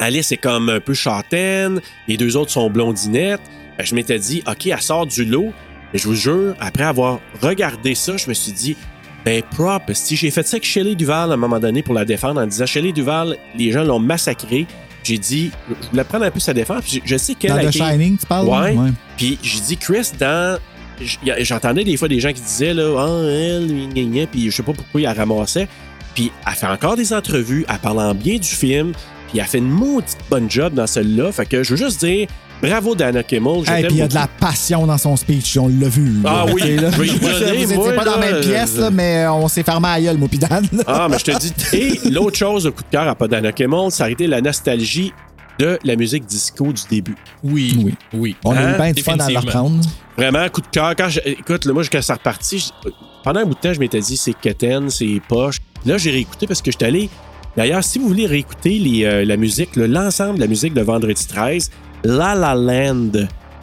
Alice est comme un peu châtaine, les deux autres sont blondinettes. Ben, Je m'étais dit, OK, elle sort du lot. Mais je vous jure, après avoir regardé ça, je me suis dit, ben, prop, si j'ai fait ça avec Shelley Duval à un moment donné pour la défendre en disant, Shelley Duval, les gens l'ont massacrée. J'ai dit, je voulais prendre un peu sa défense. puis Je je sais qu'elle Dans a The été- Shining, tu parles? là? Ouais. puis j'ai dit, Chris, dans. j- y a- J'entendais des fois des gens qui disaient, là, ah, elle, gna, gna, gna, puis je sais pas pourquoi il la ramassait. Puis elle fait encore des entrevues, elle parle en bien du film, puis elle fait une maudite bonne job dans celle-là. Fait que je veux juste dire, bravo Dana Kimmel. je Hey, t'aime puis il y a de beaucoup. la passion dans son speech, on l'a vu. là. Ah oui, Tu sais, là. je vais y Moi, donner, Vous moi, étiez pas dans la là, même pièce, je- là, mais on s'est fermé à gueule, moi, puis Dan, là. Ah, mais je te dis. Et l'autre chose, le coup de cœur à pas Dana Kimmel, ça a été la nostalgie de la musique disco du début. Oui. Oui. Oui. On a Hein? eu bien du fun à le Définitivement. reprendre. Vraiment, coup de cœur. Quand je- écoute, là, moi, quand ça repartit, je- pendant un bout de temps, je m'étais dit, c'est quétaine, c'est poche. Là, j'ai réécouté parce que j'étais allé. D'ailleurs, si vous voulez réécouter les, euh, la musique, le- l'ensemble de la musique de Vendredi 13, La La Land,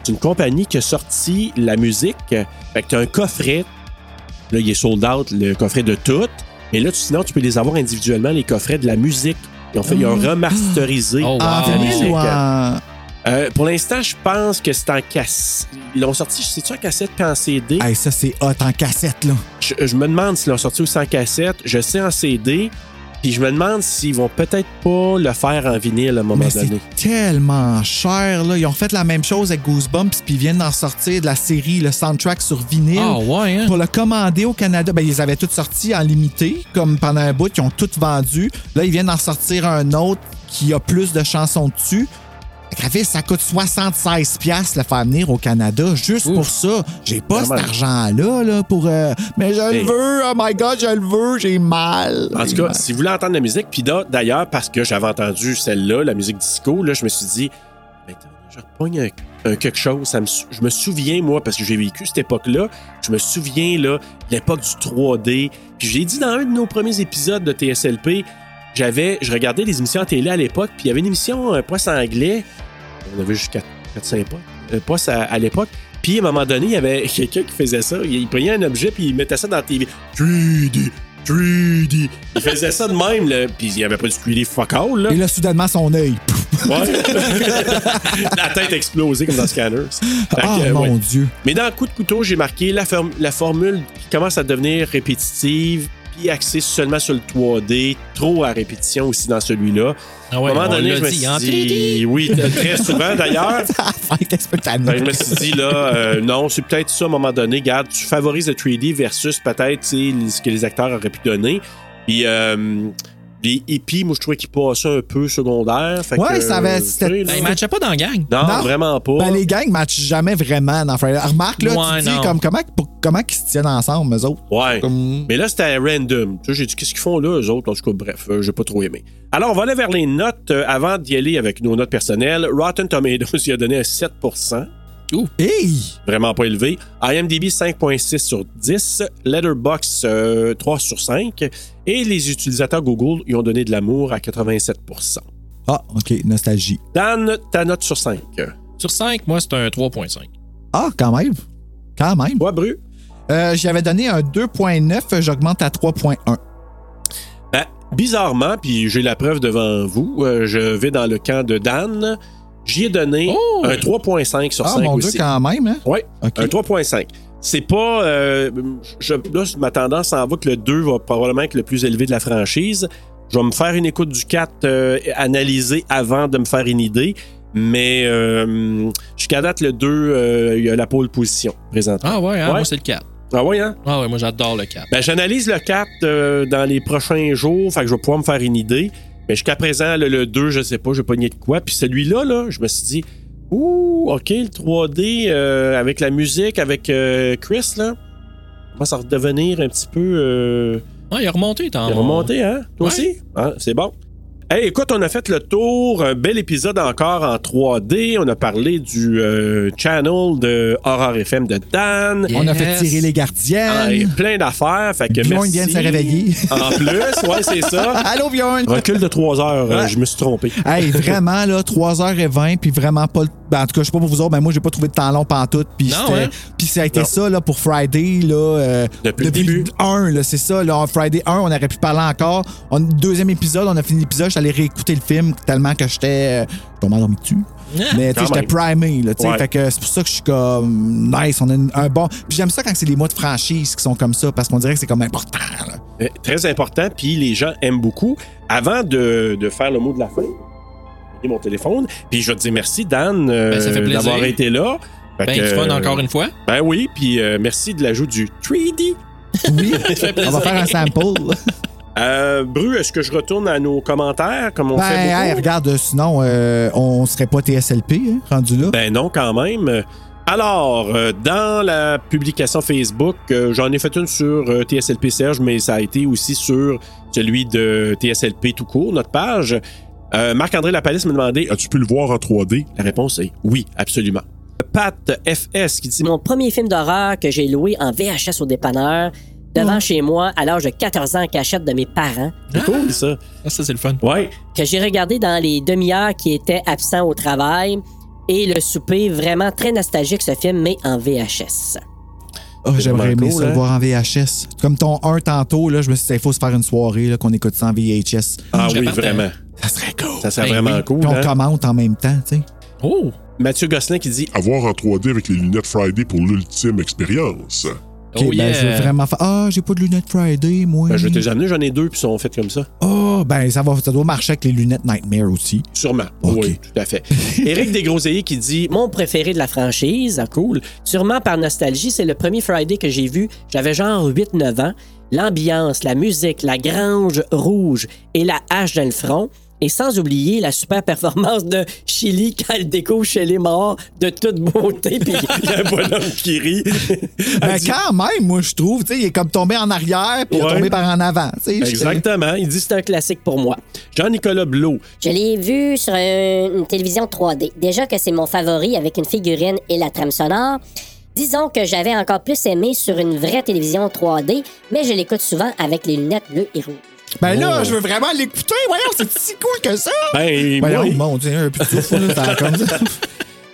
c'est une compagnie qui a sorti la musique. Fait que t'as un coffret. Là, il est sold out, le coffret de toutes. Mais là, tu- sinon, tu peux les avoir individuellement, les coffrets de la musique. Ils ont fait, ils ont remasterisé. Oh, wow. En la vinyle musique. ou en. Euh, pour l'instant, je pense que c'est en cassette. Ils l'ont sorti, c'est-tu en cassette puis en CD? Hey, ça, c'est hot en cassette, là. Je, je me demande s'ils l'ont sorti aussi en cassette. Je sais en CD. Puis je me demande s'ils vont peut-être pas le faire en vinyle à un moment Mais c'est donné. tellement cher, là. Ils ont fait la même chose avec Goosebumps, puis ils viennent d'en sortir de la série, le soundtrack sur vinyle. Ah, ouais, hein? Pour le commander au Canada, ben, ils avaient toutes sorti en limité, comme pendant un bout, ils ont toutes vendu. Là, ils viennent d'en sortir un autre qui a plus de chansons dessus. Travis, ça coûte 76 pièces le faire venir au Canada juste pour ça. J'ai pas Vraiment. cet argent-là là, pour... euh, mais je le Hey. veux, oh my God, je le veux, j'ai mal. En tout J'ai cas, mal. si vous voulez entendre la musique, puis d'a- d'ailleurs, parce que j'avais entendu celle-là, la musique disco, là, je me suis dit, ben, t'as- je repogne un, un quelque chose. Ça me sou- je me souviens, moi, parce que j'ai vécu cette époque-là, je me souviens, là, de l'époque du 3D. Puis j'ai dit dans un de nos premiers épisodes de TSLP, j'avais, je regardais des émissions à télé à l'époque, puis il y avait une émission euh, Poisse en anglais. On avait jusqu'à 4-5 potes, euh, postes à, à l'époque. Puis à un moment donné, il y avait quelqu'un qui faisait ça. Il, il prenait un objet, puis il mettait ça dans la TV. 3D, 3D. Il faisait ça de même, là. Puis il n'y avait pas du 3D fuck all, là. Et là, soudainement, son œil. Pff, Ouais. la tête explosée comme dans Scanners. Fait Ah, que, euh, mon ouais. Dieu. Mais dans Coup de couteau, j'ai marqué la, form- la formule qui commence à devenir répétitive, puis axée seulement sur le 3D, trop à répétition aussi dans celui-là. Ah ouais, à un moment on donné, l'a je me dit, suis hein, dit, oui, très souvent d'ailleurs. Fait que c'est pas tanné. Ben, je me suis dit, là, euh, non, c'est peut-être ça à un moment donné. Regarde, tu favorises le 3D versus peut-être tu sais, ce que les acteurs auraient pu donner. Puis, euh, les hippies, moi, je trouvais qu'ils passaient un peu secondaire. Fait Ouais, que, ça avait- euh, c'était- tu sais, Ben, là, il matchait pas dans la gang. non, Non. vraiment pas. Ben, les gangs matchent jamais vraiment dans Friday. Remarque, là, Ouais, tu dis non. comme, comment, pour- comment ils se tiennent ensemble, eux autres. Ouais. Comme... Mais là, c'était random. Tu sais, j'ai dit, qu'est-ce qu'ils font là, eux autres? En tout cas, bref, euh, j'ai pas trop aimé. Alors, on va aller vers les notes euh, avant d'y aller avec nos notes personnelles. Rotten Tomatoes, il a donné un 7 Hey! vraiment pas élevé. IMDb 5.6 sur 10, Letterboxd euh, 3 sur 5 et les utilisateurs Google y ont donné de l'amour à 87 Ah, OK, nostalgie. Dan, ta note sur 5. Sur 5, moi, c'est un 3.5. Ah, quand même. Quand même. Toi, Bru? Euh, J'avais donné un 2.9, j'augmente à 3.1. Ben, bizarrement, puis j'ai la preuve devant vous, euh, je vais dans le camp de Dan. J'y ai donné Oh! un 3.5 sur Ah, 5 mon aussi. Dieu, quand même. Hein? Ouais, OK. un 3.5. C'est pas. euh, je, là, ma tendance s'en va que le 2 va probablement être le plus élevé de la franchise. Je vais me faire une écoute du 4 euh, analysée avant de me faire une idée. Mais euh, jusqu'à date, le 2, euh, il y a la pole position présentement. Ah ouais, hein, Ouais. moi, c'est le 4. Ah ouais, hein? Ah ouais, moi, j'adore le 4. Ben, J'analyse le 4 euh, dans les prochains jours, fait que je vais pouvoir me faire une idée. Mais jusqu'à présent, le, le 2, je sais pas, je vais pogner de quoi. Puis celui-là, là, je me suis dit, ouh, OK, le 3D euh, avec la musique, avec euh, Chris, là, commence à redevenir un petit peu euh, Ah, il a remonté, tant. remonté, hein? Toi Ouais. aussi? Hein, C'est bon. Hey, écoute, on a fait le tour, un bel épisode encore en 3D. On a parlé du euh, channel de Horror FM de Dan. On a Yes. fait tirer les Ah, et gardiennes. plein d'affaires, fait que merci. Bjorn Euh, vient de se réveiller. En plus, ouais, c'est ça. Allô, Bjorn! Recul de 3 heures, euh, Ouais. je me suis trompé. Hey, vraiment, là, 3h20, puis vraiment pas le. ben, en tout cas, je sais pas pour vous autres, mais moi, j'ai pas trouvé de temps long pantoute. Puis Non, j'étais- hein? puis ça a été Non. ça, là, pour Friday, là. euh, Depuis le début. 1, là, c'est ça. Là, Friday 1, on aurait pu parler encore. On, deuxième épisode, on a fini l'épisode, j'allais réécouter le film tellement que j'étais. euh, Je tombé endormi dessus. Mais tu sais, Ah, Quand j'étais primé, là, tu sais. Ouais. Fait que c'est pour ça que je suis comme. Nice, on a une- un bon. Puis j'aime ça quand c'est les mois de franchise qui sont comme ça, parce qu'on dirait que c'est comme important, là. Euh, Très important, puis les gens aiment beaucoup. Avant de, de faire le mot de la fin, j'ai mon téléphone, puis je vais te dire merci, Dan, euh, Ben, ça fait plaisir. d'avoir été là. Fait Ben, que, du fun euh, encore une fois. Ben oui, puis euh, merci de l'ajout du 3D. Oui, on va faire un sample. Euh, Bru, est-ce que je retourne à nos commentaires comme on Ben, fait beaucoup? hey, regarde, sinon, euh, on serait pas TSLP, hein, rendu là. Ben non, quand même. Alors, euh, dans la publication Facebook, euh, j'en ai fait une sur euh, TSLP Serge, mais ça a été aussi sur celui de TSLP tout court, notre page. Euh, Marc-André Lapalisse me demandait As-tu pu le voir en 3D La réponse est oui, absolument. Pat FS qui dit Mon premier film d'horreur que j'ai loué en VHS au dépanneur, devant chez moi, à l'âge de 14 ans, en cachette de mes parents, C'est cool ça. Ah, ça, c'est le fun. Ouais. que j'ai regardé dans les demi-heures qui étaient absents au travail, et le souper, vraiment très nostalgique ce film, mais en VHS. Ah, J'aimerais vraiment aimer cool, ça, le hein. voir en VHS. Comme ton 1 tantôt, là, je me suis dit, il faut se faire une soirée là, qu'on écoute ça en VHS. Ah Je oui, réparte, vraiment. Ça serait cool. Ça serait Ben vraiment oui. cool. hein. Puis on hein. commente en même temps, tu sais. Oh! Mathieu Gosselin qui dit ah Avoir en 3D avec les lunettes Friday pour l'ultime expérience. Ok, oh, ben, yeah. je veux vraiment faire. Ah, j'ai pas de lunettes Friday, moi. Ben, Je t'ai amené, j'en ai deux, puis ils sont faits comme ça. Ah, ben, ça, va, ça doit marcher avec les lunettes Nightmare aussi. Sûrement. Ok. Oui, tout à fait. Éric Desgroseilliers qui dit Mon préféré de la franchise, ah, Cool. Sûrement par nostalgie, c'est le premier Friday que j'ai vu. J'avais genre 8-9 ans. L'ambiance, la musique, la grange rouge et la hache dans le front. Et sans oublier la super performance de Chili quand elle découvre chez les morts de toute beauté. Puis Il y a un bonhomme qui rit. Ah, Ben, quand même, moi, je trouve, tu sais, il est comme tombé en arrière puis il est Ouais. tombé par en avant. tu sais. Exactement. Il dit c'est un classique pour moi. Jean-Nicolas Blot. Je l'ai vu sur un- une télévision 3D. Déjà que c'est mon favori avec une figurine et la trame sonore. Disons que j'avais encore plus aimé sur une vraie télévision 3D, mais je l'écoute souvent avec les lunettes bleues et rouges. Ben là, je veux vraiment l'écouter. Voyons, c'est si cool que ça. Ben, Ben, moi, oh, mon Dieu, un petit fou, là, ça, comme ça.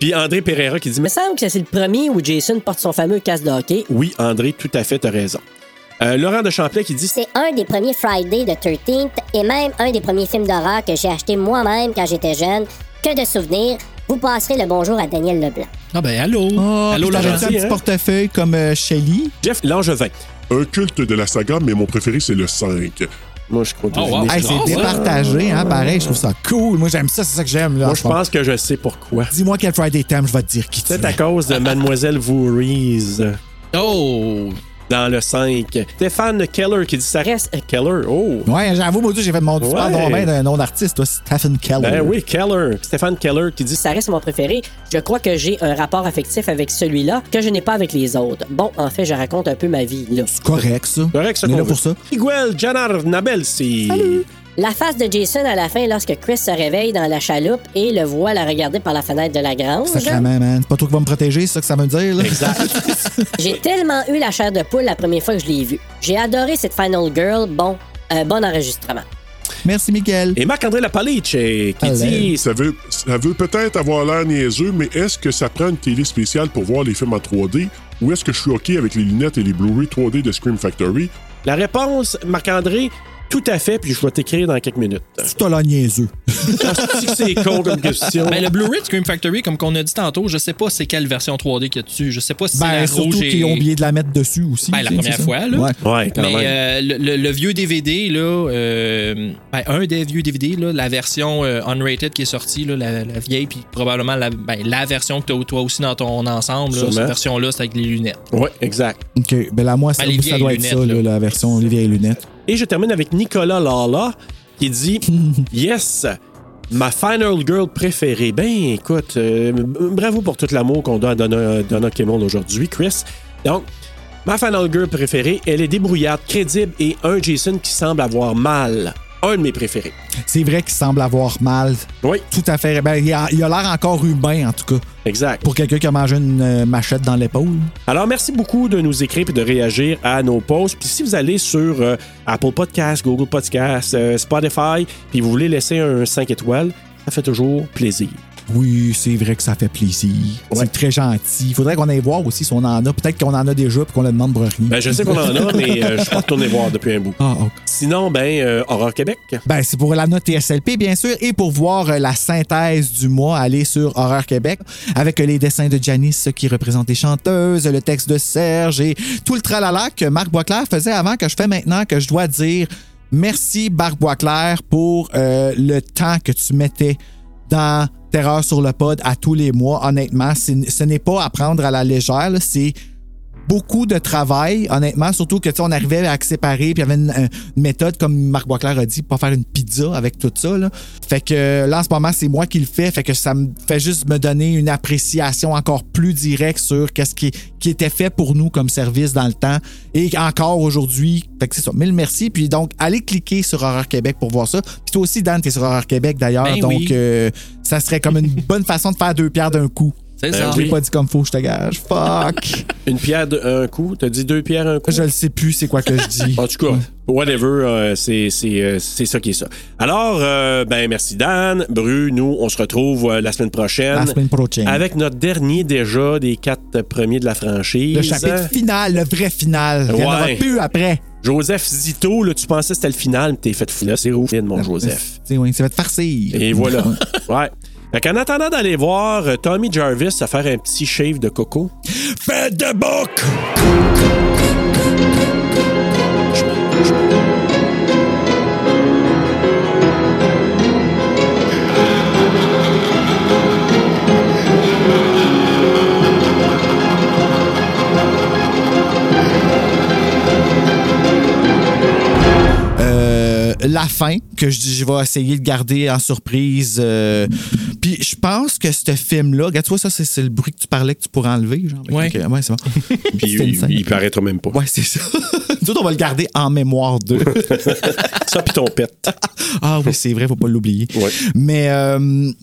Puis André Pereira qui dit Il me semble que c'est le premier où Jason porte son fameux casque de hockey. Oui, André, tout à fait, t'as raison. Euh, Laurent de Champlain qui dit C'est un des premiers Friday de 13th et même un des premiers films d'horreur que j'ai acheté moi-même quand j'étais jeune. Que de souvenirs, vous passerez le bonjour à Daniel Leblanc. Ah ben allô. Oh, allô puis t'avais-tu Laurent. un petit hein? portefeuille comme euh, Shelley. Jeff Langevin. Un culte de la saga, mais mon préféré, c'est le 5. Moi, je crois Oh, wow. deviner. Hey, c'est bizarre, ça. départagé, hein, pareil. Je trouve ça cool. Moi, j'aime ça, c'est ça que j'aime. là. Moi, je pense que je sais pourquoi. Dis-moi quel Friday t'aimes, je vais te dire qui tu C'est à es. cause de Mademoiselle Voorhees Oh! dans le 5. Stéphane Keller qui dit ça reste Keller. Oh! Ouais, j'avoue, mon Dieu, j'ai fait mon Dieu, tu Ouais. parles donc bien d'un nom d'artiste, toi, Stephen Keller. Ben oui, Keller. Stéphane Keller qui dit Ça reste mon préféré. Je crois que j'ai un rapport affectif avec celui-là que je n'ai pas avec les autres. Bon, en fait, je raconte un peu ma vie, là. C'est correct, ça. Correct, ça On est qu'on là veut. pour ça. Miguel Janar Nabel, c'est. La face de Jason à la fin lorsque Chris se réveille dans la chaloupe et le voit la regarder par la fenêtre de la grange. Sacrement, man. C'est pas toi qui vas me protéger, c'est ça que ça veut dire, là. Exact. J'ai tellement eu la chair de poule la première fois que je l'ai vue. J'ai adoré cette Final Girl. Bon, un bon enregistrement. Merci, Miguel. Et Marc-André Lapalice eh, qui Hello. dit Ça veut, ça veut peut-être avoir l'air niaiseux, mais est-ce que ça prend une télé spéciale pour voir les films en 3D ou est-ce que je suis OK avec les lunettes et les Blu-ray 3D de Scream Factory? La réponse, Marc-André, tout à fait, puis je vais t'écrire dans quelques minutes. Tu t'as l'air niaiseux. Hostie que c'est con comme question. Ben, le Blu-ray de Scream Factory, comme qu'on a dit tantôt, je sais pas c'est quelle version 3D qu'il y a dessus. Je sais pas si c'est Ben, la surtout rouge et... qu'ils ont oublié de la mettre dessus aussi. Ben, la tu sais, première c'est ça. fois, là. Ouais. Ouais, quand Mais même. euh, le, le- le vieux DVD, là, euh, ben, un des vieux DVD, là, la version euh, unrated qui est sortie, là, la, la vieille, puis probablement la, ben, la version que tu as toi aussi dans ton ensemble, là, Sûrement. cette version-là, c'est avec les lunettes. Ouais, exact. OK. Ben, là, moi, ça, Ben, les ça doit être vieilles ça, là, lunettes, là. la version les vieilles lunettes. Et je termine avec Nicolas Lala qui dit Yes, ma final girl préférée. Ben écoute, euh, bravo pour tout l'amour qu'on donne à Donna, Donna Kimmel aujourd'hui, Chris. Donc, ma final girl préférée, elle est débrouillarde, crédible et un Jason qui semble avoir mal. Un de mes préférés. C'est vrai qu'il semble avoir mal. Oui, Tout à fait. Ben, il a il a l'air encore humain, en tout cas. exact. Pour quelqu'un qui a mangé une euh, machette dans l'épaule. Alors, merci beaucoup de nous écrire et de réagir à nos posts. Puis si vous allez sur euh, Apple Podcasts, Google Podcasts, euh, Spotify, puis vous voulez laisser un 5 étoiles, ça fait toujours plaisir. Oui, c'est vrai que ça fait plaisir. Ouais. C'est très gentil. Il faudrait qu'on aille voir aussi si on en a. Peut-être qu'on en a déjà et qu'on le demande pour rien. Ben, je sais qu'on en a, mais euh, je suis pas retourné voir depuis un bout. Ah, ok. Sinon, ben, euh, Horreur Québec. Ben, c'est pour la note TSLP, bien sûr, et pour voir euh, la synthèse du mois, aller sur Horreur Québec, avec euh, les dessins de Janice qui représente les chanteuses, le texte de Serge et tout le tralala que Marc Boisclair faisait avant, que je fais maintenant, que je dois dire merci, Marc Boisclair, pour euh, le temps que tu mettais dans Terreur sur le pod à tous les mois. Honnêtement, c'est- ce n'est pas à prendre à la légère, là, c'est beaucoup de travail, honnêtement, surtout que tu sais, on arrivait à se séparer, puis il y avait une, une méthode, comme Marc Boisclair a dit, pas faire une pizza avec tout ça. Là. Fait que euh, là, en ce moment, c'est moi qui le fais, fait que ça me fait juste me donner une appréciation encore plus directe sur qu'est-ce qui, qui était fait pour nous comme service dans le temps et encore aujourd'hui. Fait que c'est ça. Mille merci. Puis donc, allez cliquer sur Horreur Québec pour voir ça. Puis toi aussi, Dan, t'es sur Horreur Québec d'ailleurs, Ben donc oui. euh, ça serait comme une bonne façon de faire deux pierres d'un coup. C'est Ben ça. Je l'ai oui. pas dit comme faux, je te gage. Fuck! Une pierre de un coup. T'as dit deux pierres un coup? je le sais plus, c'est quoi que je dis. En tout cas, whatever, euh, c'est c'est, euh, c'est ça qui est ça. Alors, euh, ben, merci Dan, Bru, nous, on se retrouve euh, la semaine prochaine. La semaine prochaine. Avec notre dernier déjà des quatre premiers de la franchise. Le chapitre final, le vrai final. Il n'y en aura Ouais. plus après. Joseph Zito, là, tu pensais que c'était le final, mais t'es fait fou. Là, c'est roufine, mon Joseph. C'est oui, ça va te farcir. Et voilà. ouais. Fait qu'en attendant d'aller voir euh, Tommy Jarvis à faire un petit shave de coco. Faites de book! Euh, la fin, que je dis, je vais essayer de garder en surprise. euh, Puis je pense que ce film-là, regarde, tu vois, ça, c'est c'est le bruit que tu parlais que tu pourrais enlever. Genre, Ouais. Ok, ouais, c'est bon. Puis euh, C'était une il, scène. il paraîtra même pas. Ouais, c'est ça. Nous autres, on va le garder en mémoire d'eux. Ça, puis ton pète. ah oui, c'est vrai, faut pas l'oublier. Ouais. Mais euh,